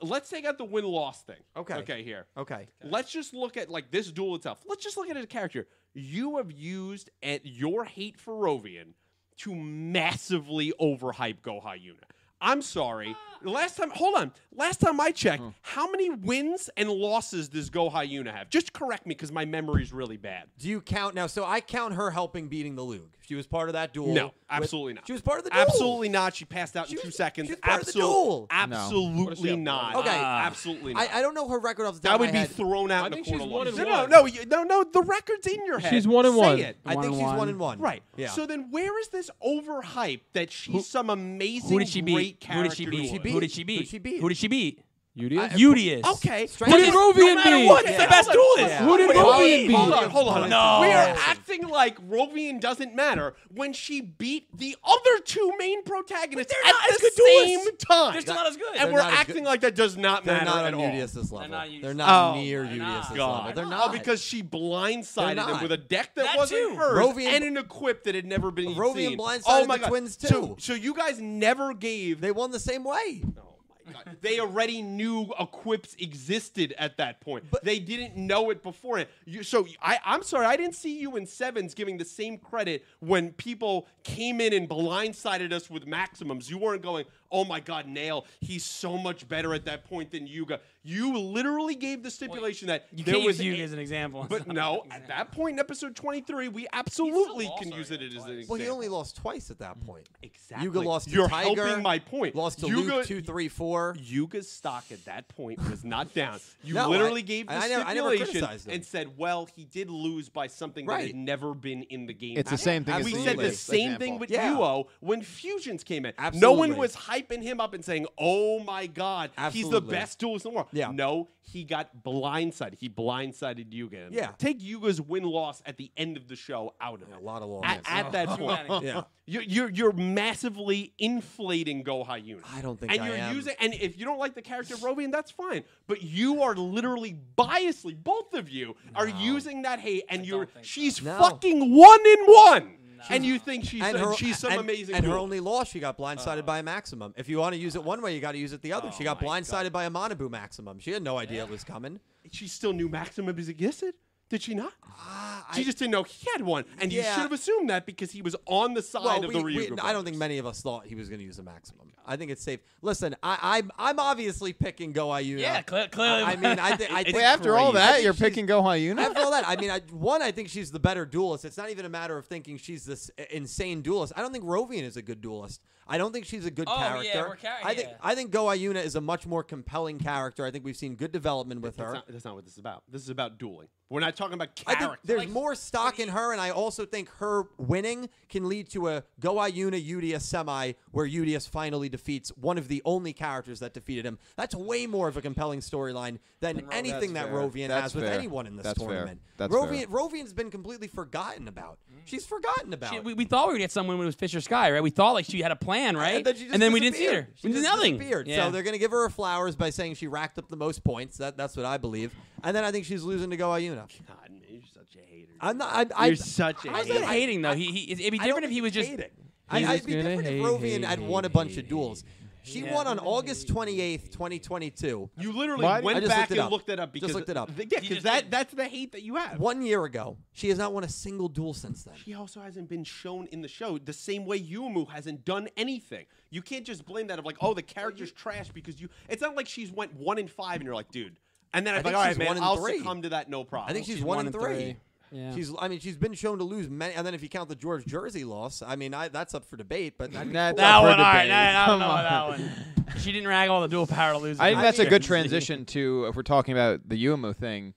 [SPEAKER 7] Let's take out the win loss thing.
[SPEAKER 4] Okay.
[SPEAKER 7] Okay. Here.
[SPEAKER 4] Okay.
[SPEAKER 7] Let's just look at like this duel itself. Let's just look at his character. You have used at your hate for Rovian to massively overhype Goha Yuna. I'm sorry. Last time, hold on. Last time I checked, how many wins and losses does Goha Yuna have? Just correct me because my memory's really bad.
[SPEAKER 4] Do you count now? So I count her helping beating the Lug. She was part of that duel.
[SPEAKER 7] No,
[SPEAKER 4] with-
[SPEAKER 7] absolutely not.
[SPEAKER 4] She was part of the duel.
[SPEAKER 7] Absolutely not. She passed out
[SPEAKER 4] She
[SPEAKER 7] in two
[SPEAKER 4] was-
[SPEAKER 7] seconds.
[SPEAKER 4] she was part of the
[SPEAKER 7] Absol-
[SPEAKER 4] duel.
[SPEAKER 3] What does she
[SPEAKER 7] Absolutely
[SPEAKER 3] have?
[SPEAKER 7] not.
[SPEAKER 4] Okay.
[SPEAKER 7] Absolutely not.
[SPEAKER 4] I, I don't know her record off the top
[SPEAKER 7] that
[SPEAKER 4] of my
[SPEAKER 7] would be
[SPEAKER 4] head.
[SPEAKER 7] thrown out
[SPEAKER 3] I
[SPEAKER 7] in
[SPEAKER 3] think
[SPEAKER 7] the court
[SPEAKER 3] she's
[SPEAKER 7] of law.
[SPEAKER 3] one and
[SPEAKER 7] No, no,
[SPEAKER 3] one.
[SPEAKER 7] no, you- no, no. The record's in your head.
[SPEAKER 3] She's one and
[SPEAKER 7] Say
[SPEAKER 3] one.
[SPEAKER 7] It.
[SPEAKER 4] I
[SPEAKER 5] One
[SPEAKER 4] think
[SPEAKER 5] and
[SPEAKER 4] she's one
[SPEAKER 5] one.
[SPEAKER 4] and one.
[SPEAKER 7] Right.
[SPEAKER 4] Yeah.
[SPEAKER 7] So then, where is this overhype that she's some amazing
[SPEAKER 5] Who did she
[SPEAKER 7] great
[SPEAKER 5] beat? Who
[SPEAKER 7] character?
[SPEAKER 5] did she beat?
[SPEAKER 4] Who she
[SPEAKER 5] Who
[SPEAKER 4] beat?
[SPEAKER 5] did she beat?
[SPEAKER 4] Who'd she beat?
[SPEAKER 5] Who did she beat?
[SPEAKER 3] Udius?
[SPEAKER 5] Udius.
[SPEAKER 7] Okay.
[SPEAKER 4] Who did
[SPEAKER 3] Rovian
[SPEAKER 7] no matter
[SPEAKER 3] beat?
[SPEAKER 7] What, it's
[SPEAKER 4] Yeah.
[SPEAKER 7] the best duel is.
[SPEAKER 4] Yeah. Who did
[SPEAKER 7] Wait,
[SPEAKER 3] Rovian
[SPEAKER 7] hold
[SPEAKER 3] beat?
[SPEAKER 7] on, Hold on, hold on.
[SPEAKER 5] No.
[SPEAKER 7] We are acting like Rovian doesn't matter when she beat the other two main protagonists
[SPEAKER 5] they're
[SPEAKER 7] at
[SPEAKER 5] not as
[SPEAKER 7] the
[SPEAKER 5] good duelists.
[SPEAKER 7] same time.
[SPEAKER 5] They're still not as good.
[SPEAKER 7] And
[SPEAKER 4] They're
[SPEAKER 7] we're
[SPEAKER 4] not as
[SPEAKER 7] acting
[SPEAKER 4] good.
[SPEAKER 7] like that does not
[SPEAKER 4] They're
[SPEAKER 7] matter
[SPEAKER 4] not
[SPEAKER 7] at
[SPEAKER 4] on
[SPEAKER 7] all.
[SPEAKER 4] UDS's level.
[SPEAKER 5] not on
[SPEAKER 4] They're
[SPEAKER 5] UDS's
[SPEAKER 4] not
[SPEAKER 7] level.
[SPEAKER 4] near
[SPEAKER 5] Oh, they're
[SPEAKER 4] UDS's
[SPEAKER 5] not.
[SPEAKER 4] level. They're
[SPEAKER 7] Oh,
[SPEAKER 4] not.
[SPEAKER 7] because she blindsided
[SPEAKER 4] They're
[SPEAKER 7] them
[SPEAKER 4] not.
[SPEAKER 7] with a deck that,
[SPEAKER 1] That
[SPEAKER 7] wasn't
[SPEAKER 1] too.
[SPEAKER 7] hers
[SPEAKER 4] Rovian-
[SPEAKER 7] and an equip that had never been
[SPEAKER 4] Rovian
[SPEAKER 7] seen.
[SPEAKER 4] blindsided
[SPEAKER 7] oh my
[SPEAKER 4] the
[SPEAKER 7] God.
[SPEAKER 4] twins, too.
[SPEAKER 7] So, so you guys never gave.
[SPEAKER 4] they won the same way.
[SPEAKER 7] oh my God. They already knew equips existed at that point.
[SPEAKER 4] But-
[SPEAKER 7] they didn't know it beforehand. You, so I, I'm sorry, I didn't see you in sevens giving the same credit when people came in and blindsided us with maximums. You weren't going, "Oh my God, Nail, he's so much better at that point than Yuga." You literally gave the stipulation that
[SPEAKER 5] You
[SPEAKER 7] there
[SPEAKER 5] can't
[SPEAKER 7] was
[SPEAKER 5] use you
[SPEAKER 7] a-
[SPEAKER 5] as an example.
[SPEAKER 7] but no, at that point in episode 23, we absolutely
[SPEAKER 1] lost
[SPEAKER 7] can use it
[SPEAKER 1] already
[SPEAKER 7] as an
[SPEAKER 1] twice. Well, he
[SPEAKER 7] example.
[SPEAKER 4] Well, he only lost twice at that point.
[SPEAKER 7] exactly.
[SPEAKER 4] Yuga lost to
[SPEAKER 7] You're
[SPEAKER 4] Tiger.
[SPEAKER 7] helping my point.
[SPEAKER 4] Lost to
[SPEAKER 7] Yuga,
[SPEAKER 4] Luke two, three, four.
[SPEAKER 7] Yuga's stock at that point was not down. You
[SPEAKER 4] No, I-
[SPEAKER 7] literally gave the
[SPEAKER 4] I never- I never
[SPEAKER 7] stipulation
[SPEAKER 4] criticized him.
[SPEAKER 7] and said, "Well, he did lose by something that
[SPEAKER 4] Right.
[SPEAKER 7] had never been in the game."
[SPEAKER 2] It's the
[SPEAKER 7] before.
[SPEAKER 2] same thing as
[SPEAKER 7] We
[SPEAKER 2] the
[SPEAKER 7] said the
[SPEAKER 2] Luke's
[SPEAKER 7] same
[SPEAKER 2] example.
[SPEAKER 7] thing with
[SPEAKER 4] Yeah.
[SPEAKER 7] Duo when Fusions came in. No
[SPEAKER 4] Absolutely.
[SPEAKER 7] one was hyping him up and saying, "Oh my God, he's the
[SPEAKER 4] Absolutely.
[SPEAKER 7] best duelist in the world."
[SPEAKER 4] Yeah.
[SPEAKER 7] No, he got blindsided. He blindsided Yuga.
[SPEAKER 4] Yeah.
[SPEAKER 7] Take Yuga's win loss at the end of the show out of it.
[SPEAKER 4] A lot of long
[SPEAKER 7] At,
[SPEAKER 4] misses.
[SPEAKER 7] at that
[SPEAKER 1] Oh.
[SPEAKER 7] point,
[SPEAKER 4] Yeah.
[SPEAKER 7] you're, you're you're massively inflating Gohai Unit.
[SPEAKER 4] I don't think
[SPEAKER 7] and
[SPEAKER 4] I
[SPEAKER 7] you're
[SPEAKER 4] am.
[SPEAKER 7] using and if you don't like the character of Rovian, that's fine. But you are literally biasly, both of you are using that hate, and you're
[SPEAKER 1] don't think
[SPEAKER 7] she's
[SPEAKER 4] No.
[SPEAKER 7] fucking one in one, and you think she's
[SPEAKER 4] and her,
[SPEAKER 7] she's some
[SPEAKER 4] and,
[SPEAKER 7] amazing.
[SPEAKER 4] And her
[SPEAKER 7] duel.
[SPEAKER 4] only loss, she got blindsided by a maximum. If you want to use it one way, you got to use it the other. she got blindsided by a Monobu maximum. She had no idea it was coming.
[SPEAKER 7] she still knew Maximum is existed. Did she not?
[SPEAKER 4] Ah,
[SPEAKER 7] She
[SPEAKER 4] I-
[SPEAKER 7] just didn't know he had one, and you
[SPEAKER 4] Yeah.
[SPEAKER 7] should have assumed that because he was on the side
[SPEAKER 4] well,
[SPEAKER 7] of
[SPEAKER 4] we-
[SPEAKER 7] the
[SPEAKER 4] we-
[SPEAKER 7] Ryuga.
[SPEAKER 4] I don't
[SPEAKER 7] brothers.
[SPEAKER 4] think many of us thought he was going to use a maximum. I think it's safe. Listen, I, I'm I'm obviously picking Go IU.
[SPEAKER 5] yeah, cle- clearly.
[SPEAKER 4] I mean, I, thi- I think
[SPEAKER 2] Wait, after all
[SPEAKER 7] crazy. I
[SPEAKER 2] that,
[SPEAKER 7] think
[SPEAKER 2] you're
[SPEAKER 7] she's-
[SPEAKER 2] picking Gohan Yuna.
[SPEAKER 4] After all that, I mean, I, one, I think she's the better duelist. It's not even a matter of thinking she's this insane duelist. I don't think Rovian is a good duelist. I don't think she's a good
[SPEAKER 5] Oh, yeah,
[SPEAKER 4] character.
[SPEAKER 5] we're ca-
[SPEAKER 4] I think
[SPEAKER 5] yeah.
[SPEAKER 4] I think Go Ayuna is a much more compelling character. I think we've seen good development with
[SPEAKER 7] That's
[SPEAKER 4] her.
[SPEAKER 7] not, that's not what this is about. This is about dueling. We're not talking about
[SPEAKER 4] I think
[SPEAKER 7] character.
[SPEAKER 4] there's more stock in her, and I also think her winning can lead to a Go Ayuna UDS semi where UDS finally defeats one of the only characters that defeated him. That's way more of a compelling storyline than anything that
[SPEAKER 2] fair.
[SPEAKER 4] Rovian
[SPEAKER 2] That's
[SPEAKER 4] has with
[SPEAKER 2] fair.
[SPEAKER 4] anyone in this
[SPEAKER 2] That's fair.
[SPEAKER 4] tournament.
[SPEAKER 2] That's
[SPEAKER 4] Rovian,
[SPEAKER 2] fair.
[SPEAKER 4] Rovian's been completely forgotten about. She's forgotten about.
[SPEAKER 5] Mm. She- we, we thought we would get someone when it was Fisher Sky, right? We thought like she had a plan, right?
[SPEAKER 4] And then, she just
[SPEAKER 5] we didn't see her.
[SPEAKER 4] disappeared. She
[SPEAKER 5] we did
[SPEAKER 4] just
[SPEAKER 5] nothing.
[SPEAKER 4] disappeared.
[SPEAKER 5] Yeah.
[SPEAKER 4] So they're going to give her her flowers by saying she racked up the most points. That, that's what I believe. And then I think she's losing to Go Ayuna.
[SPEAKER 7] God, man, you're such a hater.
[SPEAKER 4] I'm not. I, I,
[SPEAKER 7] You're such a
[SPEAKER 4] I-
[SPEAKER 5] How's
[SPEAKER 7] hater.
[SPEAKER 5] that hating though? He, he it'd be
[SPEAKER 4] I don't
[SPEAKER 5] different if
[SPEAKER 4] think
[SPEAKER 5] he was
[SPEAKER 4] he's
[SPEAKER 5] just
[SPEAKER 4] hating. I,
[SPEAKER 3] He's
[SPEAKER 4] I'd be
[SPEAKER 3] gonna
[SPEAKER 4] different if
[SPEAKER 3] hate,
[SPEAKER 4] Rovian
[SPEAKER 3] hate,
[SPEAKER 4] had won a
[SPEAKER 3] hate,
[SPEAKER 4] bunch of
[SPEAKER 3] hate,
[SPEAKER 4] duels. She
[SPEAKER 5] Yeah.
[SPEAKER 4] won on August 28th, 2022.
[SPEAKER 7] You literally
[SPEAKER 4] Why- I
[SPEAKER 7] went
[SPEAKER 4] just
[SPEAKER 7] back
[SPEAKER 4] looked it
[SPEAKER 7] and
[SPEAKER 4] up.
[SPEAKER 7] looked that up.
[SPEAKER 4] Just
[SPEAKER 7] Because
[SPEAKER 4] looked it up.
[SPEAKER 7] Th- yeah,
[SPEAKER 1] He
[SPEAKER 7] because
[SPEAKER 1] just
[SPEAKER 7] that,
[SPEAKER 1] did.
[SPEAKER 7] that's the hate that you have.
[SPEAKER 4] One year ago, she has not won a single duel since then.
[SPEAKER 7] He also hasn't been shown in the show the same way Yumu hasn't done anything. You can't just blame that of like, oh, the character's trash because you. It's not like she's went one in five and you're like, dude. And then I'm
[SPEAKER 4] think
[SPEAKER 7] like, all
[SPEAKER 4] she's
[SPEAKER 7] right,
[SPEAKER 4] one in
[SPEAKER 7] man, I'll
[SPEAKER 4] three.
[SPEAKER 7] succumb to that, no problem.
[SPEAKER 4] I think she's,
[SPEAKER 5] she's
[SPEAKER 4] one
[SPEAKER 5] one
[SPEAKER 4] in
[SPEAKER 5] in
[SPEAKER 4] three.
[SPEAKER 5] three. Yeah.
[SPEAKER 4] She's. I mean, she's been shown to lose many. And then if you count the George Jersey loss, I mean, I, that's up for debate. But that'd be
[SPEAKER 2] That's
[SPEAKER 4] cool.
[SPEAKER 5] That
[SPEAKER 2] up for
[SPEAKER 5] one, all right.
[SPEAKER 2] debate.
[SPEAKER 5] I, I don't
[SPEAKER 2] Come
[SPEAKER 5] know
[SPEAKER 2] on.
[SPEAKER 5] about that one. She didn't rag all the dual power losers.
[SPEAKER 2] I think that's a good
[SPEAKER 5] Yeah.
[SPEAKER 2] transition to if we're talking about the Yumu thing,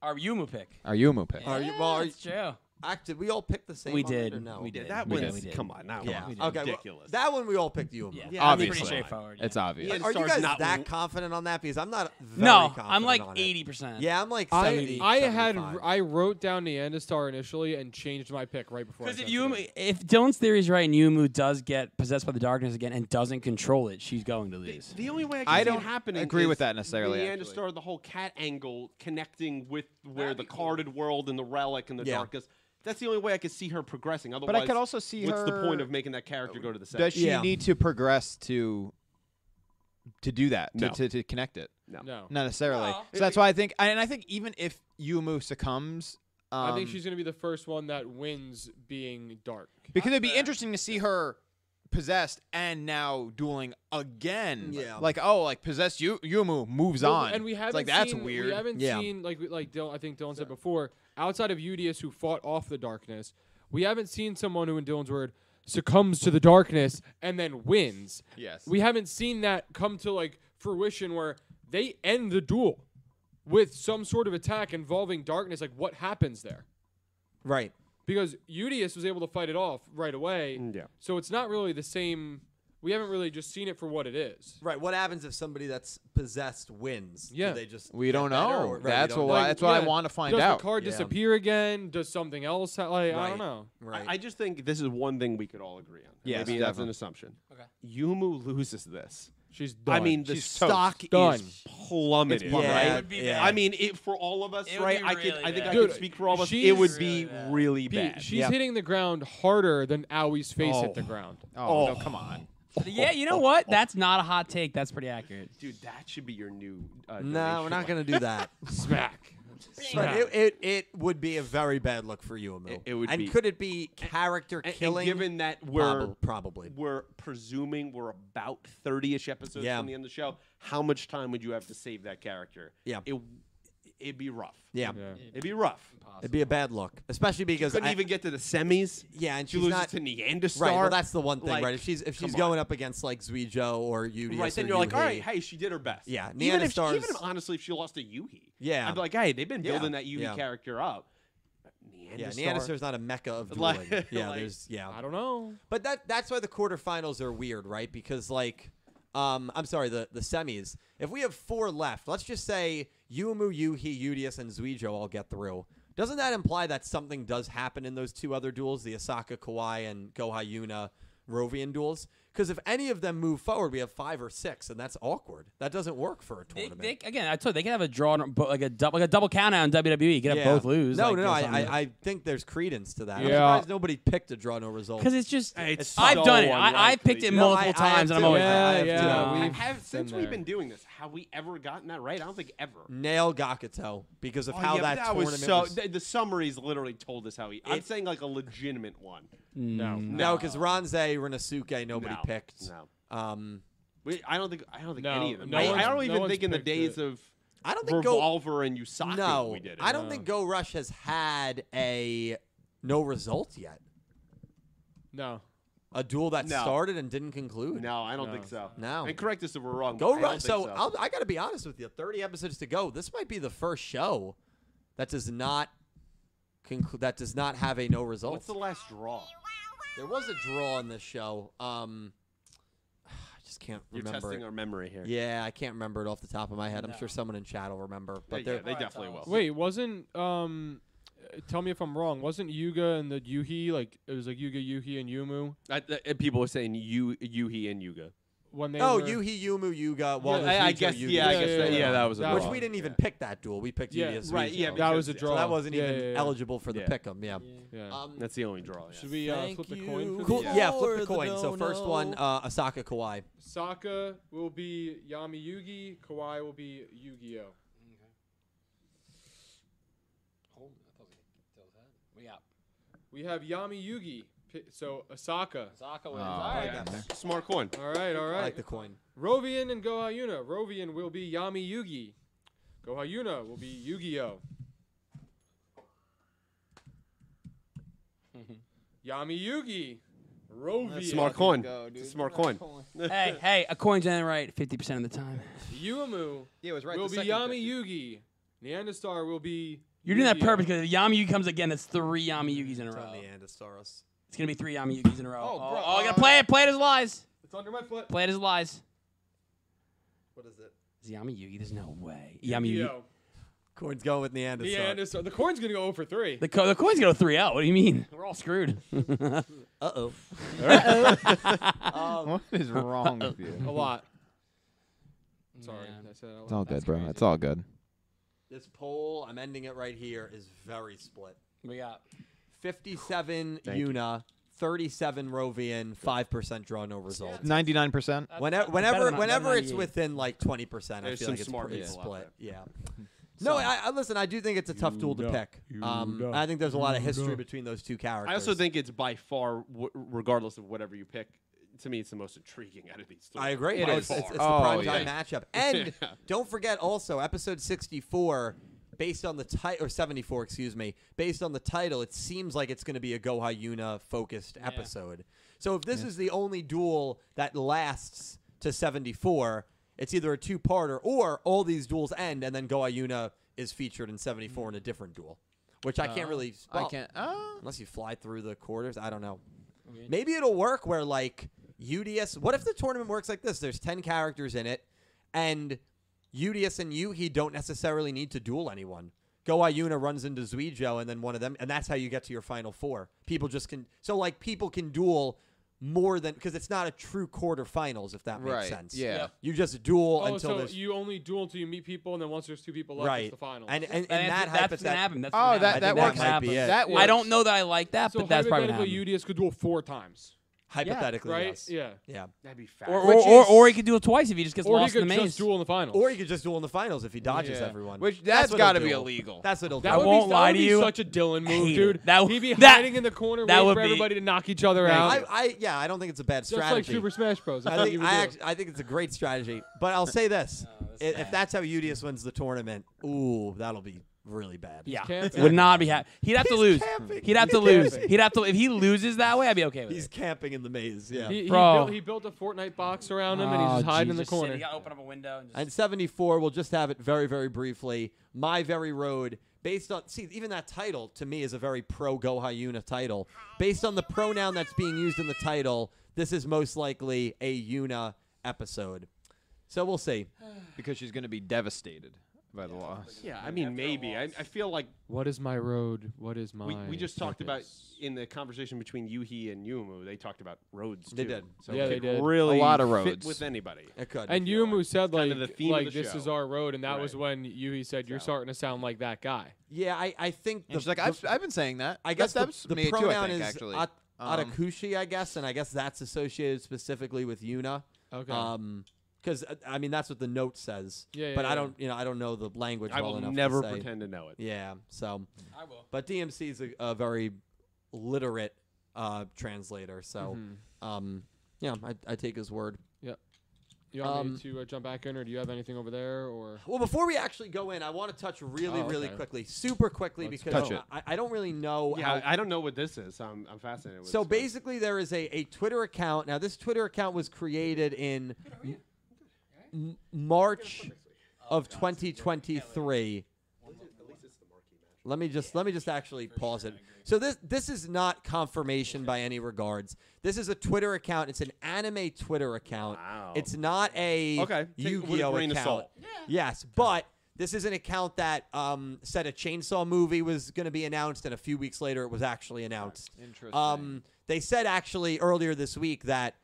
[SPEAKER 5] Our Yuma pick.
[SPEAKER 2] our Yumu pick.
[SPEAKER 4] Are you- well, are
[SPEAKER 5] that's true.
[SPEAKER 4] Act- did we all pick the same?
[SPEAKER 5] We
[SPEAKER 4] on it
[SPEAKER 5] did.
[SPEAKER 4] Or no?
[SPEAKER 5] We did.
[SPEAKER 7] Yeah, that
[SPEAKER 2] We
[SPEAKER 7] one's
[SPEAKER 2] did, we
[SPEAKER 7] come on now.
[SPEAKER 4] Yeah.
[SPEAKER 7] come on.
[SPEAKER 4] Okay. well,
[SPEAKER 7] ridiculous.
[SPEAKER 4] that one we all picked you.
[SPEAKER 5] Yeah,
[SPEAKER 7] Yeah,
[SPEAKER 5] that's
[SPEAKER 2] obviously.
[SPEAKER 5] pretty straightforward.
[SPEAKER 2] It's
[SPEAKER 5] yeah.
[SPEAKER 2] obvious.
[SPEAKER 7] Yeah,
[SPEAKER 4] Are you
[SPEAKER 7] Star's
[SPEAKER 4] guys
[SPEAKER 7] not
[SPEAKER 4] that
[SPEAKER 7] w-
[SPEAKER 4] confident on that? Because I'm not. Very
[SPEAKER 5] no,
[SPEAKER 4] confident
[SPEAKER 5] I'm like
[SPEAKER 4] on it.
[SPEAKER 5] eighty percent.
[SPEAKER 4] Yeah, I'm like.
[SPEAKER 3] I
[SPEAKER 4] 70,
[SPEAKER 3] I had
[SPEAKER 4] 75.
[SPEAKER 3] I wrote down the Andastar initially and changed my pick right before. I
[SPEAKER 5] Because if
[SPEAKER 3] sent it in.
[SPEAKER 5] Yumu, if Dylan's theory is right, and Yumu does get possessed by the darkness again and doesn't control it, she's going to lose.
[SPEAKER 7] The only way I can
[SPEAKER 2] I
[SPEAKER 7] see
[SPEAKER 2] don't
[SPEAKER 7] it happening
[SPEAKER 2] agree
[SPEAKER 7] is
[SPEAKER 2] with that necessarily,
[SPEAKER 7] The
[SPEAKER 2] actually.
[SPEAKER 7] Andastar, the whole cat angle connecting with where the carded world and the relic and the
[SPEAKER 4] Yeah.
[SPEAKER 7] darkness. That's the only way I could see her progressing. Otherwise,
[SPEAKER 2] I could also see
[SPEAKER 7] what's the point
[SPEAKER 2] her-
[SPEAKER 7] of making that character go to the second?
[SPEAKER 2] Does she
[SPEAKER 4] Yeah.
[SPEAKER 2] need to progress to to do that to,
[SPEAKER 7] No.
[SPEAKER 2] to, to connect it?
[SPEAKER 3] no,
[SPEAKER 2] Not necessarily.
[SPEAKER 5] No.
[SPEAKER 2] So that's why I think, and I think even if Yumu succumbs, um,
[SPEAKER 3] I think she's gonna be the first one that wins being dark.
[SPEAKER 2] because it'd be interesting to see her possessed and now dueling again.
[SPEAKER 4] Yeah.
[SPEAKER 2] Like oh, like possessed you Yumu moves
[SPEAKER 3] Well,
[SPEAKER 2] on,
[SPEAKER 3] and we haven't
[SPEAKER 2] it's like that's
[SPEAKER 3] seen-
[SPEAKER 2] weird.
[SPEAKER 3] We haven't
[SPEAKER 4] Yeah.
[SPEAKER 3] seen like we- like Dylan, I think Dylan said before, outside of Udius who fought off the darkness, we haven't seen someone who, in Dylan's word, succumbs to the darkness and then wins.
[SPEAKER 2] Yes.
[SPEAKER 3] we haven't seen that come to like fruition where they end the duel with some sort of attack involving darkness. Like what happens there?
[SPEAKER 4] right.
[SPEAKER 3] because Udius was able to fight it off right away.
[SPEAKER 7] yeah.
[SPEAKER 3] So it's not really the same. We haven't really just seen it for what it is.
[SPEAKER 4] Right. What happens if somebody that's possessed wins?
[SPEAKER 3] Yeah.
[SPEAKER 4] Do they just.
[SPEAKER 2] we don't
[SPEAKER 4] get better
[SPEAKER 2] know.
[SPEAKER 4] or- right, we
[SPEAKER 2] that's
[SPEAKER 4] don't
[SPEAKER 2] what
[SPEAKER 4] know.
[SPEAKER 2] I- that's what I
[SPEAKER 3] yeah,
[SPEAKER 2] want to find
[SPEAKER 3] Does
[SPEAKER 2] out.
[SPEAKER 3] the card
[SPEAKER 4] Yeah.
[SPEAKER 3] disappear again? Does something else? Ha- like I
[SPEAKER 4] Right.
[SPEAKER 3] don't know.
[SPEAKER 4] Right.
[SPEAKER 7] I, I just think this is one thing we could all agree on.
[SPEAKER 2] Yes,
[SPEAKER 7] Maybe that's an
[SPEAKER 2] definitely.
[SPEAKER 7] assumption. Okay. Yumu loses this.
[SPEAKER 3] She's. Done.
[SPEAKER 7] I mean, the
[SPEAKER 2] She's toast.
[SPEAKER 7] stock
[SPEAKER 3] Done.
[SPEAKER 7] is plummeted.
[SPEAKER 4] plummeted.
[SPEAKER 7] right?
[SPEAKER 4] It would be Yeah. bad.
[SPEAKER 7] I mean, it for all of us,
[SPEAKER 5] It would
[SPEAKER 7] right?
[SPEAKER 5] be
[SPEAKER 7] I could.
[SPEAKER 5] really
[SPEAKER 7] I think I
[SPEAKER 5] bad.
[SPEAKER 7] could
[SPEAKER 3] Dude,
[SPEAKER 7] speak for all of us. It
[SPEAKER 3] she's-
[SPEAKER 7] would be
[SPEAKER 5] Really bad.
[SPEAKER 7] really
[SPEAKER 3] Pete,
[SPEAKER 7] bad.
[SPEAKER 3] she's
[SPEAKER 4] Yeah.
[SPEAKER 3] hitting the ground harder than Owie's face
[SPEAKER 7] Oh.
[SPEAKER 3] hit the ground.
[SPEAKER 2] oh, no, come on.
[SPEAKER 5] yeah, you know what? That's not a hot take. That's pretty accurate.
[SPEAKER 7] Dude, that should be your new. Uh,
[SPEAKER 4] no, we're not
[SPEAKER 7] donation
[SPEAKER 4] going to do that.
[SPEAKER 3] Smack.
[SPEAKER 4] But it, it, it would be a very bad look for you, Emil.
[SPEAKER 7] It- it would
[SPEAKER 4] and
[SPEAKER 7] be-
[SPEAKER 4] could it be character
[SPEAKER 7] And- and
[SPEAKER 4] killing?
[SPEAKER 7] given that we're
[SPEAKER 4] Prob- probably.
[SPEAKER 7] we're presuming we're about thirty-ish episodes
[SPEAKER 4] Yeah.
[SPEAKER 7] from the end of the show, how much time would you have to save that character?
[SPEAKER 4] Yeah.
[SPEAKER 7] it it'd be rough.
[SPEAKER 4] Yeah.
[SPEAKER 3] Yeah.
[SPEAKER 7] it'd be rough.
[SPEAKER 4] It'd be a bad look, especially because
[SPEAKER 7] Couldn't
[SPEAKER 4] I-
[SPEAKER 7] even get to the semis.
[SPEAKER 4] Yeah, and
[SPEAKER 7] she
[SPEAKER 4] she's
[SPEAKER 7] loses
[SPEAKER 4] not-
[SPEAKER 7] to Neanderstar.
[SPEAKER 4] right. Well, that's the one thing,
[SPEAKER 7] Like,
[SPEAKER 4] right? If she's if she's
[SPEAKER 7] come on.
[SPEAKER 4] going up against like Zuijo or Udius,
[SPEAKER 7] Right, then
[SPEAKER 4] or
[SPEAKER 7] you're like, all
[SPEAKER 4] Yuhi,
[SPEAKER 7] right, hey, she did her best.
[SPEAKER 4] Yeah,
[SPEAKER 7] even if, she-
[SPEAKER 4] Neanderstar's-
[SPEAKER 7] even if, honestly, if she lost to Yuhi,
[SPEAKER 4] Yeah.
[SPEAKER 7] I'd be like, hey, they've been
[SPEAKER 4] Yeah.
[SPEAKER 7] building that Yuhi
[SPEAKER 4] Yeah.
[SPEAKER 7] character up.
[SPEAKER 4] Yeah,
[SPEAKER 7] Neanderstar-
[SPEAKER 4] Neanderthals not a mecca of dueling.
[SPEAKER 7] Like-
[SPEAKER 4] yeah,
[SPEAKER 7] like-
[SPEAKER 4] there's yeah.
[SPEAKER 3] I don't know.
[SPEAKER 4] But that that's why the quarterfinals are weird, right? Because like, um, I'm sorry, the the semis. If we have four left, let's just say Yumu, Yuhi, Udius, and Zuijo all get through. Doesn't that imply that something does happen in those two other duels, the Asaka Kawai and Goha Yuna Rovian duels? Because if any of them move forward, we have five or six, and that's awkward. That doesn't work for a
[SPEAKER 5] They,
[SPEAKER 4] tournament.
[SPEAKER 5] they, again, I told you, they could have a draw, and- but like a double, like a double count out in WWE. You could have
[SPEAKER 4] Yeah.
[SPEAKER 5] both lose.
[SPEAKER 4] No,
[SPEAKER 5] like,
[SPEAKER 4] no, no.
[SPEAKER 5] or
[SPEAKER 4] I,
[SPEAKER 5] something.
[SPEAKER 4] I, I think there's credence to that. I'm
[SPEAKER 3] Yeah.
[SPEAKER 4] surprised nobody picked a draw no result.
[SPEAKER 5] Because it's just,
[SPEAKER 7] It's
[SPEAKER 5] I've
[SPEAKER 7] so
[SPEAKER 5] done it. I, I
[SPEAKER 7] unlikely.
[SPEAKER 5] picked it
[SPEAKER 4] No, I-
[SPEAKER 5] multiple
[SPEAKER 4] I have
[SPEAKER 5] times, and I'm
[SPEAKER 4] to.
[SPEAKER 5] always
[SPEAKER 4] Yeah,
[SPEAKER 5] like,
[SPEAKER 4] yeah,
[SPEAKER 5] no.
[SPEAKER 3] we've-
[SPEAKER 7] I have since
[SPEAKER 3] been
[SPEAKER 7] we've
[SPEAKER 3] there.
[SPEAKER 7] been doing this. Have we ever gotten that right? I don't think ever.
[SPEAKER 4] Nail Gakuto because of
[SPEAKER 7] Oh,
[SPEAKER 4] how
[SPEAKER 7] yeah,
[SPEAKER 4] that,
[SPEAKER 7] but
[SPEAKER 4] tournament
[SPEAKER 7] was so.
[SPEAKER 4] was-
[SPEAKER 7] The, the summaries literally told us how he. I'm saying like a legitimate one.
[SPEAKER 3] Mm, No.
[SPEAKER 4] No, because Ronze, Renosuke, nobody
[SPEAKER 7] No,
[SPEAKER 4] picked.
[SPEAKER 7] no.
[SPEAKER 4] Um,
[SPEAKER 7] We, I don't think. I don't think
[SPEAKER 3] No,
[SPEAKER 7] any of them.
[SPEAKER 3] no
[SPEAKER 7] I,
[SPEAKER 3] one's-
[SPEAKER 7] I don't even
[SPEAKER 3] no one's
[SPEAKER 7] think in the
[SPEAKER 3] picked
[SPEAKER 7] days
[SPEAKER 3] it.
[SPEAKER 7] of
[SPEAKER 4] I don't think Go.
[SPEAKER 7] Revolver and Usaki
[SPEAKER 4] No,
[SPEAKER 7] we did it.
[SPEAKER 4] I don't think Go Rush has had a no result yet.
[SPEAKER 3] No.
[SPEAKER 4] A duel that
[SPEAKER 7] No.
[SPEAKER 4] started and didn't conclude.
[SPEAKER 7] No, I don't think so.
[SPEAKER 4] No.
[SPEAKER 7] And correct us if we're wrong. but
[SPEAKER 4] Go
[SPEAKER 7] I
[SPEAKER 4] Rush.
[SPEAKER 7] don't
[SPEAKER 4] So,
[SPEAKER 7] think
[SPEAKER 4] I'll, I got to be honest with you. Thirty episodes to go. This might be the first show that does not conclude. That does not have a no result.
[SPEAKER 7] what's the last draw?
[SPEAKER 4] There was a draw in this show. Um, I just can't
[SPEAKER 7] You're
[SPEAKER 4] remember.
[SPEAKER 7] testing
[SPEAKER 4] it.
[SPEAKER 7] our memory here.
[SPEAKER 4] Yeah, I can't remember it off the top of my head. I'm sure someone in chat will remember.
[SPEAKER 7] They-
[SPEAKER 4] But
[SPEAKER 7] yeah,
[SPEAKER 4] there,
[SPEAKER 7] they definitely will.
[SPEAKER 3] Wait, wasn't um. uh, Tell me if I'm wrong. Wasn't Yuga and the Yuhi like it was like Yuga, Yuhi, and Yumu?
[SPEAKER 7] I, th- and people were saying you, Yuhi, and Yuga.
[SPEAKER 3] when they
[SPEAKER 4] Oh,
[SPEAKER 3] were,
[SPEAKER 4] Yuhi Yumu Yuga. Well,
[SPEAKER 7] I, I guess. Yeah, I
[SPEAKER 3] Yeah,
[SPEAKER 7] guess.
[SPEAKER 3] yeah,
[SPEAKER 7] that,
[SPEAKER 3] yeah.
[SPEAKER 7] yeah, that was a
[SPEAKER 3] That
[SPEAKER 4] which
[SPEAKER 3] was-
[SPEAKER 7] draw.
[SPEAKER 4] we didn't even
[SPEAKER 3] Yeah.
[SPEAKER 4] pick that duel. We picked
[SPEAKER 3] Yeah.
[SPEAKER 4] UDSV.
[SPEAKER 7] Right, yeah,
[SPEAKER 4] so-
[SPEAKER 3] that was a
[SPEAKER 7] because-
[SPEAKER 3] draw.
[SPEAKER 4] so that wasn't
[SPEAKER 3] Yeah,
[SPEAKER 4] even
[SPEAKER 3] yeah, yeah.
[SPEAKER 4] eligible for the
[SPEAKER 7] Yeah.
[SPEAKER 4] pick 'em. Yeah.
[SPEAKER 3] Yeah.
[SPEAKER 4] Um,
[SPEAKER 7] That's the only draw. Yeah.
[SPEAKER 3] Should we uh, flip a coin? For
[SPEAKER 4] cool.
[SPEAKER 3] these?
[SPEAKER 4] Yeah, flip the
[SPEAKER 5] the
[SPEAKER 4] coin. So first
[SPEAKER 5] no-no.
[SPEAKER 4] one, uh, Asaka Kawhi.
[SPEAKER 3] Sokka will be Yami Yugi. Kawhi will be Yu Gi Oh.
[SPEAKER 1] Hold on, I thought we could tell that. We got
[SPEAKER 3] We have Yami Yugi. Pi- So Asaka.
[SPEAKER 1] Zaka wins. All right.
[SPEAKER 7] Smart coin.
[SPEAKER 3] All right, all
[SPEAKER 4] I
[SPEAKER 3] right.
[SPEAKER 4] like the coin.
[SPEAKER 3] Rovian and Gohayuna. Rovian will be Yami Yugi. Gohayuna will be Yu Gi Oh. Yami Yugi. Rovian.
[SPEAKER 7] Smart coin. It's a smart coin.
[SPEAKER 5] hey, hey, a coin's in right fifty percent of the time.
[SPEAKER 3] Yuumu
[SPEAKER 2] Yeah, it was right.
[SPEAKER 3] will
[SPEAKER 2] the
[SPEAKER 3] be
[SPEAKER 2] second
[SPEAKER 3] Yami
[SPEAKER 2] pick.
[SPEAKER 3] Yugi. Neanderstar will be.
[SPEAKER 5] You're doing that
[SPEAKER 3] Yu-Gi-Oh.
[SPEAKER 5] purpose because if Yami Yugi comes again, it's three Yami Yugis in a row.
[SPEAKER 4] Neanderthaurus.
[SPEAKER 5] It's gonna be three Yami Yugis in a row.
[SPEAKER 2] Oh,
[SPEAKER 5] Oh,
[SPEAKER 2] bro,
[SPEAKER 5] oh, I
[SPEAKER 2] uh,
[SPEAKER 5] gotta play it. Play it as lies.
[SPEAKER 3] It's under my foot.
[SPEAKER 5] Play it as lies.
[SPEAKER 4] What is it?
[SPEAKER 5] It's Yami Yugi. There's no way. Yami Yugi.
[SPEAKER 3] Yo.
[SPEAKER 4] Coin's going with Neanderthal.
[SPEAKER 3] Neanderstar. The corn's going to go 0 for 3.
[SPEAKER 5] The, co- the coin's gonna go three out. What do you mean? We're all screwed.
[SPEAKER 4] Uh oh. Um,
[SPEAKER 2] What is wrong with you?
[SPEAKER 3] A lot. Sorry.
[SPEAKER 5] Yeah.
[SPEAKER 3] I said that a
[SPEAKER 2] It's
[SPEAKER 3] lot.
[SPEAKER 2] all good, bro. It's all good.
[SPEAKER 4] This poll, I'm ending it right here, is very split.
[SPEAKER 5] we got.
[SPEAKER 4] 57 Yuna, 37 Rovian, 5% draw no result.
[SPEAKER 2] Ninety-nine percent.
[SPEAKER 4] Whenever,
[SPEAKER 5] better
[SPEAKER 4] whenever,
[SPEAKER 5] than-
[SPEAKER 4] whenever
[SPEAKER 5] better than
[SPEAKER 4] it's
[SPEAKER 5] 98.
[SPEAKER 4] within like 20%, I
[SPEAKER 7] There's
[SPEAKER 4] feel
[SPEAKER 7] some
[SPEAKER 4] like it's
[SPEAKER 7] smart
[SPEAKER 4] pretty
[SPEAKER 7] people out
[SPEAKER 4] split. Yeah. No, I, I listen. I do think it's a tough duel to pick. Um, I think there's a lot of history between those two characters.
[SPEAKER 7] I also think it's by far, w- regardless of whatever you pick, to me it's the most intriguing out of these three.
[SPEAKER 4] I agree.
[SPEAKER 7] By
[SPEAKER 4] it's,
[SPEAKER 7] far.
[SPEAKER 4] it's- it's
[SPEAKER 2] Oh,
[SPEAKER 4] the prime
[SPEAKER 2] yeah.
[SPEAKER 4] time matchup. And don't forget also episode 64 based on the title or 74 excuse me based on the title it seems like it's going to be a Goha Yuna focused episode. So if this is the only duel that lasts to 74 it's either a two-parter or all these duels end and then Goha Yuna is featured in 74 in a different duel. Which I can't really
[SPEAKER 2] Oh, I
[SPEAKER 4] well,
[SPEAKER 2] can't. Uh,
[SPEAKER 4] unless you fly through the quarters. I don't know. Maybe it'll work where like UDS. What if the tournament works like this? There's ten characters in it, and UDS and Yuhi don't necessarily need to duel anyone. Go Ayuna runs into Zuijo, and then one of them, and that's how you get to your final four. People just can so like people can duel more than because it's not a true quarterfinals if that makes
[SPEAKER 2] Right,
[SPEAKER 4] sense.
[SPEAKER 2] yeah. Yep.
[SPEAKER 4] you just duel
[SPEAKER 3] Oh,
[SPEAKER 4] until
[SPEAKER 3] so
[SPEAKER 4] there's
[SPEAKER 3] you only duel until you meet people, and then once there's two people left,
[SPEAKER 4] right
[SPEAKER 3] it's the final.
[SPEAKER 4] and and, and
[SPEAKER 5] And
[SPEAKER 4] that
[SPEAKER 5] that's, that's gonna
[SPEAKER 4] hypothet-
[SPEAKER 5] happen. That's
[SPEAKER 2] Oh,
[SPEAKER 5] gonna
[SPEAKER 2] that-
[SPEAKER 5] happen.
[SPEAKER 2] that
[SPEAKER 5] I think
[SPEAKER 2] works.
[SPEAKER 4] Might be
[SPEAKER 5] happens.
[SPEAKER 4] it.
[SPEAKER 2] That
[SPEAKER 5] I
[SPEAKER 2] works.
[SPEAKER 5] don't know that I like that,
[SPEAKER 3] so
[SPEAKER 5] but that's probably gonna happen.
[SPEAKER 3] hypothetically, UDS could duel four times.
[SPEAKER 4] hypothetically
[SPEAKER 3] right?
[SPEAKER 4] yes.
[SPEAKER 3] Yeah.
[SPEAKER 4] yeah.
[SPEAKER 7] That'd be fast.
[SPEAKER 5] Or
[SPEAKER 4] Which
[SPEAKER 5] or, or,
[SPEAKER 4] is-
[SPEAKER 5] or he could do it twice if he just gets
[SPEAKER 3] Or he
[SPEAKER 5] lost in
[SPEAKER 3] could
[SPEAKER 5] the maze.
[SPEAKER 3] just duel in the finals.
[SPEAKER 4] Or you could just duel in the finals if he dodges
[SPEAKER 2] Yeah.
[SPEAKER 4] everyone.
[SPEAKER 2] Which- that's
[SPEAKER 4] what
[SPEAKER 2] gotta
[SPEAKER 4] he'll
[SPEAKER 2] be
[SPEAKER 4] do.
[SPEAKER 2] illegal.
[SPEAKER 4] That's what he'll
[SPEAKER 3] that
[SPEAKER 4] do.
[SPEAKER 3] would
[SPEAKER 5] won't
[SPEAKER 3] be,
[SPEAKER 5] lie
[SPEAKER 3] that would
[SPEAKER 5] to
[SPEAKER 3] be
[SPEAKER 5] you.
[SPEAKER 3] such a Dylan move,
[SPEAKER 5] Hate
[SPEAKER 3] dude.
[SPEAKER 5] it. That-
[SPEAKER 3] He'd be
[SPEAKER 5] that-
[SPEAKER 3] hiding in the corner
[SPEAKER 5] that
[SPEAKER 3] waiting
[SPEAKER 5] would
[SPEAKER 3] for
[SPEAKER 5] be-
[SPEAKER 3] everybody to knock each other out.
[SPEAKER 4] I, I, yeah, I don't think it's a bad
[SPEAKER 3] just
[SPEAKER 4] strategy.
[SPEAKER 3] like Super Smash Bros.
[SPEAKER 4] I think I, act- I think it's a great strategy. But I'll say this: I- if, that's how UDS wins the tournament, ooh, that'll be really bad.
[SPEAKER 5] Yeah,
[SPEAKER 3] camping.
[SPEAKER 5] would not be happy. He'd have to
[SPEAKER 4] He's
[SPEAKER 5] lose.
[SPEAKER 4] camping.
[SPEAKER 5] He'd have to
[SPEAKER 4] He's
[SPEAKER 5] lose.
[SPEAKER 4] camping.
[SPEAKER 5] He'd have to. If he loses that way, I'd be okay with
[SPEAKER 4] he's
[SPEAKER 5] it.
[SPEAKER 4] camping in the maze. Yeah.
[SPEAKER 3] he, he,
[SPEAKER 5] Bro.
[SPEAKER 3] built, he built a Fortnite box around him, and
[SPEAKER 7] Ah,
[SPEAKER 3] he's just hiding in the corner.
[SPEAKER 5] gotta open up a window. And
[SPEAKER 4] and 74, we'll just have it very, very briefly. My very road, based on see, even that title to me is a very pro Gohayuna title. Based on the pronoun that's being used in the title, this is most likely a Yuna episode. So we'll see.
[SPEAKER 2] because she's gonna be devastated by the loss.
[SPEAKER 7] yeah, I mean, maybe. I, I feel like
[SPEAKER 3] What is my road? What is my?
[SPEAKER 7] we, we just talked about in the conversation between Yuhi and Yumu. They talked about roads. Too.
[SPEAKER 4] They did.
[SPEAKER 7] So
[SPEAKER 3] Yeah,
[SPEAKER 7] it
[SPEAKER 3] they
[SPEAKER 7] could
[SPEAKER 3] did. A
[SPEAKER 7] Really,
[SPEAKER 2] lot of
[SPEAKER 7] fit
[SPEAKER 2] roads.
[SPEAKER 7] with anybody.
[SPEAKER 4] It could.
[SPEAKER 3] And Yumu said like,
[SPEAKER 7] kind of the theme of
[SPEAKER 3] like
[SPEAKER 7] the
[SPEAKER 3] this is
[SPEAKER 7] show.
[SPEAKER 3] our road, and that was
[SPEAKER 7] Right.
[SPEAKER 3] when Yuhi said you're
[SPEAKER 7] So.
[SPEAKER 3] starting to sound like that guy.
[SPEAKER 4] yeah, I, I think
[SPEAKER 2] And
[SPEAKER 4] the,
[SPEAKER 2] she's like,
[SPEAKER 4] the-
[SPEAKER 2] I've, I've been saying that.
[SPEAKER 4] I guess
[SPEAKER 2] that's
[SPEAKER 4] the, the
[SPEAKER 2] me too. I
[SPEAKER 4] pronoun
[SPEAKER 2] think
[SPEAKER 4] is
[SPEAKER 2] actually.
[SPEAKER 4] at,
[SPEAKER 2] Um,
[SPEAKER 4] Atakushi, I guess, and I guess that's associated specifically with Yuna.
[SPEAKER 3] Okay.
[SPEAKER 4] Um 'cause because I mean that's what the note says.
[SPEAKER 3] Yeah, yeah,
[SPEAKER 4] but I
[SPEAKER 3] yeah.
[SPEAKER 4] don't, you know, I don't know the language
[SPEAKER 7] I
[SPEAKER 4] well
[SPEAKER 7] will
[SPEAKER 4] enough. to
[SPEAKER 7] never
[SPEAKER 4] say.
[SPEAKER 7] pretend to know it.
[SPEAKER 4] Yeah. So,
[SPEAKER 5] I will.
[SPEAKER 4] but DMC is a, a very literate uh, translator. So,
[SPEAKER 2] Mm-hmm.
[SPEAKER 4] um, yeah, I, I take his word.
[SPEAKER 3] you want
[SPEAKER 4] um,
[SPEAKER 3] me to uh, jump back in, or do you have anything over there? Or
[SPEAKER 4] Well, before we actually go in, I want to touch really,
[SPEAKER 3] Oh,
[SPEAKER 4] really
[SPEAKER 3] okay.
[SPEAKER 4] quickly, super quickly,
[SPEAKER 3] Let's
[SPEAKER 4] because
[SPEAKER 2] touch it.
[SPEAKER 4] I, I don't really know
[SPEAKER 7] Yeah,
[SPEAKER 4] how
[SPEAKER 7] I, I don't know what this is. So I'm, I'm fascinated. With
[SPEAKER 4] So
[SPEAKER 7] this one.
[SPEAKER 4] basically, there is a, a Twitter account. Now, this Twitter account was created in m- March of 2023. Let me just let me just actually pause it. So this this is not confirmation by any regards. This is a Twitter account. It's an anime Twitter account.
[SPEAKER 7] Wow.
[SPEAKER 4] It's not a
[SPEAKER 7] Okay, take it with a
[SPEAKER 4] Yu-Gi-Oh
[SPEAKER 7] grain of
[SPEAKER 4] account.
[SPEAKER 7] salt.
[SPEAKER 4] Yes, but this is an account that um, said a Chainsaw movie was going to be announced, and a few weeks later, it was actually announced.
[SPEAKER 2] Interesting.
[SPEAKER 4] Um, they said actually earlier this week that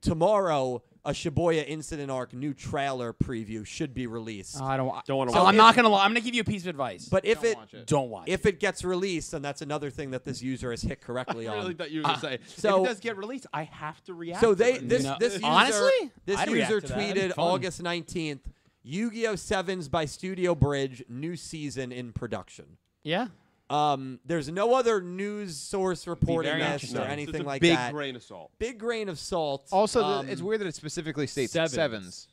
[SPEAKER 4] tomorrow a Shibuya incident arc new trailer preview should be released.
[SPEAKER 5] I don't.
[SPEAKER 7] Don't wanna
[SPEAKER 5] So
[SPEAKER 7] watch
[SPEAKER 5] I'm
[SPEAKER 7] it.
[SPEAKER 5] not gonna. lie. I'm gonna give you a piece of advice.
[SPEAKER 4] but if it,
[SPEAKER 5] Ah, don't watch. it.
[SPEAKER 4] if it gets released, and that's another thing that this user has hit correctly
[SPEAKER 7] I
[SPEAKER 4] on. Ah,
[SPEAKER 7] really thought you were gonna say.
[SPEAKER 4] so-
[SPEAKER 7] if it does get released, I have to react.
[SPEAKER 4] So
[SPEAKER 7] to
[SPEAKER 4] they
[SPEAKER 7] it.
[SPEAKER 4] this
[SPEAKER 5] No.
[SPEAKER 4] this user,
[SPEAKER 5] Honestly?
[SPEAKER 4] this
[SPEAKER 5] I'd react
[SPEAKER 4] user
[SPEAKER 5] to that. That'd be
[SPEAKER 4] tweeted
[SPEAKER 5] fun.
[SPEAKER 4] August nineteenth, Yu-Gi-Oh Sevens by Studio Bridge, new season in production.
[SPEAKER 5] yeah.
[SPEAKER 4] Um, there's no other news source reporting
[SPEAKER 5] very
[SPEAKER 4] this
[SPEAKER 5] interesting.
[SPEAKER 4] or
[SPEAKER 5] No. So it's
[SPEAKER 4] anything
[SPEAKER 7] so it's a
[SPEAKER 4] like
[SPEAKER 7] big
[SPEAKER 4] that.
[SPEAKER 7] grain of salt.
[SPEAKER 4] Big grain of salt.
[SPEAKER 2] Also, the-
[SPEAKER 4] um,
[SPEAKER 2] it's weird that it specifically states
[SPEAKER 3] sevens.
[SPEAKER 2] sevens.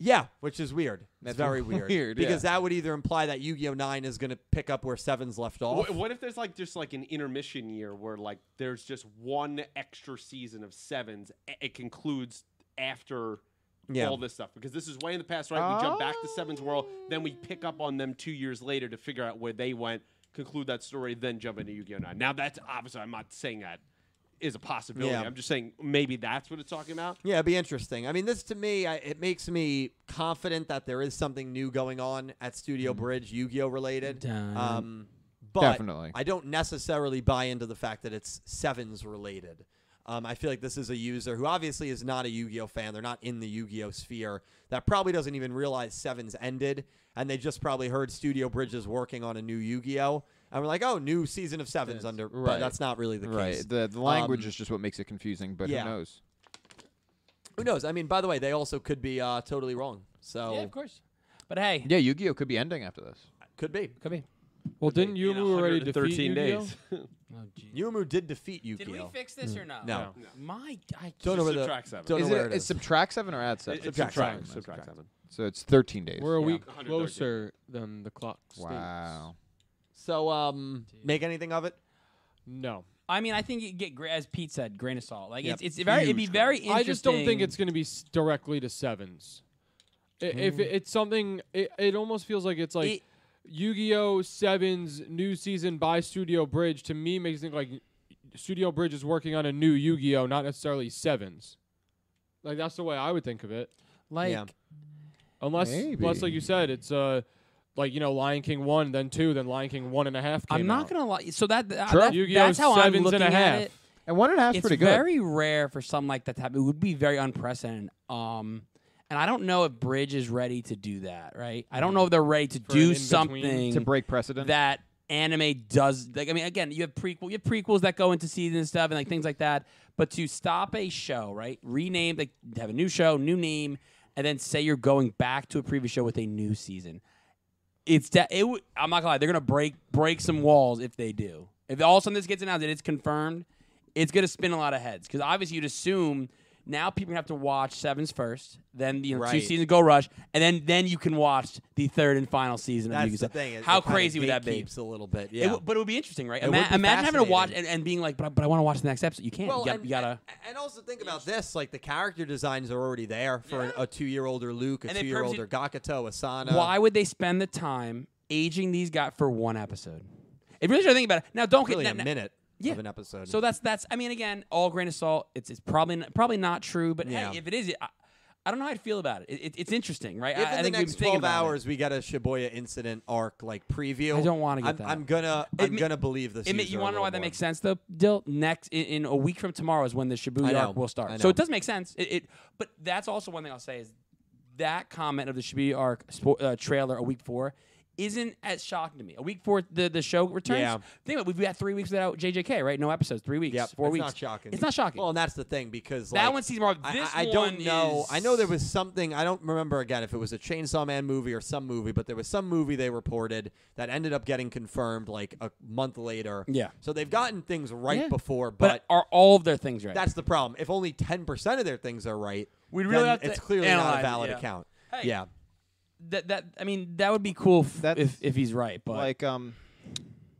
[SPEAKER 4] Yeah, which is weird. That's
[SPEAKER 2] That's
[SPEAKER 4] very weird.
[SPEAKER 2] weird,
[SPEAKER 4] because
[SPEAKER 2] yeah.
[SPEAKER 4] that would either imply that Yu-Gi-Oh Nine is going to pick up where Sevens left off.
[SPEAKER 7] What, what if there's like just like an intermission year where like there's just one extra season of sevens? a- It concludes after
[SPEAKER 4] Yeah.
[SPEAKER 7] all this stuff because this is way in the past, right? We jump back to sevens world, then we pick up on them two years later to figure out where they went, conclude that story, then jump into Yu-Gi-Oh! Nine. Now that's obviously I'm not saying that is a possibility.
[SPEAKER 4] Yeah.
[SPEAKER 7] I'm just saying maybe that's what it's talking about.
[SPEAKER 4] Yeah, it'd be interesting. I mean, this to me, I, it makes me confident that there is something new going on at Studio
[SPEAKER 5] Mm-hmm.
[SPEAKER 4] Bridge, Yu-Gi-Oh related.
[SPEAKER 5] Dun.
[SPEAKER 4] Um, but
[SPEAKER 2] Definitely.
[SPEAKER 4] I don't necessarily buy into the fact that it's sevens related. Um, I feel like this is a user who obviously is not a Yu-Gi-Oh fan. They're not in the Yu-Gi-Oh sphere. That probably doesn't even realize sevens ended, and they just probably heard Studio Bridge is working on a new Yu-Gi-Oh, and we're like, oh, new season of sevens under. But
[SPEAKER 2] right.
[SPEAKER 4] that's not really the
[SPEAKER 2] Right.
[SPEAKER 4] case.
[SPEAKER 2] The, the language
[SPEAKER 4] Um,
[SPEAKER 2] is just what makes it confusing, but
[SPEAKER 4] yeah.
[SPEAKER 2] who knows?
[SPEAKER 4] Who knows? I mean, by the way, they also could be uh, totally wrong. So
[SPEAKER 5] Yeah, of course. But hey,
[SPEAKER 2] Yeah, Yu Gi Oh could be ending after this.
[SPEAKER 4] Could be.
[SPEAKER 5] could be.
[SPEAKER 3] Well, didn't
[SPEAKER 7] In
[SPEAKER 3] Yumu already defeat
[SPEAKER 7] 113
[SPEAKER 3] Yu-Gi-Oh?
[SPEAKER 7] days.
[SPEAKER 4] Yumu did defeat Yukio.
[SPEAKER 5] Did we fix this or no?
[SPEAKER 4] No.
[SPEAKER 5] My, I
[SPEAKER 4] Don't know where
[SPEAKER 7] Just
[SPEAKER 4] the
[SPEAKER 7] subtract seven.
[SPEAKER 4] don't know
[SPEAKER 2] is
[SPEAKER 4] where
[SPEAKER 2] it,
[SPEAKER 4] it
[SPEAKER 2] it's
[SPEAKER 4] is.
[SPEAKER 2] subtract seven or add seven?
[SPEAKER 7] It- It's
[SPEAKER 4] Subtract
[SPEAKER 7] subtract,
[SPEAKER 4] seven.
[SPEAKER 7] subtract seven.
[SPEAKER 2] so it's 13 days.
[SPEAKER 3] We're a week
[SPEAKER 7] 113.
[SPEAKER 3] closer than the clock. states.
[SPEAKER 2] wow.
[SPEAKER 4] So um, make anything of it.
[SPEAKER 3] No,
[SPEAKER 5] I mean, I think you get gra- as Pete said, grain of salt. Like
[SPEAKER 4] Yep.
[SPEAKER 5] it's it's very it'd be very interesting. Hmm.
[SPEAKER 3] I just don't think it's going to be s- directly to sevens. I- If it- it's something, it, it almost feels like it's like
[SPEAKER 5] It-
[SPEAKER 3] Yu-Gi-Oh! Sevens new season by Studio Bridge. To me, makes it like Studio Bridge is working on a new Yu-Gi-Oh, not necessarily sevens. Like that's the way I would think of it.
[SPEAKER 5] like
[SPEAKER 4] Yeah.
[SPEAKER 3] Unless, unless like
[SPEAKER 2] Maybe.
[SPEAKER 3] you said, it's uh, like you know, Lion King one, then two, then Lion King one and a half. Came
[SPEAKER 5] I'm not
[SPEAKER 3] out.
[SPEAKER 5] gonna lie. So that, that
[SPEAKER 2] Sure.
[SPEAKER 5] that-
[SPEAKER 3] Yu-Gi-Oh!
[SPEAKER 5] that's how I'm
[SPEAKER 3] sevens
[SPEAKER 5] looking
[SPEAKER 3] and a
[SPEAKER 5] at
[SPEAKER 3] half.
[SPEAKER 5] it.
[SPEAKER 2] And one and a half's
[SPEAKER 5] It's
[SPEAKER 2] pretty good.
[SPEAKER 5] very rare for something like that to happen. It would be very unprecedented. Um, and I don't know if Bridge is ready to do that. Right? I don't know if they're ready to
[SPEAKER 3] Hmm. For an
[SPEAKER 5] do
[SPEAKER 3] in-between.
[SPEAKER 5] something
[SPEAKER 2] to break precedent.
[SPEAKER 5] that anime does like i mean again you have prequel you have prequels that go into season and stuff and like things like that but to stop a show right rename like have a new show new name and then say you're going back to a previous show with a new season it's that it would i'm not gonna lie they're gonna break break some walls if they do if all of a sudden this gets announced and it's confirmed it's gonna spin a lot of heads because obviously you'd assume now people have to watch sevens first then you know two
[SPEAKER 4] Right.
[SPEAKER 5] seasons go rush and then then you can watch the third and final season of
[SPEAKER 4] That's
[SPEAKER 5] Yu-Gi-Oh!
[SPEAKER 4] the thing. It,
[SPEAKER 5] how
[SPEAKER 4] it kinda
[SPEAKER 5] crazy would that be
[SPEAKER 4] gatekeeps a little bit.
[SPEAKER 5] it
[SPEAKER 4] Yeah.
[SPEAKER 5] w- but it would be interesting, right?
[SPEAKER 4] It would
[SPEAKER 5] Ima-
[SPEAKER 4] be
[SPEAKER 5] imagine having to watch and,
[SPEAKER 4] fascinating.
[SPEAKER 5] and being like, but, I- but I want to watch the next episode. You can't.
[SPEAKER 4] well,
[SPEAKER 5] you, gotta,
[SPEAKER 4] and,
[SPEAKER 5] you gotta.
[SPEAKER 4] and- and also think about this: like the character designs are already there for an- a two-year-older Luke, a
[SPEAKER 5] And they
[SPEAKER 4] two-year-older Gakuto, Asana.
[SPEAKER 5] why would they spend the time aging these guys for one episode? If you really start thinking about it, now don't
[SPEAKER 4] really
[SPEAKER 5] get
[SPEAKER 4] a
[SPEAKER 5] now- now-
[SPEAKER 4] minute
[SPEAKER 5] Yeah.
[SPEAKER 4] of an episode?
[SPEAKER 5] So that's that's. I mean, again, all grain of salt. It's it's probably not, probably not true, but
[SPEAKER 4] Yeah.
[SPEAKER 5] hey, if it is, I, I don't know how I'd feel about it. it, it- it's interesting, right?
[SPEAKER 4] if
[SPEAKER 5] I,
[SPEAKER 4] in
[SPEAKER 5] I
[SPEAKER 4] the
[SPEAKER 5] think we've been
[SPEAKER 4] next
[SPEAKER 5] thinking
[SPEAKER 4] twelve
[SPEAKER 5] about
[SPEAKER 4] hours we get a Shibuya incident arc like preview,
[SPEAKER 5] I don't wanna get
[SPEAKER 4] I'm-
[SPEAKER 5] that.
[SPEAKER 4] I'm gonna,
[SPEAKER 5] It
[SPEAKER 4] I'm
[SPEAKER 5] ma-
[SPEAKER 4] gonna believe this.
[SPEAKER 5] It, ma-
[SPEAKER 4] user
[SPEAKER 5] you
[SPEAKER 4] a
[SPEAKER 5] want to know why
[SPEAKER 4] little
[SPEAKER 5] that
[SPEAKER 4] more.
[SPEAKER 5] makes sense though, Dill? Next, in, in a week from tomorrow is when the
[SPEAKER 4] I
[SPEAKER 5] Shibuya
[SPEAKER 4] know,
[SPEAKER 5] arc will
[SPEAKER 4] I
[SPEAKER 5] start.
[SPEAKER 4] know.
[SPEAKER 5] So it does make sense. It, it, but that's also one thing I'll say is that comment of the Shibuya arc spo- uh, trailer a week four isn't as shocking to me. A week four, the, the show returns.
[SPEAKER 4] Yeah.
[SPEAKER 5] Think about it, we've got three weeks without JJK, right? No episodes, three weeks,
[SPEAKER 4] Yep,
[SPEAKER 5] four
[SPEAKER 4] it's
[SPEAKER 5] weeks.
[SPEAKER 4] not shocking.
[SPEAKER 5] It's not shocking.
[SPEAKER 4] Well, and that's the thing because
[SPEAKER 5] That
[SPEAKER 4] like,
[SPEAKER 5] one seems more-
[SPEAKER 4] I-
[SPEAKER 5] this
[SPEAKER 4] I, I don't
[SPEAKER 5] one
[SPEAKER 4] know. I
[SPEAKER 5] is-
[SPEAKER 4] know there was something. I don't remember again if it was a Chainsaw Man movie or some movie, but there was some movie they reported that ended up getting confirmed like a month later.
[SPEAKER 5] Yeah.
[SPEAKER 4] So they've gotten things right
[SPEAKER 5] Yeah.
[SPEAKER 4] before,
[SPEAKER 5] but,
[SPEAKER 4] but,
[SPEAKER 5] are all of their things right?
[SPEAKER 4] that's the problem. If only ten percent of their things are right,
[SPEAKER 5] We'd really
[SPEAKER 4] then
[SPEAKER 5] have to
[SPEAKER 4] it's clearly not a
[SPEAKER 5] analyze it,
[SPEAKER 4] valid
[SPEAKER 5] yeah.
[SPEAKER 4] account.
[SPEAKER 5] Hey.
[SPEAKER 4] Yeah.
[SPEAKER 5] that, that. I mean, that would be cool f-
[SPEAKER 2] That's
[SPEAKER 5] if if he's right. But
[SPEAKER 2] like um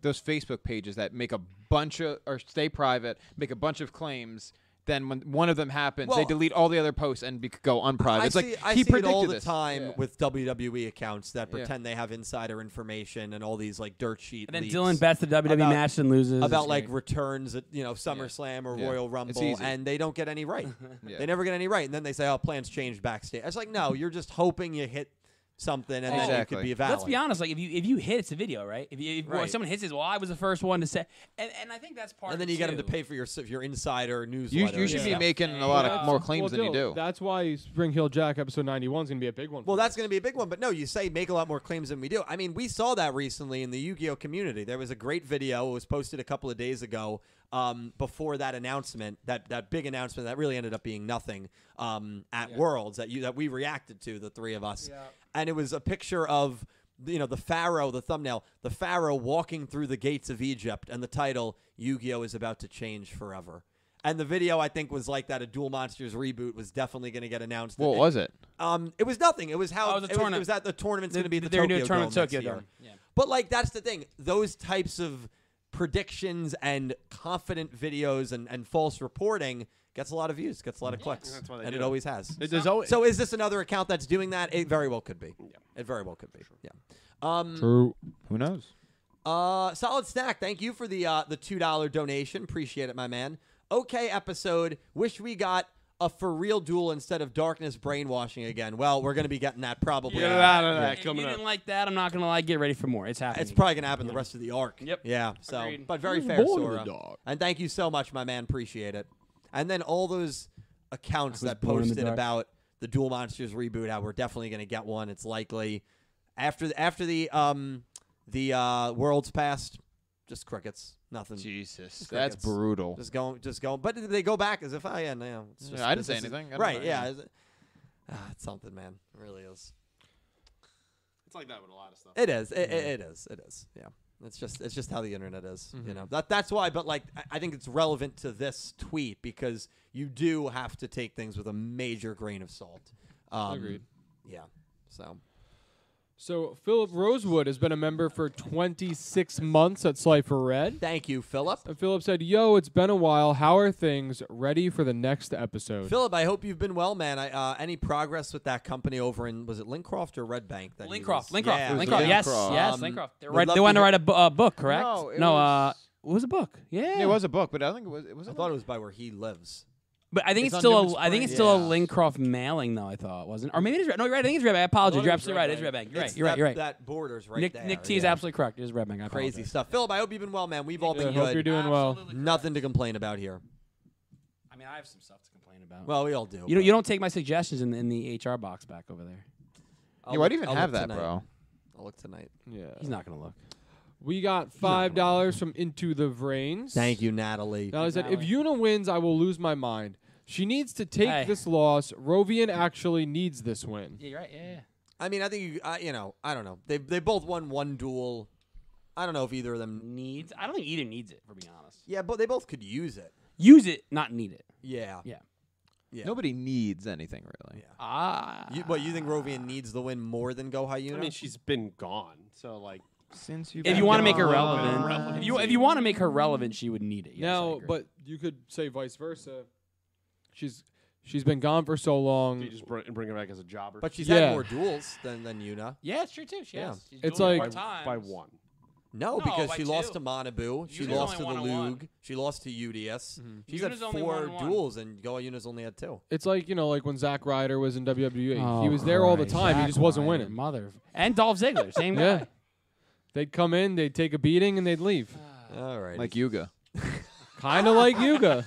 [SPEAKER 2] those Facebook pages that make a bunch of or stay private, make a bunch of claims. Then when one of them happens,
[SPEAKER 4] Well-
[SPEAKER 2] they delete all the other posts and be, go
[SPEAKER 5] Uh,
[SPEAKER 2] unprivate.
[SPEAKER 4] I
[SPEAKER 2] it's
[SPEAKER 4] see,
[SPEAKER 2] like
[SPEAKER 4] I
[SPEAKER 2] he
[SPEAKER 4] see it
[SPEAKER 2] predicted
[SPEAKER 4] all the
[SPEAKER 2] this.
[SPEAKER 4] time
[SPEAKER 2] Yeah.
[SPEAKER 4] with WWE accounts that pretend they have insider information and all these like dirt sheet.
[SPEAKER 5] and then
[SPEAKER 4] leaks.
[SPEAKER 5] Dylan bets the WWE
[SPEAKER 4] about-
[SPEAKER 5] match and loses.
[SPEAKER 4] about
[SPEAKER 5] It's
[SPEAKER 4] like
[SPEAKER 5] great.
[SPEAKER 4] returns at you know SummerSlam or
[SPEAKER 2] Yeah.
[SPEAKER 4] Royal
[SPEAKER 2] It's
[SPEAKER 4] Rumble,
[SPEAKER 2] easy.
[SPEAKER 4] and they don't get any right.
[SPEAKER 2] Yeah.
[SPEAKER 4] They never get any right, and then they say, "Oh, plans changed backstage." It's like, no, you're just hoping you hit something, and then it
[SPEAKER 2] Exactly.
[SPEAKER 4] could be valid.
[SPEAKER 5] Let's be honest. Like if you if you hit, it's a video, right? If, you, if well,
[SPEAKER 4] Right.
[SPEAKER 5] someone hits it, well, I was the first one to say, and, and I think that's part.
[SPEAKER 4] And
[SPEAKER 5] of
[SPEAKER 4] then
[SPEAKER 5] it,
[SPEAKER 4] you get them to
[SPEAKER 5] too.
[SPEAKER 4] pay for your s- your insider
[SPEAKER 2] You,
[SPEAKER 4] newsletter.
[SPEAKER 2] you
[SPEAKER 4] and
[SPEAKER 2] should be
[SPEAKER 4] stuff.
[SPEAKER 2] making a lot of
[SPEAKER 5] Yeah.
[SPEAKER 2] more claims than you
[SPEAKER 3] Well,
[SPEAKER 2] do.
[SPEAKER 3] That's why Spring Hill Jack episode 91 is going to be a big one.
[SPEAKER 4] Well,
[SPEAKER 3] for us.
[SPEAKER 4] that's going to be a big one, but no, you say make a lot more claims than we do. I mean, we saw that recently in the Yu-Gi-Oh community. There was a great video. It was posted a couple of days ago um, before that announcement, that that big announcement that really ended up being nothing um, at Worlds that you that we reacted to the three of us, and it was a picture of you know the pharaoh, the thumbnail, the pharaoh walking through the gates of Egypt, and the title Yu-Gi-Oh is about to change forever. And the video, I think, was like that. A Duel Monsters reboot was definitely going to get announced.
[SPEAKER 2] what was it?
[SPEAKER 4] Um, it was nothing. It was how
[SPEAKER 5] Oh,
[SPEAKER 4] it was,
[SPEAKER 5] it was a
[SPEAKER 4] it was,
[SPEAKER 5] tournament.
[SPEAKER 4] that the tournament's going to be the
[SPEAKER 5] they're gonna do a
[SPEAKER 4] Tokyo
[SPEAKER 5] tournament,
[SPEAKER 4] Dome next
[SPEAKER 5] Tokyo
[SPEAKER 4] year.
[SPEAKER 5] Dome. Yeah.
[SPEAKER 4] But like that's the thing. Those types of predictions and confident videos and, and false reporting gets a lot of views, gets a lot of clicks,
[SPEAKER 7] That's why they
[SPEAKER 4] and
[SPEAKER 7] do
[SPEAKER 4] it
[SPEAKER 7] it.
[SPEAKER 4] always has.
[SPEAKER 7] There's always
[SPEAKER 4] So is this another account that's doing that? It very well could be. It very well could be. Yeah.
[SPEAKER 5] Mm.
[SPEAKER 4] Um,
[SPEAKER 3] true.
[SPEAKER 2] Who knows?
[SPEAKER 4] uh, solid snack. Thank you for the uh, the two dollar donation. Appreciate it, my man. Okay, episode. Wish we got a for real duel instead of darkness brainwashing again. Well, we're gonna be getting that probably.
[SPEAKER 7] Get out of
[SPEAKER 5] If
[SPEAKER 7] that
[SPEAKER 5] you
[SPEAKER 7] coming up.
[SPEAKER 5] didn't like that, I'm not gonna lie. Get ready for more. It's happening.
[SPEAKER 4] It's probably gonna happen the rest of the arc.
[SPEAKER 5] Yep.
[SPEAKER 4] Yeah. So,
[SPEAKER 5] Agreed.
[SPEAKER 4] but very
[SPEAKER 3] Who's
[SPEAKER 4] fair,
[SPEAKER 3] born with a
[SPEAKER 4] Sora.
[SPEAKER 3] dog?
[SPEAKER 4] And thank you so much, my man. Appreciate it. And then all those accounts that
[SPEAKER 5] born in the
[SPEAKER 4] posted
[SPEAKER 5] dark.
[SPEAKER 4] about the Dual Monsters reboot, how we're definitely gonna get one. It's likely after the, after the um the uh, worlds passed, just crickets, nothing.
[SPEAKER 2] Jesus,
[SPEAKER 4] Crickets.
[SPEAKER 2] that's brutal.
[SPEAKER 4] Just going, just going. But they go back as if, oh yeah, no. It's
[SPEAKER 2] Yeah,
[SPEAKER 4] just,
[SPEAKER 2] I didn't
[SPEAKER 4] this
[SPEAKER 2] say
[SPEAKER 4] isn't-
[SPEAKER 2] anything. I don't
[SPEAKER 4] Right?
[SPEAKER 2] know,
[SPEAKER 4] Yeah.
[SPEAKER 2] yeah.
[SPEAKER 4] is it- Ah, it's something, man. It really is.
[SPEAKER 7] It's like that with a lot of stuff.
[SPEAKER 4] It is. It, it, it is. It is. Yeah. It's just it's just how the internet is.
[SPEAKER 5] Mm-hmm.
[SPEAKER 4] You know that that's why. But like I- I think it's relevant to this tweet because you do have to take things with a major grain of salt. Um,
[SPEAKER 3] Agreed.
[SPEAKER 4] Yeah. So
[SPEAKER 3] So Philip Rosewood has been a member for 26 months at Slifer Red.
[SPEAKER 4] thank you, Philip.
[SPEAKER 3] And Philip said, "Yo, it's been a while. How are things? Ready for the next episode?"
[SPEAKER 4] Philip, I hope you've been well, man. I, uh, any progress with that company over in was it Lincroft or Red Bank? That he
[SPEAKER 5] Lincroft,
[SPEAKER 4] was-
[SPEAKER 5] Lincroft,
[SPEAKER 4] Yeah.
[SPEAKER 5] Lincroft. Yes,
[SPEAKER 2] Lincroft.
[SPEAKER 5] yes,
[SPEAKER 4] Um,
[SPEAKER 5] Lincroft. They're
[SPEAKER 4] we'd
[SPEAKER 5] right,
[SPEAKER 4] love
[SPEAKER 5] they
[SPEAKER 4] to
[SPEAKER 5] want to
[SPEAKER 4] hear-
[SPEAKER 5] write a, bu- a book, correct?
[SPEAKER 2] No, it
[SPEAKER 5] uh,
[SPEAKER 2] was-
[SPEAKER 5] it was a book. Yeah,
[SPEAKER 2] It was a book, but I think it was. It was.
[SPEAKER 4] I thought it was by where he lives.
[SPEAKER 5] But I think it's,
[SPEAKER 4] It's on
[SPEAKER 5] still
[SPEAKER 4] Newman's
[SPEAKER 5] a, I think
[SPEAKER 4] Print.
[SPEAKER 5] it's still
[SPEAKER 4] Yeah.
[SPEAKER 5] a Lincroft mailing though. I thought wasn't, or maybe it is. Red- No, you're right. I think it's Red Bank. I apologize. You're absolutely right. It's Red Bank. You're
[SPEAKER 4] It's
[SPEAKER 5] right. You're right.
[SPEAKER 4] that-
[SPEAKER 5] You're right.
[SPEAKER 4] That borders right
[SPEAKER 5] Nick
[SPEAKER 4] there.
[SPEAKER 5] Nick T is
[SPEAKER 4] yeah.
[SPEAKER 5] absolutely correct. It is Red Bank. I
[SPEAKER 4] crazy
[SPEAKER 5] apologize.
[SPEAKER 4] stuff. Philip, I hope you've been well, man. We've all
[SPEAKER 3] I
[SPEAKER 4] been
[SPEAKER 3] hope you're
[SPEAKER 4] good.
[SPEAKER 3] doing well.
[SPEAKER 5] Absolutely.
[SPEAKER 4] Nothing to complain about here.
[SPEAKER 5] I mean, I have some stuff to complain about.
[SPEAKER 4] Well, we all do.
[SPEAKER 5] you don't you don't take my suggestions in, in the HR box back over there.
[SPEAKER 4] I'll
[SPEAKER 2] Yeah, why do you
[SPEAKER 4] look-
[SPEAKER 2] even
[SPEAKER 4] I'll
[SPEAKER 2] have
[SPEAKER 4] look
[SPEAKER 2] that,
[SPEAKER 4] tonight.
[SPEAKER 2] bro?
[SPEAKER 4] I'll look tonight.
[SPEAKER 3] Yeah.
[SPEAKER 5] He's not gonna look.
[SPEAKER 3] We got five dollars from Into the Vrains.
[SPEAKER 4] Thank you, Natalie.
[SPEAKER 3] Now I said, if Una wins, I will lose my mind. She needs to take
[SPEAKER 5] Hey.
[SPEAKER 3] this loss. Rovian actually needs this win.
[SPEAKER 5] Yeah, you're right. Yeah, yeah.
[SPEAKER 4] I mean, I think you, I you know, I don't know. They they both won one duel. I don't know if either of them.
[SPEAKER 5] Needs. I don't think either needs it. For being honest,
[SPEAKER 4] Yeah, but they both could use it.
[SPEAKER 5] use it, not need it.
[SPEAKER 4] Yeah.
[SPEAKER 5] Yeah.
[SPEAKER 4] Yeah.
[SPEAKER 2] Nobody needs anything really.
[SPEAKER 4] Yeah.
[SPEAKER 5] Ah.
[SPEAKER 4] You, what you think Rovian needs the win more than Go Hyuna?
[SPEAKER 7] I mean, she's been gone, so like
[SPEAKER 2] Since you.
[SPEAKER 5] if you want to make her
[SPEAKER 7] Uh,
[SPEAKER 5] relevant, if you if you want to make her relevant, she would need it. Yes, I
[SPEAKER 3] now,
[SPEAKER 5] agree.
[SPEAKER 3] but you could say vice versa. She's she's been gone for so long.
[SPEAKER 2] Mm.
[SPEAKER 7] you just bring, bring her back as a jobber.
[SPEAKER 4] but she's had
[SPEAKER 3] Yeah.
[SPEAKER 4] more duels than than Yuna.
[SPEAKER 5] yeah, it's true too. She
[SPEAKER 4] Yeah.
[SPEAKER 5] has. She's
[SPEAKER 3] It's
[SPEAKER 5] doing it
[SPEAKER 3] like-
[SPEAKER 5] part-time.
[SPEAKER 7] by one.
[SPEAKER 4] No,
[SPEAKER 5] No,
[SPEAKER 4] because
[SPEAKER 5] by
[SPEAKER 4] she lost
[SPEAKER 5] two.
[SPEAKER 4] to Manabu. She
[SPEAKER 5] Yuna's
[SPEAKER 4] lost
[SPEAKER 5] only
[SPEAKER 4] to the
[SPEAKER 5] one on one.
[SPEAKER 4] Lug. She lost to UDS. She's
[SPEAKER 5] Yuna's
[SPEAKER 4] had
[SPEAKER 5] only one
[SPEAKER 4] four
[SPEAKER 5] on one.
[SPEAKER 4] duels, and Go Hyuna's only had two.
[SPEAKER 3] It's like you know, like when Zack Ryder was in WWE,
[SPEAKER 5] Oh,
[SPEAKER 3] he was there all the
[SPEAKER 5] Christ.
[SPEAKER 3] time. he
[SPEAKER 5] Zack
[SPEAKER 3] just wasn't
[SPEAKER 5] Ryder,
[SPEAKER 3] winning.
[SPEAKER 5] Mother and Dolph Ziggler, same guy.
[SPEAKER 3] Yeah. They'd come in, they'd take a beating, and they'd leave.
[SPEAKER 5] Uh,
[SPEAKER 4] All right.
[SPEAKER 2] Like Yuga.
[SPEAKER 3] Kind of like Yuga.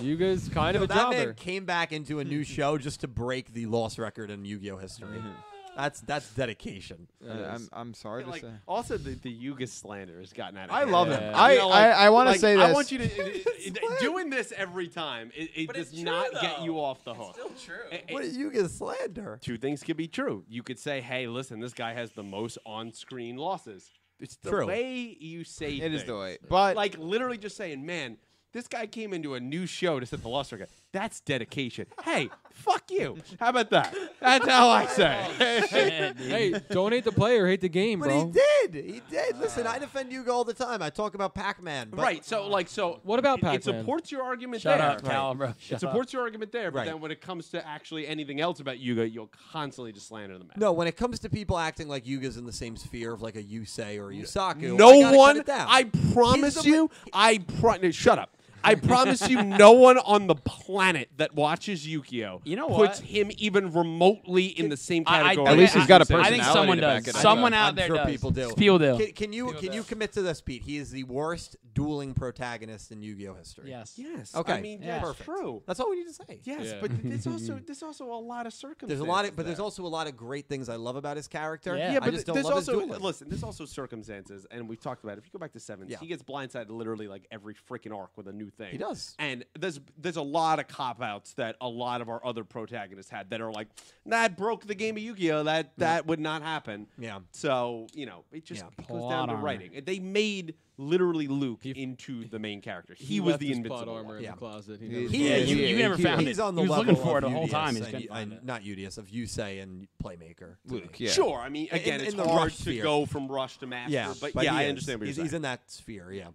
[SPEAKER 3] Yuga's kind of
[SPEAKER 4] Yo,
[SPEAKER 3] a
[SPEAKER 4] that man
[SPEAKER 3] jobber.
[SPEAKER 4] came back into a new show just to break the loss record in Yu-Gi-Oh history.
[SPEAKER 5] Mm-hmm.
[SPEAKER 4] that's that's dedication.
[SPEAKER 2] Uh, I'm I'm sorry to
[SPEAKER 7] Like,
[SPEAKER 2] say.
[SPEAKER 7] also, the, the Yuga slander has gotten out of
[SPEAKER 2] I
[SPEAKER 7] hand.
[SPEAKER 2] love
[SPEAKER 3] him.
[SPEAKER 2] him. I
[SPEAKER 7] You know, like-
[SPEAKER 2] I, I want to
[SPEAKER 7] like,
[SPEAKER 2] say this.
[SPEAKER 7] I want you to it- it- it- doing this every time. It, it
[SPEAKER 5] But
[SPEAKER 7] does
[SPEAKER 5] it's true,
[SPEAKER 7] not get
[SPEAKER 5] though.
[SPEAKER 7] you off the hook.
[SPEAKER 5] true.
[SPEAKER 7] It- it-
[SPEAKER 4] What Yu-Gi-Oh slander?
[SPEAKER 7] two things could be true. You could say, "Hey, listen, this guy has the most on-screen losses." It's the
[SPEAKER 4] True.
[SPEAKER 7] way you say
[SPEAKER 2] It is
[SPEAKER 7] things.
[SPEAKER 2] the way, but
[SPEAKER 7] like literally just saying, "Man, this guy came into a new show to set the loss record." That's dedication. hey, fuck you. How about that? That's how I say. it.
[SPEAKER 3] hey, donate the player, hate the game,
[SPEAKER 4] But
[SPEAKER 3] bro.
[SPEAKER 4] he did. He did. Listen,
[SPEAKER 5] Ah.
[SPEAKER 4] I defend Yu-Gi-Oh all the time. I talk about Pac-Man. But
[SPEAKER 7] right. So like so
[SPEAKER 3] What about
[SPEAKER 7] it- it,
[SPEAKER 3] Pac-Man?
[SPEAKER 7] supports your argument
[SPEAKER 5] Shut
[SPEAKER 7] there.
[SPEAKER 5] up, Cal, bro.
[SPEAKER 7] It
[SPEAKER 5] Shut up.
[SPEAKER 7] supports your argument there, but
[SPEAKER 4] Right.
[SPEAKER 7] then when it comes to actually anything else about Yuga, you'll constantly just slander the man.
[SPEAKER 4] No, when it comes to people acting like Yuga's in the same sphere of like a Yusei or a Yusaku, I gotta
[SPEAKER 7] No
[SPEAKER 4] cut
[SPEAKER 7] one.
[SPEAKER 4] it down.
[SPEAKER 7] I promise
[SPEAKER 4] He's the-
[SPEAKER 7] you. I pro- no, shut up. I promise you, no one on the planet that watches Yu-Gi-Oh!
[SPEAKER 5] You know
[SPEAKER 7] puts
[SPEAKER 5] what?
[SPEAKER 7] him even remotely in the same
[SPEAKER 5] I- I-
[SPEAKER 7] category.
[SPEAKER 5] At
[SPEAKER 2] least he's got a
[SPEAKER 5] I think
[SPEAKER 2] personality
[SPEAKER 5] someone
[SPEAKER 2] to back
[SPEAKER 5] does.
[SPEAKER 2] it up.
[SPEAKER 5] Someone out
[SPEAKER 4] I'm
[SPEAKER 5] there
[SPEAKER 4] sure
[SPEAKER 5] does.
[SPEAKER 4] people do.
[SPEAKER 5] People do.
[SPEAKER 4] Can, can you can you commit to this, Pete? He is the worst dueling protagonist in Yu-Gi-Oh history.
[SPEAKER 5] yes.
[SPEAKER 7] Yes.
[SPEAKER 4] Okay.
[SPEAKER 7] I mean,
[SPEAKER 5] Yeah.
[SPEAKER 7] that's
[SPEAKER 4] Perfect.
[SPEAKER 7] true.
[SPEAKER 4] That's all we need to say.
[SPEAKER 7] Yes,
[SPEAKER 3] Yeah.
[SPEAKER 7] but there's also there's also a lot of circumstances.
[SPEAKER 4] There's a lot of, but there's
[SPEAKER 7] there.
[SPEAKER 4] also a lot of great things I love about his character.
[SPEAKER 5] Yeah.
[SPEAKER 7] Yeah,
[SPEAKER 5] Yeah,
[SPEAKER 4] I
[SPEAKER 7] but
[SPEAKER 4] just
[SPEAKER 7] th-
[SPEAKER 4] don't
[SPEAKER 7] there's
[SPEAKER 4] love his
[SPEAKER 7] also
[SPEAKER 4] dueling.
[SPEAKER 7] listen. There's also circumstances, and we've talked about it. If you go back to seven,
[SPEAKER 4] Yeah.
[SPEAKER 7] he gets blindsided literally like every freaking arc with a new thing.
[SPEAKER 4] He does.
[SPEAKER 7] and there's there's a lot of cop outs that a lot of our other protagonists had that are like that broke the game of Yu-Gi-Oh. That that would not happen.
[SPEAKER 4] Mm-hmm. Yeah.
[SPEAKER 7] So you know, it just
[SPEAKER 4] Yeah.
[SPEAKER 7] goes
[SPEAKER 5] Plot
[SPEAKER 7] down to
[SPEAKER 5] armor.
[SPEAKER 7] writing. And They made literally Luke into the main character. He, was
[SPEAKER 3] left
[SPEAKER 7] the
[SPEAKER 3] his
[SPEAKER 7] invincible.
[SPEAKER 3] plot
[SPEAKER 7] one.
[SPEAKER 3] armor
[SPEAKER 4] Yeah.
[SPEAKER 3] in the closet. He
[SPEAKER 2] He-
[SPEAKER 3] never
[SPEAKER 2] he-
[SPEAKER 3] played.
[SPEAKER 5] Yeah,
[SPEAKER 2] Yeah,
[SPEAKER 5] you,
[SPEAKER 2] yeah,
[SPEAKER 5] you
[SPEAKER 2] he-
[SPEAKER 5] never
[SPEAKER 2] he-
[SPEAKER 5] found
[SPEAKER 4] he's
[SPEAKER 5] it.
[SPEAKER 4] on the
[SPEAKER 5] he was
[SPEAKER 4] level
[SPEAKER 5] looking for it
[SPEAKER 4] of
[SPEAKER 5] the whole
[SPEAKER 4] UDS
[SPEAKER 5] time. He just
[SPEAKER 4] and,
[SPEAKER 5] couldn't find
[SPEAKER 4] and
[SPEAKER 5] it.
[SPEAKER 4] not UDS of Yusei and Playmaker. to me.
[SPEAKER 2] Luke, yeah.
[SPEAKER 7] Sure, I mean, again,
[SPEAKER 4] in
[SPEAKER 7] it's
[SPEAKER 4] the
[SPEAKER 7] hard
[SPEAKER 4] rush
[SPEAKER 7] to
[SPEAKER 4] sphere.
[SPEAKER 7] go from rush to master,
[SPEAKER 4] Yeah,
[SPEAKER 7] but, yeah,
[SPEAKER 4] he
[SPEAKER 7] I
[SPEAKER 4] is.
[SPEAKER 7] understand what you're
[SPEAKER 4] he's,
[SPEAKER 7] saying.
[SPEAKER 4] he's in that sphere. Yeah.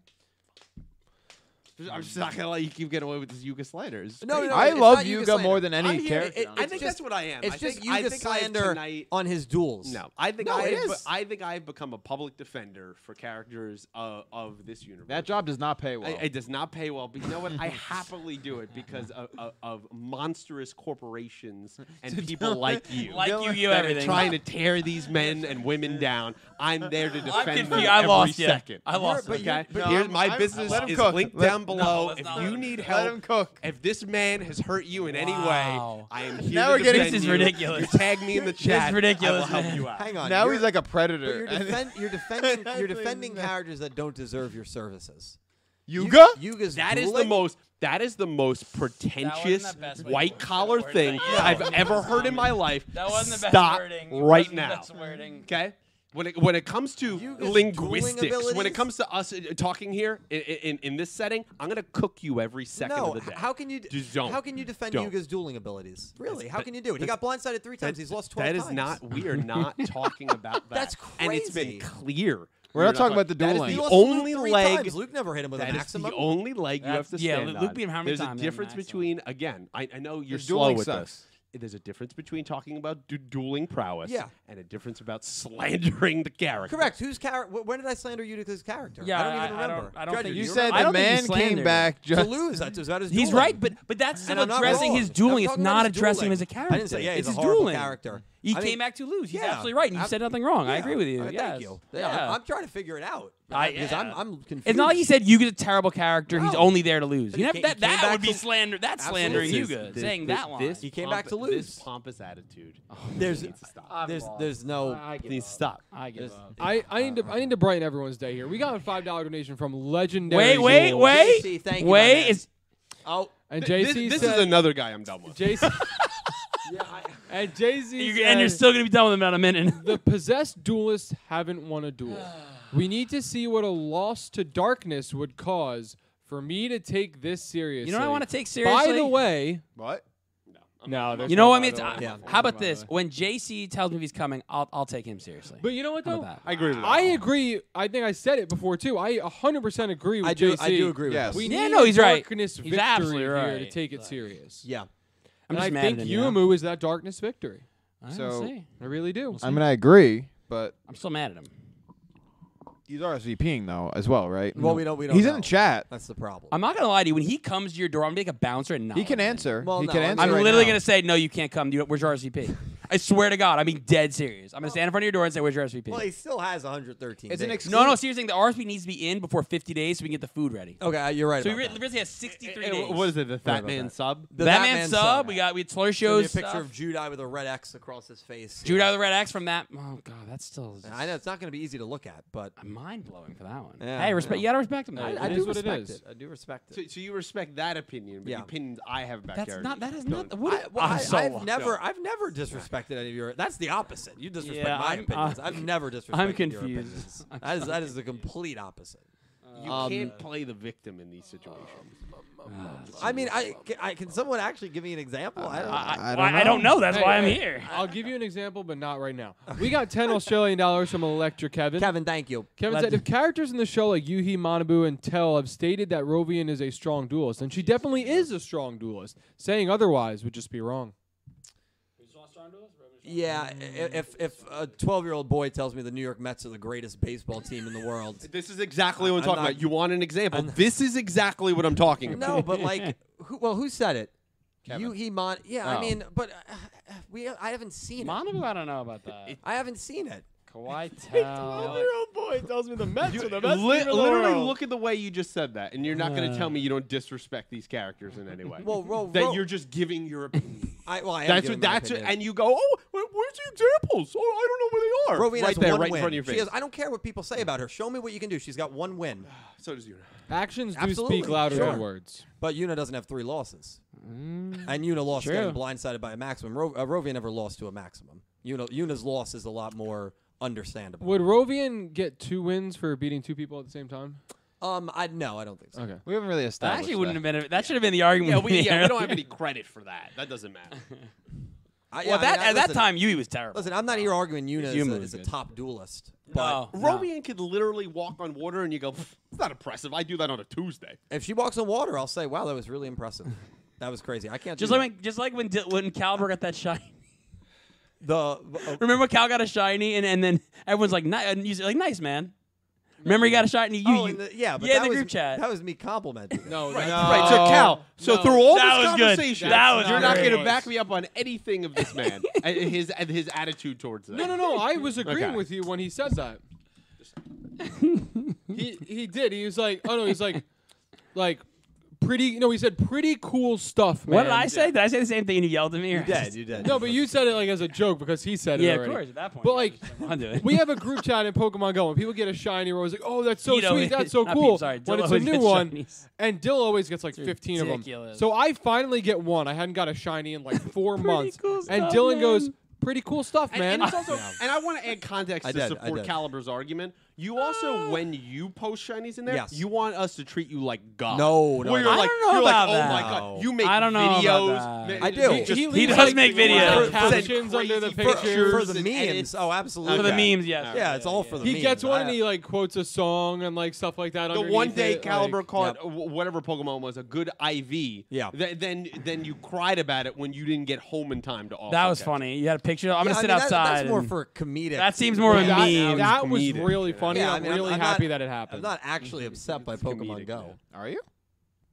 [SPEAKER 7] I'm just not gonna let you keep getting away with this Yuga sliders.
[SPEAKER 4] No, no, no
[SPEAKER 2] I
[SPEAKER 4] it's
[SPEAKER 2] love
[SPEAKER 4] not
[SPEAKER 2] Yuga more
[SPEAKER 4] Slander.
[SPEAKER 2] than any
[SPEAKER 7] I'm here-
[SPEAKER 2] character.
[SPEAKER 7] it- I
[SPEAKER 4] It's
[SPEAKER 7] think
[SPEAKER 4] just-
[SPEAKER 7] that's what I am.
[SPEAKER 4] It's
[SPEAKER 7] I
[SPEAKER 4] just
[SPEAKER 7] think- I
[SPEAKER 4] Yuga
[SPEAKER 7] think I've
[SPEAKER 4] slander
[SPEAKER 7] tonight-
[SPEAKER 4] on his duels.
[SPEAKER 7] No, I think
[SPEAKER 4] No,
[SPEAKER 7] I,
[SPEAKER 4] it
[SPEAKER 7] have,
[SPEAKER 4] is.
[SPEAKER 7] I think I've become a public defender for characters uh, of this universe.
[SPEAKER 1] That job does not pay well.
[SPEAKER 7] I, it does not pay well, but you know what? I happily do it because of, of, of monstrous corporations and people like you,
[SPEAKER 5] Like you, you
[SPEAKER 7] that are
[SPEAKER 5] everything.
[SPEAKER 7] trying to tear these men and women down. I'm there to
[SPEAKER 5] I'm
[SPEAKER 7] defend them
[SPEAKER 5] confused. I
[SPEAKER 7] every
[SPEAKER 5] lost you.
[SPEAKER 7] second.
[SPEAKER 5] I lost you.
[SPEAKER 7] Okay,
[SPEAKER 1] but
[SPEAKER 7] Here-
[SPEAKER 1] I'm-
[SPEAKER 7] my
[SPEAKER 1] I'm-
[SPEAKER 7] business
[SPEAKER 1] let him
[SPEAKER 7] is
[SPEAKER 1] cook.
[SPEAKER 7] linked
[SPEAKER 1] Let-
[SPEAKER 7] down below.
[SPEAKER 5] let's
[SPEAKER 7] if
[SPEAKER 5] not let
[SPEAKER 7] you
[SPEAKER 5] him
[SPEAKER 7] need
[SPEAKER 5] cook.
[SPEAKER 7] help,
[SPEAKER 2] Let him cook.
[SPEAKER 7] if this man has hurt you in any way,
[SPEAKER 5] Wow.
[SPEAKER 7] I am here.
[SPEAKER 2] Now
[SPEAKER 7] to
[SPEAKER 2] we're getting-
[SPEAKER 7] defend
[SPEAKER 5] This is
[SPEAKER 7] you.
[SPEAKER 5] ridiculous.
[SPEAKER 7] You tag me in the chat. I will
[SPEAKER 5] ridiculous,
[SPEAKER 7] help
[SPEAKER 5] man.
[SPEAKER 7] you out.
[SPEAKER 4] Hang on.
[SPEAKER 2] now
[SPEAKER 4] you're-
[SPEAKER 2] he's like a
[SPEAKER 4] But
[SPEAKER 2] predator.
[SPEAKER 4] you're, defen- you're defending. You're defending characters that don't deserve your services.
[SPEAKER 2] Yuga?
[SPEAKER 4] Yu- Yuga's
[SPEAKER 7] That is the
[SPEAKER 4] dueling?
[SPEAKER 7] most. That is the most pretentious
[SPEAKER 5] the best way to
[SPEAKER 7] white
[SPEAKER 5] put that
[SPEAKER 7] collar
[SPEAKER 5] word.
[SPEAKER 7] thing
[SPEAKER 5] Yeah.
[SPEAKER 7] I've ever heard in my life.
[SPEAKER 5] That wasn't the best
[SPEAKER 7] Stop
[SPEAKER 5] wording. It
[SPEAKER 7] right
[SPEAKER 5] wasn't the
[SPEAKER 7] now.
[SPEAKER 5] best wording.
[SPEAKER 7] Okay. When it, when it comes to
[SPEAKER 4] Yuga's dueling
[SPEAKER 7] linguistics, when
[SPEAKER 4] abilities?
[SPEAKER 7] it comes to us uh, talking here in, in, in this setting, I'm gonna cook you every second
[SPEAKER 4] No,
[SPEAKER 7] of the day.
[SPEAKER 4] how can you? d-
[SPEAKER 7] Just don't.
[SPEAKER 4] How can you defend
[SPEAKER 7] Don't.
[SPEAKER 4] Yuga's dueling abilities? Really? How
[SPEAKER 7] that-
[SPEAKER 4] can you do it? He got blindsided three times. he's lost twelve.
[SPEAKER 7] That is
[SPEAKER 4] times.
[SPEAKER 7] not. We are not talking about that.
[SPEAKER 4] That's
[SPEAKER 7] And it's
[SPEAKER 4] crazy.
[SPEAKER 7] been clear.
[SPEAKER 2] We're not talking about the
[SPEAKER 7] That is
[SPEAKER 2] dueling.
[SPEAKER 4] He
[SPEAKER 2] the
[SPEAKER 4] lost to Luke
[SPEAKER 7] only
[SPEAKER 4] three
[SPEAKER 7] leg.
[SPEAKER 4] times. Luke never hit him with
[SPEAKER 7] That
[SPEAKER 4] an
[SPEAKER 7] is
[SPEAKER 4] maximum.
[SPEAKER 7] the only leg you have
[SPEAKER 5] That's-
[SPEAKER 7] to
[SPEAKER 5] yeah,
[SPEAKER 7] stand
[SPEAKER 5] Lu- Luke
[SPEAKER 7] on.
[SPEAKER 5] beat him how many
[SPEAKER 7] There's
[SPEAKER 5] times? He had
[SPEAKER 7] a
[SPEAKER 5] an
[SPEAKER 7] difference
[SPEAKER 5] maximum.
[SPEAKER 7] between again. I, I know you're
[SPEAKER 2] The
[SPEAKER 7] slow
[SPEAKER 2] dueling
[SPEAKER 7] with
[SPEAKER 2] sucks.
[SPEAKER 7] this. There's a difference between talking about du- dueling prowess
[SPEAKER 4] Yeah.
[SPEAKER 7] and a difference about slandering the character.
[SPEAKER 4] Correct. Whose character? When did I slander Yuga's character?
[SPEAKER 5] Yeah,
[SPEAKER 4] I don't
[SPEAKER 5] I-
[SPEAKER 4] even
[SPEAKER 5] I don't-
[SPEAKER 4] remember.
[SPEAKER 5] I don't
[SPEAKER 4] Judge,
[SPEAKER 5] think
[SPEAKER 4] do
[SPEAKER 2] you
[SPEAKER 5] you
[SPEAKER 2] said
[SPEAKER 5] I
[SPEAKER 2] the
[SPEAKER 5] don't think he
[SPEAKER 2] man came
[SPEAKER 5] slandered
[SPEAKER 2] back
[SPEAKER 4] remember?
[SPEAKER 2] just
[SPEAKER 4] to lose. That's about his.
[SPEAKER 5] He's
[SPEAKER 4] dueling.
[SPEAKER 5] right, but but that's
[SPEAKER 4] And
[SPEAKER 5] still
[SPEAKER 4] I'm not
[SPEAKER 5] addressing
[SPEAKER 4] wrong.
[SPEAKER 5] his
[SPEAKER 4] I'm
[SPEAKER 5] dueling. It's
[SPEAKER 4] talking about
[SPEAKER 5] not
[SPEAKER 4] his
[SPEAKER 5] addressing
[SPEAKER 4] dueling.
[SPEAKER 5] him as a
[SPEAKER 4] I
[SPEAKER 5] character.
[SPEAKER 4] didn't say, yeah, he's
[SPEAKER 5] it's
[SPEAKER 4] a
[SPEAKER 5] his
[SPEAKER 4] horrible
[SPEAKER 5] dueling.
[SPEAKER 4] character.
[SPEAKER 5] He
[SPEAKER 4] I
[SPEAKER 5] came
[SPEAKER 4] mean-
[SPEAKER 5] back to lose. He's
[SPEAKER 4] Yeah.
[SPEAKER 5] absolutely right. and You
[SPEAKER 4] Ab-
[SPEAKER 5] said nothing wrong. I
[SPEAKER 4] Yeah.
[SPEAKER 5] agree with you.
[SPEAKER 4] Uh,
[SPEAKER 5] yes.
[SPEAKER 4] Thank you. Yeah, I'm- I'm trying to figure it out
[SPEAKER 5] I-
[SPEAKER 4] because
[SPEAKER 5] yeah.
[SPEAKER 4] I'm I'm confused.
[SPEAKER 5] It's not like he said Yuga's a terrible character. He's
[SPEAKER 4] No.
[SPEAKER 5] only there to lose.
[SPEAKER 4] But
[SPEAKER 5] You
[SPEAKER 4] he
[SPEAKER 5] never,
[SPEAKER 4] came-
[SPEAKER 5] that
[SPEAKER 4] he came
[SPEAKER 5] that
[SPEAKER 4] back
[SPEAKER 5] would be
[SPEAKER 4] to-
[SPEAKER 5] slander. That's
[SPEAKER 4] Absolutely.
[SPEAKER 5] slandering Yuga,
[SPEAKER 7] This-
[SPEAKER 5] saying
[SPEAKER 7] this-
[SPEAKER 5] that line.
[SPEAKER 7] This
[SPEAKER 4] He came back
[SPEAKER 7] pomp-
[SPEAKER 4] to
[SPEAKER 7] This
[SPEAKER 4] lose.
[SPEAKER 7] pompous attitude.
[SPEAKER 4] There's
[SPEAKER 7] needs to stop.
[SPEAKER 4] there's there's no
[SPEAKER 7] Needs to stop.
[SPEAKER 5] I give
[SPEAKER 4] up.
[SPEAKER 3] I, I need to I need to brighten everyone's day here. We got a five dollar donation from
[SPEAKER 5] Wait,
[SPEAKER 3] legendary.
[SPEAKER 5] wait,
[SPEAKER 3] Jules.
[SPEAKER 5] wait,
[SPEAKER 4] JC, thank you, my
[SPEAKER 5] wait!
[SPEAKER 4] man.
[SPEAKER 5] It's
[SPEAKER 4] oh
[SPEAKER 3] And
[SPEAKER 7] This,
[SPEAKER 3] JC
[SPEAKER 7] this is
[SPEAKER 3] said,
[SPEAKER 7] another guy I'm done with.
[SPEAKER 3] JC. and Jay Z
[SPEAKER 5] you and you're still gonna be done with him in a minute.
[SPEAKER 3] the possessed duelists haven't won a duel. we need to see what a loss to darkness would cause for me to take this
[SPEAKER 5] You
[SPEAKER 3] seriously.
[SPEAKER 5] know what I want to take seriously?
[SPEAKER 3] By the way,
[SPEAKER 2] What?
[SPEAKER 3] no, there's
[SPEAKER 5] you know
[SPEAKER 3] no
[SPEAKER 5] what I
[SPEAKER 3] by
[SPEAKER 5] mean?
[SPEAKER 3] the
[SPEAKER 5] It's-
[SPEAKER 3] way.
[SPEAKER 5] uh,
[SPEAKER 4] Yeah.
[SPEAKER 5] How about
[SPEAKER 3] By the
[SPEAKER 5] this?
[SPEAKER 3] way.
[SPEAKER 5] When JC tells me if he's coming, I'll I'll take him seriously.
[SPEAKER 3] But you know what
[SPEAKER 5] How
[SPEAKER 3] though?
[SPEAKER 5] about that?
[SPEAKER 7] I agree with that.
[SPEAKER 3] I agree. I think I said it before too. I 100% agree with
[SPEAKER 4] I do
[SPEAKER 3] JC.
[SPEAKER 4] I do agree with
[SPEAKER 2] Yes.
[SPEAKER 4] that.
[SPEAKER 3] We
[SPEAKER 5] Yeah,
[SPEAKER 3] need
[SPEAKER 5] no,
[SPEAKER 3] a
[SPEAKER 5] he's right.
[SPEAKER 3] darkness
[SPEAKER 5] He's
[SPEAKER 3] victory
[SPEAKER 5] absolutely
[SPEAKER 3] here to
[SPEAKER 5] right.
[SPEAKER 3] take it serious.
[SPEAKER 4] Yeah.
[SPEAKER 5] I'm
[SPEAKER 3] And
[SPEAKER 5] just
[SPEAKER 3] I
[SPEAKER 5] mad
[SPEAKER 3] think
[SPEAKER 5] at him, you know?
[SPEAKER 3] Yuumu is that darkness victory.
[SPEAKER 5] I don't
[SPEAKER 2] So-
[SPEAKER 5] see.
[SPEAKER 3] I really do.
[SPEAKER 2] I mean, I agree, but
[SPEAKER 5] I'm still mad at him.
[SPEAKER 2] he's RSVPing though as well, right?
[SPEAKER 4] Well, we don't we don't.
[SPEAKER 2] He's in
[SPEAKER 4] know.
[SPEAKER 2] the chat.
[SPEAKER 4] That's the problem.
[SPEAKER 5] I'm not gonna lie to you. When he comes to your door, I'm gonna make a bouncer and not.
[SPEAKER 2] He
[SPEAKER 5] let
[SPEAKER 2] can
[SPEAKER 5] him in.
[SPEAKER 2] answer.
[SPEAKER 4] Well,
[SPEAKER 2] he
[SPEAKER 4] no,
[SPEAKER 2] can
[SPEAKER 4] I'm
[SPEAKER 2] answer.
[SPEAKER 5] I'm
[SPEAKER 2] right
[SPEAKER 5] literally
[SPEAKER 2] now.
[SPEAKER 5] gonna say no. You can't come. You- Where's your RSVP? I swear to God, I mean dead serious. I'm gonna stand in front of your door and say, "Where's your RSVP?"
[SPEAKER 4] well, he still has 113.
[SPEAKER 2] It's an
[SPEAKER 4] days.
[SPEAKER 2] excuse.
[SPEAKER 5] no, no, seriously, the RSVP needs to be in before 50 days so we can get the food ready.
[SPEAKER 4] Okay, uh, you're right.
[SPEAKER 5] So we re-
[SPEAKER 4] about that.
[SPEAKER 5] basically have 63
[SPEAKER 7] Eh,
[SPEAKER 5] days.
[SPEAKER 7] What is it? The Fat
[SPEAKER 4] about
[SPEAKER 7] Man
[SPEAKER 4] that.
[SPEAKER 7] sub.
[SPEAKER 4] The
[SPEAKER 5] That,
[SPEAKER 4] That
[SPEAKER 5] man,
[SPEAKER 4] Man
[SPEAKER 5] sub.
[SPEAKER 4] sub.
[SPEAKER 5] We got we had Slur
[SPEAKER 4] Show me
[SPEAKER 5] shows.
[SPEAKER 4] a picture
[SPEAKER 5] stuff.
[SPEAKER 4] of Judai with a red X across his face.
[SPEAKER 5] Jude out of the Red X from that. Oh god, that's still
[SPEAKER 4] Yeah. I know it's not going to be easy to look at, but
[SPEAKER 5] I'm mind blowing for that one.
[SPEAKER 4] Yeah,
[SPEAKER 5] hey, respect.
[SPEAKER 4] yeah.
[SPEAKER 5] You gotta respect him. though.
[SPEAKER 4] I,
[SPEAKER 3] it
[SPEAKER 4] I
[SPEAKER 3] is
[SPEAKER 4] do
[SPEAKER 3] what it
[SPEAKER 4] respect
[SPEAKER 3] is.
[SPEAKER 4] it. I do respect it.
[SPEAKER 7] So, so you respect that opinion, but
[SPEAKER 4] Yeah.
[SPEAKER 7] the opinion I have about
[SPEAKER 5] that's
[SPEAKER 7] Gary
[SPEAKER 5] not. That is
[SPEAKER 7] don't.
[SPEAKER 5] not.
[SPEAKER 4] I,
[SPEAKER 5] What,
[SPEAKER 4] well,
[SPEAKER 5] I'm
[SPEAKER 4] I,
[SPEAKER 5] so
[SPEAKER 4] have
[SPEAKER 5] lost.
[SPEAKER 4] never, I've never disrespected any of your. That's the opposite. You disrespect
[SPEAKER 5] Yeah,
[SPEAKER 4] my
[SPEAKER 5] I'm-
[SPEAKER 4] opinions.
[SPEAKER 5] uh,
[SPEAKER 4] I've never disrespected your
[SPEAKER 5] confused.
[SPEAKER 4] opinions. That is that is the complete opposite.
[SPEAKER 7] You
[SPEAKER 4] Um,
[SPEAKER 7] can't play the victim in these situations.
[SPEAKER 4] I mean, I can, I, can someone actually give me an example? I don't know.
[SPEAKER 5] I,
[SPEAKER 2] I
[SPEAKER 5] why-
[SPEAKER 2] don't
[SPEAKER 5] I don't know. That's
[SPEAKER 3] Hey,
[SPEAKER 5] why I'm
[SPEAKER 3] hey,
[SPEAKER 5] here.
[SPEAKER 3] I'll give you an example, but not right now. We got 10 Australian dollars from Electric Kevin.
[SPEAKER 4] Kevin, thank you.
[SPEAKER 3] Kevin
[SPEAKER 5] Let-
[SPEAKER 3] said, if characters in the show like Yuhi, Manabu, and Tell have stated that Rovian is a strong duelist, then she definitely is a strong duelist. Saying otherwise would just be wrong.
[SPEAKER 1] Sandoz? Roman
[SPEAKER 4] Yeah, i-
[SPEAKER 7] Mm.
[SPEAKER 4] if if a 12-year-old boy tells me the New York Mets are the greatest baseball team in the world.
[SPEAKER 7] This is exactly what I'm,
[SPEAKER 4] I'm
[SPEAKER 7] talking
[SPEAKER 4] not-
[SPEAKER 7] about. You want an example?
[SPEAKER 4] I'm-
[SPEAKER 7] this is exactly what I'm talking about.
[SPEAKER 4] No, but like who well, who said it?
[SPEAKER 2] Kevin.
[SPEAKER 4] You he mon- Yeah,
[SPEAKER 5] Oh.
[SPEAKER 4] I mean, but uh, uh, we I haven't seen it.
[SPEAKER 5] Monaco, I don't know about that.
[SPEAKER 4] I haven't seen it.
[SPEAKER 5] Kawhi Town.
[SPEAKER 7] Oh,
[SPEAKER 3] Twelve-year-old boy tells me the Mets
[SPEAKER 7] You-
[SPEAKER 3] are the best
[SPEAKER 7] li-
[SPEAKER 3] team in the
[SPEAKER 7] literally
[SPEAKER 3] world.
[SPEAKER 7] look at the way you just said that, and you're not going to tell me you don't disrespect these characters in any way.
[SPEAKER 4] Well, well,
[SPEAKER 7] that
[SPEAKER 4] well-
[SPEAKER 7] you're just giving your opinion.
[SPEAKER 4] I well, I am
[SPEAKER 7] that's
[SPEAKER 4] giving
[SPEAKER 7] what.
[SPEAKER 4] my
[SPEAKER 7] That's what,
[SPEAKER 4] opinion.
[SPEAKER 7] and you go, oh, where- where's the examples? Oh, I don't know where
[SPEAKER 4] Rovina
[SPEAKER 7] they are. right
[SPEAKER 4] has
[SPEAKER 7] there,
[SPEAKER 4] one
[SPEAKER 7] right
[SPEAKER 4] win.
[SPEAKER 7] in front of your
[SPEAKER 4] She
[SPEAKER 7] face.
[SPEAKER 4] goes, I don't care what people say about her. Show me what you can do. She's got one win,
[SPEAKER 7] so does you.
[SPEAKER 3] Actions do
[SPEAKER 4] Absolutely,
[SPEAKER 3] speak louder
[SPEAKER 4] sure.
[SPEAKER 3] than words.
[SPEAKER 4] but Yuna doesn't have three losses. and Yuna lost getting
[SPEAKER 5] Mm, true.
[SPEAKER 4] blindsided by a maximum. Ro- uh, Rovia never lost to a maximum. Yuna, Yuna's loss is a lot more understandable.
[SPEAKER 3] Would Rovian get two wins for beating two people at the same time?
[SPEAKER 4] Um, I no, I don't think so.
[SPEAKER 3] Okay.
[SPEAKER 2] We haven't really
[SPEAKER 5] That
[SPEAKER 2] established.
[SPEAKER 5] actually wouldn't have been. A, that should have been the argument.
[SPEAKER 7] credit for that. That doesn't matter.
[SPEAKER 4] I, yeah,
[SPEAKER 5] Well,
[SPEAKER 4] I
[SPEAKER 5] that
[SPEAKER 4] mean, I-
[SPEAKER 5] at that
[SPEAKER 4] listen-
[SPEAKER 5] time, Yui was terrible.
[SPEAKER 4] listen, I'm not here arguing Yuna is
[SPEAKER 5] Yuma
[SPEAKER 4] a,
[SPEAKER 5] was
[SPEAKER 4] is a
[SPEAKER 5] good.
[SPEAKER 4] top duelist, but
[SPEAKER 5] No.
[SPEAKER 7] Rovian could literally walk on water, and you go, "Pff, it's not impressive. I do that on a Tuesday.
[SPEAKER 4] if she walks on water, I'll say, wow, that was really impressive. that was crazy. I can't
[SPEAKER 5] Just
[SPEAKER 4] do
[SPEAKER 5] like when, just like when Dil- when Calver got that shiny.
[SPEAKER 4] that. the uh,
[SPEAKER 5] Remember when Cal got a shiny and, and then everyone's like, ni- and he's like, nice man. Remember he got a shiny. You,
[SPEAKER 4] oh,
[SPEAKER 5] you
[SPEAKER 4] and the- yeah, but
[SPEAKER 5] yeah,
[SPEAKER 4] that
[SPEAKER 5] the
[SPEAKER 4] was,
[SPEAKER 5] group chat.
[SPEAKER 4] That was me complimenting. her.
[SPEAKER 3] No,
[SPEAKER 7] Right,
[SPEAKER 3] that's-
[SPEAKER 7] right. So Cal, so
[SPEAKER 3] No.
[SPEAKER 7] through all
[SPEAKER 5] That
[SPEAKER 7] this
[SPEAKER 5] was good.
[SPEAKER 7] conversation,
[SPEAKER 5] That was
[SPEAKER 7] you're not
[SPEAKER 5] great.
[SPEAKER 7] going to back me up on anything of this man and his and his attitude towards it.
[SPEAKER 3] No, no, no. I was agreeing
[SPEAKER 7] Okay.
[SPEAKER 3] with you when he said that. he he did. He was like, oh no, he's like, like pretty. No, he said pretty cool stuff. Man.
[SPEAKER 5] what did I say? Did I say the same thing and you yelled at me? Or
[SPEAKER 4] You did, you did.
[SPEAKER 3] No, but you said it like as a joke because he said
[SPEAKER 5] yeah,
[SPEAKER 3] it
[SPEAKER 5] of
[SPEAKER 3] already.
[SPEAKER 5] course. At that point,
[SPEAKER 3] But,
[SPEAKER 5] yeah,
[SPEAKER 3] like,
[SPEAKER 5] I was like,
[SPEAKER 3] We have a group chat in Pokemon Go, and people get a shiny. We're always like, "Oh, that's so
[SPEAKER 5] Ditto
[SPEAKER 3] sweet,
[SPEAKER 5] is-
[SPEAKER 3] that's so
[SPEAKER 5] not
[SPEAKER 3] cool."
[SPEAKER 5] Peep, sorry,
[SPEAKER 3] when
[SPEAKER 5] Dill
[SPEAKER 3] it's a
[SPEAKER 5] always
[SPEAKER 3] new
[SPEAKER 5] gets
[SPEAKER 3] one,
[SPEAKER 5] shinies.
[SPEAKER 3] and Dill always gets like fifteen of them.
[SPEAKER 5] ridiculous.
[SPEAKER 3] So I finally get one. I hadn't got a shiny in like four months,
[SPEAKER 5] cool
[SPEAKER 3] and
[SPEAKER 5] stuff,
[SPEAKER 3] Dylan
[SPEAKER 5] man.
[SPEAKER 3] goes, "Pretty cool stuff,
[SPEAKER 7] And,
[SPEAKER 3] man."
[SPEAKER 7] and it's also, and I want to add context
[SPEAKER 4] I
[SPEAKER 7] to
[SPEAKER 4] did, I
[SPEAKER 7] support
[SPEAKER 4] did.
[SPEAKER 7] Caliber's argument. You also, when you post shinies in there,
[SPEAKER 4] Yes.
[SPEAKER 7] you want us to treat you like God.
[SPEAKER 4] No, no,
[SPEAKER 7] Where
[SPEAKER 4] no.
[SPEAKER 7] you're
[SPEAKER 4] I
[SPEAKER 7] like,
[SPEAKER 5] don't know
[SPEAKER 7] you're
[SPEAKER 5] about
[SPEAKER 7] like,
[SPEAKER 5] that.
[SPEAKER 7] oh my God, you make
[SPEAKER 5] I don't know about
[SPEAKER 7] videos.
[SPEAKER 5] that.
[SPEAKER 7] ma-
[SPEAKER 4] I do.
[SPEAKER 7] you just-
[SPEAKER 4] He-
[SPEAKER 3] leaves,
[SPEAKER 5] does
[SPEAKER 3] like,
[SPEAKER 5] make
[SPEAKER 3] the
[SPEAKER 5] videos.
[SPEAKER 3] captions under the
[SPEAKER 7] For- for-
[SPEAKER 3] pictures.
[SPEAKER 4] for the
[SPEAKER 7] and
[SPEAKER 4] memes.
[SPEAKER 7] edits.
[SPEAKER 4] Oh, absolutely.
[SPEAKER 5] for the
[SPEAKER 4] Okay.
[SPEAKER 5] memes, yes.
[SPEAKER 4] Yeah, it's all for the
[SPEAKER 3] He
[SPEAKER 4] memes.
[SPEAKER 3] gets one and
[SPEAKER 4] I-
[SPEAKER 3] he like quotes a song and like stuff like that.
[SPEAKER 7] the
[SPEAKER 3] underneath
[SPEAKER 7] one day
[SPEAKER 3] it,
[SPEAKER 7] Caliber
[SPEAKER 3] like-
[SPEAKER 7] caught w- whatever Pokemon was a good IV.
[SPEAKER 4] Yeah.
[SPEAKER 7] Th- then then you cried about it when you didn't get home in time to.
[SPEAKER 5] That was funny. You had a picture. I'm
[SPEAKER 4] Yeah,
[SPEAKER 5] gonna
[SPEAKER 4] I
[SPEAKER 5] sit
[SPEAKER 4] mean, that-
[SPEAKER 5] outside.
[SPEAKER 4] That's more
[SPEAKER 5] and-
[SPEAKER 4] for comedic.
[SPEAKER 5] that seems more of a
[SPEAKER 3] that,
[SPEAKER 5] meme.
[SPEAKER 3] that was
[SPEAKER 7] Comedic.
[SPEAKER 3] really funny.
[SPEAKER 4] Yeah, I
[SPEAKER 3] I'm
[SPEAKER 4] mean, I'm-
[SPEAKER 3] really
[SPEAKER 4] I'm not-
[SPEAKER 3] happy that it happened.
[SPEAKER 4] I'm not actually upset by Pokemon
[SPEAKER 7] comedic,
[SPEAKER 4] Go.
[SPEAKER 7] man.
[SPEAKER 2] Are you?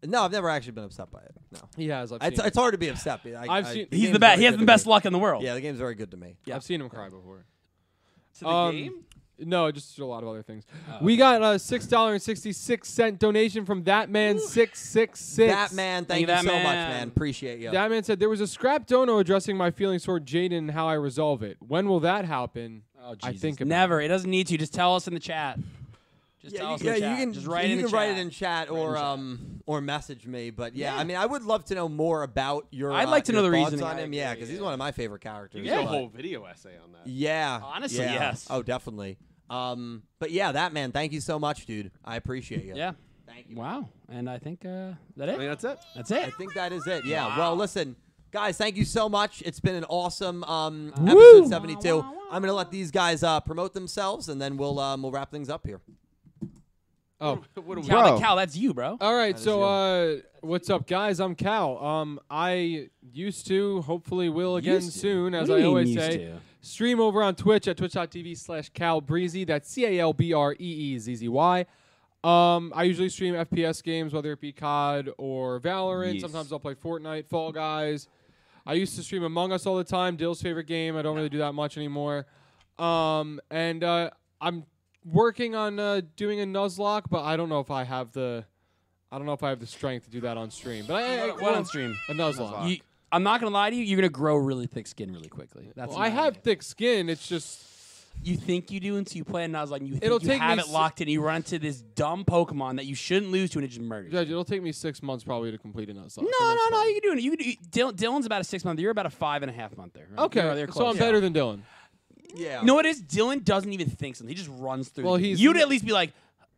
[SPEAKER 4] No, I've never actually been upset by it. No,
[SPEAKER 3] he has. I've
[SPEAKER 4] it's,
[SPEAKER 3] seen,
[SPEAKER 4] it's hard to be upset. but I,
[SPEAKER 3] I've
[SPEAKER 4] I-
[SPEAKER 3] seen-
[SPEAKER 4] the
[SPEAKER 5] He's the
[SPEAKER 4] game's
[SPEAKER 5] best.
[SPEAKER 4] very
[SPEAKER 5] He has
[SPEAKER 4] good
[SPEAKER 5] the
[SPEAKER 4] to
[SPEAKER 5] best
[SPEAKER 4] me.
[SPEAKER 5] luck in the world.
[SPEAKER 4] Yeah, the game's very good to me.
[SPEAKER 3] I've seen him cry before.
[SPEAKER 7] To the
[SPEAKER 3] Um,
[SPEAKER 7] game.
[SPEAKER 3] No, just a lot of other things.
[SPEAKER 5] Oh,
[SPEAKER 3] we got a six dollar and sixty six cent donation from that man six six six.
[SPEAKER 4] That man, thank you
[SPEAKER 5] That
[SPEAKER 4] so much,
[SPEAKER 5] man.
[SPEAKER 4] man. Appreciate you.
[SPEAKER 3] That man said there was a scrap dono addressing my feelings toward Jaden and how I resolve it. When will that happen?
[SPEAKER 2] Oh,
[SPEAKER 3] I
[SPEAKER 2] Jesus.
[SPEAKER 3] think about
[SPEAKER 5] Never. It doesn't need to. Just tell us in the chat. Just
[SPEAKER 4] yeah,
[SPEAKER 5] tell
[SPEAKER 4] you,
[SPEAKER 5] us
[SPEAKER 4] yeah,
[SPEAKER 5] in the
[SPEAKER 4] you
[SPEAKER 5] chat.
[SPEAKER 4] can
[SPEAKER 5] Just write
[SPEAKER 4] you
[SPEAKER 5] in
[SPEAKER 4] can
[SPEAKER 5] the
[SPEAKER 4] write
[SPEAKER 5] chat.
[SPEAKER 4] it in chat or um or message me. But yeah, I mean, I would love to know more about your.
[SPEAKER 5] I'd
[SPEAKER 4] uh,
[SPEAKER 5] like to
[SPEAKER 4] your
[SPEAKER 5] know the
[SPEAKER 4] thoughts
[SPEAKER 5] reasoning.
[SPEAKER 4] on
[SPEAKER 5] I
[SPEAKER 4] him. Yeah, because he's one of my favorite characters.
[SPEAKER 7] You can do
[SPEAKER 4] but-
[SPEAKER 7] a whole video essay on that.
[SPEAKER 4] Yeah.
[SPEAKER 5] Honestly,
[SPEAKER 4] yeah.
[SPEAKER 5] yes.
[SPEAKER 4] Oh, definitely. Um, but yeah, that man. Thank you so much, dude. I appreciate you.
[SPEAKER 5] Yeah.
[SPEAKER 4] Thank you.
[SPEAKER 5] Wow. And I think uh, that
[SPEAKER 7] I mean,
[SPEAKER 5] it.
[SPEAKER 7] that's it.
[SPEAKER 5] That's it.
[SPEAKER 4] I think that is it. Yeah. Well, listen, guys, thank you so much. It's been an awesome um, episode 72. I'm gonna let these guys uh, promote themselves, and then we'll um, we'll wrap things up here.
[SPEAKER 3] Oh.
[SPEAKER 7] What do we?
[SPEAKER 5] Cal,
[SPEAKER 2] Bro.
[SPEAKER 5] Cal, that's you, bro.
[SPEAKER 3] All right,
[SPEAKER 4] is
[SPEAKER 3] so
[SPEAKER 4] you.
[SPEAKER 3] uh, what's up, guys? I'm Cal. Um, I used to, hopefully, will again
[SPEAKER 5] Used to?
[SPEAKER 3] soon,
[SPEAKER 5] What
[SPEAKER 3] as
[SPEAKER 5] do you
[SPEAKER 3] I
[SPEAKER 5] mean
[SPEAKER 3] always
[SPEAKER 5] used
[SPEAKER 3] say.
[SPEAKER 5] to?
[SPEAKER 3] Stream over on Twitch at Twitch.tv/slash Cal Breezy. That's E C-A-L-B-R-E-E-Z-Z-Y. Um, I usually stream FPS games, whether it be COD or Valorant.
[SPEAKER 7] Yes.
[SPEAKER 3] Sometimes I'll play Fortnite, Fall Guys. I used to stream Among Us all the time. Dill's favorite game. I don't really do that much anymore. Um, and uh, I'm working on uh, doing a Nuzlocke, but I don't know if I have the, I don't know if I have the strength to do that on stream. But I, I
[SPEAKER 5] What
[SPEAKER 3] well,
[SPEAKER 5] on stream?
[SPEAKER 3] a Nuzlocke.
[SPEAKER 5] You, I'm not gonna lie to you. You're gonna grow really thick skin really quickly. That's
[SPEAKER 3] Well, I
[SPEAKER 5] another
[SPEAKER 3] have
[SPEAKER 5] thing.
[SPEAKER 3] thick skin. It's just
[SPEAKER 5] You think you do until you play a Nuzlocke. And you think
[SPEAKER 3] It'll
[SPEAKER 5] you
[SPEAKER 3] take
[SPEAKER 5] have
[SPEAKER 3] me
[SPEAKER 5] it
[SPEAKER 3] s-
[SPEAKER 5] locked in. You run into this dumb Pokemon that you shouldn't lose to, and it just murders.
[SPEAKER 3] Judge,
[SPEAKER 5] you.
[SPEAKER 3] it'll take me six months probably to complete an Nuzlocke.
[SPEAKER 5] No, no, no. You can do it. You can do. Dylan, Dylan's about a six month. You're about a five and a half month there. right?
[SPEAKER 3] Okay,
[SPEAKER 5] You're- they're
[SPEAKER 3] so I'm
[SPEAKER 5] close.
[SPEAKER 3] better than Dylan.
[SPEAKER 4] Yeah.
[SPEAKER 5] No, it is. Dylan doesn't even think something. He just runs through.
[SPEAKER 3] Well,
[SPEAKER 5] the game.
[SPEAKER 3] he's-
[SPEAKER 5] You'd at least be like,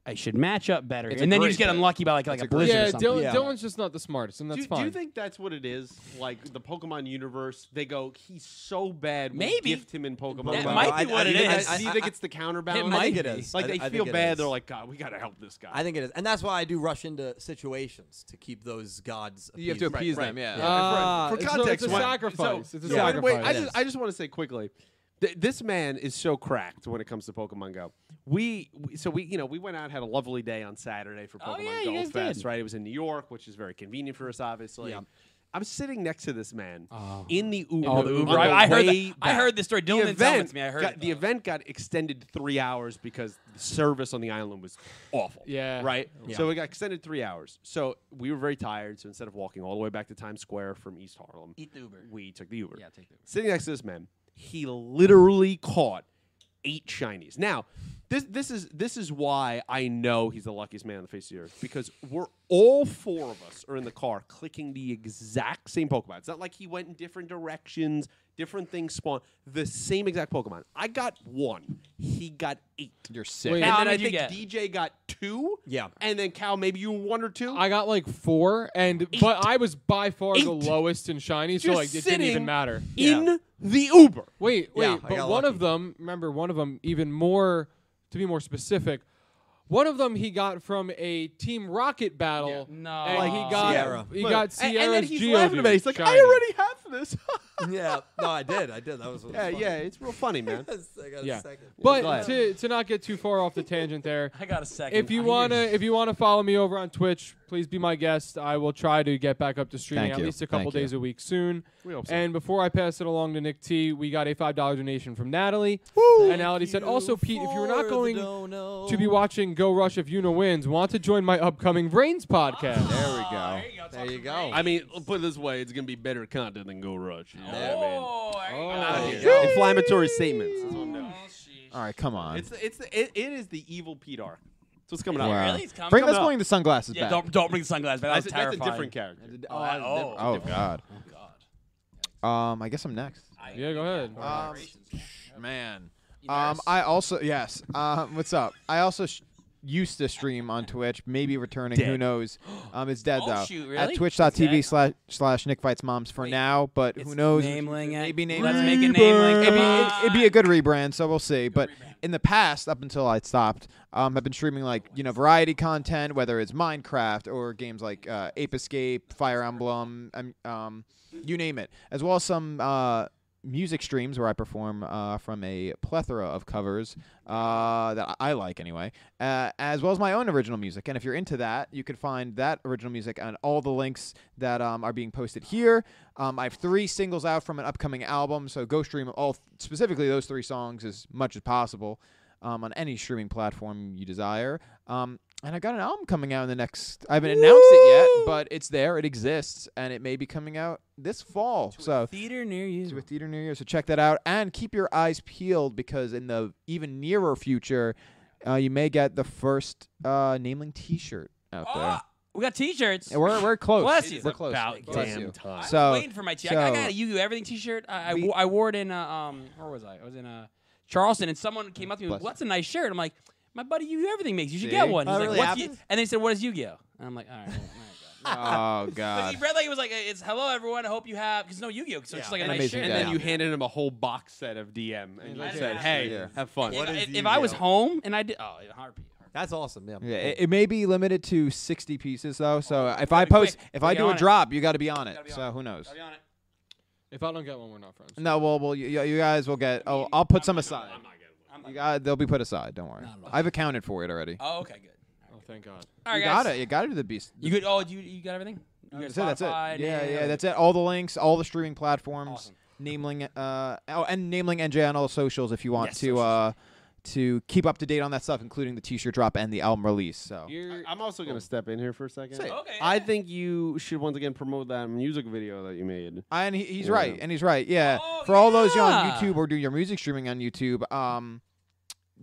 [SPEAKER 5] I should match up better.
[SPEAKER 2] It's a
[SPEAKER 5] and then you
[SPEAKER 2] great
[SPEAKER 5] just get
[SPEAKER 2] bet.
[SPEAKER 5] unlucky by like like a blizzard
[SPEAKER 3] yeah,
[SPEAKER 5] or something.
[SPEAKER 3] Dylan,
[SPEAKER 2] Yeah.
[SPEAKER 3] Dylan's just not the smartest, and that's
[SPEAKER 7] do,
[SPEAKER 3] fine.
[SPEAKER 7] do you think that's what it is? Like the Pokemon universe, they go, he's so bad. We'll
[SPEAKER 5] Maybe.
[SPEAKER 7] gift him in Pokemon.
[SPEAKER 5] That
[SPEAKER 7] Go."
[SPEAKER 5] might
[SPEAKER 4] I-
[SPEAKER 5] be
[SPEAKER 4] I
[SPEAKER 5] what it
[SPEAKER 4] think
[SPEAKER 5] is.
[SPEAKER 4] that's-
[SPEAKER 7] Do you think it's the counterbalance?
[SPEAKER 5] It might
[SPEAKER 4] think it
[SPEAKER 5] be.
[SPEAKER 4] is.
[SPEAKER 7] Like
[SPEAKER 4] I-
[SPEAKER 7] they
[SPEAKER 4] I
[SPEAKER 7] feel
[SPEAKER 4] think it
[SPEAKER 7] bad.
[SPEAKER 4] is.
[SPEAKER 7] They're like, God, we gotta help this guy.
[SPEAKER 4] I think it is, and that's why I do rush into situations to keep those gods.
[SPEAKER 2] You have to
[SPEAKER 4] appeased.
[SPEAKER 2] appease
[SPEAKER 7] right.
[SPEAKER 2] them, yeah.
[SPEAKER 4] Yeah.
[SPEAKER 3] Ah,
[SPEAKER 7] for
[SPEAKER 3] so
[SPEAKER 7] context,
[SPEAKER 3] it's a
[SPEAKER 7] what-
[SPEAKER 3] sacrifice.
[SPEAKER 7] so-
[SPEAKER 3] it's a
[SPEAKER 7] so
[SPEAKER 3] sacrifice.
[SPEAKER 7] Wait, wait, I
[SPEAKER 4] It
[SPEAKER 7] just, I just want to say quickly, th- this man is so cracked when it comes to Pokemon Go. We, we so we you know we went out had a lovely day on Saturday for Pokemon
[SPEAKER 5] Oh, yeah, you
[SPEAKER 7] Go
[SPEAKER 5] guys
[SPEAKER 7] Fest,
[SPEAKER 5] did.
[SPEAKER 7] right? It was in New York, which is very convenient for us, obviously. I'm sititting next to this man in the Uber.
[SPEAKER 5] Oh, the
[SPEAKER 7] on
[SPEAKER 5] Uber. I, I heard.
[SPEAKER 7] way
[SPEAKER 5] That, I
[SPEAKER 7] back.
[SPEAKER 5] heard this story. Dylan
[SPEAKER 7] the
[SPEAKER 5] didn't tell it
[SPEAKER 7] event,
[SPEAKER 5] to me. I heard
[SPEAKER 7] got,
[SPEAKER 5] it.
[SPEAKER 7] the event got extended three hours because the service on the island was awful.
[SPEAKER 3] Yeah.
[SPEAKER 7] Right. So it got extended three hours. So we were very tired. So instead of walking all the way back to Times Square from East Harlem,
[SPEAKER 5] Eat the Uber.
[SPEAKER 7] we took the Uber.
[SPEAKER 5] Yeah, take the Uber.
[SPEAKER 7] Sitting next to this man, he literally caught eight shinies. Now, this this is this is why I know he's the luckiest man on the face of the earth because we're all four of us are in the car clicking the exact same Pokemon. It's not like he went in different directions, different things spawn. The same exact Pokemon. I got one. He got eight.
[SPEAKER 2] You're sick.
[SPEAKER 3] Wait.
[SPEAKER 7] and
[SPEAKER 5] How
[SPEAKER 7] then I
[SPEAKER 5] many did
[SPEAKER 7] think
[SPEAKER 5] you
[SPEAKER 7] DJ got two.
[SPEAKER 4] Yeah.
[SPEAKER 7] And then Cal, maybe you were one or two.
[SPEAKER 3] I got like four, and but I was by far
[SPEAKER 7] Eight.
[SPEAKER 3] the lowest in shiny, so
[SPEAKER 7] Just
[SPEAKER 3] like it didn't even
[SPEAKER 7] sitting
[SPEAKER 3] matter.
[SPEAKER 7] in the Uber.
[SPEAKER 3] Wait, wait,
[SPEAKER 4] Yeah, I
[SPEAKER 3] but one
[SPEAKER 4] got lucky.
[SPEAKER 3] of them, remember, one of them, even more, to be more specific, one of them he got from a Team Rocket battle.
[SPEAKER 5] Yeah. No.
[SPEAKER 3] and
[SPEAKER 5] Like
[SPEAKER 3] he got
[SPEAKER 4] Sierra.
[SPEAKER 3] he
[SPEAKER 7] Look,
[SPEAKER 3] got
[SPEAKER 7] a- and,
[SPEAKER 3] Sierra's
[SPEAKER 7] then he's
[SPEAKER 3] Geodude
[SPEAKER 7] laughing about it. He's like, I
[SPEAKER 3] shiny.
[SPEAKER 7] already have this.
[SPEAKER 4] yeah, no, I did. I did. That was. what was
[SPEAKER 7] yeah,
[SPEAKER 4] funny.
[SPEAKER 7] yeah, it's real funny, man.
[SPEAKER 4] I got
[SPEAKER 3] Yeah.
[SPEAKER 4] a second.
[SPEAKER 3] But to, to not get too far off the tangent there,
[SPEAKER 5] I got a second.
[SPEAKER 3] if you
[SPEAKER 5] I
[SPEAKER 3] wanna
[SPEAKER 5] hear-
[SPEAKER 3] if you wanna follow me over on Twitch, please be my guest. I will try to get back up to streaming
[SPEAKER 2] Thank
[SPEAKER 3] at
[SPEAKER 2] you.
[SPEAKER 3] least a couple
[SPEAKER 2] Thank you.
[SPEAKER 3] days a week soon.
[SPEAKER 7] We hope so.
[SPEAKER 3] And before I pass it along to Nick T, we got a five dollar donation from Natalie. And Natalie said, also Pete, if you're not going to be watching Go Rush if Una wins, want to join my upcoming Brains
[SPEAKER 5] Oh,
[SPEAKER 3] podcast.
[SPEAKER 5] Ah.
[SPEAKER 4] There we go. There you go.
[SPEAKER 7] I mean, put it this way, it's gonna be better content than Go Rush. You know what I mean?
[SPEAKER 5] Oh, there you go.
[SPEAKER 4] There you
[SPEAKER 7] Yeah.
[SPEAKER 4] go.
[SPEAKER 7] Inflammatory statements. That's what I'm doing.
[SPEAKER 3] Oh,
[SPEAKER 2] All right, come on.
[SPEAKER 7] It's the- it's the, it, it is the evil Pete arc. That's what's coming
[SPEAKER 2] Wow.
[SPEAKER 7] out.
[SPEAKER 5] Really? It's coming
[SPEAKER 2] Frank, let's
[SPEAKER 5] up.
[SPEAKER 2] bring the sunglasses
[SPEAKER 5] Yeah,
[SPEAKER 2] back.
[SPEAKER 5] don't don't bring the sunglasses. back. That
[SPEAKER 7] That's,
[SPEAKER 5] was
[SPEAKER 7] a- that's a
[SPEAKER 5] terrifying.
[SPEAKER 7] different character.
[SPEAKER 2] Oh,
[SPEAKER 5] Oh, that- oh.
[SPEAKER 2] oh God. Um, I guess I'm next.
[SPEAKER 3] Yeah, go ahead.
[SPEAKER 2] Um, man. Um, I also yes. Um, what's up? I also sh- used to stream on Twitch. Maybe returning. Who knows? Um, it's dead
[SPEAKER 5] Oh,
[SPEAKER 2] though.
[SPEAKER 5] shoot,
[SPEAKER 2] At
[SPEAKER 5] really?
[SPEAKER 2] twitch.tv
[SPEAKER 5] It's
[SPEAKER 2] slash slash Nick fights moms for
[SPEAKER 5] Wait,
[SPEAKER 2] now, but
[SPEAKER 5] It's
[SPEAKER 2] who knows?
[SPEAKER 5] Nameling it.
[SPEAKER 2] Maybe name
[SPEAKER 5] Let's
[SPEAKER 2] it.
[SPEAKER 5] make it nameling.
[SPEAKER 2] It'd
[SPEAKER 5] Come
[SPEAKER 2] be,
[SPEAKER 5] on.
[SPEAKER 2] it'd, it'd be a good rebrand, so we'll see. But in the past, up until I stopped, um, I've been streaming like you know variety content, whether it's Minecraft or games like uh, Ape Escape, Fire Emblem, um, um, you name it, as well as some uh, music streams where I perform uh, from a plethora of covers uh, that I I like anyway, uh, as well as my own original music. And if you're into that, you can find that original music on all the links that um, are being posted here. Um, I have three singles out from an upcoming album, so go stream all specifically those three songs as much as possible um, on any streaming platform you desire. Um, and I got an album coming out in the next. I haven't announced it yet, but it's there. It exists, and it may be coming out this fall. so
[SPEAKER 5] theater near
[SPEAKER 2] to a
[SPEAKER 5] you.
[SPEAKER 2] theater near you. So check that out, and keep your eyes peeled because in the even nearer future, uh, you may get the first uh, Nameling T-shirt out there.
[SPEAKER 5] Oh, We got T-shirts.
[SPEAKER 2] And we're we're close.
[SPEAKER 5] Ah! Bless you.
[SPEAKER 2] We're close.
[SPEAKER 7] About
[SPEAKER 2] Bless
[SPEAKER 7] damn
[SPEAKER 2] you.
[SPEAKER 7] time.
[SPEAKER 5] I
[SPEAKER 2] So-
[SPEAKER 5] was waiting for my T. I got- I
[SPEAKER 2] so-
[SPEAKER 5] got a Yu Yu Everything T-shirt. I, I,
[SPEAKER 2] We-
[SPEAKER 5] wo- I wore it in uh, um where was I? I was in uh, Charleston, and someone came up to me.
[SPEAKER 2] Bless
[SPEAKER 5] Well, that's a nice shirt. I'm like, my buddy Yu Yu Everything makes. You should
[SPEAKER 2] See?
[SPEAKER 5] get one. He's
[SPEAKER 4] Oh,
[SPEAKER 5] like,
[SPEAKER 4] really?
[SPEAKER 5] What's Yu-"
[SPEAKER 4] Happens?
[SPEAKER 5] and they said, what is Yu-Gi-Oh? And I'm like, all right. well, all right, God."
[SPEAKER 2] Oh
[SPEAKER 5] But
[SPEAKER 2] God.
[SPEAKER 5] he read like it was like it's hello everyone. I hope you have because no Yu-Gi-Oh. So it's just like a
[SPEAKER 2] An
[SPEAKER 5] nice
[SPEAKER 2] amazing
[SPEAKER 5] shirt.
[SPEAKER 2] day.
[SPEAKER 7] And then
[SPEAKER 2] Yeah.
[SPEAKER 7] you handed him a whole box set of DM, and you
[SPEAKER 5] Yeah.
[SPEAKER 7] said,
[SPEAKER 5] Yeah.
[SPEAKER 7] "Hey,
[SPEAKER 2] Yeah.
[SPEAKER 7] have fun."
[SPEAKER 5] If, if, if I was home and I did, oh, yeah, heartbeat. heartbeat.
[SPEAKER 4] That's awesome. Yeah.
[SPEAKER 2] Yeah, it, it may be limited to 60 pieces though. So if I
[SPEAKER 5] Oh, gotta be
[SPEAKER 2] post,
[SPEAKER 5] quick.
[SPEAKER 2] if
[SPEAKER 5] Gotta
[SPEAKER 2] I
[SPEAKER 5] be
[SPEAKER 2] do
[SPEAKER 5] on
[SPEAKER 2] a
[SPEAKER 5] it.
[SPEAKER 2] drop, you got to be on it.
[SPEAKER 5] Gotta be
[SPEAKER 2] So
[SPEAKER 5] on it.
[SPEAKER 2] who knows?
[SPEAKER 5] I'll be on it.
[SPEAKER 3] If I don't get one, we're not friends.
[SPEAKER 2] No, well, well, you, you guys will get. Oh, I'll put some aside.
[SPEAKER 5] I'm
[SPEAKER 2] You
[SPEAKER 5] like,
[SPEAKER 2] got, they'll be put aside. Don't worry.
[SPEAKER 5] Not at all.
[SPEAKER 2] I've accounted for it already.
[SPEAKER 5] oh, okay, good.
[SPEAKER 3] Oh, thank God.
[SPEAKER 5] All right,
[SPEAKER 2] you
[SPEAKER 5] guys.
[SPEAKER 2] got it. You got to do the beast.
[SPEAKER 5] You good? Oh, you you got everything? You got
[SPEAKER 2] That's it. That's it.
[SPEAKER 5] Spotify,
[SPEAKER 2] Yeah,
[SPEAKER 5] Name?
[SPEAKER 2] yeah, that's it. All the links, all the streaming platforms,
[SPEAKER 5] Awesome.
[SPEAKER 2] Nameling, uh, oh, and Nameling NJ on all socials if you want
[SPEAKER 5] Yes,
[SPEAKER 2] to,
[SPEAKER 5] socials.
[SPEAKER 2] uh, to keep up to date on that stuff, including the T-shirt drop and the album release. So
[SPEAKER 3] You're,
[SPEAKER 7] I'm also gonna step in here for a second.
[SPEAKER 2] Say it.
[SPEAKER 5] Okay,
[SPEAKER 7] I
[SPEAKER 5] yeah.
[SPEAKER 7] think you should once again promote that music video that you made.
[SPEAKER 2] and he, he's
[SPEAKER 7] Yeah.
[SPEAKER 2] right, and he's right. Yeah,
[SPEAKER 5] Oh,
[SPEAKER 2] for all those you on
[SPEAKER 5] yeah.
[SPEAKER 2] YouTube or do your music streaming on YouTube, um,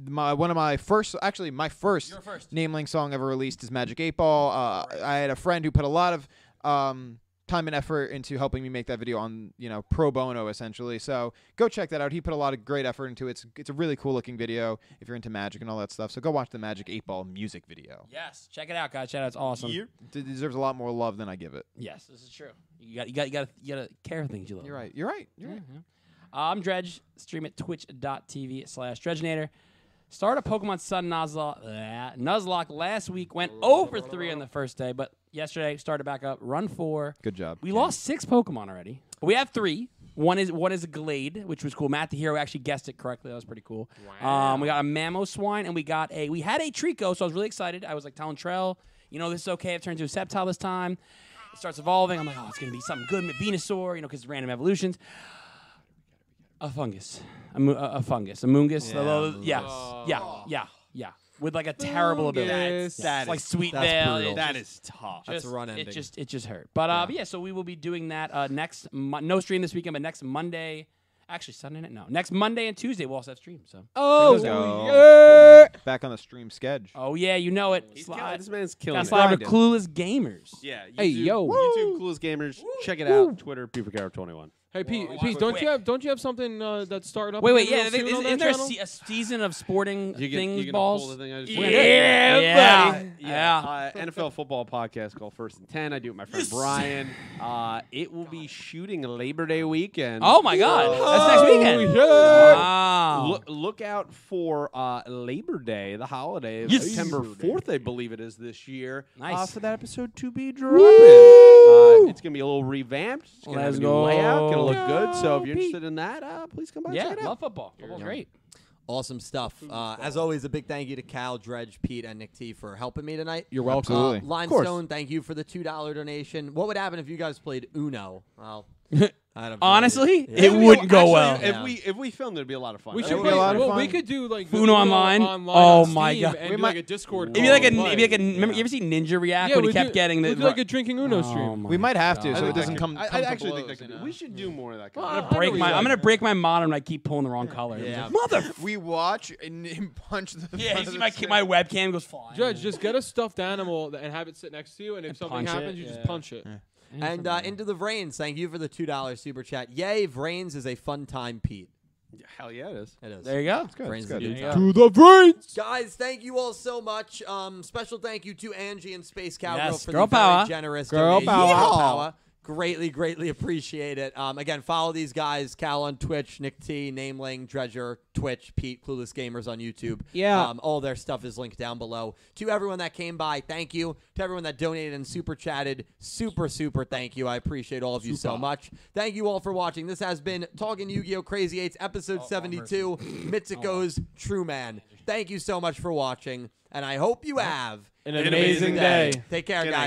[SPEAKER 2] my one of my first, actually my first,
[SPEAKER 5] You're first.
[SPEAKER 2] Nameling song ever released is Magic Eight Ball. Uh, I had a friend who put a lot of um, time and effort into helping me make that video on you know pro bono essentially. So go check that out. He put a lot of great effort into it. It's, it's a really cool looking video if you're into magic and all that stuff. So go watch the Magic Eight Ball music video.
[SPEAKER 5] Yes, check it out, guys. Shout out's awesome.
[SPEAKER 2] D- deserves a lot more love than I give it.
[SPEAKER 5] Yes, this is true. You got you got you got you got to care things you love.
[SPEAKER 2] You're right. You're right. You're right.
[SPEAKER 5] Uh, I'm Dredge. Stream at twitch.tv slash Dredgenator. Start a Pokemon Sun Nuzlocke, uh, Nuzlocke last week. Went over 3 on the first day, but yesterday started back up. Run 4.
[SPEAKER 2] Good job.
[SPEAKER 5] We lost six Pokemon already. We have three. One is one is a Glade, which was cool. Matt the Hero actually guessed it correctly. That was pretty cool. Um, we got a Mamoswine, and we got a we had a Trico, so I was really excited. I was like telling Trell, you know, this is okay. It turns into a Sceptile this time. It starts evolving. I'm like, oh, it's gonna be something good. Venusaur, you know, because random evolutions. A fungus, a, mu- a, a fungus, a mungus. Yeah, yes, yeah, yeah, yeah. With like a terrible ability.
[SPEAKER 3] Fungus.
[SPEAKER 5] Yes,
[SPEAKER 3] That
[SPEAKER 5] like Sweet
[SPEAKER 4] that's
[SPEAKER 5] Veil.
[SPEAKER 4] brutal.
[SPEAKER 5] It
[SPEAKER 7] That
[SPEAKER 5] just-
[SPEAKER 7] is tough.
[SPEAKER 4] That's a
[SPEAKER 5] just-
[SPEAKER 4] run ending.
[SPEAKER 5] It just it just hurt. But uh, but yeah, so we will be doing that uh, next. Mo- no stream this weekend, but next Monday, actually Sunday night. No, next Monday and Tuesday we'll also have stream. So
[SPEAKER 3] Oh,
[SPEAKER 2] Let's go.
[SPEAKER 3] yeah.
[SPEAKER 2] Back on the stream sketch.
[SPEAKER 5] oh yeah, you know it.
[SPEAKER 7] He's killing-
[SPEAKER 5] slide.
[SPEAKER 7] this man's killing
[SPEAKER 5] Got
[SPEAKER 7] it.
[SPEAKER 5] slide with
[SPEAKER 2] Grinding.
[SPEAKER 5] clueless gamers.
[SPEAKER 7] Yeah. YouTube,
[SPEAKER 5] Hey, yo.
[SPEAKER 7] YouTube Coolest Gamers. Check it out. Twitter, PeeperCower21.
[SPEAKER 3] Hey Pete,
[SPEAKER 5] Whoa,
[SPEAKER 3] Pete,
[SPEAKER 5] wow.
[SPEAKER 3] don't
[SPEAKER 5] Quick.
[SPEAKER 3] you have don't you have something uh, that started up?
[SPEAKER 5] Wait, wait,
[SPEAKER 3] again
[SPEAKER 5] yeah.
[SPEAKER 3] real
[SPEAKER 5] I think-
[SPEAKER 3] soon on
[SPEAKER 5] Isn't, isn't
[SPEAKER 3] that
[SPEAKER 5] there a,
[SPEAKER 3] channel?
[SPEAKER 5] se- a season of sporting
[SPEAKER 7] Uh, You can-
[SPEAKER 5] things
[SPEAKER 7] you can
[SPEAKER 5] balls?
[SPEAKER 7] pull the thing I just-
[SPEAKER 5] yeah,
[SPEAKER 7] Yeah,
[SPEAKER 5] yeah,
[SPEAKER 7] buddy. Uh, NFL football podcast called First and Ten. I do it with my friend Brian. Uh, it will be shooting Labor Day weekend.
[SPEAKER 5] oh my God, that's next weekend.
[SPEAKER 3] Oh, yeah.
[SPEAKER 5] Wow.
[SPEAKER 7] Look, look out for uh, Labor Day, the holiday, of
[SPEAKER 5] Yes.
[SPEAKER 7] September 4th, I believe it is this year. Uh,
[SPEAKER 5] Nice.
[SPEAKER 7] for that episode to be dropping. Uh, it's going to be a little revamped. It's going to have
[SPEAKER 5] Let's
[SPEAKER 7] a new layout.
[SPEAKER 5] go.
[SPEAKER 7] going to look good. So if
[SPEAKER 5] Go,
[SPEAKER 7] you're
[SPEAKER 5] Pete.
[SPEAKER 7] interested in that, uh, please come by and
[SPEAKER 5] yeah,
[SPEAKER 7] check it out.
[SPEAKER 5] love football. Football's great.
[SPEAKER 4] Awesome stuff. Uh, as always, a big thank you to Cal, Dredge, Pete, and Nick T for helping me tonight.
[SPEAKER 2] You're welcome. Absolutely.
[SPEAKER 4] Uh, Limestone, thank you for the two dollar donation. What would happen if you guys played Uno? Well, I'd have
[SPEAKER 5] Honestly,
[SPEAKER 4] Yeah.
[SPEAKER 5] it wouldn't go
[SPEAKER 7] Actually,
[SPEAKER 5] well.
[SPEAKER 7] If
[SPEAKER 4] Yeah.
[SPEAKER 7] we if we filmed, it'd be a lot of fun.
[SPEAKER 3] We
[SPEAKER 7] That
[SPEAKER 3] should
[SPEAKER 7] would
[SPEAKER 2] be
[SPEAKER 3] play.
[SPEAKER 2] a lot of
[SPEAKER 3] well, we
[SPEAKER 2] fun.
[SPEAKER 3] could do like
[SPEAKER 5] Uno
[SPEAKER 3] Uno
[SPEAKER 5] online?
[SPEAKER 3] online
[SPEAKER 5] Oh
[SPEAKER 3] on
[SPEAKER 5] my
[SPEAKER 3] Steam
[SPEAKER 5] God.
[SPEAKER 3] and
[SPEAKER 2] We
[SPEAKER 3] do
[SPEAKER 2] might-
[SPEAKER 3] like a Discord.
[SPEAKER 5] It'd be like a,
[SPEAKER 3] call and
[SPEAKER 5] it'd be like a.
[SPEAKER 3] play.
[SPEAKER 5] Remember, you ever seen Ninja React
[SPEAKER 3] yeah,
[SPEAKER 5] when
[SPEAKER 3] we
[SPEAKER 5] he kept
[SPEAKER 3] do-
[SPEAKER 5] getting the Oh
[SPEAKER 3] we do like a drinking Uno stream.
[SPEAKER 2] We might have to,
[SPEAKER 7] I
[SPEAKER 2] so it
[SPEAKER 7] think that
[SPEAKER 2] doesn't
[SPEAKER 7] could-
[SPEAKER 2] come.
[SPEAKER 7] I,
[SPEAKER 2] come
[SPEAKER 7] I
[SPEAKER 2] to
[SPEAKER 7] actually
[SPEAKER 2] blows,
[SPEAKER 7] think that could
[SPEAKER 2] you
[SPEAKER 7] be.
[SPEAKER 2] know?
[SPEAKER 7] We should do more of that.
[SPEAKER 3] Well,
[SPEAKER 7] kind of
[SPEAKER 3] I-
[SPEAKER 7] stuff.
[SPEAKER 5] break
[SPEAKER 3] know
[SPEAKER 5] my.
[SPEAKER 3] you
[SPEAKER 5] I'm
[SPEAKER 3] like
[SPEAKER 5] gonna
[SPEAKER 3] it.
[SPEAKER 5] break my monitor and I keep pulling the wrong color.
[SPEAKER 4] Yeah.
[SPEAKER 5] Mother.
[SPEAKER 2] We watch and, and punch the.
[SPEAKER 5] Yeah,
[SPEAKER 2] front
[SPEAKER 5] you
[SPEAKER 2] of
[SPEAKER 5] see
[SPEAKER 2] the
[SPEAKER 5] my
[SPEAKER 2] screen.
[SPEAKER 5] my webcam goes flying.
[SPEAKER 3] Judge, just get a stuffed animal and have it sit next to you, and if something
[SPEAKER 5] punch it,
[SPEAKER 3] happens, you just
[SPEAKER 5] yeah.
[SPEAKER 3] punch it.
[SPEAKER 4] And uh, into the Vrains, thank you for the two dollar super chat. Yay, Vrains is a fun time, Pete.
[SPEAKER 7] Hell yeah, it is.
[SPEAKER 4] It is.
[SPEAKER 5] there you go.
[SPEAKER 2] Good, it's
[SPEAKER 4] Brains
[SPEAKER 2] good.
[SPEAKER 4] do.
[SPEAKER 5] Yeah.
[SPEAKER 3] To the brains.
[SPEAKER 4] Guys, thank you all so much. Um, special thank you to Angie and Space Cowgirl
[SPEAKER 5] Yes,
[SPEAKER 4] for
[SPEAKER 5] girl
[SPEAKER 4] the very
[SPEAKER 5] power.
[SPEAKER 4] generous
[SPEAKER 3] Girl
[SPEAKER 4] donation.
[SPEAKER 3] power.
[SPEAKER 4] Girl power. Greatly, greatly appreciate it. Um, again, follow these guys: Cal on Twitch, Nick T, Nameling, Dredger, Twitch, Pete, Clueless Gamers on YouTube.
[SPEAKER 6] Yeah.
[SPEAKER 4] Um, all their stuff is linked down below. To everyone that came by, thank you. To everyone that donated and super chatted, super, super thank you. I appreciate all of you so much. Thank you all for watching. This has been Talking Yu Gi Oh! Crazy Eights, episode
[SPEAKER 3] Oh,
[SPEAKER 4] 72, Mitsuko's True Man. Thank you so much for watching, and I hope you have
[SPEAKER 3] An amazing day.
[SPEAKER 4] Take care,
[SPEAKER 7] Good
[SPEAKER 4] guys.
[SPEAKER 7] night.